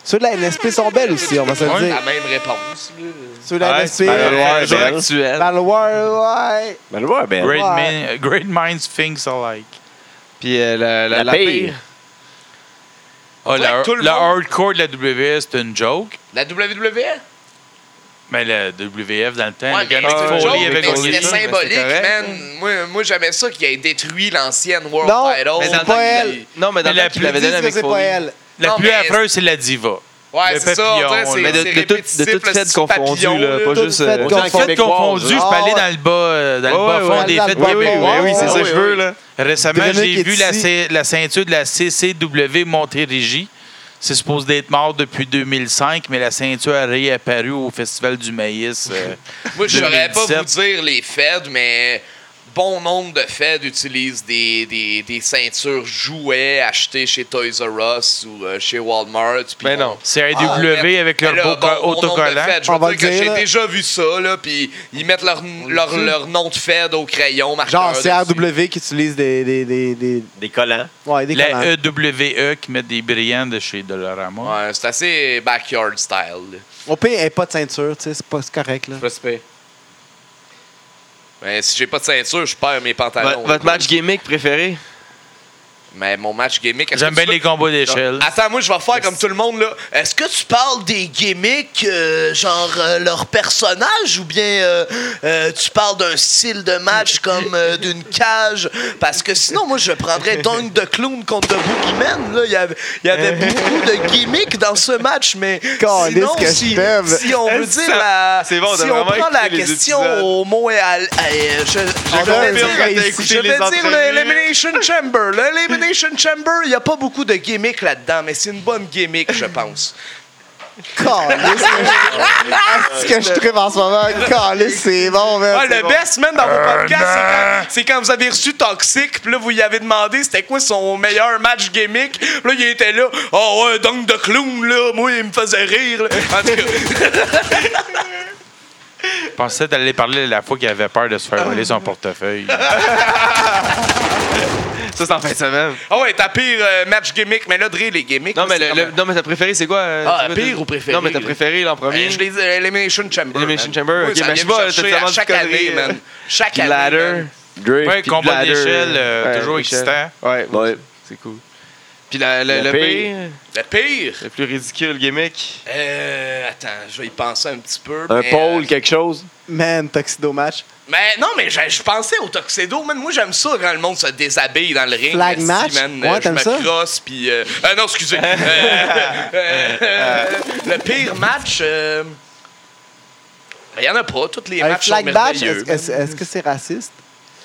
Speaker 3: Ceux de la NSP sont belles aussi, on va se le
Speaker 1: La
Speaker 3: dire.
Speaker 1: même réponse, là.
Speaker 3: Ceux de la NSP,
Speaker 2: Belle.
Speaker 4: Le jour
Speaker 2: Belle.
Speaker 4: actuel.
Speaker 3: la World, ouais.
Speaker 2: Ben, le voir, belle.
Speaker 5: Great,
Speaker 3: Ouais.
Speaker 5: min- great minds think alike.
Speaker 4: Puis euh, la, la,
Speaker 2: La
Speaker 4: la
Speaker 2: pire.
Speaker 4: pire.
Speaker 5: Ah,
Speaker 1: dirait
Speaker 5: la,
Speaker 1: que tout le
Speaker 5: la
Speaker 1: monde-
Speaker 5: hardcore de la WWE, c'est une joke.
Speaker 1: La E? WWE?
Speaker 5: Mais la WWF, dans le temps,
Speaker 1: Ouais,
Speaker 5: le
Speaker 1: mais
Speaker 5: gars
Speaker 1: c'est
Speaker 5: Mick
Speaker 1: une
Speaker 4: Foley
Speaker 1: joke,
Speaker 5: Foley
Speaker 1: mais
Speaker 5: avec
Speaker 1: c'était
Speaker 4: Oli,
Speaker 5: Oli.
Speaker 4: ça.
Speaker 1: symbolique,
Speaker 4: mais c'est correct.
Speaker 1: man. Moi, moi j'aimais ça qu'il ait détruit l'ancienne World
Speaker 3: Non,
Speaker 1: Title.
Speaker 3: mais
Speaker 4: dans
Speaker 3: c'est
Speaker 4: le
Speaker 3: pas
Speaker 4: temps,
Speaker 3: elle.
Speaker 4: il- Non, mais dans
Speaker 5: Mais
Speaker 4: le
Speaker 5: la
Speaker 4: temps, tu l'avais
Speaker 3: Ils
Speaker 4: donné
Speaker 3: disent que
Speaker 4: avec
Speaker 3: c'est pas
Speaker 4: Foley.
Speaker 3: elle.
Speaker 5: La
Speaker 1: Non,
Speaker 5: plus
Speaker 1: mais-
Speaker 5: affreuse, c'est la diva.
Speaker 1: Ouais,
Speaker 5: Le
Speaker 1: c'est ça. On dirait
Speaker 5: papillon,
Speaker 1: c'est-
Speaker 5: là.
Speaker 4: Mais de,
Speaker 1: c'est
Speaker 4: de, tout- de
Speaker 1: répétitif,
Speaker 4: toutes
Speaker 1: le
Speaker 4: faites
Speaker 1: petit
Speaker 4: confondues,
Speaker 1: papillon,
Speaker 4: là,
Speaker 1: là.
Speaker 4: pas
Speaker 3: Toutes
Speaker 4: juste... euh,
Speaker 3: faites
Speaker 5: Autant que faites
Speaker 2: québécoise,
Speaker 5: confondues, je
Speaker 3: hein.
Speaker 5: peux aller
Speaker 3: Ah,
Speaker 5: dans le bas, euh, dans
Speaker 4: Ouais,
Speaker 5: le
Speaker 4: ouais,
Speaker 5: bas fond
Speaker 4: ouais,
Speaker 5: des
Speaker 3: dans le
Speaker 5: fêtes
Speaker 3: bas fond.
Speaker 4: Oui, oui,
Speaker 5: québécoises.
Speaker 4: oui, c'est ça que
Speaker 1: Oui,
Speaker 4: je
Speaker 1: oui.
Speaker 4: veux, là.
Speaker 5: Récemment,
Speaker 3: Dominique
Speaker 5: j'ai
Speaker 3: est
Speaker 5: vu la,
Speaker 3: ici.
Speaker 5: cei- la ceinture de la CCW Montérégie. C'est supposé d'être mort depuis 2005, mais la ceinture a réapparu au Festival du maïs. euh,
Speaker 1: Moi, je saurais pas
Speaker 5: 2017.
Speaker 1: vous dire les Feds, mais bon nombre de Feds utilisent des, des, des ceintures jouets achetées chez Toys R Us ou euh, chez Walmart. puis
Speaker 4: Ben
Speaker 1: on-
Speaker 4: non.
Speaker 5: CRW
Speaker 1: Ah, mais-
Speaker 5: avec
Speaker 1: mais
Speaker 5: leur
Speaker 1: là,
Speaker 5: beau
Speaker 1: bon,
Speaker 5: co-
Speaker 1: bon nombre de
Speaker 5: autocollant.
Speaker 1: Feds, Je
Speaker 3: On va
Speaker 1: veux dire que
Speaker 3: le
Speaker 1: j'ai
Speaker 3: dire, là.
Speaker 1: déjà vu ça, là, puis ils mettent leur, leur, leur nom de Fed au crayon. marqueur
Speaker 3: Genre,
Speaker 1: dessus.
Speaker 3: c'est RW qui utilise des. des, des, des-
Speaker 2: Des collants.
Speaker 3: ouais, des collants.
Speaker 5: La
Speaker 4: E-
Speaker 5: EWE qui met des brillants de chez Dollarama.
Speaker 1: Ouais, c'est assez backyard style. là.
Speaker 3: Au pire, elle n'a pas de ceinture, tu sais, c'est pas c'est correct. Là.
Speaker 1: Respect. Mais si j'ai pas de ceinture, je perds mes
Speaker 4: Votre-
Speaker 1: pantalons.
Speaker 4: Votre match gimmick préféré?
Speaker 1: Mais mon match gimmick, est-ce
Speaker 5: J'aime
Speaker 1: que
Speaker 5: bien
Speaker 1: tu
Speaker 5: les combats d'échelle.
Speaker 1: Attends, moi, je vais faire comme tout le monde, là. Est-ce que tu parles des gimmicks, euh, genre euh, leur personnage, ou bien euh, euh, tu parles d'un style de match comme euh, d'une cage? Parce que sinon, moi, je prendrais Dunk de Clown contre The Boogeyman, là. Il y avait, il y avait beaucoup de gimmicks dans ce match, mais
Speaker 3: Calisse
Speaker 1: sinon,
Speaker 3: que je
Speaker 1: si,
Speaker 3: t'aime.
Speaker 1: si on veut dire
Speaker 4: Ça-
Speaker 1: la...
Speaker 4: c'est bon,
Speaker 1: si
Speaker 4: t'as
Speaker 1: on
Speaker 4: vraiment
Speaker 1: prend la
Speaker 4: écouté les
Speaker 1: question
Speaker 4: épisodes.
Speaker 1: au mot et à... l- à- je- je-
Speaker 3: On a
Speaker 1: je-
Speaker 3: raison.
Speaker 1: Ah, ben, je vais dire l'Elimination Chamber. L'Elimination Chamber, il n'y a pas beaucoup de gimmicks là-dedans, mais c'est une bonne gimmick, je pense.
Speaker 3: Calice, mais- ce que je trouve en ce moment, calice, c'est bon,
Speaker 4: Ah,
Speaker 3: man.
Speaker 1: Ouais,
Speaker 3: c'est
Speaker 1: Ah, le
Speaker 3: bon.
Speaker 1: best, man, dans vos podcasts, c'est quand- c'est quand, vous avez reçu Toxic, puis là, vous lui avez demandé c'était quoi son meilleur match gimmick. Puis Là, il était là. Oh, ouais, donc de clown, là. Moi, il me faisait rire. là. En tout cas,
Speaker 5: Je pensais d'aller parler de la fois qu'il avait peur de se
Speaker 4: Ah.
Speaker 5: faire voler son portefeuille.
Speaker 4: Ça, c'est en fin de semaine.
Speaker 1: ah ouais, ta pire euh, match gimmick. Mais là, Dre, les gimmicks.
Speaker 4: Non, mais,
Speaker 1: c'est
Speaker 4: le,
Speaker 1: comme-
Speaker 4: le- non, mais t'as préféré, c'est quoi euh,
Speaker 1: Ah,
Speaker 4: tu veux-
Speaker 1: pire ou préféré,
Speaker 4: Non, mais t'as
Speaker 1: là?
Speaker 4: préféré là, en premier.
Speaker 1: Ben, je les euh, Elimination Chamber.
Speaker 4: Elimination
Speaker 1: man.
Speaker 4: Chamber,
Speaker 1: Oui,
Speaker 4: ok,
Speaker 1: ça
Speaker 4: ben,
Speaker 1: vient
Speaker 4: je sais
Speaker 1: me
Speaker 4: pas,
Speaker 1: chercher
Speaker 4: t'as
Speaker 1: à
Speaker 4: tellement
Speaker 1: chaque
Speaker 4: de
Speaker 1: année,
Speaker 4: conneries,
Speaker 1: man.
Speaker 4: euh,
Speaker 1: Chaque année.
Speaker 4: Ladder.
Speaker 1: man.
Speaker 8: Drake.
Speaker 5: Ouais,
Speaker 8: puis
Speaker 5: combat
Speaker 8: Bladder.
Speaker 5: d'échelle, euh,
Speaker 4: Ouais,
Speaker 5: toujours
Speaker 4: Michel.
Speaker 5: excitant.
Speaker 4: Ouais, moi,
Speaker 8: Ouais.
Speaker 4: c'est cool. Puis la- la-
Speaker 8: Le
Speaker 4: le
Speaker 8: pire.
Speaker 4: pire,
Speaker 1: Le pire.
Speaker 4: le plus ridicule gimmick.
Speaker 1: Euh, attends, je vais y penser un petit peu.
Speaker 8: Un
Speaker 1: mais,
Speaker 8: pôle,
Speaker 1: euh,
Speaker 8: quelque chose.
Speaker 3: Man, Tuxedo Match.
Speaker 1: Mais non, mais je, je pensais au Tuxedo, man. Moi, j'aime ça quand le monde se déshabille dans le ring.
Speaker 3: Flag
Speaker 1: Si,
Speaker 3: match?
Speaker 1: man,
Speaker 3: Ouais,
Speaker 1: euh, je
Speaker 3: t'aimes
Speaker 1: me
Speaker 3: ça?
Speaker 1: crosse, puis... euh, euh, non, excusez. Euh, euh, euh, le pire match... euh, ben, Il y en a pas. Tous les
Speaker 3: Un
Speaker 1: matchs
Speaker 3: flag
Speaker 1: sont
Speaker 3: match,
Speaker 1: merveilleux.
Speaker 3: est-ce est-ce- est-ce que c'est raciste?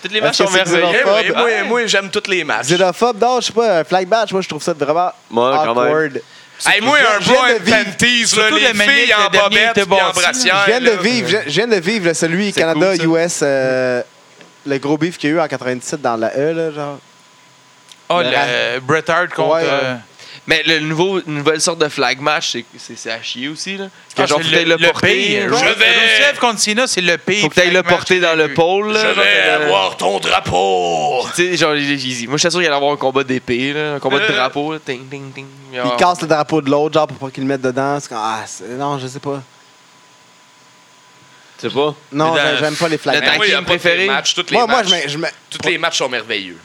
Speaker 4: Toutes les
Speaker 3: Est-ce
Speaker 4: matchs
Speaker 3: que
Speaker 4: sont
Speaker 3: c'est
Speaker 4: merveilleux.
Speaker 1: Eh oui,
Speaker 3: xénophobe?
Speaker 1: moi, moi, j'aime tous les matchs.
Speaker 3: Xénophobe, non, je sais pas, un flag match, moi, je trouve ça vraiment
Speaker 8: Moi, quand même.
Speaker 3: awkward.
Speaker 1: Hey, moi, un
Speaker 3: Je viens
Speaker 1: bras,
Speaker 3: de
Speaker 1: un
Speaker 3: vivre-
Speaker 1: panties, là,
Speaker 5: Surtout
Speaker 1: les
Speaker 5: la manière
Speaker 1: filles
Speaker 5: que
Speaker 1: en
Speaker 5: Damien
Speaker 1: bobette
Speaker 5: était
Speaker 1: puis en
Speaker 5: bâti.
Speaker 1: brassière.
Speaker 3: Je viens de
Speaker 1: là.
Speaker 3: vivre, je, je viens de vivre là, celui
Speaker 4: C'est
Speaker 3: Canada
Speaker 4: cool,
Speaker 3: US euh, le gros beef qu'il y a eu en 97 dans la E là, genre.
Speaker 5: Ah,
Speaker 3: Le
Speaker 5: le, Bret Hart contre.
Speaker 3: Ouais, ouais.
Speaker 5: euh,
Speaker 4: Mais le nouveau, une nouvelle sorte de flag match, c'est- c'est c'est à chier aussi. Là. Que
Speaker 5: ah,
Speaker 4: genre,
Speaker 5: c'est
Speaker 4: faut que t'ailles le, porter.
Speaker 5: pire.
Speaker 4: euh,
Speaker 1: Je vais-
Speaker 5: Rusev contre Cena, c'est le pire.
Speaker 4: Faut que t'ailles le
Speaker 5: flag match
Speaker 4: porter
Speaker 5: que
Speaker 4: dans
Speaker 5: j'ai
Speaker 4: le
Speaker 5: vu.
Speaker 4: pôle. là,
Speaker 1: Je
Speaker 4: genre,
Speaker 1: vais
Speaker 4: euh,
Speaker 1: avoir ton drapeau.
Speaker 4: Tu sais, genre, il- il- il- moi, je suis sûr qu'il allait avoir un combat d'épée, là, un
Speaker 5: Euh.
Speaker 4: combat de drapeau. là, ting, ting, ting.
Speaker 1: Ah.
Speaker 3: Puis il casse le drapeau de l'autre genre pour pas qu'il le mette dedans. C'est comme, ah, c'est- non, je sais pas.
Speaker 8: Tu sais pas?
Speaker 3: Non,
Speaker 4: Mais dans-
Speaker 3: j'a- j'aime pas les flag
Speaker 4: Mais
Speaker 1: Mais
Speaker 3: match.
Speaker 4: dans-
Speaker 1: moi, il y a
Speaker 4: team
Speaker 1: pas
Speaker 4: préféré?
Speaker 1: de match. Tous les
Speaker 3: Moi, moi,
Speaker 1: matchs,
Speaker 3: je mets- je mets-
Speaker 1: tous les matchs sont merveilleux.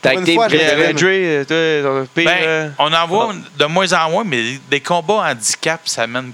Speaker 8: Tag
Speaker 3: une
Speaker 8: team
Speaker 3: fois, je
Speaker 4: Puis,
Speaker 3: vais
Speaker 8: préféré.
Speaker 4: euh, Dre, euh, toi, ton pire. euh,
Speaker 5: Ben, on en voit de moins en moins, mais des combats handicap, ça mène,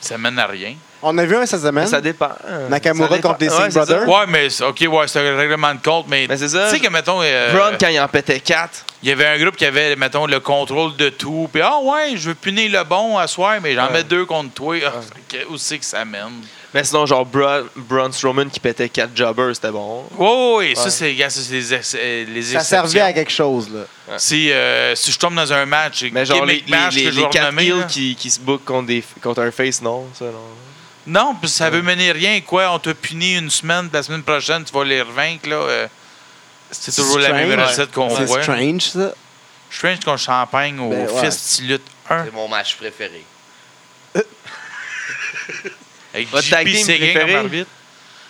Speaker 5: ça mène à rien.
Speaker 3: On a vu un cette semaine.
Speaker 4: Ça dépend.
Speaker 3: Nakamura
Speaker 4: Ça dépend.
Speaker 3: contre les
Speaker 4: Ouais, c'est
Speaker 3: Singh
Speaker 4: ça.
Speaker 3: Brothers.
Speaker 5: Ouais, mais c'est- OK, ouais, c'est un règlement de compte, mais,
Speaker 4: Mais c'est ça.
Speaker 5: tu sais que, mettons, euh,
Speaker 4: Braun, quand il en pétait 4.
Speaker 5: il y avait un groupe qui avait, mettons, le contrôle de tout, puis « Ah ouais, je veux punir le bon à soir, mais j'en
Speaker 4: Ouais.
Speaker 5: mets deux contre toi. Ah, que- Où c'est que ça mène?
Speaker 4: Mais sinon, genre, Braun, Braun Strowman qui pétait 4 jobbers, c'était bon.
Speaker 5: Oui, oui, oui, ça,
Speaker 4: Ouais.
Speaker 5: c'est gars, ça, c'est les, ex- euh, les
Speaker 3: Ça
Speaker 5: exceptions.
Speaker 3: servait à quelque chose là.
Speaker 5: Si, euh, si je tombe dans un match,
Speaker 4: Mais genre, les,
Speaker 5: gimmick match
Speaker 4: les,
Speaker 5: que
Speaker 4: les,
Speaker 5: je vais
Speaker 4: les 4
Speaker 5: renommer, là.
Speaker 4: kills qui, qui se bookent contre, des, contre un face, non, ça, non.
Speaker 5: Non, puis ça veut mener rien. Quoi, on te punit une semaine, puis la semaine prochaine, tu vas les revaincre. Là, euh, c'est toujours la même
Speaker 3: strange.
Speaker 5: recette qu'on
Speaker 3: C'est
Speaker 5: voit.
Speaker 3: strange ça.
Speaker 5: Strange qu'on champagne au
Speaker 3: Ben, ouais.
Speaker 5: fist lutte 1.
Speaker 1: C'est mon match préféré.
Speaker 5: Avec
Speaker 4: Votre tag
Speaker 5: JP
Speaker 4: team
Speaker 5: Seguin
Speaker 4: préféré?
Speaker 5: comme arbitre.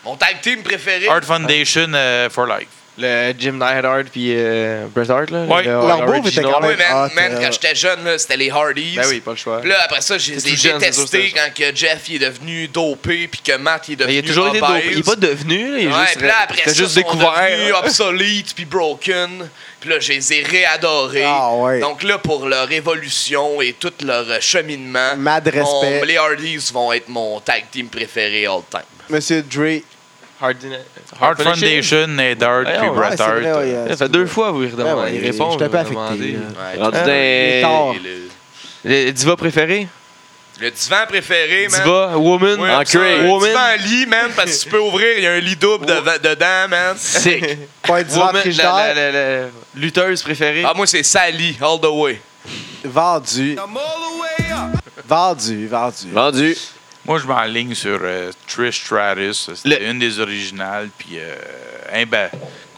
Speaker 1: Mon tag team préféré.
Speaker 5: Art Foundation euh, for Life.
Speaker 4: Le Jim Neidhart puis euh, Bret Hart, là.
Speaker 5: Ouais.
Speaker 4: le-
Speaker 3: Leur
Speaker 4: le
Speaker 3: bouffe
Speaker 4: original.
Speaker 3: était quand même-
Speaker 1: Oui, man,
Speaker 3: Ah,
Speaker 1: man,
Speaker 3: t'es-
Speaker 1: quand j'étais jeune, là, c'était les Hardys.
Speaker 4: Ben oui, pas le choix.
Speaker 1: Puis là, après ça, je les
Speaker 4: C'est
Speaker 1: ai
Speaker 4: tout jeune, c'est sûr,
Speaker 1: détestés
Speaker 4: c'est
Speaker 1: quand que Jeff il est devenu dopé puis que Matt il est
Speaker 4: Mais
Speaker 1: devenu
Speaker 4: il a toujours été
Speaker 1: obèse.
Speaker 4: dopé. Il n'est pas devenu, là. Il est
Speaker 1: Ouais,
Speaker 4: juste,
Speaker 1: puis là, après
Speaker 4: il a
Speaker 1: ça,
Speaker 4: juste
Speaker 1: ils sont devenus
Speaker 4: découvert.
Speaker 1: obsolètes puis broken. Puis là, je les ai réadorés.
Speaker 3: Ah, ouais.
Speaker 1: Donc là, pour leur évolution et tout leur euh,
Speaker 5: hein,
Speaker 1: cheminement,
Speaker 3: Mad
Speaker 1: mon-
Speaker 3: respect.
Speaker 1: les Hardys vont être mon tag team préféré all time.
Speaker 3: Monsieur Dre.
Speaker 4: Hardin-
Speaker 5: Art
Speaker 4: Hardin-
Speaker 5: Foundation, Ned Hart,
Speaker 4: Ouais,
Speaker 5: puis
Speaker 4: ouais,
Speaker 5: Bret
Speaker 3: Ah, c'est vrai,
Speaker 5: Hart.
Speaker 3: ouais, euh,
Speaker 4: Ça fait deux fois, vous lui
Speaker 3: Ben
Speaker 4: redemandez.
Speaker 3: ouais,
Speaker 4: Il répond.
Speaker 3: j'étais
Speaker 4: vous
Speaker 3: pas
Speaker 4: lui
Speaker 3: affecté,
Speaker 4: demandez. hein.
Speaker 3: là.
Speaker 1: Ouais,
Speaker 8: Rendu
Speaker 5: Hein?
Speaker 2: Euh,
Speaker 3: Ah,
Speaker 8: dans
Speaker 3: il est
Speaker 8: les-
Speaker 3: tard.
Speaker 1: le,
Speaker 4: Le diva préféré?
Speaker 1: le divan préféré, man.
Speaker 4: Diva, woman,
Speaker 1: Ouais,
Speaker 8: En
Speaker 1: ça,
Speaker 8: cuir.
Speaker 1: un
Speaker 4: Woman.
Speaker 1: divan en lit, man, parce que tu peux ouvrir, il y a un lit double deva- dedans, man.
Speaker 4: sick.
Speaker 3: Pas un divan
Speaker 4: Woman,
Speaker 3: frigidaire.
Speaker 4: la, la- la- la lutteuse préférée.
Speaker 1: Ah, moi, c'est Sally, all the way.
Speaker 3: Vendu. Vendu, vendu.
Speaker 8: Vendu.
Speaker 5: Moi, je m'enligne sur euh, Trish Stratus. C'était une des originales. Puis, euh, hein, ben,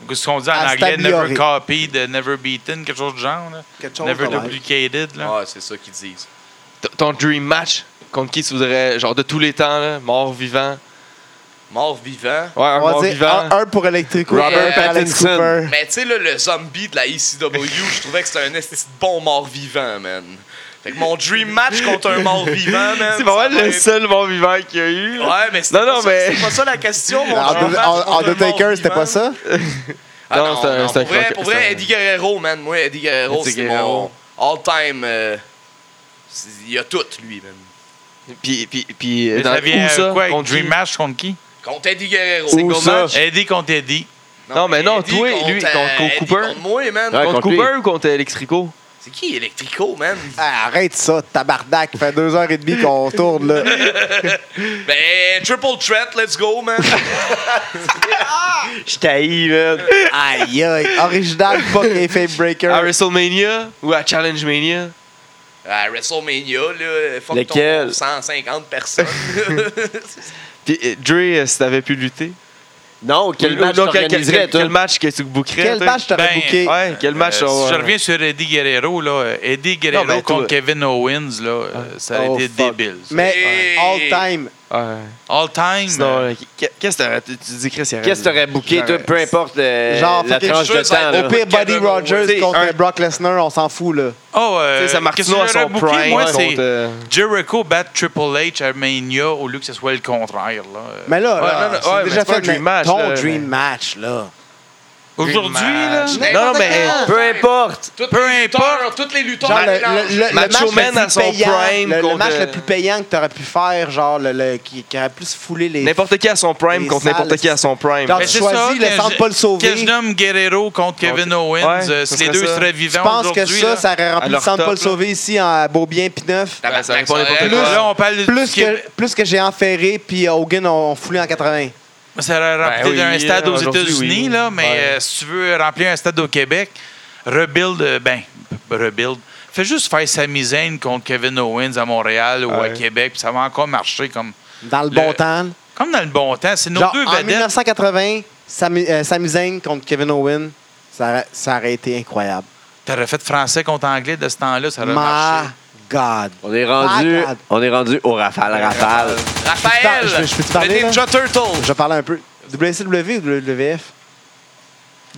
Speaker 5: qu'est-ce qu'on dit en
Speaker 3: À
Speaker 5: anglais?
Speaker 3: s'améliorer.
Speaker 5: Never copied, euh, never beaten, quelque chose de genre. Là.
Speaker 3: Quelque chose
Speaker 5: never
Speaker 3: de même.
Speaker 5: duplicated. Là.
Speaker 1: Ah, c'est ça qu'ils disent.
Speaker 4: T- Ton dream match, contre qui tu voudrais, genre de tous les temps, là, mort, vivant.
Speaker 1: Mort vivant.
Speaker 4: Ouais, un
Speaker 3: On va
Speaker 4: mort
Speaker 3: dire
Speaker 4: vivant.
Speaker 3: un, un pour Electric Cooper,
Speaker 1: Robert
Speaker 3: pour Alex
Speaker 8: Pattinson.
Speaker 3: Cooper.
Speaker 1: Mais tu sais, là, le zombie de la ECW, je trouvais que c'était un esti de bon mort-vivant, man. Fait que mon dream match contre un mort-vivant, man.
Speaker 4: C'est pas
Speaker 1: ça
Speaker 4: mal
Speaker 1: va
Speaker 4: le
Speaker 1: être-
Speaker 4: seul mort vivant qu'il y a eu.
Speaker 1: Ouais, mais c'était
Speaker 4: Non,
Speaker 1: pas,
Speaker 4: non,
Speaker 1: ça-
Speaker 4: mais-
Speaker 1: c'est pas ça la question, mon dream match contre
Speaker 3: En
Speaker 1: un
Speaker 3: Undertaker, c'était pas
Speaker 1: mort-vivant.
Speaker 3: ça?
Speaker 1: Ah
Speaker 4: Non, c'est un- c'est un
Speaker 1: pour vrai,
Speaker 4: croque-
Speaker 1: pour
Speaker 4: c'est
Speaker 1: vrai,
Speaker 4: un-
Speaker 1: Eddie Guerrero, man. Moi, Eddie Guerrero,
Speaker 4: Eddie
Speaker 1: c'est mon
Speaker 4: Guerrero.
Speaker 1: all-time. euh, c'est- il a tout, lui, man.
Speaker 4: Puis, puis, puis
Speaker 5: Mais
Speaker 4: dans
Speaker 5: ça vient
Speaker 4: où
Speaker 5: euh,
Speaker 4: ça?
Speaker 5: quoi? avec
Speaker 4: Contre
Speaker 5: Dream
Speaker 4: qui?
Speaker 5: Match contre qui?
Speaker 1: Contre Eddie Guerrero.
Speaker 8: Où
Speaker 4: Single
Speaker 8: ça?
Speaker 4: match.
Speaker 5: Eddie contre Eddie.
Speaker 4: Non, mais non,
Speaker 1: Eddie
Speaker 4: toi, lui, contre
Speaker 1: euh, Eddie
Speaker 4: Cooper.
Speaker 1: Contre moi, man.
Speaker 8: Ouais.
Speaker 4: Contre
Speaker 8: contre lui.
Speaker 4: Cooper ou contre Electrico?
Speaker 1: C'est qui, Electrico, man?
Speaker 3: Ah, arrête ça, tabarnak. Ça fait deux heures et demie qu'on tourne, là.
Speaker 1: Ben, Triple Threat, let's go, man.
Speaker 2: Je t'haïs, man.
Speaker 3: Aïe, aïe. Original, pas Fame Breaker.
Speaker 4: À WrestleMania ou à Challenge Mania?
Speaker 1: à WrestleMania, là, fuck
Speaker 2: Lequel?
Speaker 1: ton 150 personnes. là.
Speaker 4: Puis, euh, Dre, euh, si t'avais pu lutter.
Speaker 2: Non, quel
Speaker 4: Ou-
Speaker 2: match
Speaker 4: non, quel, quel-
Speaker 2: t'organiserais,
Speaker 4: quel-
Speaker 2: toi?
Speaker 4: quel match que tu bookerais?
Speaker 3: Quel
Speaker 4: toi?
Speaker 3: match t'aurais
Speaker 5: Ben,
Speaker 3: booké?
Speaker 4: Ouais, quel match?
Speaker 5: Euh,
Speaker 4: on-
Speaker 5: si je reviens sur Eddie Guerrero, là, euh, Eddie Guerrero
Speaker 4: Non, ben, toi-
Speaker 5: contre Kevin Owens, là, euh, ça a
Speaker 3: Oh,
Speaker 5: été
Speaker 3: fuck.
Speaker 5: débile. ça.
Speaker 3: Mais
Speaker 1: Hey!
Speaker 3: all time.
Speaker 4: Ouais.
Speaker 5: All time.
Speaker 4: Sinon,
Speaker 5: euh,
Speaker 4: euh, qu'est- qu'est-ce que t'aurais- tu tu dis, Chris? il y aurait-
Speaker 2: Qu'est-ce que t'aurais booké, toi? Peu importe euh,
Speaker 3: Genre,
Speaker 2: la
Speaker 3: fucking
Speaker 2: tranche de
Speaker 1: jeu, ça-
Speaker 2: temps.
Speaker 1: au
Speaker 2: là.
Speaker 3: Au pire, Buddy
Speaker 1: Kevin
Speaker 3: Rogers
Speaker 4: Owens.
Speaker 3: contre
Speaker 4: Un-
Speaker 3: Brock Lesnar, on s'en fout, là.
Speaker 5: oh, euh,
Speaker 4: Tu sais, ça marque
Speaker 5: qu'est-ce que
Speaker 4: sinon à son
Speaker 5: j'aurais booké?
Speaker 4: prime.
Speaker 5: Moi,
Speaker 4: contre,
Speaker 5: c'est
Speaker 4: euh,
Speaker 5: Jericho bat Triple H à Mania au lieu que ce soit le contraire. Là. Euh,
Speaker 3: Mais là,
Speaker 4: Ouais,
Speaker 3: là,
Speaker 4: non, non,
Speaker 3: c'est
Speaker 4: ouais, mais
Speaker 3: déjà
Speaker 4: c'est pas
Speaker 3: fait
Speaker 4: un dream
Speaker 3: mais
Speaker 4: match,
Speaker 3: ton
Speaker 4: là,
Speaker 3: dream
Speaker 4: mais-
Speaker 3: match, là.
Speaker 5: Aujourd'hui, là,
Speaker 1: Dream match.
Speaker 4: Non, non, mais
Speaker 1: N'importe
Speaker 2: Peu importe.
Speaker 1: Toutes
Speaker 5: Peu
Speaker 1: les lutteurs,
Speaker 5: importe.
Speaker 1: Toutes les lutteurs
Speaker 3: Genre, le,
Speaker 1: mélangent.
Speaker 3: le- le- le
Speaker 4: Macho
Speaker 3: match
Speaker 4: Man
Speaker 3: le
Speaker 4: à
Speaker 3: plus
Speaker 4: son
Speaker 3: payant,
Speaker 4: prime
Speaker 3: le, le
Speaker 4: contre-
Speaker 3: match le plus payant que t'aurais pu faire, genre, le, le- qui, qui aurait plus foulé les...
Speaker 4: n'importe qui à son prime
Speaker 3: Les
Speaker 4: contre
Speaker 3: salles,
Speaker 4: n'importe qui à son prime.
Speaker 3: Genre,
Speaker 5: mais
Speaker 3: tu
Speaker 5: c'est
Speaker 3: choisis
Speaker 5: ça,
Speaker 3: le
Speaker 5: que
Speaker 3: centre
Speaker 5: je-
Speaker 3: Paul Sauvé.
Speaker 5: Que je nomme Guerrero contre Kevin Owens,
Speaker 4: Ouais,
Speaker 5: euh,
Speaker 4: ça
Speaker 5: si les
Speaker 4: serait
Speaker 5: deux
Speaker 4: ça.
Speaker 5: seraient
Speaker 3: Je
Speaker 5: vivants
Speaker 3: pense
Speaker 5: aujourd'hui.
Speaker 3: que ça,
Speaker 5: là,
Speaker 3: ça aurait
Speaker 4: à
Speaker 3: rempli le
Speaker 4: leur
Speaker 3: centre
Speaker 4: top,
Speaker 3: Paul
Speaker 4: là.
Speaker 3: Sauvé ici en Beaubien puis Neuf.
Speaker 1: Tabarnak,
Speaker 4: ça répond à n'importe
Speaker 1: aurait-
Speaker 4: quoi.
Speaker 5: Là, on parle du-
Speaker 3: Plus que, plus que Géant Ferré puis euh, Hogan ont, ont foulé en 80.
Speaker 5: Ça aurait rempli
Speaker 4: Ben oui, euh,
Speaker 5: d'un stade aux
Speaker 4: aujourd'hui,
Speaker 5: États-Unis,
Speaker 4: oui.
Speaker 5: là, mais
Speaker 4: Ouais.
Speaker 5: euh, si tu veux remplir un stade au Québec, rebuild, euh, ben, rebuild. Fais juste faire sa misaine contre Kevin Owens à Montréal ou à
Speaker 4: Ouais.
Speaker 5: Québec, puis ça va encore marcher comme,
Speaker 3: Dans le,
Speaker 5: Le-
Speaker 3: bon temps.
Speaker 5: comme dans le bon temps. C'est nos
Speaker 3: Genre,
Speaker 5: deux
Speaker 3: en
Speaker 5: vedettes.
Speaker 3: 1980, Sami, euh, Sami Zayn contre Kevin Owen, ça, aurait- ça aurait été incroyable.
Speaker 5: T'aurais fait français contre anglais de ce temps-là, ça aurait
Speaker 3: My
Speaker 5: marché.
Speaker 3: God.
Speaker 2: On est rendu,
Speaker 3: God.
Speaker 2: on est rendu au rafale, rafale.
Speaker 1: Raphaël,
Speaker 3: Je peux- je peux te parler,
Speaker 1: le
Speaker 3: là?
Speaker 1: Ninja Turtle.
Speaker 3: Je vais parler un peu. WCW ou WWF?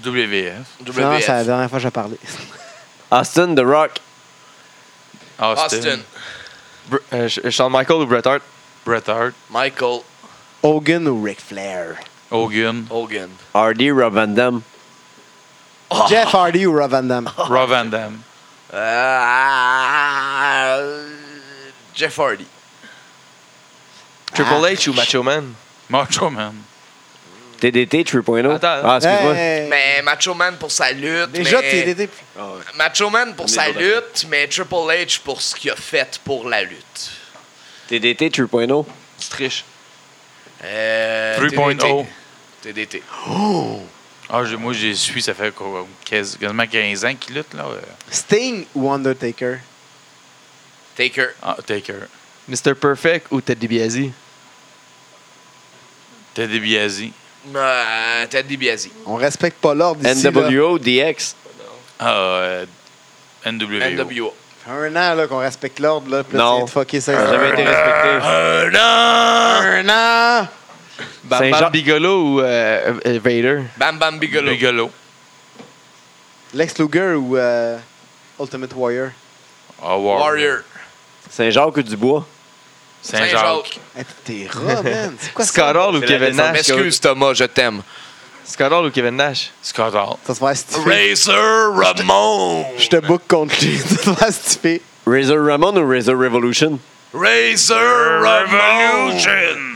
Speaker 5: WF.
Speaker 3: Non, c'est la
Speaker 1: WF.
Speaker 3: dernière fois que j'ai parlé.
Speaker 2: Austin The Rock.
Speaker 5: Austin.
Speaker 1: Austin,
Speaker 4: Br- euh, Sh- Shawn Michaels ou Bret Hart?
Speaker 5: Bret Hart.
Speaker 1: Michael,
Speaker 3: Hogan ou Ric Flair?
Speaker 5: Hogan.
Speaker 1: Hogan.
Speaker 2: Hardy, Rob Van Damme.
Speaker 5: Oh.
Speaker 3: Jeff Hardy ou Rob Van Damme?
Speaker 5: Rob Van Damme.
Speaker 1: Euh, ah, Jeff Hardy.
Speaker 4: Triple
Speaker 3: Ah.
Speaker 4: H ou Macho Man?
Speaker 5: Macho Man.
Speaker 2: TDT 3.0.
Speaker 4: Attends.
Speaker 2: Ah, excuse-moi.
Speaker 3: Hey.
Speaker 1: Mais Macho Man pour sa lutte.
Speaker 3: Déjà,
Speaker 1: mais-
Speaker 3: t'es t'es-
Speaker 1: Macho Man pour
Speaker 2: On est
Speaker 1: sa
Speaker 2: pas
Speaker 1: lutte, mais Triple H pour ce qu'il a fait pour la lutte.
Speaker 2: TDT 3.0.
Speaker 4: Tu triches.
Speaker 1: Euh,
Speaker 3: oh.
Speaker 5: 3.0.
Speaker 1: TDT. TDT.
Speaker 5: Ah, j'ai- moi, j'y suis, ça fait quoi, 15 quasiment 15 ans qu'il lutte, là. euh.
Speaker 3: Sting ou Undertaker?
Speaker 1: Taker.
Speaker 5: Ah, Taker.
Speaker 4: Mr. Perfect ou Ted DiBiase?
Speaker 5: Ted DiBiase.
Speaker 1: Euh, Ted DiBiase.
Speaker 3: On respecte pas l'ordre ici. là.
Speaker 2: NWO, DX.
Speaker 5: Ah, euh, NWO.
Speaker 3: oh.
Speaker 1: NWO.
Speaker 3: Ça fait Un an là, qu'on respecte l'ordre, là, puis là,
Speaker 2: Non.
Speaker 3: tu viens de fucker ça.
Speaker 2: Ça a jamais été respecté.
Speaker 3: Un an!
Speaker 4: Bam
Speaker 2: Saint-Jean-
Speaker 4: Bam Bigelow ou euh, euh, Vader?
Speaker 1: Bam Bam Bigelow.
Speaker 5: Bigelow.
Speaker 3: Lex Luger ou euh, Ultimate Warrior?
Speaker 5: Ah,
Speaker 1: Warrior.
Speaker 2: Saint-Jacques ou Dubois.
Speaker 5: Saint-Jacques.
Speaker 3: Hey, T'es rat, man! C'est quoi ça?
Speaker 4: Scott Hall ou Kevin Nash?
Speaker 1: M'excuse, Thomas, je t'aime.
Speaker 4: Scott Hall ou Kevin Nash?
Speaker 5: Scott Hall.
Speaker 3: Ça se va stiper.
Speaker 1: Racer Ramon.
Speaker 3: Je te book contre lui. Ça se va stiper.
Speaker 2: Razor Ramon ou Razor Revolution?
Speaker 1: Racer Ramon.
Speaker 5: Revolution.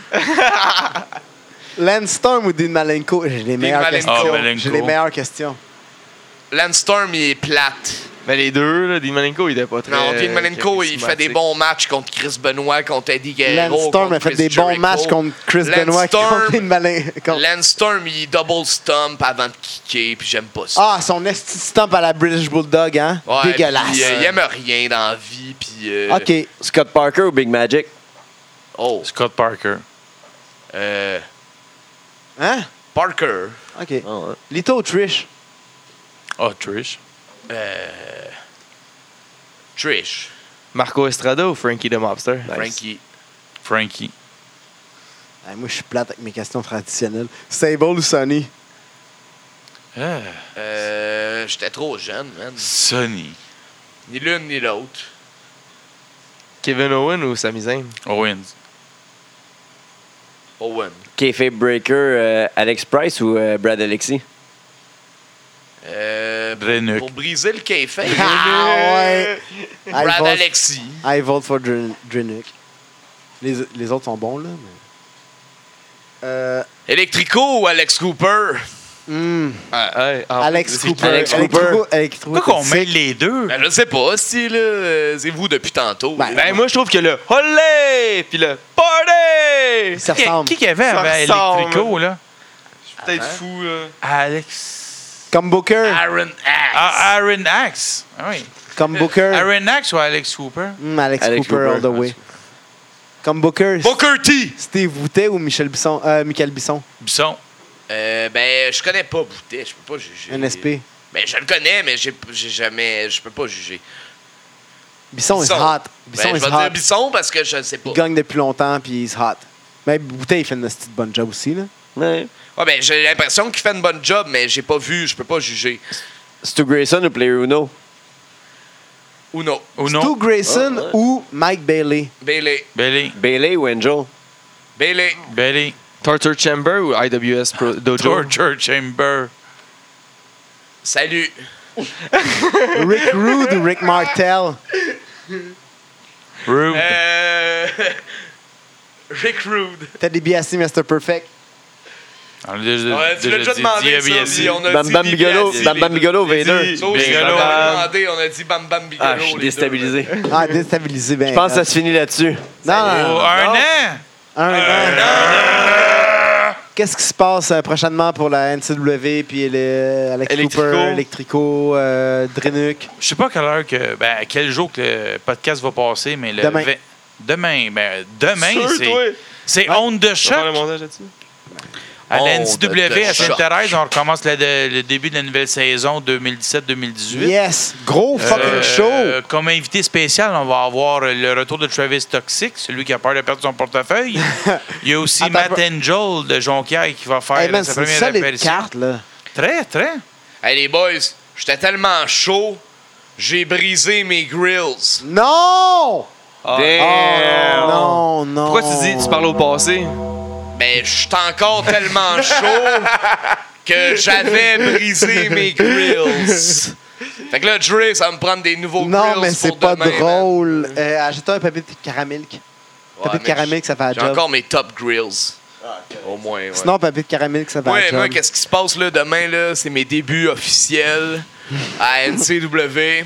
Speaker 3: Lance Storm ou Dean Malenko? J'ai les meilleures
Speaker 1: Malenko.
Speaker 5: Ah,
Speaker 3: questions.
Speaker 5: Malenko.
Speaker 3: J'ai les meilleures questions.
Speaker 1: Lance Storm, il est plate.
Speaker 4: Mais les deux, là, Dean Malenko, il était pas très...
Speaker 3: Euh,
Speaker 4: euh,
Speaker 1: Non, Dean Malenko, il fait des bons matchs contre Chris Benoit, contre Eddie Guerrero.
Speaker 3: Lance Storm
Speaker 1: contre
Speaker 3: a fait
Speaker 1: Chris
Speaker 3: des bons
Speaker 1: Jericho.
Speaker 3: matchs contre Chris
Speaker 1: Lance
Speaker 3: Benoit
Speaker 1: Storm-
Speaker 3: contre Dean Malenko. contre-
Speaker 1: Lance Storm, il double stomp avant de kicker, puis j'aime pas ça.
Speaker 3: Ah, son esti de stamp à la British Bulldog, hein?
Speaker 1: Ouais,
Speaker 3: Dégueulasse.
Speaker 1: puis, euh, il aime rien dans la vie, puis. euh,
Speaker 3: OK.
Speaker 2: Scott Parker ou Big Magic?
Speaker 1: Oh.
Speaker 5: Scott Parker.
Speaker 1: euh,
Speaker 3: Hein?
Speaker 1: Parker.
Speaker 3: OK.
Speaker 2: Ah, ouais.
Speaker 3: Lito ou Trish?
Speaker 5: Ah, Trish.
Speaker 1: euh, Trish.
Speaker 4: Marco Estrada ou Frankie the Mobster?
Speaker 1: Frankie.
Speaker 5: Frankie.
Speaker 3: Ah, moi, je suis plate avec mes questions traditionnelles. Sable ou Sonny?
Speaker 5: Ah,
Speaker 1: Euh, J'étais trop jeune, man.
Speaker 5: Sonny.
Speaker 1: Ni l'une ni l'autre.
Speaker 4: Kevin Owen ou Sami Zayn?
Speaker 5: Owens.
Speaker 1: Owen.
Speaker 2: Kayfabe Breaker, euh, Alex Price ou euh, Brad Alexi?
Speaker 1: Euh,
Speaker 5: Drenuc.
Speaker 1: pour briser le café. hein.
Speaker 3: Ah, ouais! I
Speaker 1: Brad
Speaker 3: vote,
Speaker 1: Alexis.
Speaker 3: I vote for Dren- Drenick. Les, les autres sont bons, là. Mais... Euh,
Speaker 1: Electrico ou Alex Cooper?
Speaker 3: hmm,
Speaker 4: Ouais, en-
Speaker 3: Alex
Speaker 4: c'est-
Speaker 3: Cooper.
Speaker 2: Alex
Speaker 3: Alex
Speaker 2: Cooper.
Speaker 3: Cooper. Alex Cooper.
Speaker 5: Pourquoi qu'on met les deux?
Speaker 1: Ben, je sais pas, si, là. euh, C'est vous depuis tantôt.
Speaker 3: Ben,
Speaker 1: là.
Speaker 4: Ben, moi, je trouve que le Hollé! Puis le Party!
Speaker 3: Ça
Speaker 5: Qui-
Speaker 3: ressemble.
Speaker 5: Qui qu'il y avait
Speaker 4: Ça
Speaker 5: avec
Speaker 4: ressemble.
Speaker 5: Electrico, là?
Speaker 4: C'est peut-être fou, là.
Speaker 5: Alex.
Speaker 3: Comme Booker.
Speaker 1: Ah, Aaron Axe.
Speaker 5: Ah, Aaron Axe. Ah oui.
Speaker 3: Comme Booker.
Speaker 5: Aaron Axe ou Alex Cooper?
Speaker 3: Hmm, Alex,
Speaker 4: Alex
Speaker 3: Cooper,
Speaker 4: Cooper.
Speaker 3: all the way.
Speaker 4: Alex
Speaker 3: Comme Booker.
Speaker 1: Booker T!
Speaker 3: Steve Boutet ou Michel Bisson? Euh, Michael Bisson,
Speaker 5: Bisson.
Speaker 1: Euh, ben, je connais pas Boutet, je peux pas juger.
Speaker 3: NSP.
Speaker 1: Ben, je le connais, mais j'ai j'ai jamais. Je peux pas juger.
Speaker 3: Bisson, is
Speaker 1: Bisson.
Speaker 3: hot.
Speaker 1: Ben,
Speaker 3: Bisson
Speaker 1: je
Speaker 3: is
Speaker 1: vais
Speaker 3: hot.
Speaker 1: dire Bisson parce que je le sais pas.
Speaker 3: Il gagne depuis longtemps, puis il est hot. Mais Boutet, il fait une petite bonne job aussi. Là.
Speaker 2: Ouais.
Speaker 1: Ouais, ben, j'ai l'impression qu'il fait une bonne job, mais j'ai pas vu, je peux pas juger.
Speaker 2: Stu Grayson ou Player Uno?
Speaker 1: Ou non.
Speaker 5: Ou
Speaker 3: Stu
Speaker 5: non?
Speaker 3: Grayson
Speaker 2: Ah, ouais.
Speaker 3: ou Mike Bailey?
Speaker 1: Bailey.
Speaker 5: Bailey.
Speaker 2: Bailey ou
Speaker 1: Euh,
Speaker 2: Angel?
Speaker 1: Bailey.
Speaker 5: Bailey.
Speaker 4: Torture Chamber ou IWS Pro- Dojo?
Speaker 5: Torture Chamber.
Speaker 1: Salut.
Speaker 3: Rick Rude ou Rick Martel?
Speaker 5: Rude.
Speaker 1: Euh... Rick Rude.
Speaker 3: Teddy DiBiase, Mr. Perfect.
Speaker 5: On l'a
Speaker 2: Euh,
Speaker 5: déjà,
Speaker 1: Ouais, tu l'as déjà demandé ça,
Speaker 5: DiBiase.
Speaker 1: puis on a
Speaker 2: Bam
Speaker 1: dit
Speaker 2: Bam
Speaker 1: DiBiase,
Speaker 2: Bigelow,
Speaker 1: les
Speaker 2: Bam Bam
Speaker 1: deux.
Speaker 2: Bigelow, Vader.
Speaker 1: Ça aussi,
Speaker 5: Bigelow.
Speaker 1: on l'a demandé, on a dit Bam Bam Bigelow.
Speaker 2: Ah, je suis
Speaker 1: les deux.
Speaker 2: déstabilisé.
Speaker 3: Ah, déstabilisé, bien.
Speaker 2: Je pense que ça se finit là-dessus.
Speaker 3: Non,
Speaker 5: Oh,
Speaker 3: non, Ah, non.
Speaker 5: un an?
Speaker 3: Un, an. Qu'est-ce qui se passe euh, prochainement pour la NCW, puis les euh, Alex
Speaker 4: Electrico.
Speaker 3: Cooper, Electrico, euh, Drenuk?
Speaker 5: Je sais pas à quelle heure que. Ben, à quel jour que le podcast va passer, mais le.
Speaker 3: Demain.
Speaker 5: vingt- Demain, ben, demain,
Speaker 4: Sûr, toi?
Speaker 5: c'est. C'est
Speaker 3: Ouais.
Speaker 5: honte de
Speaker 4: Tu vas faire le
Speaker 5: choc.
Speaker 4: montage là-dessus?
Speaker 5: À la
Speaker 1: Honte de
Speaker 5: NCW, à
Speaker 1: choc.
Speaker 5: Sainte-Thérèse, on recommence la- de- le début de la nouvelle saison 2017-2018.
Speaker 3: Yes! Gros fucking
Speaker 5: Euh,
Speaker 3: show!
Speaker 5: Comme invité spécial, on va avoir le retour de Travis Toxic, celui qui a peur de perdre son portefeuille. Il y a aussi
Speaker 3: Attends,
Speaker 5: Matt Angel de Jonquière qui va faire
Speaker 3: Hey man,
Speaker 5: sa
Speaker 3: c'est une
Speaker 5: première
Speaker 3: solide
Speaker 5: apparition.
Speaker 3: carte, là.
Speaker 5: Très, très.
Speaker 1: Hey, les boys, j'étais tellement chaud, j'ai brisé mes grills.
Speaker 3: Non!
Speaker 4: Damn!
Speaker 3: Oh non, non.
Speaker 4: Pourquoi tu dis, tu parles au passé?
Speaker 1: Ben, je suis encore tellement chaud que j'avais brisé mes grills. Fait que là, Dre, ça va me prendre des nouveaux grills.
Speaker 3: Non, mais c'est
Speaker 1: pour
Speaker 3: pas
Speaker 1: demain, man.
Speaker 3: drôle. Euh, Achète-toi un papier de caramilk.
Speaker 1: Ouais,
Speaker 3: Papier de
Speaker 1: mais
Speaker 3: caramilk, ça fait la
Speaker 1: J'ai
Speaker 3: job.
Speaker 1: encore mes top grills.
Speaker 4: Ah,
Speaker 1: Au moins, ouais.
Speaker 3: Sinon, papier de caramilk, ça fait la
Speaker 1: Ouais,
Speaker 3: job.
Speaker 1: moi, qu'est-ce qui se passe là demain là, c'est mes débuts officiels à NCW.
Speaker 4: Ouais.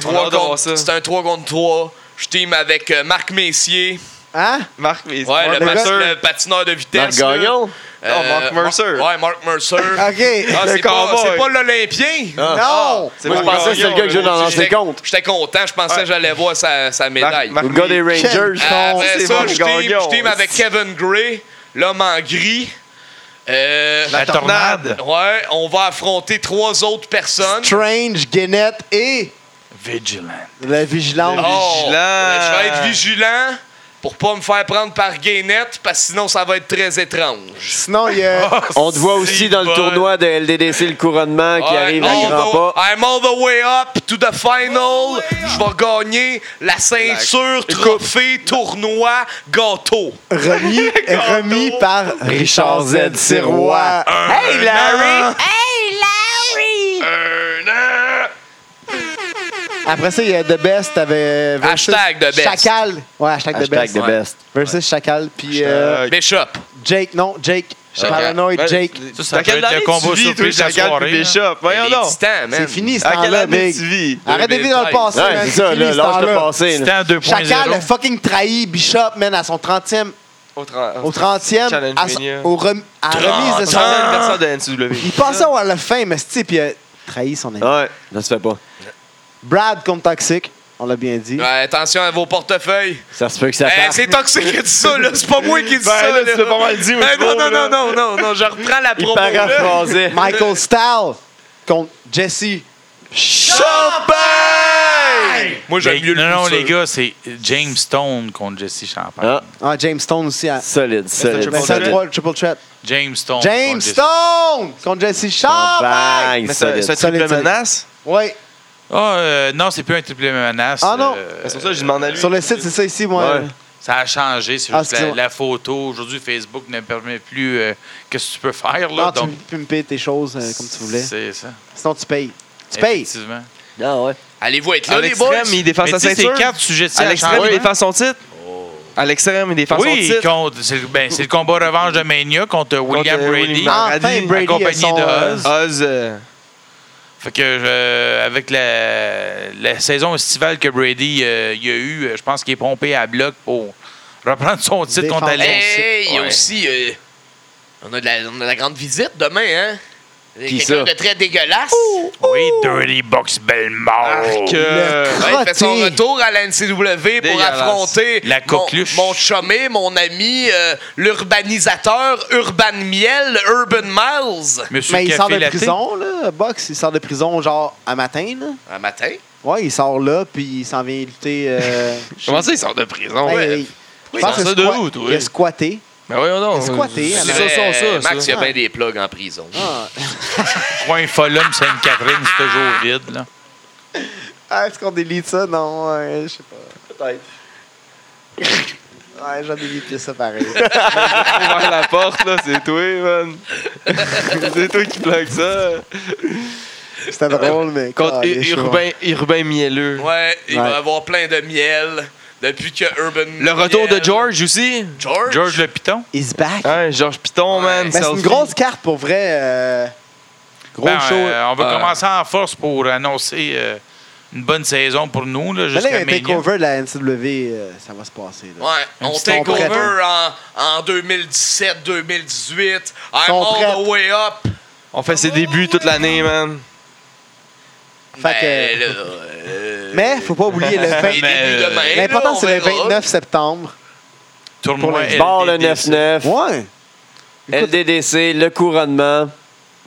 Speaker 1: Trois contre-
Speaker 4: ça.
Speaker 1: C'est un 3 contre 3. Je team avec euh, Marc Messier,
Speaker 3: Hein?
Speaker 4: Marc, mais
Speaker 1: ouais, le,
Speaker 3: le
Speaker 1: pat-
Speaker 3: gars-
Speaker 1: le patineur de
Speaker 2: Marc
Speaker 1: vitesse. là.
Speaker 2: Gagnon?
Speaker 1: Euh,
Speaker 4: Oh, Mark Mercer.
Speaker 1: Mar- Ouais, Mark Mercer.
Speaker 3: OK.
Speaker 1: Ah,
Speaker 4: Le
Speaker 1: c'est pas,
Speaker 4: cowboy.
Speaker 1: Ah, c'est pas l'Olympien.
Speaker 3: non!
Speaker 4: C'est
Speaker 2: Moi, je
Speaker 4: Marc
Speaker 2: pensais que c'était le
Speaker 4: Gagnon,
Speaker 2: gars que je
Speaker 4: là.
Speaker 2: veux dans l'ancien
Speaker 1: J'étais-
Speaker 2: compte.
Speaker 1: J'étais content, je pensais que j'allais voir sa, sa médaille.
Speaker 2: Ou le gars des Rangers.
Speaker 3: Quel-
Speaker 1: Euh,
Speaker 4: Non,
Speaker 1: Après
Speaker 4: c'est
Speaker 1: ça,
Speaker 4: Marc
Speaker 1: je team,
Speaker 4: Gagnon.
Speaker 1: je team avec Kevin Gray, l'homme en gris. Euh,
Speaker 5: La, tornade.
Speaker 1: ouais, on va affronter trois autres personnes.
Speaker 3: Strange, Guinette et
Speaker 5: Vigilant.
Speaker 3: la vigilante.
Speaker 1: Oh,
Speaker 4: Vigilant.
Speaker 1: euh, Je vais être vigilant pour pas me faire prendre par Gainette parce que sinon ça va être très étrange.
Speaker 3: Sinon, il y a...
Speaker 2: On te voit aussi
Speaker 5: C'est
Speaker 2: dans le
Speaker 5: bon.
Speaker 2: tournoi de LDDC, le couronnement qui
Speaker 1: Ouais,
Speaker 2: arrive à
Speaker 1: all
Speaker 2: grands
Speaker 1: the-
Speaker 2: pas.
Speaker 1: I'm all the way up to the final. Je vais gagner la ceinture, trophée, tournoi, gâteau.
Speaker 3: remis, remis par Richard Z. Sirois.
Speaker 2: Hey, Larry!
Speaker 3: Après ça, il y a The Best avec... euh, versus
Speaker 1: Hashtag The Best.
Speaker 3: Chacal. Ouais, hashtag,
Speaker 2: Hashtag
Speaker 3: Ah, The
Speaker 2: the
Speaker 3: Best.
Speaker 2: best.
Speaker 3: Versus Chacal. Puis
Speaker 4: Hashtag.
Speaker 3: euh,
Speaker 1: Bishop.
Speaker 3: Jake. Non, Jake. Paranoid Jake.
Speaker 5: Ça, ça peut être le
Speaker 4: année
Speaker 5: combat
Speaker 4: tu vis,
Speaker 5: surprise de
Speaker 4: toi,
Speaker 5: la
Speaker 4: Chacal
Speaker 5: soirée,
Speaker 4: puis
Speaker 5: là?
Speaker 4: Bishop? Voyons
Speaker 1: Les
Speaker 4: donc.
Speaker 1: titans, man.
Speaker 3: C'est fini, ce
Speaker 4: À quelle
Speaker 3: temps-là,
Speaker 4: année
Speaker 3: Big.
Speaker 4: tu vis?
Speaker 3: Arrête de vivre dans le
Speaker 1: 2013.
Speaker 3: passé.
Speaker 2: Ouais,
Speaker 3: man.
Speaker 2: c'est ça,
Speaker 3: fini,
Speaker 2: là,
Speaker 3: ce
Speaker 2: lâche le
Speaker 3: temps-là.
Speaker 2: passé.
Speaker 5: C'était
Speaker 2: là.
Speaker 5: en 2.0.
Speaker 3: Chacal a fucking trahi Bishop, man, à son 30e,
Speaker 4: Au tra-
Speaker 3: au 30e,
Speaker 4: Challenge
Speaker 3: à, son-
Speaker 4: Mania.
Speaker 3: au rem- à la remise de
Speaker 4: Au 30e
Speaker 3: son...
Speaker 4: anniversaire de NCW.
Speaker 3: Il pensait avoir la fin, mais c'est puis il a trahi son ami.
Speaker 2: Ouais, ça se fait pas.
Speaker 3: Brad contre Toxic, on l'a bien dit.
Speaker 1: Ouais, attention à vos portefeuilles.
Speaker 2: Ça se peut que ça
Speaker 1: Eh,
Speaker 2: parte.
Speaker 1: c'est toxique qui dit ça, là. C'est pas moi qui dis
Speaker 4: Ben,
Speaker 1: ça.
Speaker 4: là, tu l'as pas mal dit, au
Speaker 1: Eh, non,
Speaker 4: niveau,
Speaker 1: non, non,
Speaker 4: là.
Speaker 1: non, non, non, je reprends la
Speaker 2: Il
Speaker 1: promo. là.
Speaker 2: paraphrasait.
Speaker 3: Michael Stahl contre Jesse.
Speaker 1: Champagne! Moi, j'aime
Speaker 5: Les-
Speaker 1: mieux le
Speaker 5: Non, non,
Speaker 1: plus
Speaker 5: les
Speaker 1: sûr.
Speaker 5: gars, c'est James Stone contre Jesse Champagne.
Speaker 2: Ah,
Speaker 3: Ah, James Stone aussi. À...
Speaker 2: solide, solide.
Speaker 3: Ben,
Speaker 4: Triple
Speaker 3: ça,
Speaker 4: threat.
Speaker 2: solide.
Speaker 3: trois, triple threat.
Speaker 5: James Stone.
Speaker 3: James
Speaker 5: contre Jesse-
Speaker 3: Stone contre Jesse Sharp.
Speaker 2: Bang,
Speaker 4: Mais ça,
Speaker 2: solide.
Speaker 4: ça
Speaker 3: Solide,
Speaker 4: triple
Speaker 3: solide.
Speaker 4: menace?
Speaker 3: Oui,
Speaker 5: Ah, euh, non, c'est plus un triple menace.
Speaker 3: Ah, non.
Speaker 5: euh,
Speaker 4: Ben, C'est pour ça que je demande à lui.
Speaker 3: sur le site, c'est ça ici, moi.
Speaker 2: Ouais.
Speaker 5: ça a changé. C'est
Speaker 3: Ah,
Speaker 5: juste la,
Speaker 3: excuse-moi.
Speaker 5: la photo. Aujourd'hui, Facebook ne permet plus euh, que ce que tu peux faire. Là,
Speaker 3: Non, tu
Speaker 5: donc,
Speaker 3: peux me payer tes choses euh, comme tu voulais.
Speaker 5: C'est ça.
Speaker 3: Sinon, tu payes. Tu payes.
Speaker 5: Effectivement.
Speaker 2: Ah ouais.
Speaker 1: Allez-vous être là,
Speaker 4: À
Speaker 1: les boys?
Speaker 4: l'extrême, il défend
Speaker 5: Mais
Speaker 4: sa
Speaker 5: tu sais, c'est
Speaker 4: ceinture.
Speaker 5: quatre sujets de
Speaker 4: À
Speaker 5: ça à
Speaker 4: l'extrême, il
Speaker 5: changer.
Speaker 4: défend son titre. À l'extrême, il défend son
Speaker 5: Oui,
Speaker 4: titre.
Speaker 5: contre- c'est le- ben, c'est le combat revanche de Mania contre William
Speaker 4: euh,
Speaker 5: Brady.
Speaker 4: William-
Speaker 3: Enfin,
Speaker 4: Brady,
Speaker 3: Brady a
Speaker 5: accompagné
Speaker 3: son,
Speaker 5: de
Speaker 3: euh,
Speaker 5: Oz.
Speaker 4: Oz, euh,
Speaker 5: Fait que euh, avec la, la saison estivale que Brady euh, il a eu, euh, je pense qu'il est pompé à bloc pour reprendre son titre
Speaker 3: Défendre.
Speaker 5: contre Alex.
Speaker 1: Hey, il y a
Speaker 5: Ouais.
Speaker 1: aussi. euh, on, a de la, on a de la grande visite demain, hein?
Speaker 4: Qui
Speaker 1: Quelqu'un
Speaker 4: ça?
Speaker 1: de très dégueulasse.
Speaker 5: Oui, Dirty Box Belmont.
Speaker 4: Que...
Speaker 1: Ouais, Ben, il fait son
Speaker 3: Crotté.
Speaker 1: retour à la NCW pour
Speaker 4: Dégueulasse.
Speaker 1: affronter
Speaker 5: La
Speaker 1: mon,
Speaker 5: coqueluche.
Speaker 1: mon chumé, mon ami, euh, l'urbanisateur Urban Miel, Urban Miles.
Speaker 5: Monsieur
Speaker 3: Mais il
Speaker 5: Café
Speaker 3: sort de
Speaker 5: Latte.
Speaker 3: prison, là. Box, il sort de prison, genre, à matin, là.
Speaker 1: Un matin.
Speaker 3: Ouais, il sort là, puis il s'en vient lutter. euh,
Speaker 4: Comment ça, ils sortent de prison?
Speaker 3: ben,
Speaker 1: ouais.
Speaker 3: il-
Speaker 4: Oui,
Speaker 3: je pense
Speaker 4: ça
Speaker 3: que
Speaker 4: de
Speaker 3: squat-
Speaker 4: où, toi?
Speaker 3: Il a squatté.
Speaker 4: Ben voyons donc.
Speaker 3: Squatter,
Speaker 4: C'est
Speaker 3: à
Speaker 1: C'est
Speaker 3: la-
Speaker 4: ça, ça, ça.
Speaker 1: Max, il y a
Speaker 3: ça.
Speaker 1: bien des plugs en prison.
Speaker 3: Ah,
Speaker 5: Coin Folum, Sainte-Catherine, c'est toujours vide, là.
Speaker 3: Ah, est-ce qu'on délite ça? Non, ouais, je sais pas. Peut-être. Ouais, j'en délite ça pareil.
Speaker 4: ça. ouvert la porte, là, c'est toi, man. c'est toi qui plaque ça.
Speaker 3: C'était drôle, mais.
Speaker 4: Contre
Speaker 3: calé, je sais pas.
Speaker 4: Urbain, Urbain Mielleux.
Speaker 1: Ouais, il
Speaker 3: Ouais.
Speaker 1: va avoir plein de miel depuis que Urban.
Speaker 4: Le retour
Speaker 1: Miel-
Speaker 4: de George aussi.
Speaker 1: George.
Speaker 5: George le Python.
Speaker 3: He's back.
Speaker 4: Hein, George Piton,
Speaker 1: Ouais.
Speaker 4: man.
Speaker 3: Ben, c'est une
Speaker 4: selfie.
Speaker 3: grosse carte pour vrai. euh, Gros
Speaker 5: Ben,
Speaker 3: show.
Speaker 5: euh, on va
Speaker 4: Euh,
Speaker 5: commencer en force pour annoncer euh, une bonne saison pour nous, là,
Speaker 3: Mais là,
Speaker 5: jusqu'à
Speaker 3: un
Speaker 5: Mania.
Speaker 3: takeover de la NCW, euh, ça va se passer. Là.
Speaker 1: Ouais,
Speaker 5: Ils
Speaker 1: on
Speaker 5: sont
Speaker 1: take
Speaker 3: prêts.
Speaker 1: over en, en 2017-2018. I'm
Speaker 3: sont
Speaker 1: all the
Speaker 3: prêts.
Speaker 1: way up.
Speaker 4: On fait ses débuts toute l'année, man.
Speaker 3: Fait
Speaker 1: Ben,
Speaker 3: que-
Speaker 1: là, euh,
Speaker 3: Mais faut pas oublier le 20...
Speaker 1: les débuts demain, là,
Speaker 3: L'important,
Speaker 1: on
Speaker 3: c'est le
Speaker 1: verra.
Speaker 3: 29 septembre.
Speaker 5: Tournoi
Speaker 3: Pour
Speaker 5: LDDC.
Speaker 2: Bar le 9-9,
Speaker 3: Ouais. Écoute,
Speaker 2: LDDC, le couronnement,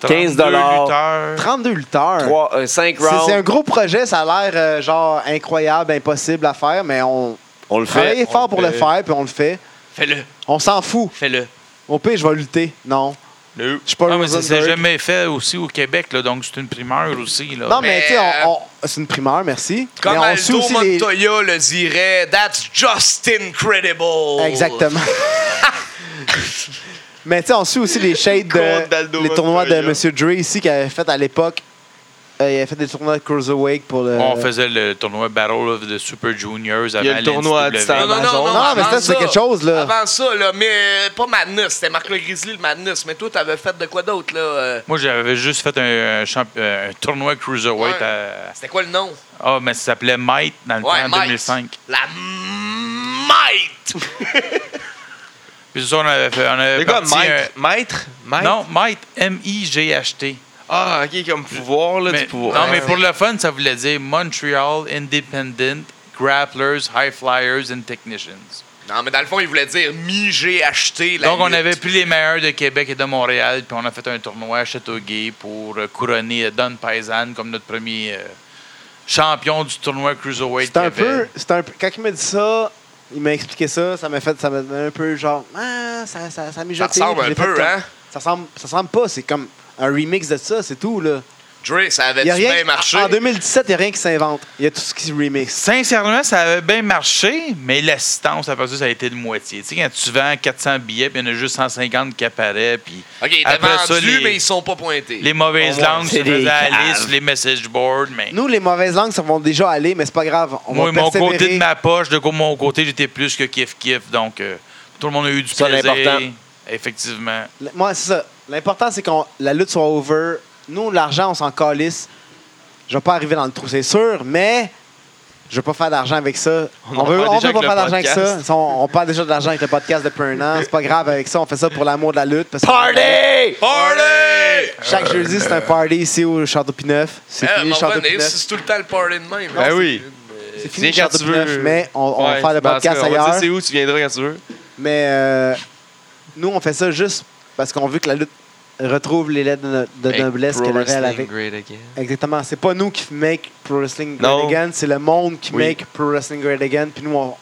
Speaker 2: 15
Speaker 5: 32 lutteurs.
Speaker 3: 32 lutteurs.
Speaker 2: 5
Speaker 3: C'est- C'est un
Speaker 2: euh, rounds.
Speaker 3: gros projet, ça a l'air euh, genre incroyable, impossible à faire, mais on
Speaker 2: On le
Speaker 3: travaille
Speaker 2: fait.
Speaker 3: fort pour le
Speaker 4: fait.
Speaker 3: faire, puis on le fait.
Speaker 1: Fais-le,
Speaker 3: On s'en fout.
Speaker 1: fais-le.
Speaker 3: Au pire, je vais lutter. Non.
Speaker 4: No.
Speaker 3: Je suis pas
Speaker 5: Ah, mais ça s'est
Speaker 3: Rosenberg.
Speaker 5: jamais fait aussi au Québec, là, donc c'est une primeur aussi. Là.
Speaker 3: Non, mais
Speaker 1: Mais,
Speaker 3: tu sais,
Speaker 1: euh,
Speaker 3: on- on- c'est une primeur, merci.
Speaker 1: Comme
Speaker 3: mais on suit
Speaker 1: Aldo
Speaker 3: aussi les-
Speaker 1: Montoya le dirait, that's just incredible.
Speaker 3: Exactement. Mais tu sais, on suit aussi les shades
Speaker 4: Contre Daldo
Speaker 3: de, les tournois de
Speaker 4: Montoya.
Speaker 3: M. Dre ici qu'il avait fait à l'époque. Euh, il avait fait des tournois de Cruiserweight pour le.
Speaker 5: On faisait le tournoi Battle of the Super Juniors avant
Speaker 4: euh, Il y a le tournoi à
Speaker 5: LNCW.
Speaker 4: distance.
Speaker 1: Non, non, non,
Speaker 4: Amazon.
Speaker 1: non,
Speaker 3: Non, mais
Speaker 1: avant
Speaker 3: c'était- c'était
Speaker 1: ça.
Speaker 3: quelque chose, là.
Speaker 1: Avant ça, là, mais euh, pas Madness, c'était Marc Le Grizzly, le Madness. Mais toi, t'avais fait de quoi d'autre, là? euh,
Speaker 5: Moi, j'avais juste fait un, un champ- euh, un tournoi Cruiserweight.
Speaker 1: Ouais.
Speaker 5: à-
Speaker 1: C'était quoi le nom?
Speaker 5: Ah, mais ça s'appelait Might dans le
Speaker 1: Ouais,
Speaker 5: temps, en
Speaker 1: Might.
Speaker 5: 2005.
Speaker 1: La Might!
Speaker 5: Puis c'est ça, on avait fait. On avait
Speaker 4: C'est quoi,
Speaker 5: parti
Speaker 4: maître? Maître?
Speaker 5: un-
Speaker 4: Maître?
Speaker 5: Non, Might, M-I-G-H-T.
Speaker 4: Ah, ok, comme pouvoir, là,
Speaker 5: Mais-
Speaker 4: du pouvoir.
Speaker 5: Non, mais pour le fun, ça voulait dire Montreal Independent Grapplers, High Flyers and Technicians.
Speaker 1: Non, mais dans le fond, il voulait dire mi j'ai acheté la
Speaker 5: Donc, on
Speaker 1: lutte.
Speaker 5: avait pris les meilleurs de Québec et de Montréal, puis on a fait un tournoi à Châteauguay pour euh, couronner euh, Don Paisan comme notre premier euh, champion du tournoi Cruiserweight.
Speaker 3: C'est un
Speaker 5: qu'il y avait.
Speaker 3: peu, c'est un peu. Quand il m'a dit ça, il m'a expliqué ça, ça m'a fait, ça m'a donné un peu genre, ah, ça, ça, ça a
Speaker 1: Ça
Speaker 3: mijoté.
Speaker 1: ressemble
Speaker 3: J'ai
Speaker 1: un
Speaker 3: fait
Speaker 1: peu,
Speaker 3: comme-
Speaker 1: hein?
Speaker 3: Ça ressemble, ça ressemble pas, c'est comme un remix de ça, c'est tout là.
Speaker 1: Dre, ça avait
Speaker 3: Il y a
Speaker 1: bien
Speaker 3: rien.
Speaker 1: marché.
Speaker 3: En 2017, il y a rien qui s'invente. Il y a tout ce qui se remix.
Speaker 5: Sincèrement, ça avait bien marché, mais l'assistance, après ça, ça a été de moitié. Tu sais, quand tu vends 400 billets, puis il y en a juste 150 qui apparaissent, puis
Speaker 1: OK, il était
Speaker 5: Après ça,
Speaker 1: vendu,
Speaker 5: les-
Speaker 1: mais ils sont pas pointés.
Speaker 5: les mauvaises
Speaker 2: Au moins,
Speaker 5: langues se
Speaker 2: c'est des
Speaker 5: faisaient aller
Speaker 2: caves.
Speaker 5: sur les message boards, mais...
Speaker 3: Nous, les mauvaises langues, ça vont déjà aller, mais c'est pas grave. On
Speaker 5: Moi,
Speaker 3: va
Speaker 5: mon
Speaker 3: persévérer.
Speaker 5: côté de ma poche, de mon côté, j'étais plus que kiff-kiff. Donc, euh, tout le monde a eu du
Speaker 2: Ça,
Speaker 5: plaisir.
Speaker 2: l'important.
Speaker 5: Effectivement.
Speaker 3: L- Moi, c'est ça. L'important, c'est que la lutte soit over. Nous, l'argent, on s'en calisse. Je vais pas arriver dans le trou, c'est sûr, mais je veux pas faire d'argent avec ça.
Speaker 4: On
Speaker 3: On,
Speaker 4: en
Speaker 3: veut,
Speaker 4: perd
Speaker 3: on
Speaker 4: déjà
Speaker 3: veut pas
Speaker 4: avec
Speaker 3: faire
Speaker 4: le
Speaker 3: d'argent avec ça.
Speaker 4: podcast.
Speaker 3: Ça, On, on perd déjà de l'argent avec le podcast depuis un an. C'est pas grave avec ça. On fait ça pour l'amour de la lutte. parce que-
Speaker 2: Party!
Speaker 1: Party!
Speaker 3: Chaque jeudi, c'est un party ici au Château Pineuf. C'est
Speaker 4: Euh,
Speaker 1: Eh,
Speaker 3: fini,
Speaker 1: m'en
Speaker 3: Château
Speaker 1: venez,
Speaker 3: Pineuf.
Speaker 1: c'est tout le temps le party de même. hein?
Speaker 4: Ben oui.
Speaker 3: C'est fini,
Speaker 4: viens quand
Speaker 3: Château
Speaker 4: tu veux.
Speaker 3: Pineuf. Mais on, on va
Speaker 4: Ouais,
Speaker 3: faire le
Speaker 4: ben, en tout cas,
Speaker 3: podcast
Speaker 4: on va
Speaker 3: ailleurs.
Speaker 4: dire c'est où, tu viendras quand tu veux.
Speaker 3: Mais euh, nous, on fait ça juste parce qu'on veut que la lutte retrouve les lettres de, no- de
Speaker 4: Make
Speaker 3: noblesse
Speaker 4: pro
Speaker 3: qu'elle avait
Speaker 4: wrestling
Speaker 3: avec.
Speaker 4: great again.
Speaker 3: Exactement. C'est pas nous qui make Pro Wrestling Great
Speaker 4: Non.
Speaker 3: Again, c'est le monde qui
Speaker 4: Oui.
Speaker 3: make Pro Wrestling Great Again. Puis nous, on,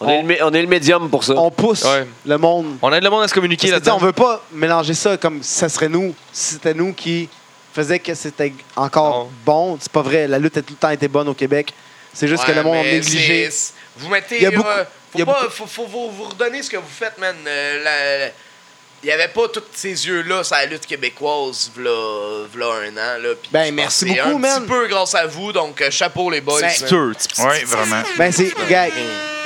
Speaker 2: On est le mé- on est le médium pour ça.
Speaker 3: on pousse
Speaker 4: Ouais.
Speaker 3: le monde.
Speaker 4: On aide le monde à se communiquer
Speaker 3: Parce que, tu sais, on
Speaker 4: là-dedans.
Speaker 3: veut pas mélanger ça comme si ça serait nous, si c'était nous qui faisait que c'était encore
Speaker 4: Non.
Speaker 3: bon. C'est pas vrai. La lutte a tout le temps été bonne au Québec. C'est juste que
Speaker 1: Ouais,
Speaker 3: le monde a
Speaker 1: mais
Speaker 3: négligé.
Speaker 1: c'est- Vous mettez.
Speaker 3: Il y a
Speaker 1: euh,
Speaker 3: beaucoup-
Speaker 1: faut,
Speaker 3: il y a
Speaker 1: pas-
Speaker 3: beaucoup-
Speaker 1: faut- faut vous, vous redonner ce que vous faites, man. Euh, la- la- Il n'y avait pas tous ces yeux-là sur la lutte québécoise, v'là, v'là un an. Là, puis
Speaker 3: Ben,
Speaker 1: je pense
Speaker 3: merci
Speaker 1: que c'est
Speaker 3: beaucoup,
Speaker 1: un
Speaker 3: man.
Speaker 1: petit peu grâce à vous, donc euh, chapeau les boys.
Speaker 3: Ben,
Speaker 1: man.
Speaker 4: Sûr, tu-
Speaker 5: Oui, vraiment.
Speaker 3: Ben, c'est. gars,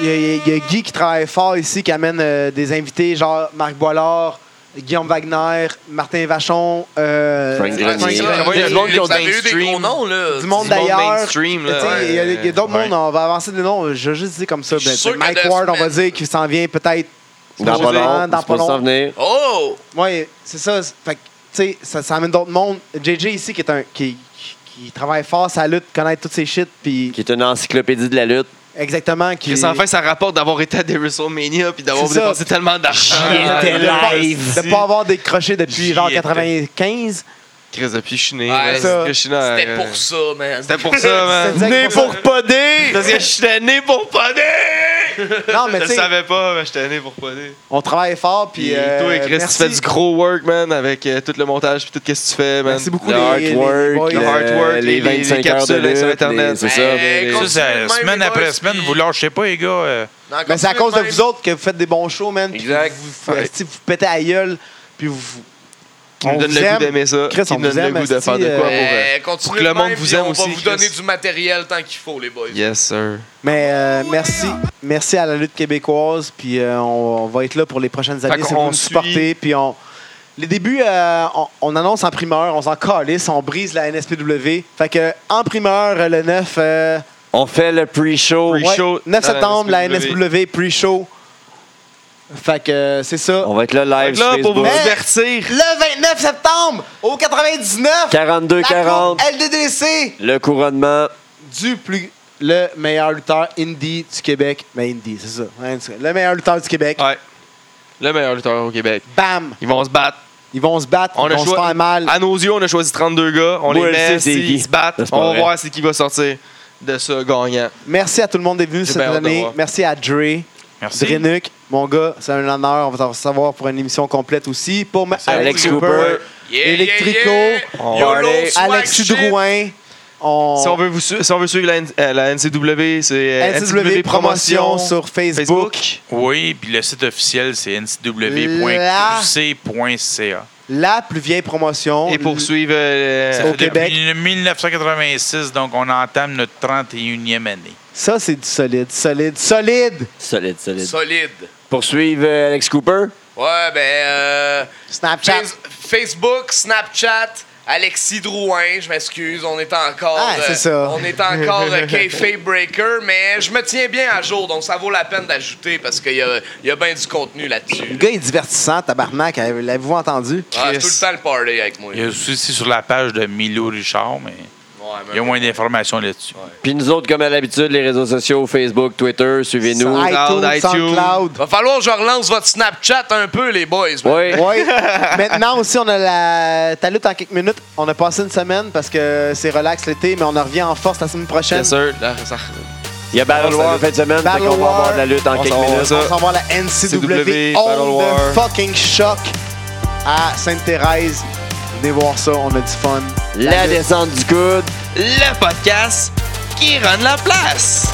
Speaker 3: Il y, a- il y a Guy qui travaille fort ici, qui amène euh, des invités, genre Marc Boilard, Guillaume Wagner, Martin Vachon, euh,
Speaker 2: Frank
Speaker 1: Ouais,
Speaker 2: Grenier.
Speaker 1: c'est ça.
Speaker 4: Il y a du monde qui ont
Speaker 1: Vous avez eu des gros
Speaker 4: mainstream.
Speaker 1: noms, là.
Speaker 3: du monde
Speaker 4: du monde
Speaker 3: d'ailleurs. Tu sais,
Speaker 4: mainstream,
Speaker 3: Il
Speaker 4: là,
Speaker 3: y a, il y a d'autres
Speaker 5: ouais.
Speaker 3: mondes, on va avancer des noms, je vais juste dire comme ça.
Speaker 1: Je suis
Speaker 3: ben,
Speaker 1: sûr que
Speaker 3: Mike
Speaker 1: dans
Speaker 3: Ward,
Speaker 1: la
Speaker 3: on va
Speaker 1: semaine-
Speaker 3: dire qu'il s'en vient peut-être
Speaker 2: Dans pas
Speaker 3: supposément,
Speaker 2: long,
Speaker 3: dans
Speaker 2: c'est pour
Speaker 3: pas
Speaker 2: s'en
Speaker 3: long.
Speaker 2: venir.
Speaker 1: Oh!
Speaker 3: Oui, c'est ça. c'est- Fait que tu sais, ça, ça amène d'autres mondes. JJ ici, qui est un. Qui, qui travaille fort sa lutte, connaître toutes ces shit, puis
Speaker 2: Qui est une encyclédédie de la lutte.
Speaker 3: exactement, qui
Speaker 4: Chris, enfin, ça rapporte d'avoir été à des WrestleMania puis d'avoir
Speaker 3: C'est ça.
Speaker 4: dépensé tellement d'argent.
Speaker 2: J'y étais
Speaker 4: Euh,
Speaker 3: de Ah, pas,
Speaker 2: live.
Speaker 3: de pas avoir décroché depuis
Speaker 4: J'y
Speaker 3: genre
Speaker 4: étais.
Speaker 3: 95.
Speaker 4: Chris, depuis que je suis né.
Speaker 1: Ouais,
Speaker 4: là,
Speaker 1: c'est
Speaker 3: ça.
Speaker 4: que je suis né,
Speaker 1: C'était
Speaker 4: euh,
Speaker 1: pour ça, man.
Speaker 4: C'était pour ça, Ah, man.
Speaker 3: C'était
Speaker 2: Né pour poder!
Speaker 4: Parce que je suis né pour poder!
Speaker 3: Non, mais
Speaker 4: Je
Speaker 3: tu
Speaker 4: le
Speaker 3: sais,
Speaker 4: savais pas, mais j'étais né pour poder.
Speaker 3: on travaille fort, puis.
Speaker 4: Puis
Speaker 3: euh,
Speaker 4: toi, Chris,
Speaker 3: merci.
Speaker 4: tu fais du gros work, man, avec euh, tout le montage puis tout ce que tu fais, man.
Speaker 3: Merci beaucoup,
Speaker 2: Le
Speaker 3: les, les boys.
Speaker 2: artwork,
Speaker 4: le
Speaker 2: le-
Speaker 4: artwork, les-
Speaker 2: les
Speaker 4: les
Speaker 2: 25 heures de
Speaker 4: capsules
Speaker 2: lutte,
Speaker 4: sur Internet.
Speaker 2: les- C'est ça.
Speaker 1: Hey,
Speaker 5: Ça, c'est, euh,
Speaker 1: Continue de même,
Speaker 5: semaine
Speaker 1: les
Speaker 5: après
Speaker 1: boys,
Speaker 5: semaine,
Speaker 1: puis-
Speaker 5: vous lâchez pas, les gars. euh,
Speaker 1: Non,
Speaker 3: Mais c'est à cause de
Speaker 1: même.
Speaker 3: vous autres que vous faites des bons shows, man. puis
Speaker 1: Exact.
Speaker 3: Vous, vous, esti, vous pétez à gueule, puis vous.
Speaker 4: Qui me donne le goût d'aimer ça.
Speaker 3: Chris,
Speaker 4: Qui
Speaker 3: on
Speaker 4: me
Speaker 3: vous
Speaker 4: donne
Speaker 3: aime,
Speaker 4: le goût de
Speaker 3: esti,
Speaker 4: faire de quoi pour. euh,
Speaker 1: Eh, Continuez
Speaker 4: pour que le
Speaker 1: de
Speaker 4: monde
Speaker 1: même,
Speaker 4: vous
Speaker 1: puis
Speaker 4: aime
Speaker 1: on
Speaker 4: aussi,
Speaker 1: va vous donner
Speaker 4: Chris.
Speaker 1: du matériel tant qu'il faut, les boys.
Speaker 4: Yes, sir.
Speaker 3: Mais euh, merci. Merci à la lutte québécoise. Puis euh, on, on va être là pour les prochaines années.
Speaker 4: qu'on
Speaker 3: Si vous nous
Speaker 4: suit.
Speaker 3: supportez. Puis on. Les débuts, euh, on, on annonce en primeur, on s'en calisse, on brise la NSPW. Fait que, en primeur, euh, le 9, euh,
Speaker 2: On fait le pre-show.
Speaker 4: Pre-
Speaker 3: ouais,
Speaker 4: Pre-show Ah,
Speaker 3: 9
Speaker 4: dans la
Speaker 3: septembre, la
Speaker 4: NSPW.
Speaker 3: NSPW, pre-show. Fait que, euh, c'est ça.
Speaker 2: On va être là live
Speaker 4: Fait que
Speaker 2: sur
Speaker 4: là, pour vous
Speaker 2: Facebook.
Speaker 3: Mais-
Speaker 4: divertir,
Speaker 3: Le 29 septembre, au 99, la
Speaker 2: 42-40,
Speaker 3: couronne LDDC
Speaker 2: le couronnement.
Speaker 3: du plus. Le meilleur lutteur indie du Québec. Mais indie, c'est ça. Hein, c'est- Le meilleur lutteur du Québec.
Speaker 4: Ouais. Le meilleur lutteur au Québec.
Speaker 3: Bam!
Speaker 4: Ils vont se battre.
Speaker 3: Ils vont se battre,
Speaker 4: On
Speaker 3: ils
Speaker 4: a
Speaker 3: vont se
Speaker 4: choi-
Speaker 3: faire mal.
Speaker 4: À nos yeux, on a choisi 32 gars. On
Speaker 2: Moi,
Speaker 4: les
Speaker 2: elle sait
Speaker 4: met,
Speaker 2: c'est qui.
Speaker 4: s'ils se battent,
Speaker 2: Ça, c'est pas
Speaker 4: on va
Speaker 2: vrai.
Speaker 4: voir c'est qui va sortir de ce gagnant.
Speaker 3: Merci à tout le monde d'être venu
Speaker 4: J'ai
Speaker 3: cette
Speaker 4: bien hâte de
Speaker 3: année.
Speaker 4: voir.
Speaker 3: Merci à Dre,
Speaker 5: Merci.
Speaker 3: Drenuk, mon gars, c'est un honneur. On va t'en recevoir pour une émission complète aussi. Pour ma-
Speaker 4: à
Speaker 3: Alex
Speaker 2: Alex
Speaker 3: Cooper,
Speaker 2: Cooper.
Speaker 1: Yeah,
Speaker 3: Electrico,
Speaker 1: yeah,
Speaker 4: on
Speaker 3: Oh,
Speaker 1: yeah.
Speaker 4: va
Speaker 1: YOLO,
Speaker 4: aller-
Speaker 1: swag
Speaker 3: Alex
Speaker 1: shit.
Speaker 3: Sudrouin. On...
Speaker 4: Si on, veut vous su- si on veut suivre la, N- euh, la NCW, c'est euh,
Speaker 3: NCW Promotion
Speaker 4: Promotion
Speaker 3: sur Facebook.
Speaker 5: Oui, puis le site officiel, c'est ncw.qc.ca.
Speaker 3: La plus vieille promotion.
Speaker 4: Et poursuivre. euh,
Speaker 5: Ça
Speaker 3: Au
Speaker 5: fait
Speaker 3: Québec.
Speaker 5: depuis 1986, donc on entame notre 31e année.
Speaker 3: Ça, c'est du solide, solide, solide!
Speaker 2: Solide, solide.
Speaker 1: Solide.
Speaker 2: Poursuivre euh, Alex Cooper.
Speaker 1: Ouais, ben. euh,
Speaker 3: Snapchat.
Speaker 1: Face- Facebook, Snapchat, Alexis Drouin, je m'excuse, on est encore.
Speaker 3: Ah, c'est ça.
Speaker 1: On est encore euh, kayfabe Breaker, mais je me tiens bien à jour, donc ça vaut la peine d'ajouter parce qu'il y a, il y a bien du contenu
Speaker 3: Le
Speaker 1: là-dessus.
Speaker 3: gars est divertissant, tabarnak. L'avez-vous entendu?
Speaker 1: Ah, c'est tout le temps le party avec moi.
Speaker 5: Il y a aussi aussi sur la page de Milo Richard, mais
Speaker 1: Ouais, mais-
Speaker 5: il y a moins d'informations là-dessus.
Speaker 2: Puis nous autres, comme à l'habitude, les réseaux sociaux, Facebook, Twitter, suivez-nous.
Speaker 3: Sur
Speaker 4: Cloud,
Speaker 3: iTunes,
Speaker 4: iTunes.
Speaker 3: SoundCloud.
Speaker 1: Va falloir que je relance votre Snapchat un peu, les boys.
Speaker 2: Oui.
Speaker 3: Oui. Maintenant aussi, on a la ta lutte en quelques minutes. On a passé une semaine parce que c'est relax l'été, mais on en revient en force la semaine prochaine.
Speaker 4: Bien sûr, là, ça-
Speaker 2: Il y a Battle
Speaker 4: Salut.
Speaker 2: War en fin de semaine,
Speaker 3: Battle
Speaker 2: donc on va
Speaker 3: War.
Speaker 2: avoir de la lutte en
Speaker 4: On
Speaker 2: quelques
Speaker 4: s'en va,
Speaker 2: minutes.
Speaker 3: On
Speaker 4: ça.
Speaker 3: s'en va à la NCW
Speaker 4: CW, Battle
Speaker 3: On
Speaker 4: War.
Speaker 3: the fucking choc à Sainte-Thérèse. Venez voir ça, on a du fun.
Speaker 2: La
Speaker 3: lutte.
Speaker 2: descente du coude.
Speaker 4: le podcast qui rend la place.